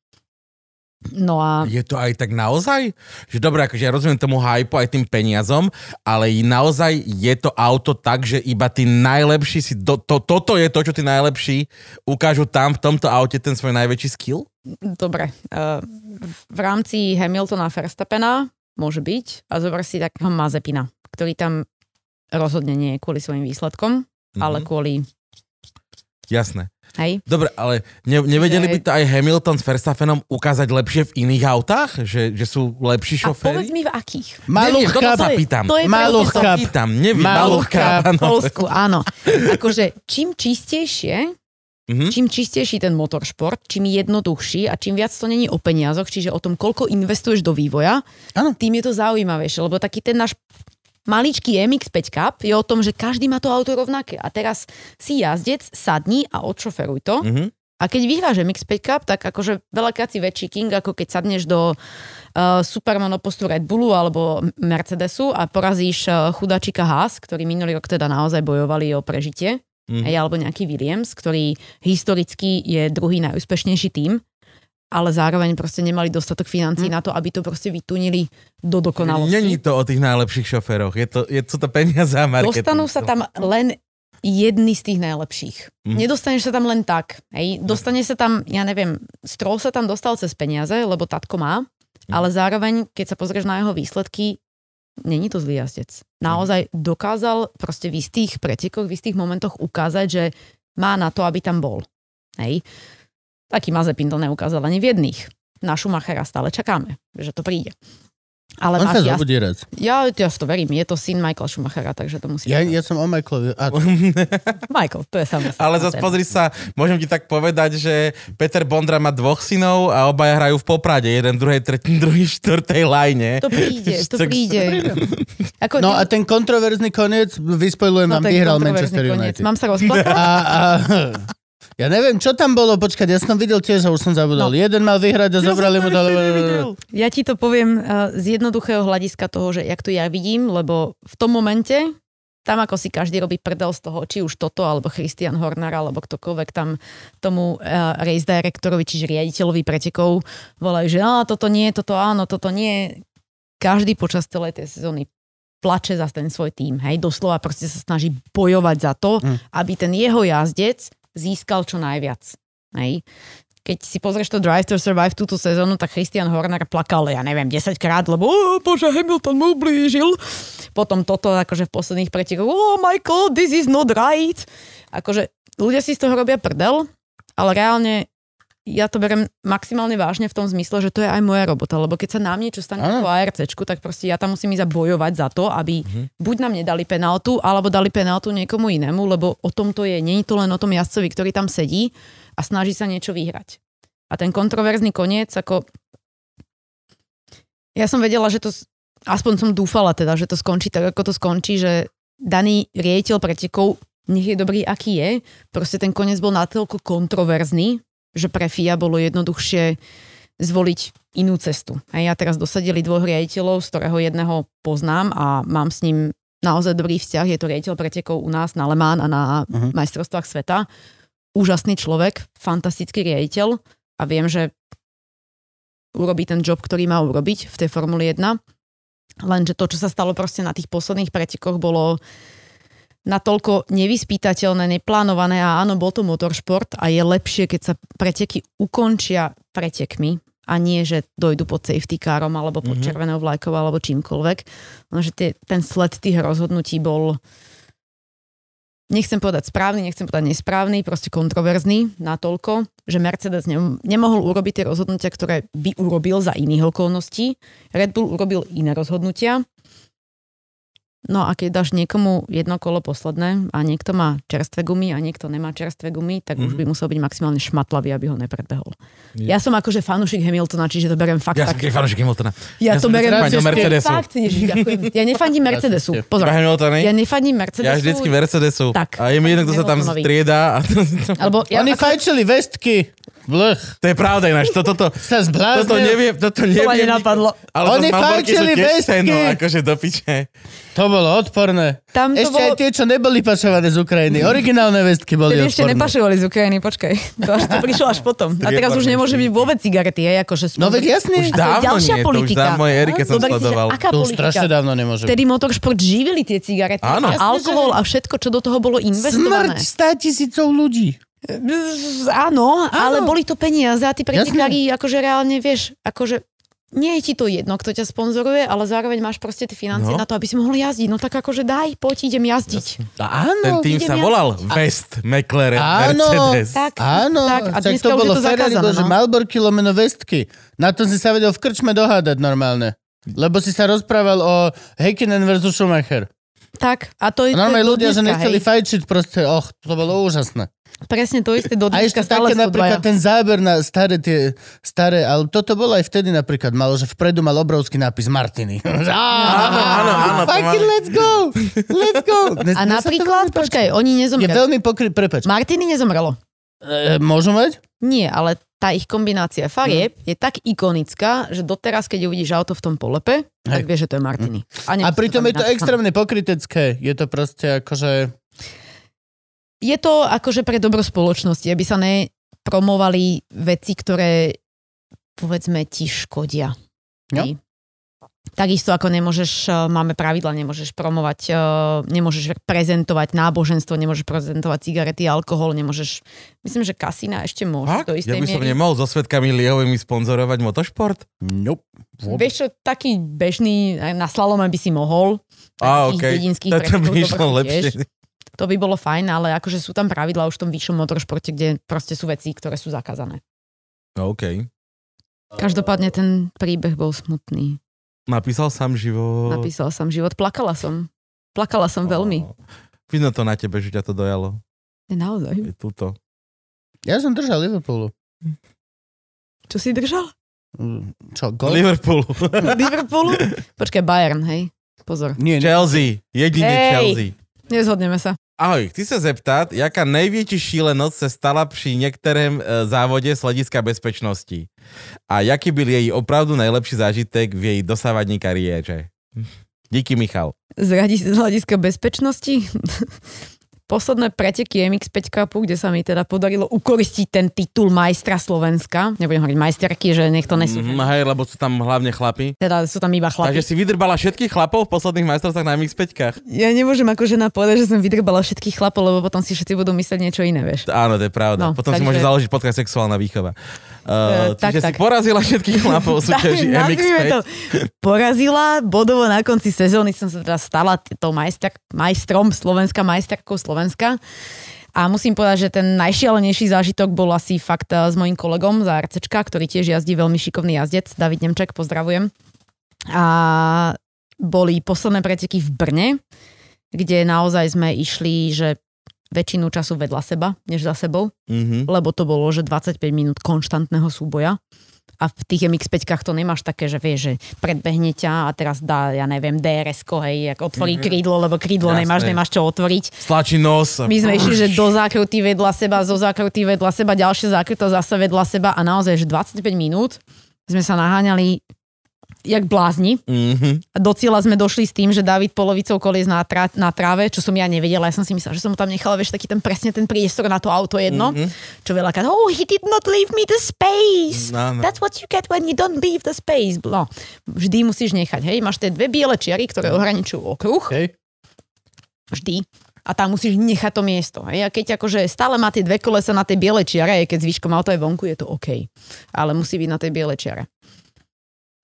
No a
Je to aj tak naozaj? Že dobre, akože ja rozumiem tomu hypu aj tým peniazom, ale i naozaj je to auto tak, že iba tí najlepší si... Do, to, toto je to, čo tí najlepší ukážu tam v tomto aute ten svoj najväčší skill?
dobre, eh, v rámci Hamiltona a Verstappena môže byť a zober si takého Mazepina, ktorý tam rozhodne nie je kvôli svojim
Mhm.
výsledkom, mm-hmm. ale kvôli,
Jasné.
hej,
Dobre, ale ne, nevedeli
Že-
by to aj Hamilton s Verstappenom ukázať lepšie v iných autách? Že, že sú lepší
A
šoféry?
povedz mi v akých?
Neviem, toto
Maluchka,
sa pýtam.
To je
Maluchka.
Sa pýtam, neviem.
Maluchka.
Maluchka,
v
áno.
Polsku, áno. Akože čím čistejšie,
Mhm.
čím čistejší ten motoršport, čím jednoduchší a čím viac to není o peniazoch, čiže o tom, koľko investuješ do vývoja,
Áno.
tým je to zaujímavejšie, lebo taký ten náš maličký MX-5 Cup je o tom, že každý má to auto rovnaké. A teraz si jazdec, sadni a odšoferuj to.
Mhm.
A keď vyhráš MX-5 Cup, tak akože veľakrát si väčší king, ako keď sadneš do uh, supermonopostu Red Bullu alebo Mercedesu a porazíš uh, chudáčika Haas, ktorí minulý rok teda naozaj bojovali o prežitie.
Mhm.
Mm. Hej, alebo nejaký Williams, ktorý historicky je druhý najúspešnejší tým, ale zároveň proste nemali dostatok financí mm. na to, aby to proste vytunili do dokonalosti.
Mhm. Není to o tých najlepších šoféroch, je to, je, sú to peniaze a marketing.
Dostanú sa tam len jedni z tých najlepších.
Mhm.
Mm. Nedostaneš sa tam len tak. Hej.
Mhm.
Dostane sa tam, ja neviem, Stroll sa tam dostal cez peniaze, lebo tatko má,
Mhm.
ale zároveň, keď sa pozrieš na jeho výsledky, není to zlý jazdec. Naozaj dokázal proste v istých pretekoch, v istých momentoch ukázať, že má na to, aby tam bol. Hej. Taký Mazepin to neukázal ani v jedných. Na Schumachera stále čakáme, že to príde. Ale
On sa
máš jazd-
zobudí raz.
ja, ja v to verím, je to syn Michaela Schumachera, takže to musí
Ja,
byť.
ja som o Michaelovi. A,
Michael, to je samozrejme.
No. Ale zase pozri sa, môžem ti tak povedať, že Peter Bondra má dvoch synov a obaja hrajú v Poprade. Jeden, druhej, tretí, druhý, v štvrtej lajne.
To príde, to
Tak-
príde. Ako,
no a ten kontroverzný koniec, vyspojlujem
no,
vám,
to je
vyhral
kontroverzný
Manchester
koniec.
United.
Mám sa rozplakať?
A, a, ja neviem, čo tam bolo, počkať, ja som videl tiež a už som zabudol. No. Jeden mal vyhrať a zobrali mu... Dole...
Ja ti to poviem eh, z jednoduchého hľadiska toho, že jak to ja vidím, lebo v tom momente tam ako si každý robí prdel z toho, či už toto, alebo Christian Horner, alebo ktokoľvek tam tomu uh, race directorovi, čiže riaditeľovi pretekov volajú, že á, toto nie, toto áno, toto nie. Každý počas celej tej sezóny plače za ten svoj tým, hej, doslova proste sa snaží bojovať za to, aby ten jeho jazdec získal čo najviac, hej keď si pozrieš to Drive to Survive túto sezónu, tak Christian Horner plakal, ja neviem, 10 krát, lebo "Ó, bože, Hamilton mu ublížil. Potom toto akože v posledných pretekoch, oh Michael, this is not right. Akože ľudia si z toho robia prdel, ale reálne ja to berem maximálne vážne v tom zmysle, že to je aj moja robota, lebo keď sa nám niečo stane
Áno.
po ARCčku, tak proste ja tam musím ísť a bojovať za to, aby buď nám nedali penáltu, alebo dali penáltu niekomu inému, lebo o tom to je. Není to len o tom jazdcovi, ktorý tam sedí a snaží sa niečo vyhrať. A ten kontroverzný koniec, ako... Ja som vedela, že to... s- Aspoň som dúfala teda, že to skončí tak, ako to skončí, že daný riediteľ pretekov, nech je dobrý, aký je, proste ten koniec bol natoľko kontroverzný, že pre FIA bolo jednoduchšie zvoliť inú cestu. A ja teraz dosadili dvoch riaditeľov, z ktorého jedného poznám a mám s ním naozaj dobrý vzťah. Je to riaditeľ pretekov u nás na Le Mans a na uh-huh. majstrovstvách sveta. Úžasný človek, fantastický riaditeľ a viem, že urobí ten job, ktorý má urobiť v tej Formule 1. Lenže to, čo sa stalo proste na tých posledných pretekoch, bolo natoľko nevyspytateľné, neplánované a áno, bol to motoršport a je lepšie, keď sa preteky ukončia pretekmi a nie, že dojdu pod safety carom alebo pod mm-hmm. červenou vlajkou alebo čímkoľvek. Lenže tie, ten sled tých rozhodnutí bol nechcem povedať správny, nechcem povedať nesprávny, proste kontroverzný natoľko, že Mercedes ne, nemohol urobiť tie rozhodnutia, ktoré by urobil za iných okolností. Red Bull urobil iné rozhodnutia. No a keď dáš niekomu jedno kolo posledné a niekto má čerstvé gumy a niekto nemá čerstvé gumy, tak
Mhm.
mm-hmm. už by musel byť maximálne šmatlavý, aby ho nepredbehol. Ja som akože fanúšik Hamiltona, čiže to berem fakt
Ja som
tak.
keď fanúšik Hamiltona. Ja
Ja,
som
to berem
fandil Mercedesu.
Fakt, Ježiš, ďakujem. Ja nefandím Mercedesu. Pozor.
Iba Hamiltony?
Ja nefandím Mercedesu.
Ja vždycky Mercedesu.
Tak.
A je mi jedno, kto sa tam
Hamiltonovi.
strieda. A to,
Alebo ja,
Oni fajčili vestky. Blech.
to je pravda ináč. Toto, toto,
Sa zbláznil.
toto neviem, toto
ma
neviem.
nenapadlo.
nikomu. Ale
Oni fajčili vestky.
vesky. akože do piče.
To bolo odporné.
Tam to
Ešte
bolo-
aj tie, čo neboli pašované z Ukrajiny. Originálne vestky boli
Vtedy
odporné.
ešte nepašovali z Ukrajiny, počkaj. To, až to prišlo až potom. A
Tri
teraz už
apartmenty.
nemôže byť vôbec cigarety, hej, akože
No veď jasne.
Už dávno
ďalšia
nie, to už
politika.
dávno je, Erike som
Dobre,
sledoval.
že Aká
To už
politika?
strašne dávno nemôže.
Vtedy motorsport živili tie cigarety,
Áno.
a alkohol a všetko, čo do toho bolo
Smrť
investované.
100 tisícov ľudí.
Bzz, Áno, ale boli to peniaze a tí pretekári, akože reálne, vieš, akože nie je ti to jedno, kto ťa sponzoruje, ale zároveň máš proste tie financie
No.
no. na to, aby si mohol jazdiť. No tak akože daj, poď, idem jazdiť.
Ten
Áno.
tým
No idem
sa
ja.
volal West McLaren
Áno.
Mercedes.
Tak,
Áno,
tak, a
však
dneska
to
už
bolo akože
je to
Ferrari,
zakázané.
že
no.
Malborky lomeno vestky. Na to si sa vedel v krčme dohádať normálne. Lebo si sa rozprával o Häkkinen versus Schumacher.
Tak, a to je...
A normálne
to je do
ľudia, že
dneska,
nechceli
hej.
fajčiť proste, och, to bolo úžasné.
Presne to isté do
A ešte
dneška stále
také
sú
napríklad
dvaja.
ten záber na staré tie, staré, ale toto bolo aj vtedy napríklad malo, že vpredu mal obrovský nápis Martiny.
Áno, áno, áno. to
Fucking
máme.
let's go! Let's go! Dnes-
A
dnes sa to
napríklad,
veľmi páči.
počkaj, oni
Je
nezomreli.
veľmi pokry... Prepač.
Martiny nezomrelo.
E, môžu mať?
Nie, ale tá ich kombinácia
Mhm.
farieb je tak ikonická, že doteraz, keď uvidíš auto v tom polepe,
Hej.
tak
Mhm.
vieš, že to je Martiny.
A
nemusí
pritom
tam
je to
byť napísané.
extrémne pokrytecké. Je to proste akože...
Je to akože pre dobro spoločnosti, aby sa nepromovali veci, ktoré povedzme ti škodia.
Jo.
Hej. Takisto ako nemôžeš, eh, máme pravidla, nemôžeš promovať, eh, nemôžeš prezentovať náboženstvo, nemôžeš prezentovať cigarety, alkohol, nemôžeš, myslím, že kasína ešte môže
Fakt?
do
Ja
istej
by som
miery.
nemohol so svetkami liehovými sponzorovať motošport?
Nope.
Vieš čo, taký bežný, eh, na slalome by si mohol,
Á,
Takých
okej.
dedinských
To- To by
pretekov
išlo
dobre
lepšie.
to by bolo fajn, ale akože sú tam pravidla už v tom vyššom motoršporte, kde proste sú veci, ktoré sú zakázané.
No, okej.
Každopádne ten príbeh bol smutný.
Napísal sám život.
Napísala som život, plakala som. Plakala som veľmi.
Vidno to na tebe, že ťa to dojalo.
Naozaj.
Je tuto.
Ja som držal Liverpoolu.
Čo si držal?
Mm, Čo, gol?
Liverpool.
Liverpoolu? Počkaj, Bayern, hej. Pozor.
Nie, nie.
Chelsea. Jedine
Hej.
Chelsea.
Nezhodneme sa.
Ahoj, chci se zeptat, jaká největší šílenost se stala při některém eh, závodě z hlediska bezpečnosti? A jaký byl její opravdu nejlepší zážitek v její dosávadní kariéře? Díky, Michal.
Z radi- z hľadiska bezpečnosti posledné preteky MX5 Cupu, kde sa mi teda podarilo ukoristiť ten titul majstra Slovenska. Nebudem hovoriť majsterky, že nech to nesú.
Mm, hej, lebo sú tam hlavne chlapi.
Teda sú tam iba chlapi.
Takže si vydrbala všetkých chlapov v posledných majstrovstvách na MX5.
Ja nemôžem ako žena povedať, že som vydrbala všetkých chlapov, lebo potom si všetci budú myslieť niečo iné, vieš.
Áno, to je pravda. No,
No,
Potom si
takže-
môže založiť podcast Sexuálna výchova. Uh,
E, tak,
čiže si
tak.
porazila všetkých chlapov v súťaži
Tak, nazvime
MX5.
to. Porazila, bodovo na konci sezóny som sa teda stala t- tou majster, majstrom Slovenska, majsterkou Slovenska. A musím povedať, že ten najšialenejší zážitok bol asi fakt e, s mojim kolegom z RCčka, ktorý tiež jazdí veľmi šikovný jazdec, David Nemček, pozdravujem. A boli posledné preteky v Brne, kde naozaj sme išli, že väčšinu času vedľa seba, než za sebou.
Mhm.
lebo to bolo, že 25 minút konštantného súboja. A v tých MX-5 to nemáš také, že vieš, že predbehne ťa a teraz dá, ja neviem, DRS-ko, hej, ak otvorí mm-hmm. krídlo, lebo krídlo
Jasné.
nemáš, nemáš čo otvoriť.
Stlačí nos.
My sme išli, že do zákruty vedľa seba, zo zákruty vedľa seba, ďalšia zákruta zase vedľa seba a naozaj, že 25 minút sme sa naháňali jak blázni.
Mhm.
A do cieľa sme došli s tým, že David polovicou kolies na, tra- na tráve, čo som ja nevedela. Ja som si myslela, že som mu tam nechala, vieš, taký ten presne ten priestor na to auto jedno. Mm-hmm. Čo veľakrát, oh, he did not leave me the space.
Áno.
That's what you get when you don't leave the space. No, vždy musíš nechať, hej. Máš tie dve biele čiary, ktoré ohraničujú okruh.
Hej.
Vždy. A tam musíš nechať to miesto. Hej. A keď akože stále má tie dve kolesa na tej biele čiare, aj keď zvyškom auto je vonku, je to OK. Ale musí byť na tej biele čiare.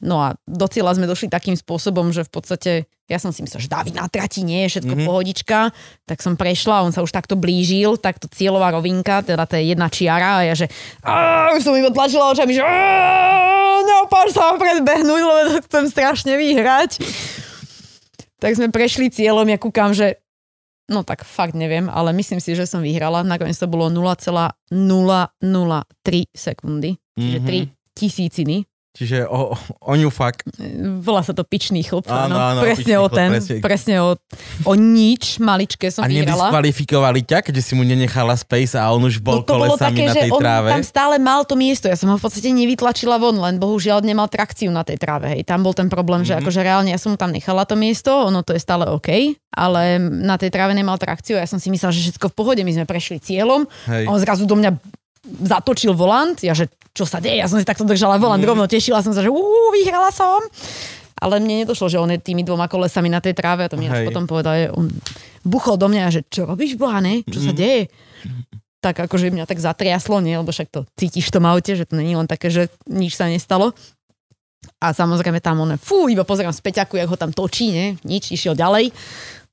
No a do cieľa sme došli takým spôsobom, že v podstate, ja som si myslel, že David na trati nie je všetko
Mhm.
mm-hmm. pohodička, tak som prešla, on sa už takto blížil, takto cieľová rovinka, teda to je jedna čiara a ja že "Á, už som iba tlačila očami, že "Á, neopáš sa ma predbehnúť, lebo to chcem strašne vyhrať. Tak sme prešli cieľom, ja kúkam, že no tak fakt neviem, ale myslím si, že som vyhrala. Nakoniec to bolo 0,003 sekundy, čiže
Mhm.
3 tisíciny.
Čiže o, o, o ňu fuck.
Volá sa to pičný chlop.
Áno, áno,
Áno,
pičný
presne o
chlop,
ten,
presne.
presne, presne o, o nič maličké som
A
vyhrala.
nediskvalifikovali ťa, keďže si mu nenechala space a on už bol
No to bolo
kolesami
také,
na
že
tej
on
tráve.
tam stále mal to miesto. Ja som ho v podstate nevytlačila von, len bohužiaľ nemal trakciu na tej tráve. Hej. Tam bol ten problém,
Mhm.
mm-hmm. že akože reálne ja som mu tam nechala to miesto, ono to je stále OK, ale na tej tráve nemal trakciu. Ja som si myslela, že všetko v pohode, my sme prešli cieľom,
Hej.
a on zrazu do mňa zatočil volant, ja že čo sa deje, ja som si takto držala volant, mm. rovno tešila som sa, že uú, vyhrala som. Ale mne nedošlo, že on je tými dvoma kolesami na tej tráve a to mi
Hej.
až potom povedal, že on buchol do mňa, že čo robíš, Bohane, čo
Mm.
sa deje? Tak akože mňa tak zatriaslo, nie, lebo však to cítiš v tom aute, že to není len také, že nič sa nestalo. A samozrejme tam on, fú, iba pozerám späťaku, jak ho tam točí, nie? nič, išiel ďalej.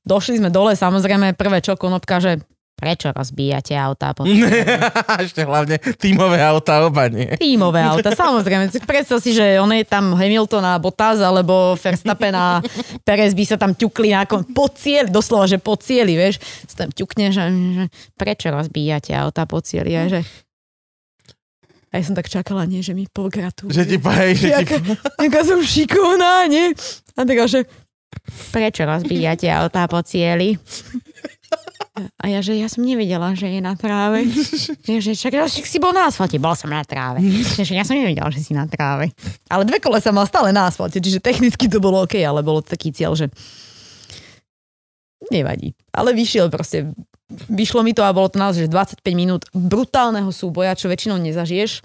Došli sme dole, samozrejme, prvé čo, konopka, že prečo rozbíjate autá po
Ešte hlavne tímové auta oba, nie?
tímové auta, samozrejme. Si Predstav si, že on je tam Hamilton a Bottas, alebo Verstappen a Perez by sa tam ťukli na kon... po cieľ, doslova, že po cieli, vieš. Sa tam ťukneš a že prečo rozbíjate auta po cieli? A že a ja som tak čakala, nie, že mi pogratuluje.
Že ti pahej, že ti...
Jaká, jaká som šikovná, nie? A tak že... Prečo rozbíjate autá po cieli? A ja, že ja som nevedela, že je na tráve. Ja, že však, ja, však si bol na asfalte. Bol som na tráve. Ja, že ja som nevedela, že si na tráve. Ale dve kole sa mal stále na asfalte, čiže technicky to bolo OK, ale bolo to taký cieľ, že nevadí. Ale vyšiel proste, vyšlo mi to a bolo to naozaj, že 25 minút brutálneho súboja, čo väčšinou nezažiješ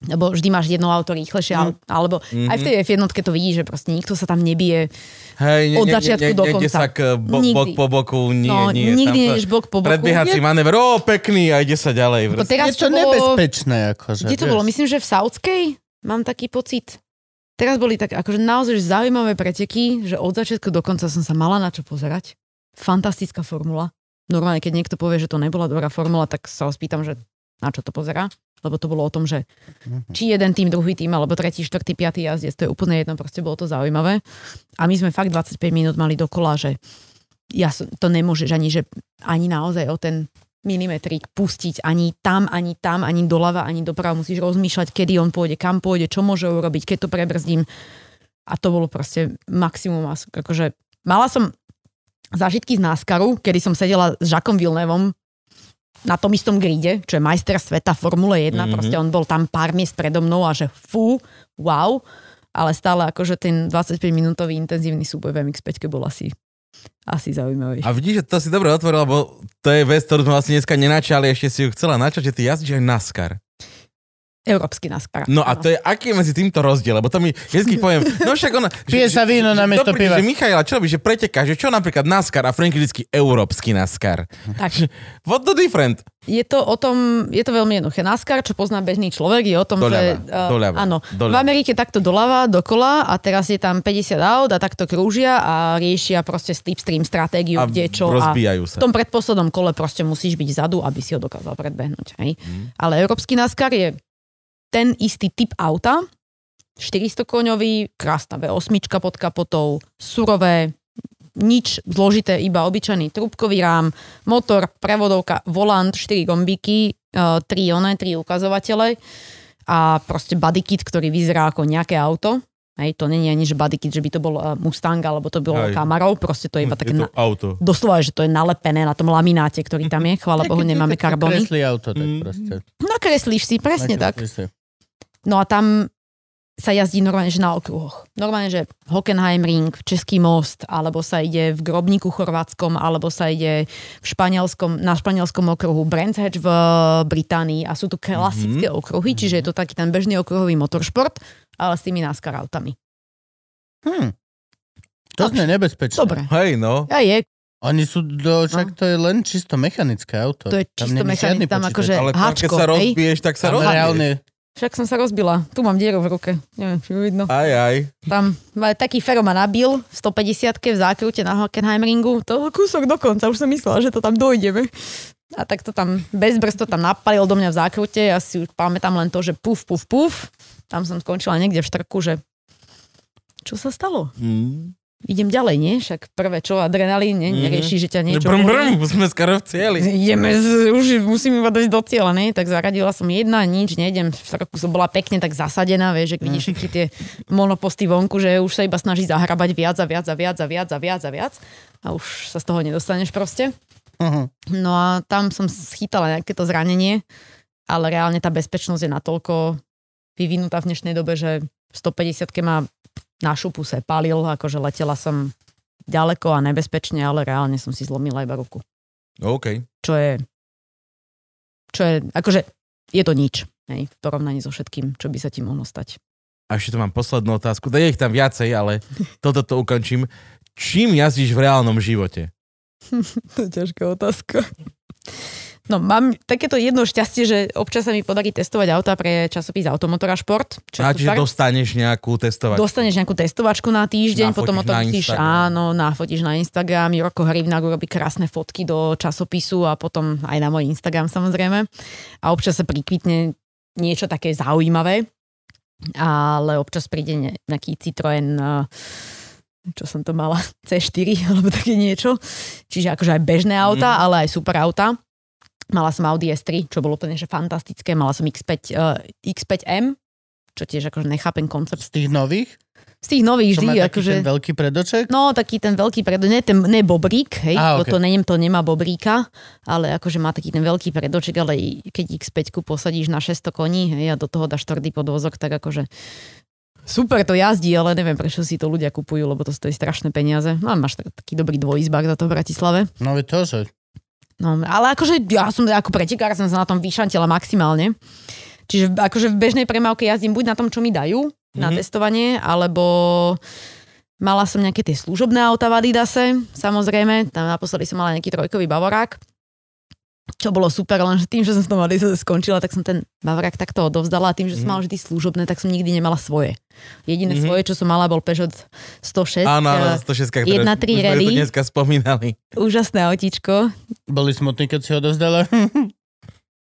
lebo vždy máš jedno auto rýchlejšie, mm. alebo aj v tej F1 to vidíš, že proste nikto sa tam nebije.
Mhm. Hej,
Od začiačku do
niekde
konca.
sa k bo,
Nikdy.
bok po boku, nie,
No,
nie.
nikdy
tam sa-
nejdeš bok po boku.
Predbiehací manéver, ó, pekný, a ide sa ďalej.
To
Vrst.
No teraz
je to
čo bolo,
nebezpečné, akože.
Kde to bolo? Myslím, že v Saudskej mám taký pocit. Teraz boli tak akože naozaj že zaujímavé preteky, že od začiatku do konca som sa mala na čo pozerať. Fantastická formula. Normálne, keď niekto povie, že to nebola dobrá formula, tak sa ho spýtam, že na čo to pozerá. Lebo to bolo o tom, že či jeden tým, druhý tým, alebo tretí, štvrtý, piatý jazdec, to je úplne jedno, proste bolo to zaujímavé. A my sme fakt 25 minút mali dokola, že ja som, to nemôžeš ani, že ani naozaj o ten milimetrík pustiť ani tam, ani tam, ani doľava, ani doprava. Musíš rozmýšľať, kedy on pôjde, kam pôjde, čo môže urobiť, keď to prebrzdím. A to bolo proste maximum. A s- Akože, mala som zážitky z NASCARu, kedy som sedela s Žakom Vilnevom na tom istom gride, čo je majster sveta Formule 1, mm-hmm. proste on bol tam pár miest predo mnou a že fú, wow, ale stále akože ten 25-minútový intenzívny súboj v MX-5 bol asi, asi zaujímavý.
A vidíš, že to si dobre otvoril, lebo to je vec, ktorú sme vlastne dneska nenačali, ešte si ju chcela načať, že ty jazdíš aj NASCAR.
Európsky NASCAR.
No a to je, aký je medzi týmto rozdiel, lebo to mi vždycky poviem, no však ona...
Pije sa víno namiesto
dobrý,
piva.
Že Michaela, čo robíš, že pretekáš, že čo napríklad NASCAR a Franky vždycky európsky NASCAR.
Tak.
What the different?
Je to o tom, je to veľmi jednoduché. NASCAR, čo pozná bežný človek, je o tom,
Doľava,
že... eh,
doľava,
áno,
doľava.
v Amerike takto doľava, dokola a teraz je tam 50 aut a takto krúžia a riešia proste slipstream stratégiu,
A
kde čo.
rozbijajú
a
sa.
v tom predposlednom kole proste musíš byť vzadu, aby si ho dokázal predbehnúť. Hej? Ale európsky NASCAR je ten istý typ auta, 400 koňový, krásna V8 pod kapotou, surové, nič zložité, iba obyčajný trúbkový rám, motor, prevodovka, volant, e, 4 gombíky, 3 one, 3 ukazovatele a proste body kit, ktorý vyzerá ako nejaké auto. Hej, to není ani, že body kit, že by to bol eh, Mustang alebo to bolo
Hej. Hm,
Camaro, proste to je iba také...
je to
na-
auto.
Doslova, že to je nalepené na tom lamináte, ktorý tam je. Chvála Bohu, nemáme karbony.
Kresli auto, tak
Mm.
proste.
Nakreslíš si, presne tak.
Nakreslíš si.
No a tam sa jazdí normálne, že na okruhoch. Normálne, že Hockenheim Ring, Český most, alebo sa ide v Grobniku chorvátskom, alebo sa ide v španielskom, na španielskom okruhu Brands Hatch v Británii a sú to klasické mm-hmm. okruhy, čiže je to taký ten bežný okruhový motoršport, ale s tými NASCAR autami.
Hm. To znie nebezpečné.
Dobre.
Hej, no.
Ja je,
Oni sú, do, však to je len čisto mechanické auto.
to je
Tam
čisto
není žiadny
mechanické, tam
počítač.
akože
Ale keď
háčko,
sa
hej.
rozbiješ, tak sa
Tam
rozbiješ.
reálne,
Však som sa rozbila. Tu mám dieru v ruke. Neviem, či ju vidno.
Aj, aj.
Tam ma- taký Fero ma nabil v 150 v zákrute na Hockenheimringu. To bol kúsok dokonca, už som myslela, že to tam dojdeme. A tak to tam bez brzd to tam napalil do mňa v zákrute. Ja si už pamätám len to, že puf, puf, puf. Tam som skončila niekde v štrku, že čo sa stalo? Idem ďalej, nie? Však prvé čo, adrenalín, nie? Nerieši, že ťa niečo...
Brum,
bolí.
brum, sme skoro v cieli.
Ideme, z, už musím iba dať do cieľa, ne? Tak zaradila som jedna, nič, nejdem. V roku som bola pekne tak zasadená, vieš, že keď vidíš všetky tie monoposty vonku, že už sa iba snaží zahrabať viac a viac a viac a viac a viac a viac. A už sa z toho nedostaneš proste.
Mhm.
No a tam som schytala nejaké to zranenie, ale reálne tá bezpečnosť je natoľko vyvinutá v dnešnej dobe, že v 150 ma na šupu se palil, akože letela som ďaleko a nebezpečne, ale reálne som si zlomila iba ruku
OK.
čo je, čo je, akože je to nič hej, v porovnaní so všetkým, čo by sa ti mohlo stať.
A ešte tu mám poslednú otázku. Daj ich tam viacej, ale toto to ukončím. Čím jazdíš v reálnom živote?
To je ťažká otázka. No, mám takéto jedno šťastie, že občas sa mi podarí testovať auta pre časopis Automotora Šport. Čo
A
je
čiže
super.
dostaneš nejakú testovať.
Dostaneš nejakú testovačku na týždeň,
Nafotíš
potom o tom
na
musíš,
Instagram.
áno, nafotíš na Instagram, Jorko Hrivnák urobí krásne fotky do časopisu a potom aj na môj Instagram samozrejme. A občas sa prikvitne niečo také zaujímavé, ale občas príde ne- nejaký Citroen eh, čo som to mala, C4 alebo také niečo. Čiže akože aj bežné
Mhm.
auta, ale aj super auta. Mala som Audi S3, čo bolo úplne že fantastické. Mala som X5, eh, X5M, čo tiež akože nechápem koncept
Z tých nových?
z tých nových
Čo má
vždy,
taký
akože...
ten veľký predoček?
No, taký ten veľký predo, nie, ten, nie bobrík, hej,
Á,
ah,
ok.
okay. to, nie, to nemá bobríka, ale akože má taký ten veľký predoček, ale i keď X5 posadíš na 600 koní, hej, a do toho dáš tvrdý podvozok, tak akože super to jazdí, ale neviem, prečo si to ľudia kupujú, lebo to stojí strašné peniaze. No a máš tak- taký dobrý dvojizbák za to v Bratislave.
No je to, že...
No, ale akože ja som ako pretekár som sa na tom vyšantila maximálne. Čiže akože v bežnej premávke jazdím buď na tom, čo mi dajú na
Mhm.
testovanie, alebo mala som nejaké tie služobné auta v Adidase, samozrejme. Tam naposledy som mala nejaký trojkový bavorák, čo bolo super, lenže tým, že som v tom Adidase skončila, tak som ten bavorák takto odovzdala a tým, že som
Mhm.
mala vždy služobné, tak som nikdy nemala svoje. Jediné
Mhm.
svoje, čo som mala, bol Peugeot 106.
Áno, áno,
eh,
106.
jedna,
ktoré
tri
sme
rally.
tu dneska spomínali.
Úžasné autíčko.
Boli smutní, keď si ho dozdala.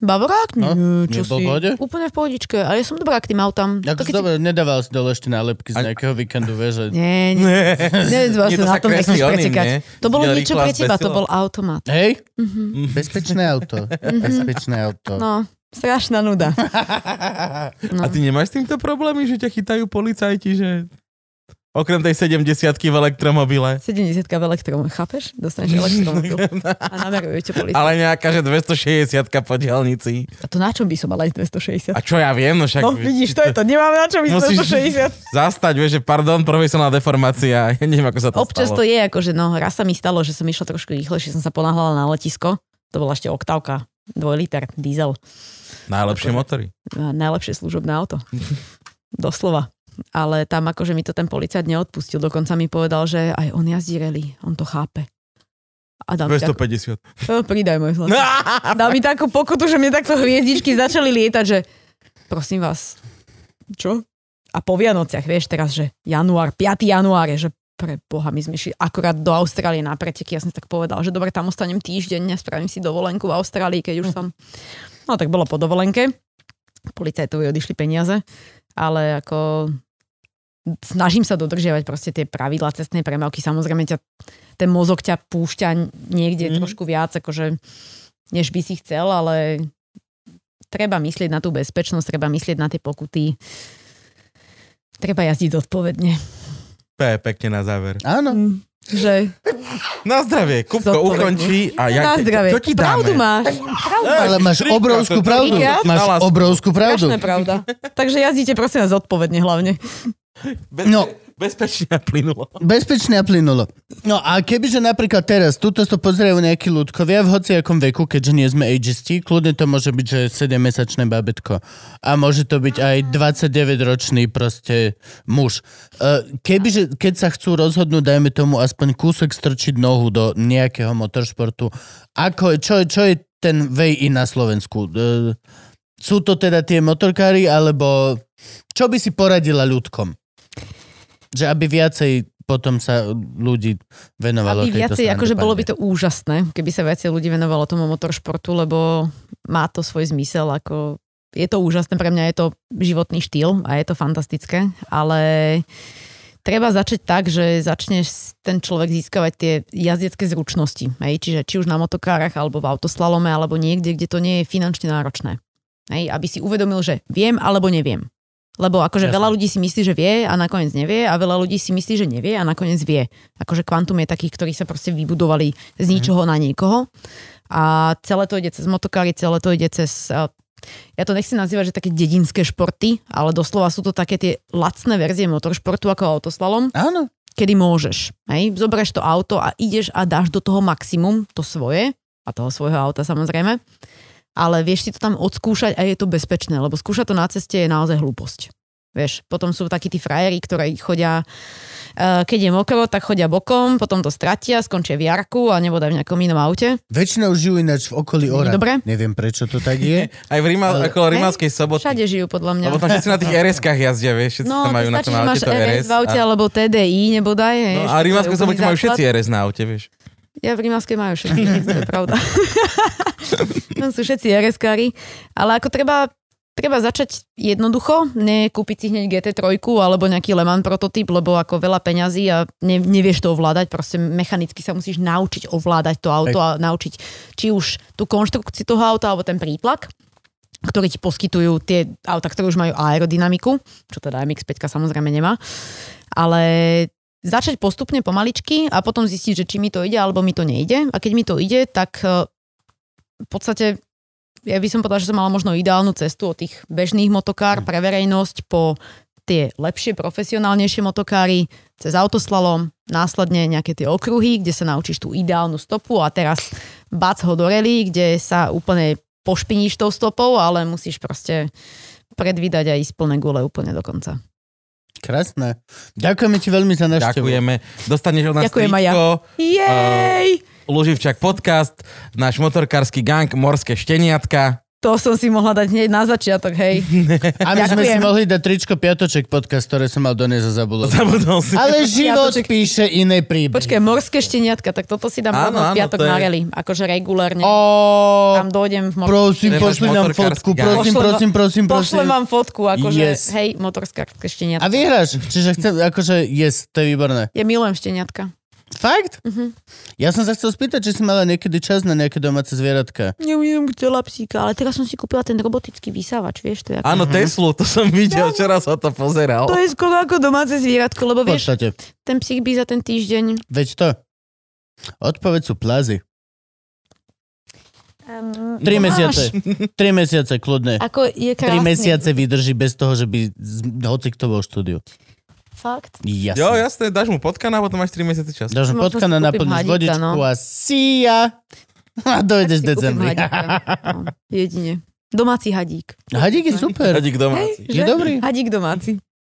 Bavorák?
No,
Nie,
nebol
čo
v pohode?
Úplne v pohodičke. A ja som dobrá k tým autám. To
Akože
keď si-
dobre, nedával si dole ešte nálepky z
Ani-
nejakého víkendu, vieš, že...
Nie, nie. Neviem, čo
Nie,
som na tom
kreslí
nechceš
oným,
pretekať.
nie?
To bolo
Videl
niečo
Riklas
pre teba, to
Besilo?
bol automat.
Hej,
Mhm.
Bezpečné auto.
bezpečné auto.
No, strašná nuda. No.
A ty nemáš s týmto problémy, že ťa chytajú policajti, že okrem tej 70 v elektromobile?
70 v elektromu, chápeš? Dostaneš elektromobil a namerujú ťa policii.
Ale nejaká, že 260 po diálnici.
A to na čom by som mala ísť 260?
A čo ja viem, no však...
No vidíš, to je to, nemáme na čom ísť
Musíš-
260.
Zastať, vieš, že pardon, profesionálna deformácia. Ja neviem, ako sa to
Občas
stalo.
to je akože, no raz sa mi stalo, že som išla trošku rýchlejšie, som sa ponáhľala na letisko. To bola ešte oktávka, dvojliter, diesel. No,
Najlepšie motory.
najlepšie služobné auto. Doslova. Ale tam akože mi to ten policajt neodpustil. Dokonca mi povedal, že aj on jazdí rally. On to chápe. A dá mi takú,
250.
Eh, pridaj môj
No,
zlatý. Dal mi takú pokutu, že mne takto hviezdičky začali lietať, že prosím vás. Čo? A po Vianociach, vieš teraz, že január, 5. január je, že pre boha, my sme šli akorát do Austrálie na preteky. Ja som si tak povedal, že dobre, tam ostanem týždeň, spravím si dovolenku v Austrálii, keď už som... No tak bolo po dovolenke. Policajtovi odišli peniaze, ale ako snažím sa dodržiavať proste tie pravidlá cestnej premávky. Samozrejme, ťa, ten mozog ťa púšťa niekde
Mhm.
mm. trošku viac, akože, než by si chcel, ale treba myslieť na tú bezpečnosť, treba myslieť na tie pokuty. Treba jazdiť zodpovedne.
P, pekne na záver.
Áno.
Mm, Že
Na zdravie, Kupko
Zodpovedne.
ukončí a ja...
na zdravie.
Čo ti dáme?
pravdu máš. Pravdu máš.
Ale máš
Trikrát
obrovskú
to-
pravdu.
Trikrát?
Máš
Na lásku.
obrovskú pravdu.
Strašná pravda. Takže jazdíte prosím vás zodpovedne hlavne.
Bez,
No.
Bezpečne a plynulo.
Bezpečne a plynulo. No a kebyže napríklad teraz, tuto to pozerajú nejakí ľudkovia v hociakom veku, keďže nie sme ageisti, kľudne to môže byť, že 7-mesačné babetko. A môže to byť aj 29-ročný proste muž. E, Kebyže, keď sa chcú rozhodnúť, dajme tomu aspoň kúsok strčiť nohu do nejakého motoršportu, ako, čo, je- čo je ten way in na Slovensku? E, Sú to teda tie motorkári, alebo čo by si poradila ľudkom? Že aby viacej potom sa ľudí venovalo
Aby
tejto
viacej,
srande,
akože bolo by
pane.
to úžasné, keby sa viacej ľudí venovalo tomu motoršportu, lebo má to svoj zmysel, ako je to úžasné, pre mňa je to životný štýl a je to fantastické, ale treba začať tak, že začneš ten človek získavať tie jazdecké zručnosti, hej? čiže či už na motokárach, alebo v autoslalome, alebo niekde, kde to nie je finančne náročné. Hej? Aby si uvedomil, že viem alebo neviem. Lebo akože
Jasné.
veľa ľudí si myslí, že vie a nakoniec nevie a veľa ľudí si myslí, že nevie a nakoniec vie. Akože kvantum je takých, ktorí sa proste vybudovali z ničoho na niekoho a celé to ide cez motokári, celé to ide cez eh, ja to nechcem nazývať, že také dedinské športy, ale doslova sú to také tie lacné verzie motoršportu ako autoslalom,
Áno.
kedy môžeš. Hej? Zoberieš to auto a ideš a dáš do toho maximum, to svoje, a toho svojho auta samozrejme, ale vieš si to tam odskúšať a je to bezpečné, lebo skúšať to na ceste je naozaj hlúposť. Vieš, potom sú takí tí frajeri, ktorí chodia, eh, keď je mokro, tak chodia bokom, potom to stratia, skončia v jarku a nebodaj v nejakom inom aute.
Väčšinou žijú ináč v okolí Ora.
Dobre.
Neviem, prečo to tak je.
Aj v Ríma, okolo Rímavskej soboty.
Všade žijú podľa mňa.
Lebo tam všetci na tých RS-kách jazdia, vieš, všetci
No,
tam majú na
to stačí,
tom
že
aute
máš
to
RS
RS.
v aute,
a-
alebo TDI, nebodaj.
No,
vieš,
a
to je
Rímavskej
úplný
soboty majú
základ.
všetci RS na aute, vieš.
Ja v Rímavskej majú všetci, to je pravda. Tam sú všetci rs ale ako treba, treba začať jednoducho, nekúpiť si hneď GT3 alebo nejaký Le Mans prototyp, lebo ako veľa peňazí a ne, nevieš to ovládať, proste mechanicky sa musíš naučiť ovládať to auto a naučiť či už tú konštrukciu toho auta alebo ten prítlak ktoré ti poskytujú tie auta, ktoré už majú aerodynamiku, čo teda MX-5 samozrejme nemá, ale začať postupne pomaličky a potom zistiť, že či mi to ide alebo mi to nejde. A keď mi to ide, tak eh, v podstate ja by som povedala, že som mala možno ideálnu cestu od tých bežných motokár pre verejnosť po tie lepšie, profesionálnejšie motokáry cez autoslalom, následne nejaké tie okruhy, kde sa naučíš tú ideálnu stopu a teraz bac ho do rally, kde sa úplne pošpiníš tou stopou, ale musíš proste predvídať a ísť plné gule úplne do konca.
Krásne. Ďakujeme ti veľmi za návštevu.
Ďakujeme. Dostaneš od nás
Ďakujem aj ja.
tričko,
Jej!
Luživčak podcast, náš motorkársky gang Morské šteniatka.
To som si mohla dať hneď na začiatok, hej.
A my sme si
Ďakujem.
mohli dať tričko Piatoček podcast, ktoré som mal doniesť a zabudol. som.
Zabudol si.
Ale život píše iné príbehy.
Počkaj, morské šteniatka, tak toto si dám
Áno,
rovno
áno,
v piatok
to je-
na rally. Akože regulárne.
O,
tam dojdem v mor-
prosím,
Nemáš
pošli nám
motorkársky
fotku,
gang.
prosím,
Pošlem
prosím, prosím, prosím.
Pošlem vám fotku, akože,
Yes.
hej, motorská
A
šteniatka.
vyhráš, čiže chcem, akože, yes, to je výborné.
Ja milujem šteniatka.
Fakt?
Mhm.
Ja som sa chcel spýtať, či si mala niekedy čas na nejaké domáce zvieratka.
Ja som chcela psíka, ale teraz som si kúpila ten robotický vysávač, vieš, to je ako...
Áno, Teslu, to som videl, včera som to pozeral.
No. To je skoro ako domáce zvieratko,
V
lebo No, vieš,
podstate,
ten psík by za ten týždeň...
veď to. Odpoveď sú plazy.
Um,
Tri mesiace. Tri mesiace, kľudne.
Ako je
Tri
krásny.
mesiace vydrží bez toho, že by z- hoci kto bol v štúdiu.
Fakt.
Jasne.
Jo, jasné, dáš mu potkana a potom máš 3 mesiace čas.
Dáš mu
Možno
potkana,
No, si kúpim
naplníš
hadíka,
vodičku
no.
a si ja. A dojdeš v
Si kúpim
decembri.
hadíka. No, jedine. Domáci hadík.
Hadík je super.
No.
Radík domáci.
Je dobrý.
Hadík domáci.